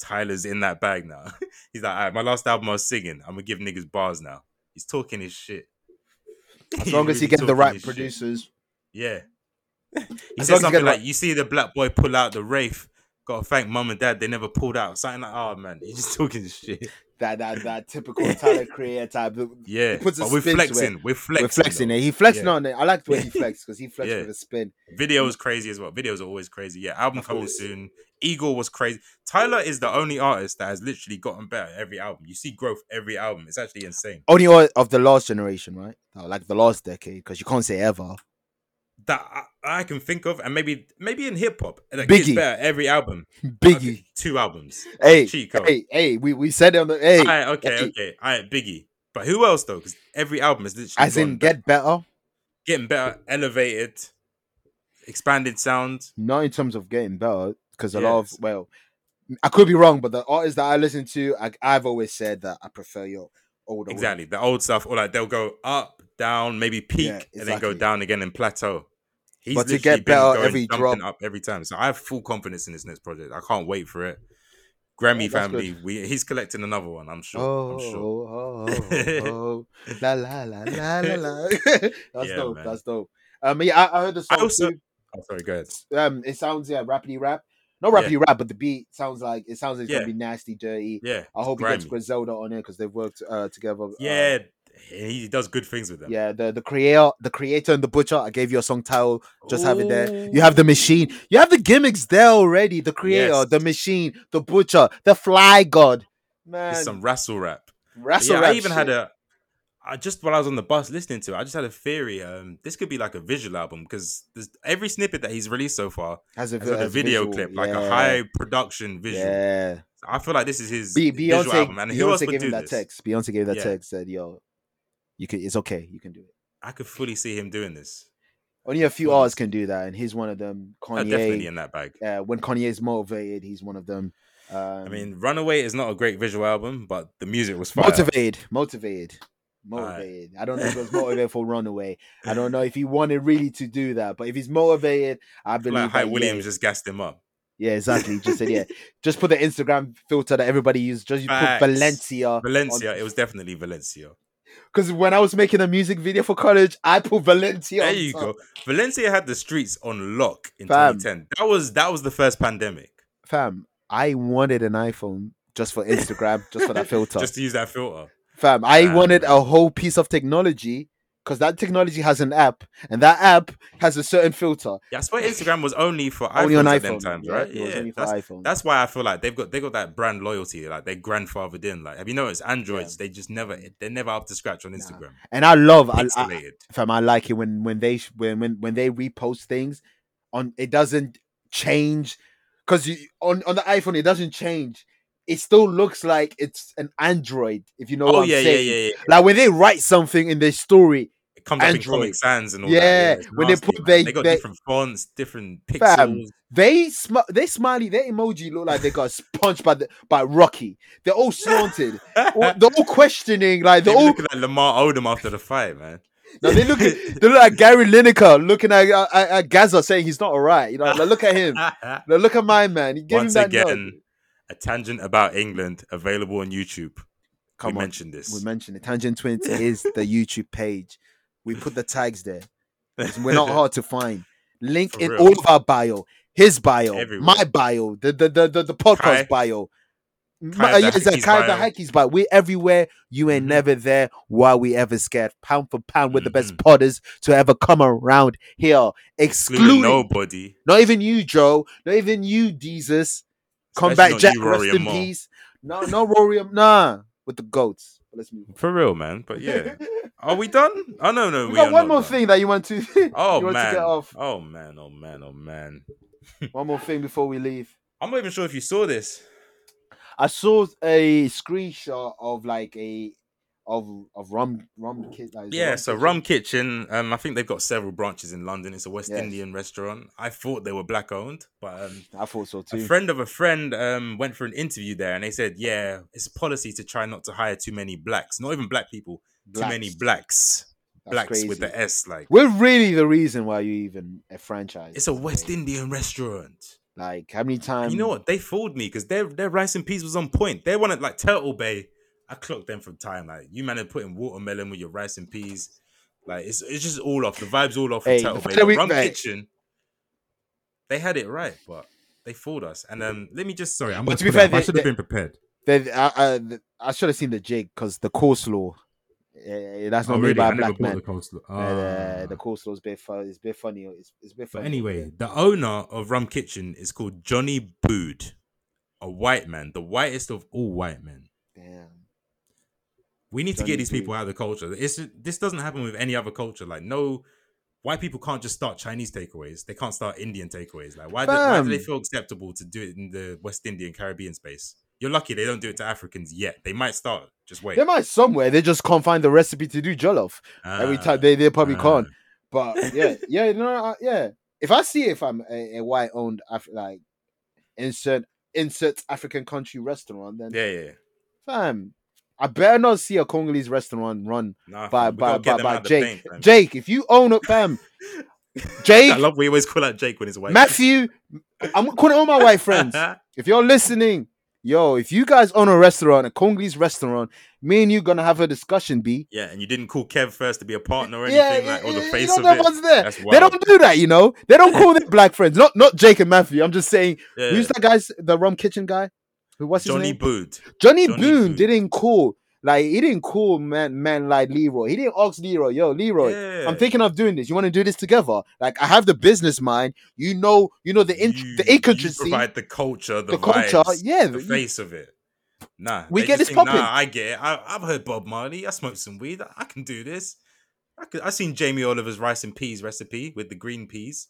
Speaker 3: Tyler's in that bag now. He's like, all right, my last album I was singing. I'm gonna give niggas bars now. He's talking his shit.
Speaker 2: As
Speaker 3: He's
Speaker 2: long as you
Speaker 3: really
Speaker 2: get the
Speaker 3: talking
Speaker 2: right
Speaker 3: his shit.
Speaker 2: producers.
Speaker 3: Yeah. He
Speaker 2: As
Speaker 3: said
Speaker 2: long as you get
Speaker 3: something
Speaker 2: the
Speaker 3: like,
Speaker 2: right-
Speaker 3: "You see the black boy pull out the wraith. Gotta thank mum and dad. They never pulled out." Something like, "Oh man, he's just talking shit."
Speaker 2: That that that typical Tyler Creator type.
Speaker 3: Yeah,
Speaker 2: He puts a
Speaker 3: but we're
Speaker 2: spin to it.
Speaker 3: flexing. We're flexing.
Speaker 2: We're flexing
Speaker 3: though.
Speaker 2: it. He flexed
Speaker 3: Yeah.
Speaker 2: on it. I like the way he flexed because he flexed
Speaker 3: Yeah.
Speaker 2: with a spin.
Speaker 3: Video is crazy as well. Videos are always crazy. Yeah, album
Speaker 2: Of
Speaker 3: coming
Speaker 2: course.
Speaker 3: soon. Eagle was crazy. Tyler is the only artist that has literally gotten better every album. You see growth every album. It's actually insane.
Speaker 2: only all of the last generation, right? Oh, like the last decade, because you can't say ever.
Speaker 3: That I, I can think of, and maybe maybe in hip hop, that
Speaker 2: Biggie.
Speaker 3: gets better every album.
Speaker 2: Biggie,
Speaker 3: Okay, two albums.
Speaker 2: hey,
Speaker 3: Chico.
Speaker 2: hey, hey, we, we said it on the hey,
Speaker 3: All right, okay,
Speaker 2: hey.
Speaker 3: okay. All right, Biggie. But who else though? Because every album is literally
Speaker 2: as
Speaker 3: gotten
Speaker 2: in
Speaker 3: better.
Speaker 2: get better,
Speaker 3: getting better, elevated, expanded sound.
Speaker 2: not in terms of getting better, because a lot of
Speaker 3: Yes.
Speaker 2: well, I could be wrong, but the artists that I listen to, I, I've always said that I prefer your older work.
Speaker 3: Exactly. The old stuff, or like they'll go up, down, maybe peak,
Speaker 2: Yeah,
Speaker 3: and then go
Speaker 2: exactly.
Speaker 3: down again and plateau. He's
Speaker 2: But to
Speaker 3: literally
Speaker 2: get
Speaker 3: been
Speaker 2: better
Speaker 3: going
Speaker 2: every
Speaker 3: jumping
Speaker 2: drop-
Speaker 3: up every time. So I have full confidence in this next project. I can't wait for it. Grammy
Speaker 2: Oh, that's
Speaker 3: family, we he's collecting another one. I'm sure.
Speaker 2: Oh,
Speaker 3: I'm sure.
Speaker 2: oh, oh, oh, oh, la la la la la la. that's
Speaker 3: Yeah,
Speaker 2: dope.
Speaker 3: man.
Speaker 2: That's dope. Um, yeah, I, I heard the
Speaker 3: I
Speaker 2: song
Speaker 3: also-
Speaker 2: too.
Speaker 3: Oh, sorry. Go ahead.
Speaker 2: um it sounds yeah rapidly rap not
Speaker 3: Yeah.
Speaker 2: rapidly rap but the beat sounds like it sounds like it's
Speaker 3: Yeah.
Speaker 2: gonna be nasty dirty
Speaker 3: Yeah.
Speaker 2: i hope he gets
Speaker 3: Grimy.
Speaker 2: griselda on it because they've worked uh together uh,
Speaker 3: Yeah. He does good things with them.
Speaker 2: yeah the the creator the creator and the butcher i gave you a song title just have it there you have the machine you have the gimmicks there already the creator
Speaker 3: Yes.
Speaker 2: the machine the butcher the fly god man
Speaker 3: It's some wrestle rap.
Speaker 2: wrestle
Speaker 3: yeah,
Speaker 2: rap
Speaker 3: I even had a. I just while I was on the bus listening to it, I just had a theory. Um, this could be like a visual album because every snippet that he's released so far
Speaker 2: has
Speaker 3: has got a
Speaker 2: has
Speaker 3: video
Speaker 2: visual,
Speaker 3: clip, like a
Speaker 2: yeah,
Speaker 3: high production visual.
Speaker 2: yeah
Speaker 3: I feel like this is his
Speaker 2: Be-
Speaker 3: visual
Speaker 2: beyonce
Speaker 3: album, and who else
Speaker 2: beyonce
Speaker 3: would
Speaker 2: gave
Speaker 3: do
Speaker 2: him that
Speaker 3: this?
Speaker 2: text beyonce gave that
Speaker 3: Yeah.
Speaker 2: text said yo you can it's okay you can do it
Speaker 3: I could fully see him doing this.
Speaker 2: Only a few
Speaker 3: Well,
Speaker 2: artists can do that, and he's one of them.
Speaker 3: No, Oh, definitely
Speaker 2: Kanye.
Speaker 3: in that bag.
Speaker 2: Uh, when Kanye's motivated, he's one of them. Um,
Speaker 3: I mean, Runaway is not a great visual album, but the music was fire.
Speaker 2: motivated, motivated. motivated. I don't know if it was motivated for Runaway. I don't know if he wanted really to do that, but if he's motivated, I believe.
Speaker 3: Like, hi,
Speaker 2: that,
Speaker 3: Williams
Speaker 2: yeah.
Speaker 3: just gassed him up.
Speaker 2: Yeah, exactly. He Just said, yeah. Just put the Instagram filter that everybody uses. Just put
Speaker 3: Facts.
Speaker 2: Valencia.
Speaker 3: Valencia, it was definitely Valencia.
Speaker 2: Because when I was making a music video for college, I put Valencia.
Speaker 3: There
Speaker 2: on
Speaker 3: you
Speaker 2: top.
Speaker 3: go. Valencia had the streets on lock in
Speaker 2: Fam.
Speaker 3: 2010. That was that was the first pandemic.
Speaker 2: Fam, I wanted an iPhone just for Instagram, just for that filter.
Speaker 3: Just to use that filter.
Speaker 2: Fam, I
Speaker 3: Fam.
Speaker 2: wanted a whole piece of technology because that technology has an app, and that app has a certain filter.
Speaker 3: Yeah, I swear Instagram was only for iPhones
Speaker 2: Only on
Speaker 3: at them
Speaker 2: iPhone.
Speaker 3: times,
Speaker 2: yeah?
Speaker 3: right?
Speaker 2: It was
Speaker 3: Yeah,
Speaker 2: only for
Speaker 3: that's,
Speaker 2: iPhone.
Speaker 3: that's why I feel like they've got they got that brand loyalty, like they grandfathered in. Like, have you noticed Androids? They just never they're never up to scratch on Instagram.
Speaker 2: and I love, I, I,
Speaker 3: Pixelated.
Speaker 2: fam, I like it when when they sh- when when when they repost things on it doesn't change because on on the iPhone it doesn't change. It still looks like it's an Android, if you know
Speaker 3: oh
Speaker 2: what I'm
Speaker 3: yeah, yeah,
Speaker 2: saying.
Speaker 3: yeah, yeah.
Speaker 2: Like when they write something in their story,
Speaker 3: It comes up in Comic
Speaker 2: Android.
Speaker 3: Sans and all that.
Speaker 2: Yeah,
Speaker 3: it's
Speaker 2: when they
Speaker 3: nasty,
Speaker 2: put
Speaker 3: man.
Speaker 2: they-
Speaker 3: they got
Speaker 2: they-
Speaker 3: different fonts, different pixels.
Speaker 2: Fam, they sm- they smiley, their emoji look like they got punched by the by Rocky. They're all slanted, all, they're all questioning, like
Speaker 3: they
Speaker 2: they're
Speaker 3: were
Speaker 2: all
Speaker 3: looking at Lamar Odom after the fight, man.
Speaker 2: No, they look they look like Gary Lineker looking at, at, at Gaza saying he's not all right. You know, like, look at him. Like, look at my man. He gave
Speaker 3: Once
Speaker 2: him that nod.
Speaker 3: again, a tangent about England available on YouTube.
Speaker 2: Come
Speaker 3: we
Speaker 2: on.
Speaker 3: mentioned this.
Speaker 2: We mentioned it. Tangent Twins is the YouTube page. We put the tags there. It's- We're not hard to find. Link
Speaker 3: For
Speaker 2: in
Speaker 3: real.
Speaker 2: all of our bio, his bio,
Speaker 3: Everywhere.
Speaker 2: my bio, the the the the, the podcast
Speaker 3: Kai-
Speaker 2: bio.
Speaker 3: Kai
Speaker 2: My, uh, yeah, it's like
Speaker 3: Dahaki's
Speaker 2: Kai the
Speaker 3: bio.
Speaker 2: Hackey's bio. We're everywhere. You ain't
Speaker 3: Mhm.
Speaker 2: never there. Why we ever scared? Pound for pound, we're the best
Speaker 3: Mhm.
Speaker 2: podders to ever come around here.
Speaker 3: Excluding
Speaker 2: Excluding
Speaker 3: nobody.
Speaker 2: Not even you, Joe. Not even you, Jesus.
Speaker 3: Especially
Speaker 2: Combat
Speaker 3: not
Speaker 2: Jack,
Speaker 3: you, Rory
Speaker 2: rest
Speaker 3: and
Speaker 2: in
Speaker 3: Mo.
Speaker 2: peace. No, no, Rory. um, Nah, with the goats. Let's move. on.
Speaker 3: For real, man. But yeah. Are we done? Oh no, no,
Speaker 2: We,
Speaker 3: we,
Speaker 2: got
Speaker 3: are
Speaker 2: one
Speaker 3: not
Speaker 2: more
Speaker 3: done.
Speaker 2: thing that you want to.
Speaker 3: Oh
Speaker 2: you want
Speaker 3: man.
Speaker 2: to get off.
Speaker 3: Oh man, oh man, oh man.
Speaker 2: One more thing before we leave.
Speaker 3: I'm not even sure if you saw this.
Speaker 2: I saw a screenshot of like a of of rum rum kid. Like, is it
Speaker 3: Yeah,
Speaker 2: rum
Speaker 3: so
Speaker 2: Kitchen?
Speaker 3: Rum Kitchen, um, I think they've got several branches in London. It's a West
Speaker 2: Yes.
Speaker 3: Indian restaurant. I thought they were black owned, but um,
Speaker 2: I thought so
Speaker 3: a
Speaker 2: too.
Speaker 3: friend of a friend um, went for an interview there and they said, yeah, it's a policy to try not to hire too many blacks, not even black people,
Speaker 2: Blacks.
Speaker 3: too many blacks.
Speaker 2: That's
Speaker 3: blacks with
Speaker 2: crazy.
Speaker 3: the S, like.
Speaker 2: We're really the reason why you even a franchise.
Speaker 3: It's a West Indian restaurant.
Speaker 2: Like how many
Speaker 3: And
Speaker 2: times?
Speaker 3: you know what? They fooled me because their their rice and peas was on point. They wanted like Turtle Bay. I clocked them from time. Like you man are putting watermelon with your rice and peas. Like it's it's just all off. The vibes all off
Speaker 2: Hey,
Speaker 3: from Turtle
Speaker 2: the
Speaker 3: Bay.
Speaker 2: fact that
Speaker 3: But
Speaker 2: we-
Speaker 3: Rum
Speaker 2: right.
Speaker 3: Kitchen. They had it right, but they fooled us. And um, let me just sorry, I'm
Speaker 2: But
Speaker 3: going
Speaker 2: to
Speaker 3: to
Speaker 2: be
Speaker 3: be
Speaker 2: fair,
Speaker 3: I
Speaker 2: they-
Speaker 3: should have
Speaker 2: they-
Speaker 3: been prepared.
Speaker 2: They, I, I, I should have seen the jig because the coleslaw. eh, that's not
Speaker 3: oh
Speaker 2: made
Speaker 3: really?
Speaker 2: by
Speaker 3: I
Speaker 2: a
Speaker 3: never
Speaker 2: black
Speaker 3: bought
Speaker 2: man.
Speaker 3: the coleslaw.
Speaker 2: Uh, the,
Speaker 3: Ah.
Speaker 2: the coleslaw is a bit fun. It's a bit funny. It's, it's a bit funny.
Speaker 3: But anyway, the owner of Rum Kitchen is called Johnny Bood, a white man, the whitest of all white men.
Speaker 2: damn.
Speaker 3: We need to
Speaker 2: Johnny
Speaker 3: get these people
Speaker 2: B.
Speaker 3: out of the culture. It's, this doesn't happen with any other culture. Like, no, white people can't just start Chinese takeaways. They can't start Indian takeaways. Like, why do, why do they
Speaker 2: Fam.
Speaker 3: feel acceptable to do it in the West Indian Caribbean space? You're lucky they don't do it to Africans yet. They might start. Just wait.
Speaker 2: They might somewhere. They just can't find the recipe to do jollof. Every
Speaker 3: Ah,
Speaker 2: time they they probably
Speaker 3: ah.
Speaker 2: can't. But yeah, yeah, no, I, yeah. If I see if I'm a, a white owned Af- like insert insert African country restaurant, then
Speaker 3: Yeah, yeah. yeah.
Speaker 2: fam, I better not see a Congolese restaurant run
Speaker 3: Nah,
Speaker 2: by
Speaker 3: fam, we
Speaker 2: by
Speaker 3: gotta get
Speaker 2: by,
Speaker 3: them
Speaker 2: by
Speaker 3: out of the
Speaker 2: Jake.
Speaker 3: paint, fam.
Speaker 2: Jake, if you own up, fam.
Speaker 3: I
Speaker 2: Jake,
Speaker 3: love we always call out Jake when he's white.
Speaker 2: Matthew, I'm calling all my white friends. If you're listening, yo, if you guys own a restaurant, a Congolese restaurant, me and you gonna have a discussion, B.
Speaker 3: yeah, and you didn't call Kev first to be a partner or anything,
Speaker 2: Yeah,
Speaker 3: like, or
Speaker 2: yeah,
Speaker 3: the
Speaker 2: yeah,
Speaker 3: face
Speaker 2: you
Speaker 3: of
Speaker 2: know
Speaker 3: it.
Speaker 2: the ones there.
Speaker 3: That's
Speaker 2: They
Speaker 3: wild.
Speaker 2: don't do that, you know. They don't call their black friends. Not not Jake and Matthew. I'm just saying,
Speaker 3: Yeah.
Speaker 2: who's that guy's the rum kitchen guy? Who what's his
Speaker 3: Johnny
Speaker 2: name?
Speaker 3: Bood.
Speaker 2: Johnny,
Speaker 3: Johnny
Speaker 2: Boone
Speaker 3: Boone.
Speaker 2: didn't call. Like he didn't call man man like Leroy. He didn't ask Leroy, yo, Leroy,
Speaker 3: Yeah.
Speaker 2: I'm thinking of doing this. You want to do this together? Like I have the business mind. You know, you know the int- the
Speaker 3: You-
Speaker 2: intricacy.
Speaker 3: You provide the culture, the,
Speaker 2: the culture,
Speaker 3: vibes,
Speaker 2: yeah,
Speaker 3: the
Speaker 2: you-
Speaker 3: face of it. Nah,
Speaker 2: We
Speaker 3: they
Speaker 2: get
Speaker 3: just
Speaker 2: this
Speaker 3: think,
Speaker 2: poppin'.
Speaker 3: Nah, I get it. I, I've heard Bob Marley. I smoked some weed. I, I can do this. I could, I seen Jamie Oliver's rice and peas recipe with the green peas.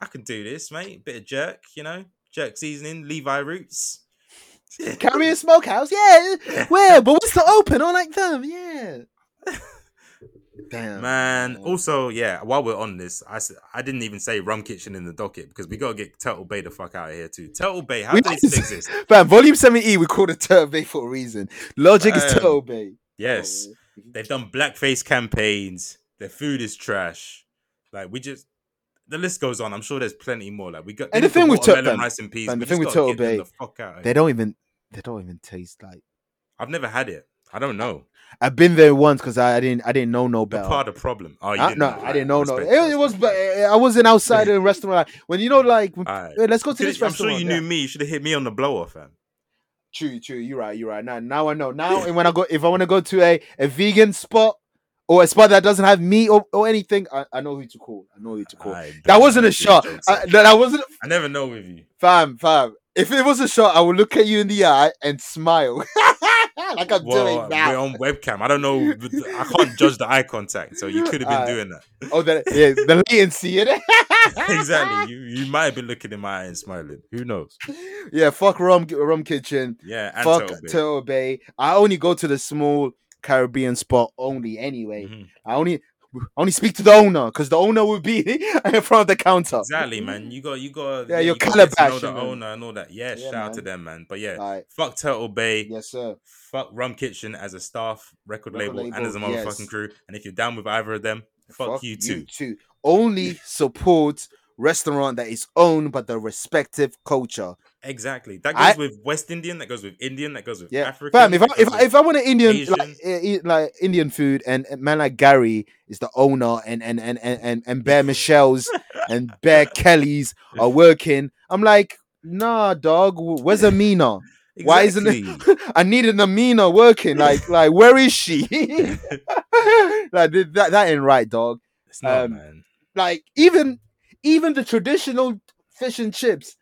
Speaker 3: I can do this, mate. Bit of jerk, you know, jerk seasoning, Levi roots.
Speaker 2: Carry a smokehouse, yeah. Where? But what's the open? I like them, yeah. Damn,
Speaker 3: Man, also, yeah, while we're on this, I, s- I didn't even say Rum Kitchen in the docket because we got to get Turtle Bay the fuck out of here, too. Turtle Bay, how
Speaker 2: We
Speaker 3: did it
Speaker 2: might as-
Speaker 3: still exist?
Speaker 2: Fam, volume seven E, we call it Turtle Bay for a reason. Logic is
Speaker 3: Fam.
Speaker 2: Turtle Bay.
Speaker 3: Um, Yes. They've done blackface campaigns. Their food is trash. Like we just, the list goes on. I'm sure there's plenty more. Like we got.
Speaker 2: And the
Speaker 3: they've got
Speaker 2: thing with Tur-
Speaker 3: watermelon
Speaker 2: Ben,
Speaker 3: rice and peas.
Speaker 2: Ben,
Speaker 3: we
Speaker 2: the thing
Speaker 3: just
Speaker 2: with
Speaker 3: gotta
Speaker 2: Turtle
Speaker 3: get them
Speaker 2: Bay,
Speaker 3: the fuck out of
Speaker 2: They
Speaker 3: here.
Speaker 2: don't even they don't even taste like.
Speaker 3: I've never had it. I don't know.
Speaker 2: I've been there once because I, I didn't I didn't know no
Speaker 3: You're
Speaker 2: better.
Speaker 3: part of the problem. Oh, you
Speaker 2: I,
Speaker 3: didn't
Speaker 2: no,
Speaker 3: know.
Speaker 2: Ah, I
Speaker 3: Alright,
Speaker 2: didn't know no.
Speaker 3: respect,
Speaker 2: It, it was, but
Speaker 3: respect.
Speaker 2: I wasn't outside a restaurant. Like, when you know, like, when-
Speaker 3: Alright.
Speaker 2: hey, let's go to
Speaker 3: Could've-
Speaker 2: this
Speaker 3: I'm sure
Speaker 2: restaurant.
Speaker 3: you
Speaker 2: yeah.
Speaker 3: knew me. You should have hit me on the blower, fam.
Speaker 2: True, true. You're right. You're right. Now, now I know. Now, and when I go, if I want to go to a, a vegan spot or a spot that doesn't have meat or, or anything, I, I know who to call. I know who to call.
Speaker 3: Alright,
Speaker 2: that
Speaker 3: Ben,
Speaker 2: wasn't
Speaker 3: I
Speaker 2: a
Speaker 3: see
Speaker 2: shot.
Speaker 3: jokes.
Speaker 2: I, that that wasn't
Speaker 3: I never know with you.
Speaker 2: fam, fam. If it was a shot, I would look at you in the eye and smile like I'm
Speaker 3: Well,
Speaker 2: doing
Speaker 3: we're
Speaker 2: now.
Speaker 3: on webcam. I don't know. I can't judge the eye contact, so you could have
Speaker 2: Alright.
Speaker 3: been doing that.
Speaker 2: Oh, the, yeah, the latency. innit?
Speaker 3: exactly. You you might have been looking in my eye and smiling. Who knows?
Speaker 2: yeah, fuck rum, rum kitchen.
Speaker 3: Yeah. And
Speaker 2: fuck
Speaker 3: Turtle Bay.
Speaker 2: Turtle Bay. I only go to the small Caribbean spot only. Anyway,
Speaker 3: Mhm.
Speaker 2: I only I only speak to the owner because the owner will be in front of the counter.
Speaker 3: Exactly, man. You got you got
Speaker 2: Mm-hmm. Yeah, you're
Speaker 3: you gotta get to know
Speaker 2: calabash,
Speaker 3: the
Speaker 2: man.
Speaker 3: owner and all that. Yeah,
Speaker 2: Yeah,
Speaker 3: shout out to
Speaker 2: man.
Speaker 3: them, man. But yeah,
Speaker 2: Like,
Speaker 3: fuck Turtle Bay.
Speaker 2: yes, sir.
Speaker 3: Fuck Rum Kitchen as a staff record,
Speaker 2: Record
Speaker 3: label, and
Speaker 2: label,
Speaker 3: as a motherfucking
Speaker 2: yes.
Speaker 3: crew. And if you're down with either of them, fuck, you too.
Speaker 2: Only support restaurant that is owned by the respective culture.
Speaker 3: Exactly. That
Speaker 2: I-
Speaker 3: goes with West Indian. That goes with Indian. That goes with
Speaker 2: Yeah,
Speaker 3: African.
Speaker 2: fam. If I
Speaker 3: that
Speaker 2: if,
Speaker 3: goes
Speaker 2: I-
Speaker 3: with-
Speaker 2: if I want an Indian
Speaker 3: Asian.
Speaker 2: like, eh, eat, like Indian food, and a man like Gary is the owner, and and and and and, and Bear Michelle's and Bear Kelly's are working, I'm like, nah, dog. wh- Where's Amina? Why isn't it-
Speaker 3: Exactly.
Speaker 2: I need an Amina working. Like like where is she? like th- that that ain't right, dog.
Speaker 3: It's not,
Speaker 2: um,
Speaker 3: man.
Speaker 2: Like even even the traditional fish and chips,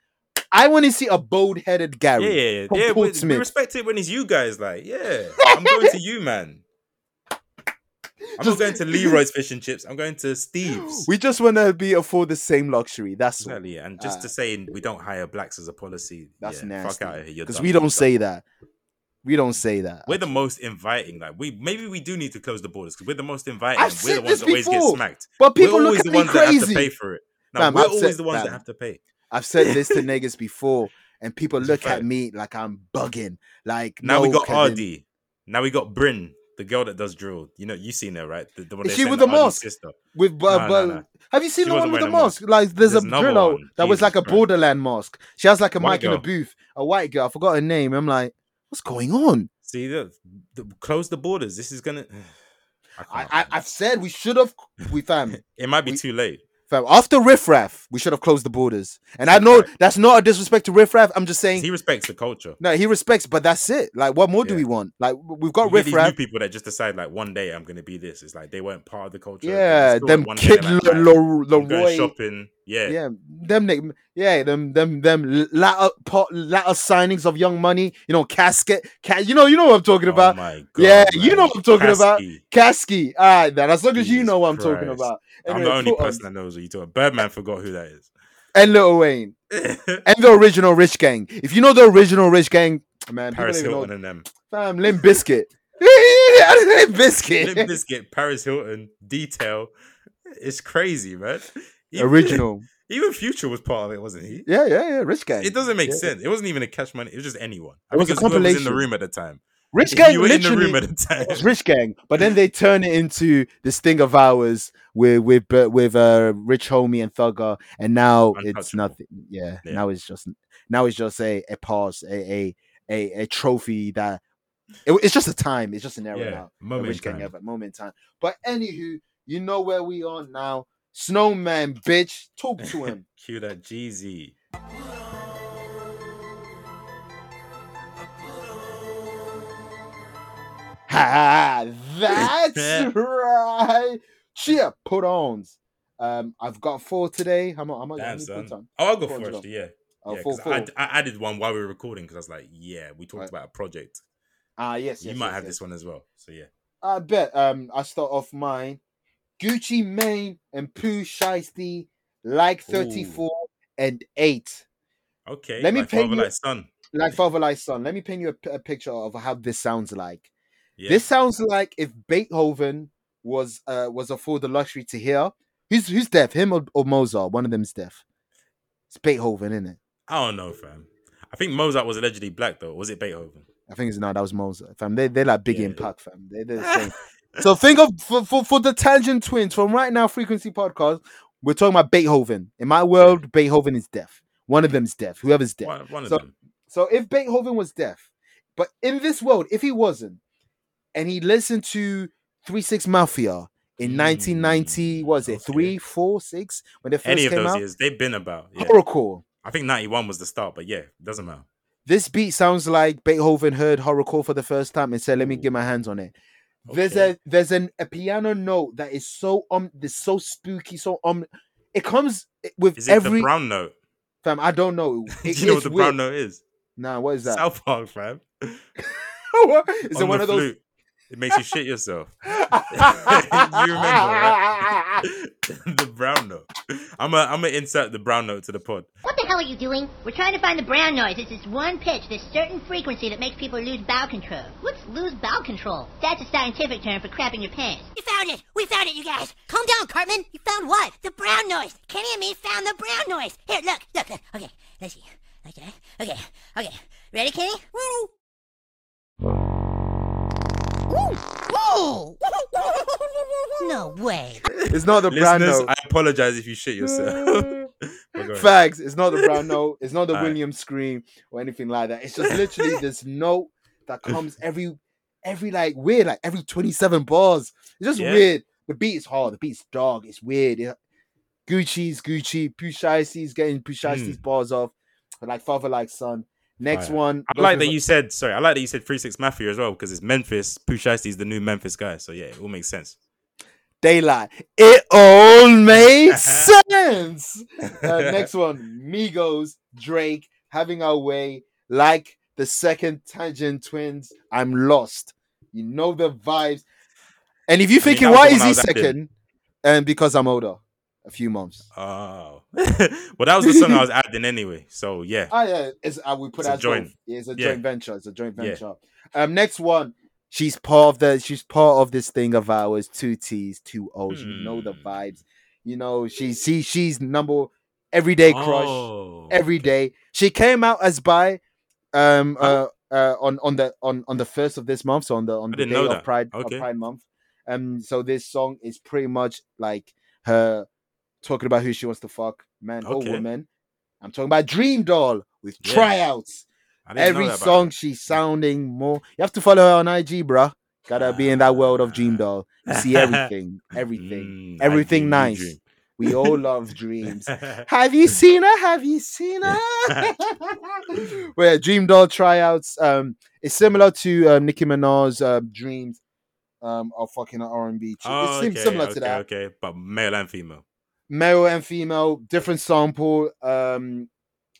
Speaker 2: I want to see a bold headed Gary.
Speaker 3: Yeah, yeah,
Speaker 2: from
Speaker 3: yeah. yeah we, we
Speaker 2: Portsmouth.
Speaker 3: respect it when it's you guys. Like, yeah, I'm going to you, man. I'm not
Speaker 2: Just-
Speaker 3: going to Leroy's fish and chips. I'm going to Steve's.
Speaker 2: We just want to be afford the same luxury. That's all.
Speaker 3: Exactly, and just
Speaker 2: Uh,
Speaker 3: to say we don't hire blacks as a policy.
Speaker 2: That's
Speaker 3: yeah,
Speaker 2: nasty.
Speaker 3: Fuck out of here.
Speaker 2: Because we don't say that. We don't say that.
Speaker 3: We're the most inviting. Like we maybe we do need to close the borders because we're the most inviting.
Speaker 2: I've
Speaker 3: and we're the
Speaker 2: said this
Speaker 3: ones that always get
Speaker 2: before.
Speaker 3: smacked.
Speaker 2: but people
Speaker 3: we're
Speaker 2: look
Speaker 3: always
Speaker 2: at
Speaker 3: the
Speaker 2: me
Speaker 3: ones that have to pay
Speaker 2: crazy.
Speaker 3: for it. No,
Speaker 2: Fam,
Speaker 3: we're
Speaker 2: I've
Speaker 3: always
Speaker 2: said-
Speaker 3: the ones
Speaker 2: fam.
Speaker 3: that have to pay.
Speaker 2: I've said this to niggas before, and people
Speaker 3: It's
Speaker 2: look
Speaker 3: fair.
Speaker 2: at me like I'm bugging. Like
Speaker 3: Now we
Speaker 2: no,
Speaker 3: got
Speaker 2: Kevin.
Speaker 3: RD. Now we got Bryn, the girl that does drill. You know, you seen her, right? The, the one
Speaker 2: Is
Speaker 3: they
Speaker 2: she
Speaker 3: sent
Speaker 2: with
Speaker 3: to
Speaker 2: the
Speaker 3: RD's
Speaker 2: mask?
Speaker 3: Sister.
Speaker 2: With bu-
Speaker 3: No, no,
Speaker 2: bu-
Speaker 3: no.
Speaker 2: have you seen
Speaker 3: She
Speaker 2: the one
Speaker 3: wasn't
Speaker 2: with the
Speaker 3: wearing a
Speaker 2: mask? Like there's,
Speaker 3: There's
Speaker 2: a
Speaker 3: another
Speaker 2: drill out
Speaker 3: one.
Speaker 2: that was
Speaker 3: Jesus
Speaker 2: like a
Speaker 3: Christ.
Speaker 2: borderland mask. She has like a
Speaker 3: White
Speaker 2: mic in a
Speaker 3: girl.
Speaker 2: booth. A white girl. I forgot her name. I'm like, what's going on?
Speaker 3: See, the, the, close the borders. This is gonna.
Speaker 2: I,
Speaker 3: I can't,
Speaker 2: I
Speaker 3: man.
Speaker 2: I've said we should have we fam
Speaker 3: it might be
Speaker 2: we-
Speaker 3: too late.
Speaker 2: Fam, after Riff Raff, we should have closed the borders. And I know
Speaker 3: Correct.
Speaker 2: that's not a disrespect to Riff Raff. I'm just
Speaker 3: 'Cause
Speaker 2: saying,
Speaker 3: He respects the culture.
Speaker 2: no, he respects, but that's it. Like, what more do
Speaker 3: Yeah.
Speaker 2: we want? Like, w- we've got
Speaker 3: You get
Speaker 2: Riff
Speaker 3: these
Speaker 2: Raff.
Speaker 3: new people that just decide like one day I'm gonna be this. It's like they weren't part of the culture. They
Speaker 2: Yeah,
Speaker 3: just saw it
Speaker 2: them
Speaker 3: one day,
Speaker 2: kid
Speaker 3: they're like,
Speaker 2: L-
Speaker 3: "Right,
Speaker 2: Lor-
Speaker 3: I'm going
Speaker 2: Leroy.
Speaker 3: shopping. Yeah,
Speaker 2: Yeah, them, nigg- yeah, them, them, them latter, pot, latter signings of Young Money. You know, casket, cat. You know, you know what I'm talking
Speaker 3: Oh
Speaker 2: about.
Speaker 3: my God,
Speaker 2: Yeah, you
Speaker 3: man.
Speaker 2: know what I'm talking about.
Speaker 3: Kasky.
Speaker 2: Casky. All right, then. As long as you
Speaker 3: Jesus
Speaker 2: know what I'm talking
Speaker 3: Christ.
Speaker 2: about.
Speaker 3: I'm
Speaker 2: Anyway,
Speaker 3: the only
Speaker 2: put on-
Speaker 3: person that knows what you're talking. Birdman forgot who that is.
Speaker 2: And Lil Wayne. And the original Rich Gang. If you know the original Rich Gang, man, people don't
Speaker 3: Paris
Speaker 2: even know
Speaker 3: Hilton and them.
Speaker 2: Fam, Limp Biscuit. Limp Biscuit.
Speaker 3: Limp Bizkit, Paris Hilton, Detail. It's crazy, man. Even-
Speaker 2: Original.
Speaker 3: Even Future was part of it, wasn't he?
Speaker 2: Yeah, yeah, yeah. Rich Gang.
Speaker 3: It doesn't make
Speaker 2: Yeah.
Speaker 3: sense. It wasn't even a cash money. It was just anyone. I
Speaker 2: It was
Speaker 3: think
Speaker 2: a
Speaker 3: whoever in the
Speaker 2: compilation.
Speaker 3: room at the time.
Speaker 2: Rich
Speaker 3: If
Speaker 2: Gang
Speaker 3: you were in the
Speaker 2: literally
Speaker 3: room at the time.
Speaker 2: was Rich Gang, but then they turn it into this thing of ours with with Bu- with uh, Rich Homie and Thugger, and now it's
Speaker 3: Untouchable.
Speaker 2: nothing. Yeah,
Speaker 3: Yeah.
Speaker 2: now it's just now it's just a a pass, a a a, a trophy that it- it's just a time. It's just an era
Speaker 3: yeah,
Speaker 2: now.
Speaker 3: moment
Speaker 2: which
Speaker 3: in
Speaker 2: gang
Speaker 3: time.
Speaker 2: ever moment in time. But anywho, you know where we are now. Snowman, bitch, talk to him.
Speaker 3: Cue that Jeezy.
Speaker 2: Ha, that's right. Cheer, put ons. Um, I've got four today. How much? How much? how
Speaker 3: Damn,
Speaker 2: many
Speaker 3: son.
Speaker 2: points on?
Speaker 3: Oh, I'll go
Speaker 2: Four and
Speaker 3: first.
Speaker 2: twelve.
Speaker 3: Yeah.
Speaker 2: Oh,
Speaker 3: yeah,
Speaker 2: four,
Speaker 3: 'cause I,
Speaker 2: four.
Speaker 3: I added one while we were recording because I was like, yeah, we talked
Speaker 2: Right.
Speaker 3: about a project.
Speaker 2: Ah, yes, yes.
Speaker 3: you might
Speaker 2: yes,
Speaker 3: have
Speaker 2: yes.
Speaker 3: this one as well. So yeah.
Speaker 2: I bet. Um, I start off mine. Gucci Mane and Pooh Shiesty, like
Speaker 3: Ooh.
Speaker 2: thirty-four and eight.
Speaker 3: Okay.
Speaker 2: Let me
Speaker 3: like
Speaker 2: pay
Speaker 3: father,
Speaker 2: you-
Speaker 3: like son.
Speaker 2: Like father, like son. Let me paint you a, p- a picture of how this sounds like.
Speaker 3: Yeah.
Speaker 2: This sounds like if Beethoven was uh was afforded the luxury to hear. Who's who's deaf? Him or, or Mozart? One of them's deaf. It's Beethoven, isn't it?
Speaker 3: I don't know, fam. I think Mozart was allegedly black though. Was it Beethoven?
Speaker 2: I think it's no, that was Mozart. Fam, they they're like Biggie
Speaker 3: Yeah.
Speaker 2: and Pac, fam. They they're the same. So think of for, for, for the tangent twins from right now, frequency podcast. We're talking about Beethoven. In my world, Beethoven is deaf. One of them's deaf. Whoever's deaf.
Speaker 3: One, one of
Speaker 2: So-
Speaker 3: them.
Speaker 2: So if Beethoven was deaf, but in this world, if he wasn't, and he listened to Three Six Mafia
Speaker 3: Hmm.
Speaker 2: in 1990,
Speaker 3: Mm,
Speaker 2: was it
Speaker 3: okay.
Speaker 2: three, four, six when they first
Speaker 3: Any of
Speaker 2: came
Speaker 3: those
Speaker 2: out?
Speaker 3: years, they've been about. Yeah.
Speaker 2: Horrorcore.
Speaker 3: I think 91 was the start, but yeah, doesn't matter.
Speaker 2: This beat sounds like Beethoven heard horrorcore for the first time and said, "Let me get my hands on it." There's
Speaker 3: Okay.
Speaker 2: a there's an a piano note that is so um this so spooky, so um, it comes with
Speaker 3: Is it
Speaker 2: every
Speaker 3: the brown note?
Speaker 2: fam. I don't know.
Speaker 3: Do
Speaker 2: It-
Speaker 3: you know what
Speaker 2: it's
Speaker 3: the
Speaker 2: weird.
Speaker 3: brown note is?
Speaker 2: Nah, what is that?
Speaker 3: South Park, fam.
Speaker 2: is
Speaker 3: On
Speaker 2: it one
Speaker 3: the
Speaker 2: of those?
Speaker 3: flute. It makes you shit yourself.
Speaker 2: you
Speaker 3: remember, right? the brown note. I'm gonna I'm gonna insert the brown note to the pod.
Speaker 9: What the hell are you doing? We're trying to find the brown noise. It's this one pitch, this certain frequency that makes people lose bowel control. What's lose bowel control? That's a scientific term for crapping your pants. You found it! We found it, you guys! Calm down, Cartman! You found what? The brown noise! Kenny and me found the brown noise! Here, look, look, look. Okay, let's see. Like that. Okay, okay. Ready, Kenny? Woo! Woo! No way.
Speaker 2: It's not the brown
Speaker 3: Listeners,
Speaker 2: note.
Speaker 3: I apologize if you shit yourself. But go ahead.
Speaker 2: Facts. It's not the brown note. It's not the
Speaker 3: Alright.
Speaker 2: William scream or anything like that. It's just literally this note that comes every, every like weird, like every twenty-seven bars. It's just
Speaker 3: Yeah.
Speaker 2: weird. The beat is hard. The beat's dark. It's weird. It- Gucci's Gucci. Pushaisi's getting Pushaisi's
Speaker 3: Hmm.
Speaker 2: bars off. But like father, like son. Next
Speaker 3: Fire.
Speaker 2: one.
Speaker 3: I like that you said sorry. I like that you said three six mafia as well because it's Memphis. Pusha is the new Memphis guy, so yeah, it all makes sense.
Speaker 2: daylight. It all makes sense. Uh, next one, Migos, Drake, having our way, like the second Tangent Twins. I'm lost. You know the vibes. And if you're
Speaker 3: I mean,
Speaker 2: thinking,
Speaker 3: that was
Speaker 2: why
Speaker 3: the
Speaker 2: is
Speaker 3: one I
Speaker 2: he
Speaker 3: was active.
Speaker 2: second? And because I'm older, a few months.
Speaker 3: Oh, well, that was the song I was adding anyway. So yeah,
Speaker 2: Oh yeah, it's uh, we put
Speaker 3: It's a
Speaker 2: out joint.
Speaker 3: joint.
Speaker 2: It's a
Speaker 3: Yeah.
Speaker 2: joint venture. It's a joint
Speaker 3: Yeah.
Speaker 2: venture. Um, next one. She's part of the. She's part of this thing of ours. Two T's, two O's. You know the
Speaker 3: Hmm.
Speaker 2: vibes. You know she she she's number everyday crush.
Speaker 3: Oh,
Speaker 2: Every day she came out as by, um uh, uh on on the on on the first of this month. So on the on the
Speaker 3: Oh. didn't
Speaker 2: day
Speaker 3: know
Speaker 2: of
Speaker 3: that.
Speaker 2: Pride of
Speaker 3: Okay.
Speaker 2: Pride Month. Um, so this song is pretty much like her talking about who she wants to fuck, man
Speaker 3: Okay.
Speaker 2: or woman. I'm talking about Dream Doll with
Speaker 3: Yeah.
Speaker 2: tryouts.
Speaker 3: I didn't know
Speaker 2: Every
Speaker 3: that about
Speaker 2: song
Speaker 3: her.
Speaker 2: she's sounding more. You have to follow her on IG, bruh. Gotta be in that world of Dream
Speaker 3: Ah.
Speaker 2: Doll. You see everything, everything.
Speaker 3: Mm, I
Speaker 2: everything
Speaker 3: dream, you
Speaker 2: nice.
Speaker 3: dream.
Speaker 2: We all love dreams. Have you seen her? Have you seen
Speaker 3: Yeah.
Speaker 2: her? Where Dream Doll tryouts um is similar to um, Nicki Minaj's uh, Dreams um of fucking R&B. chick.
Speaker 3: oh,
Speaker 2: it's sim-
Speaker 3: okay,
Speaker 2: similar
Speaker 3: okay,
Speaker 2: to that
Speaker 3: Okay, but male and female.
Speaker 2: male and female, different sample. Um,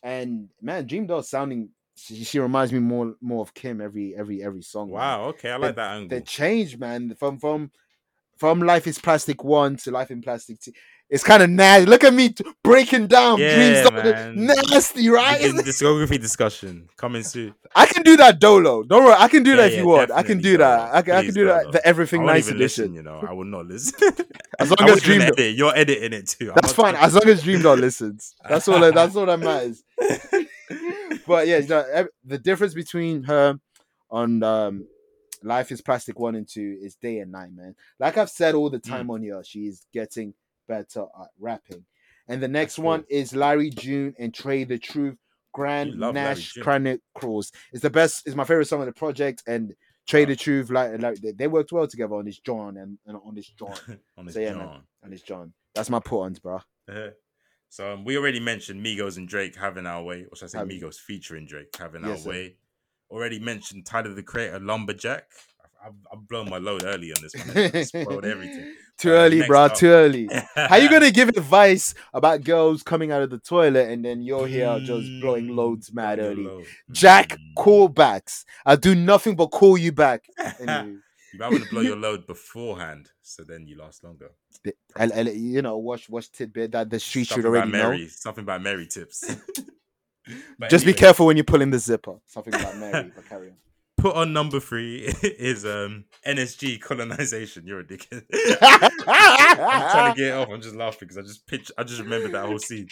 Speaker 2: and man, Dream Doll sounding. She, she reminds me more more of Kim every every every song. man.
Speaker 3: Wow. Okay, I like that angle.
Speaker 2: the change, man, from from from Life is Plastic One to Life in Plastic Two. It's kind of nasty. Look at me t- breaking down Dream
Speaker 3: Yeah,
Speaker 2: Doll.
Speaker 3: man.
Speaker 2: Nasty, right?
Speaker 3: Begin
Speaker 2: Isn't it-
Speaker 3: discography discussion coming soon.
Speaker 2: I can do that dolo. Don't worry, I can do
Speaker 3: Yeah,
Speaker 2: that if
Speaker 3: yeah,
Speaker 2: you want. I can
Speaker 3: definitely
Speaker 2: do that.
Speaker 3: dolo.
Speaker 2: I can, I can
Speaker 3: Please
Speaker 2: do that.
Speaker 3: dolo.
Speaker 2: The
Speaker 3: I
Speaker 2: Everything
Speaker 3: won't
Speaker 2: Nice
Speaker 3: even
Speaker 2: edition.
Speaker 3: listen, you know. I will not listen.
Speaker 2: As long
Speaker 3: I
Speaker 2: as
Speaker 3: won't even
Speaker 2: Dream Doll-
Speaker 3: edit. You're editing it too. I'm
Speaker 2: That's
Speaker 3: not
Speaker 2: fine.
Speaker 3: touching
Speaker 2: As long as Dream Doll listens, that's all. that- That's all that matters. but yeah, you know, ev- the difference between her on um, Life is Plastic One and Two is day and night, man. Like I've said all the
Speaker 3: Hmm.
Speaker 2: time on here, she is getting better at rapping. And the next
Speaker 3: cool.
Speaker 2: one is Larry June and Trey the Truth, Grand
Speaker 3: love Larry
Speaker 2: Nash
Speaker 3: June.
Speaker 2: Chronicles. It's the best. It's my favorite song on the project, and Trey the Truth, like, like they- they worked well together on this John and, and on this John
Speaker 3: on this
Speaker 2: So yeah, man.
Speaker 3: John.
Speaker 2: and this John. That's my put ons, bro.
Speaker 3: Uh-huh. So um, we already mentioned Migos and Drake having our way, or should I say
Speaker 2: Having-
Speaker 3: Migos featuring Drake having
Speaker 2: Yes,
Speaker 3: our
Speaker 2: sir.
Speaker 3: way. Already mentioned Tyler the Creator, Lumberjack. I've- I've, I've blown my load early on this one. I spoiled everything.
Speaker 2: Too
Speaker 3: Uh,
Speaker 2: early,
Speaker 3: next
Speaker 2: bro.
Speaker 3: up-
Speaker 2: Too early. How you gonna give advice about girls coming out of the toilet and then you're here just blowing
Speaker 3: Mm,
Speaker 2: loads mad
Speaker 3: blowing
Speaker 2: early?
Speaker 3: your load.
Speaker 2: Jack
Speaker 3: Mm.
Speaker 2: callbacks. I do nothing but call you back. Anyway,
Speaker 3: But I want to blow your load beforehand, so then you last longer.
Speaker 2: I'll- I'll- you know, watch watch tidbit that the street should
Speaker 3: Something
Speaker 2: already
Speaker 3: about
Speaker 2: know.
Speaker 3: Mary, something about Mary tips. But
Speaker 2: Just be
Speaker 3: anyway,
Speaker 2: careful when you're pulling the zipper. Something like Mary, but carry on.
Speaker 3: Put on number three is um NSG colonization. You're a dickhead. I'm trying to get it off. I'm just laughing because I just pitch. I just remembered that whole scene.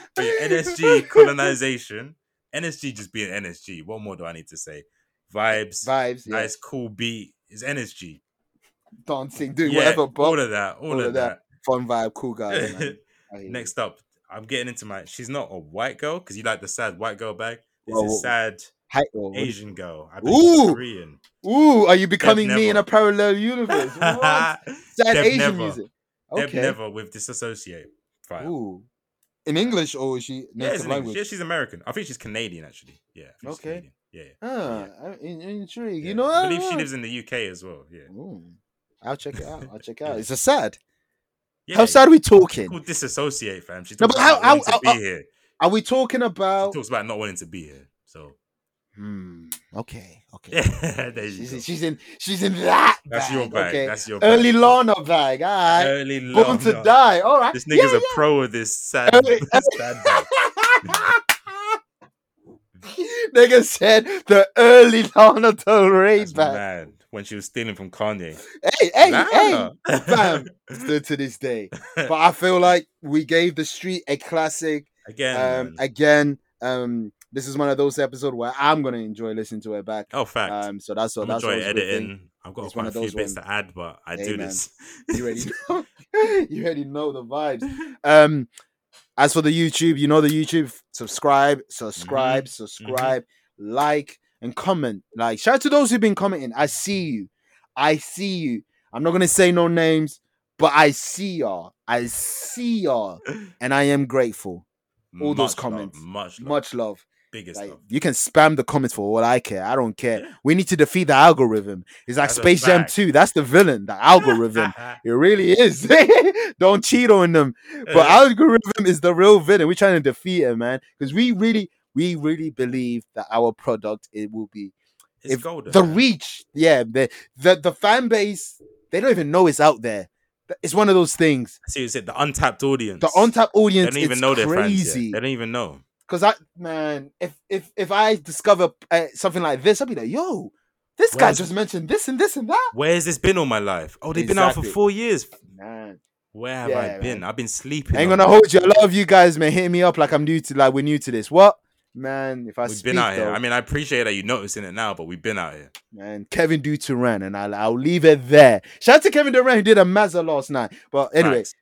Speaker 3: but yeah, NSG colonization. NSG just being NSG. What more do I need to say? vibes,
Speaker 2: Vibes, yeah.
Speaker 3: nice cool beat, his energy,
Speaker 2: dancing, doing
Speaker 3: yeah,
Speaker 2: whatever, but
Speaker 3: all of that, all, of that.
Speaker 2: fun vibe, cool guys. man. I hear you.
Speaker 3: Next up, I'm getting into my. She's not a white girl because you like the sad white girl bag. This
Speaker 2: Whoa, whoa.
Speaker 3: is sad
Speaker 2: Hi- oh,
Speaker 3: Asian girl. I believe she's
Speaker 2: Ooh.
Speaker 3: Korean.
Speaker 2: Ooh, are you becoming me in
Speaker 3: Never.
Speaker 2: a parallel universe? What? Sad Asian
Speaker 3: Never.
Speaker 2: music.
Speaker 3: Deb
Speaker 2: Okay.
Speaker 3: Never with disassociate. Fire.
Speaker 2: Ooh. In English or is she
Speaker 3: yeah,
Speaker 2: native
Speaker 3: it's an English-
Speaker 2: language?
Speaker 3: yeah, she's American. I think she's Canadian actually. Yeah. I think she's
Speaker 2: Okay.
Speaker 3: Canadian. Yeah, yeah.
Speaker 2: Ah, I'm in- intrigued.
Speaker 3: yeah.
Speaker 2: You know,
Speaker 3: I
Speaker 2: what?
Speaker 3: believe she lives in the UK as well. Yeah.
Speaker 2: Ooh. I'll check it out. I'll check it out. It's a sad.
Speaker 3: yeah
Speaker 2: how sad are we talking?
Speaker 3: Called disassociate, fam. She
Speaker 2: No,
Speaker 3: talks
Speaker 2: but how-
Speaker 3: about not
Speaker 2: how-
Speaker 3: wanting
Speaker 2: how-
Speaker 3: to be here.
Speaker 2: Are we talking
Speaker 3: She
Speaker 2: about?
Speaker 3: talks about not wanting to be here. So
Speaker 2: Hmm. Okay. Okay.
Speaker 3: yeah, there you
Speaker 2: She's,
Speaker 3: go.
Speaker 2: in- she's in. She's in that.
Speaker 3: That's your bag.
Speaker 2: Okay.
Speaker 3: That's your
Speaker 2: Early
Speaker 3: bag.
Speaker 2: Lana bag. All right.
Speaker 3: Early
Speaker 2: Born
Speaker 3: love.
Speaker 2: to die. All right.
Speaker 3: This
Speaker 2: Yeah,
Speaker 3: nigga's a pro of this sad,
Speaker 2: Early-
Speaker 3: sad bag.
Speaker 2: Nigga said the early Lana Del Rey
Speaker 3: That's
Speaker 2: back.
Speaker 3: mad. When she was stealing from Kanye.
Speaker 2: Hey, hey,
Speaker 3: Lana.
Speaker 2: hey, fam. Still to this day, but I feel like we gave the street a classic.
Speaker 3: Again.
Speaker 2: Um,
Speaker 3: man.
Speaker 2: again, um, this is one of those episodes where I'm gonna enjoy listening to it back.
Speaker 3: oh, fact.
Speaker 2: Um, so that's what
Speaker 3: I'm
Speaker 2: that's
Speaker 3: enjoying
Speaker 2: always a good thing.
Speaker 3: editing. I've got
Speaker 2: It's
Speaker 3: quite
Speaker 2: one
Speaker 3: a
Speaker 2: of
Speaker 3: few
Speaker 2: those
Speaker 3: bits
Speaker 2: ones.
Speaker 3: to add, but I
Speaker 2: Hey,
Speaker 3: do
Speaker 2: man.
Speaker 3: this.
Speaker 2: You already know. you already know the vibes. Um, as for the YouTube, you know the YouTube. Subscribe,
Speaker 3: Mm-hmm.
Speaker 2: subscribe, subscribe, like, and comment. Like, shout out to those who've been commenting. I see you. I see you. I'm not gonna say no names, but I see y'all. I see y'all, and I am grateful. All those
Speaker 3: Much love,
Speaker 2: comments.
Speaker 3: much, love,
Speaker 2: Much love.
Speaker 3: biggest
Speaker 2: Like,
Speaker 3: love.
Speaker 2: you can spam the comments for all I care. I don't care. We need to defeat the algorithm. It's like
Speaker 3: That's a
Speaker 2: Space Jam
Speaker 3: fact.
Speaker 2: 2. That's the villain, the algorithm. it really is. don't cheat on them. But algorithm is the real villain. We're trying to defeat it, man. Because we really, we really believe that our product it will be
Speaker 3: it's
Speaker 2: if
Speaker 3: golden.
Speaker 2: the
Speaker 3: man.
Speaker 2: reach. Yeah, the the the fan base, they don't even know it's out there. Th- It's one of those things.
Speaker 3: Seriously, the untapped audience.
Speaker 2: The on-tap
Speaker 3: They
Speaker 2: audience
Speaker 3: don't even
Speaker 2: it's
Speaker 3: know their friends.
Speaker 2: crazy.
Speaker 3: Yet. They don't even know.
Speaker 2: Cause I man, if if if I discover uh, something like this, I'll be like, yo, this guy
Speaker 3: Where's-
Speaker 2: just mentioned this and this and that.
Speaker 3: Where's this been all my life? Oh, they've been out for
Speaker 2: Exactly.
Speaker 3: four years.
Speaker 2: Man,
Speaker 3: Where have
Speaker 2: Yeah,
Speaker 3: I been?
Speaker 2: man.
Speaker 3: I've been sleeping.
Speaker 2: ain't
Speaker 3: on
Speaker 2: gonna
Speaker 3: it.
Speaker 2: hold you. A lot of you guys man hitting me up like I'm new to like we're new to this. What man? If I
Speaker 3: We've
Speaker 2: speak
Speaker 3: been out here.
Speaker 2: though,
Speaker 3: I mean, I appreciate that you're noticing it now, but we've been out here.
Speaker 2: man, Kevin Durant, and I'll I'll leave it there. Shout out to Kevin Durant who did a mazza last night. But anyway,
Speaker 3: Facts.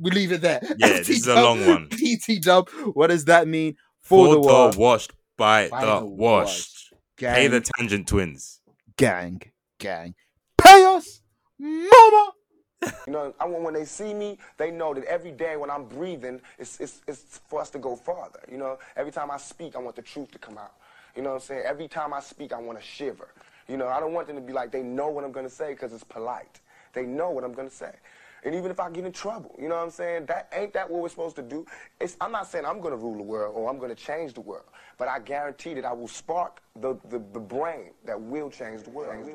Speaker 2: we leave it there.
Speaker 3: Yeah, this is a long one.
Speaker 2: PT dub. What does that mean for,
Speaker 3: for
Speaker 2: the world?
Speaker 3: washed by,
Speaker 2: By
Speaker 3: the,
Speaker 2: the
Speaker 3: washed.
Speaker 2: Gang,
Speaker 3: Pay the tangent twins.
Speaker 2: gang, gang. Pay us, mama.
Speaker 10: You know, I want when they see me, they know that every day when I'm breathing, it's, it's, it's for us to go farther. You know, every time I speak, I want the truth to come out. You know what I'm saying? Every time I speak, I want to shiver. You know, I don't want them to be like, they know what I'm going to say because it's polite. They know what I'm going to say. And even if I get in trouble, you know what I'm saying? That ain't that what we're supposed to do. It's, I'm not saying I'm going to rule the world or I'm going to change the world, but I guarantee that I will spark the, the, the brain that will change the world.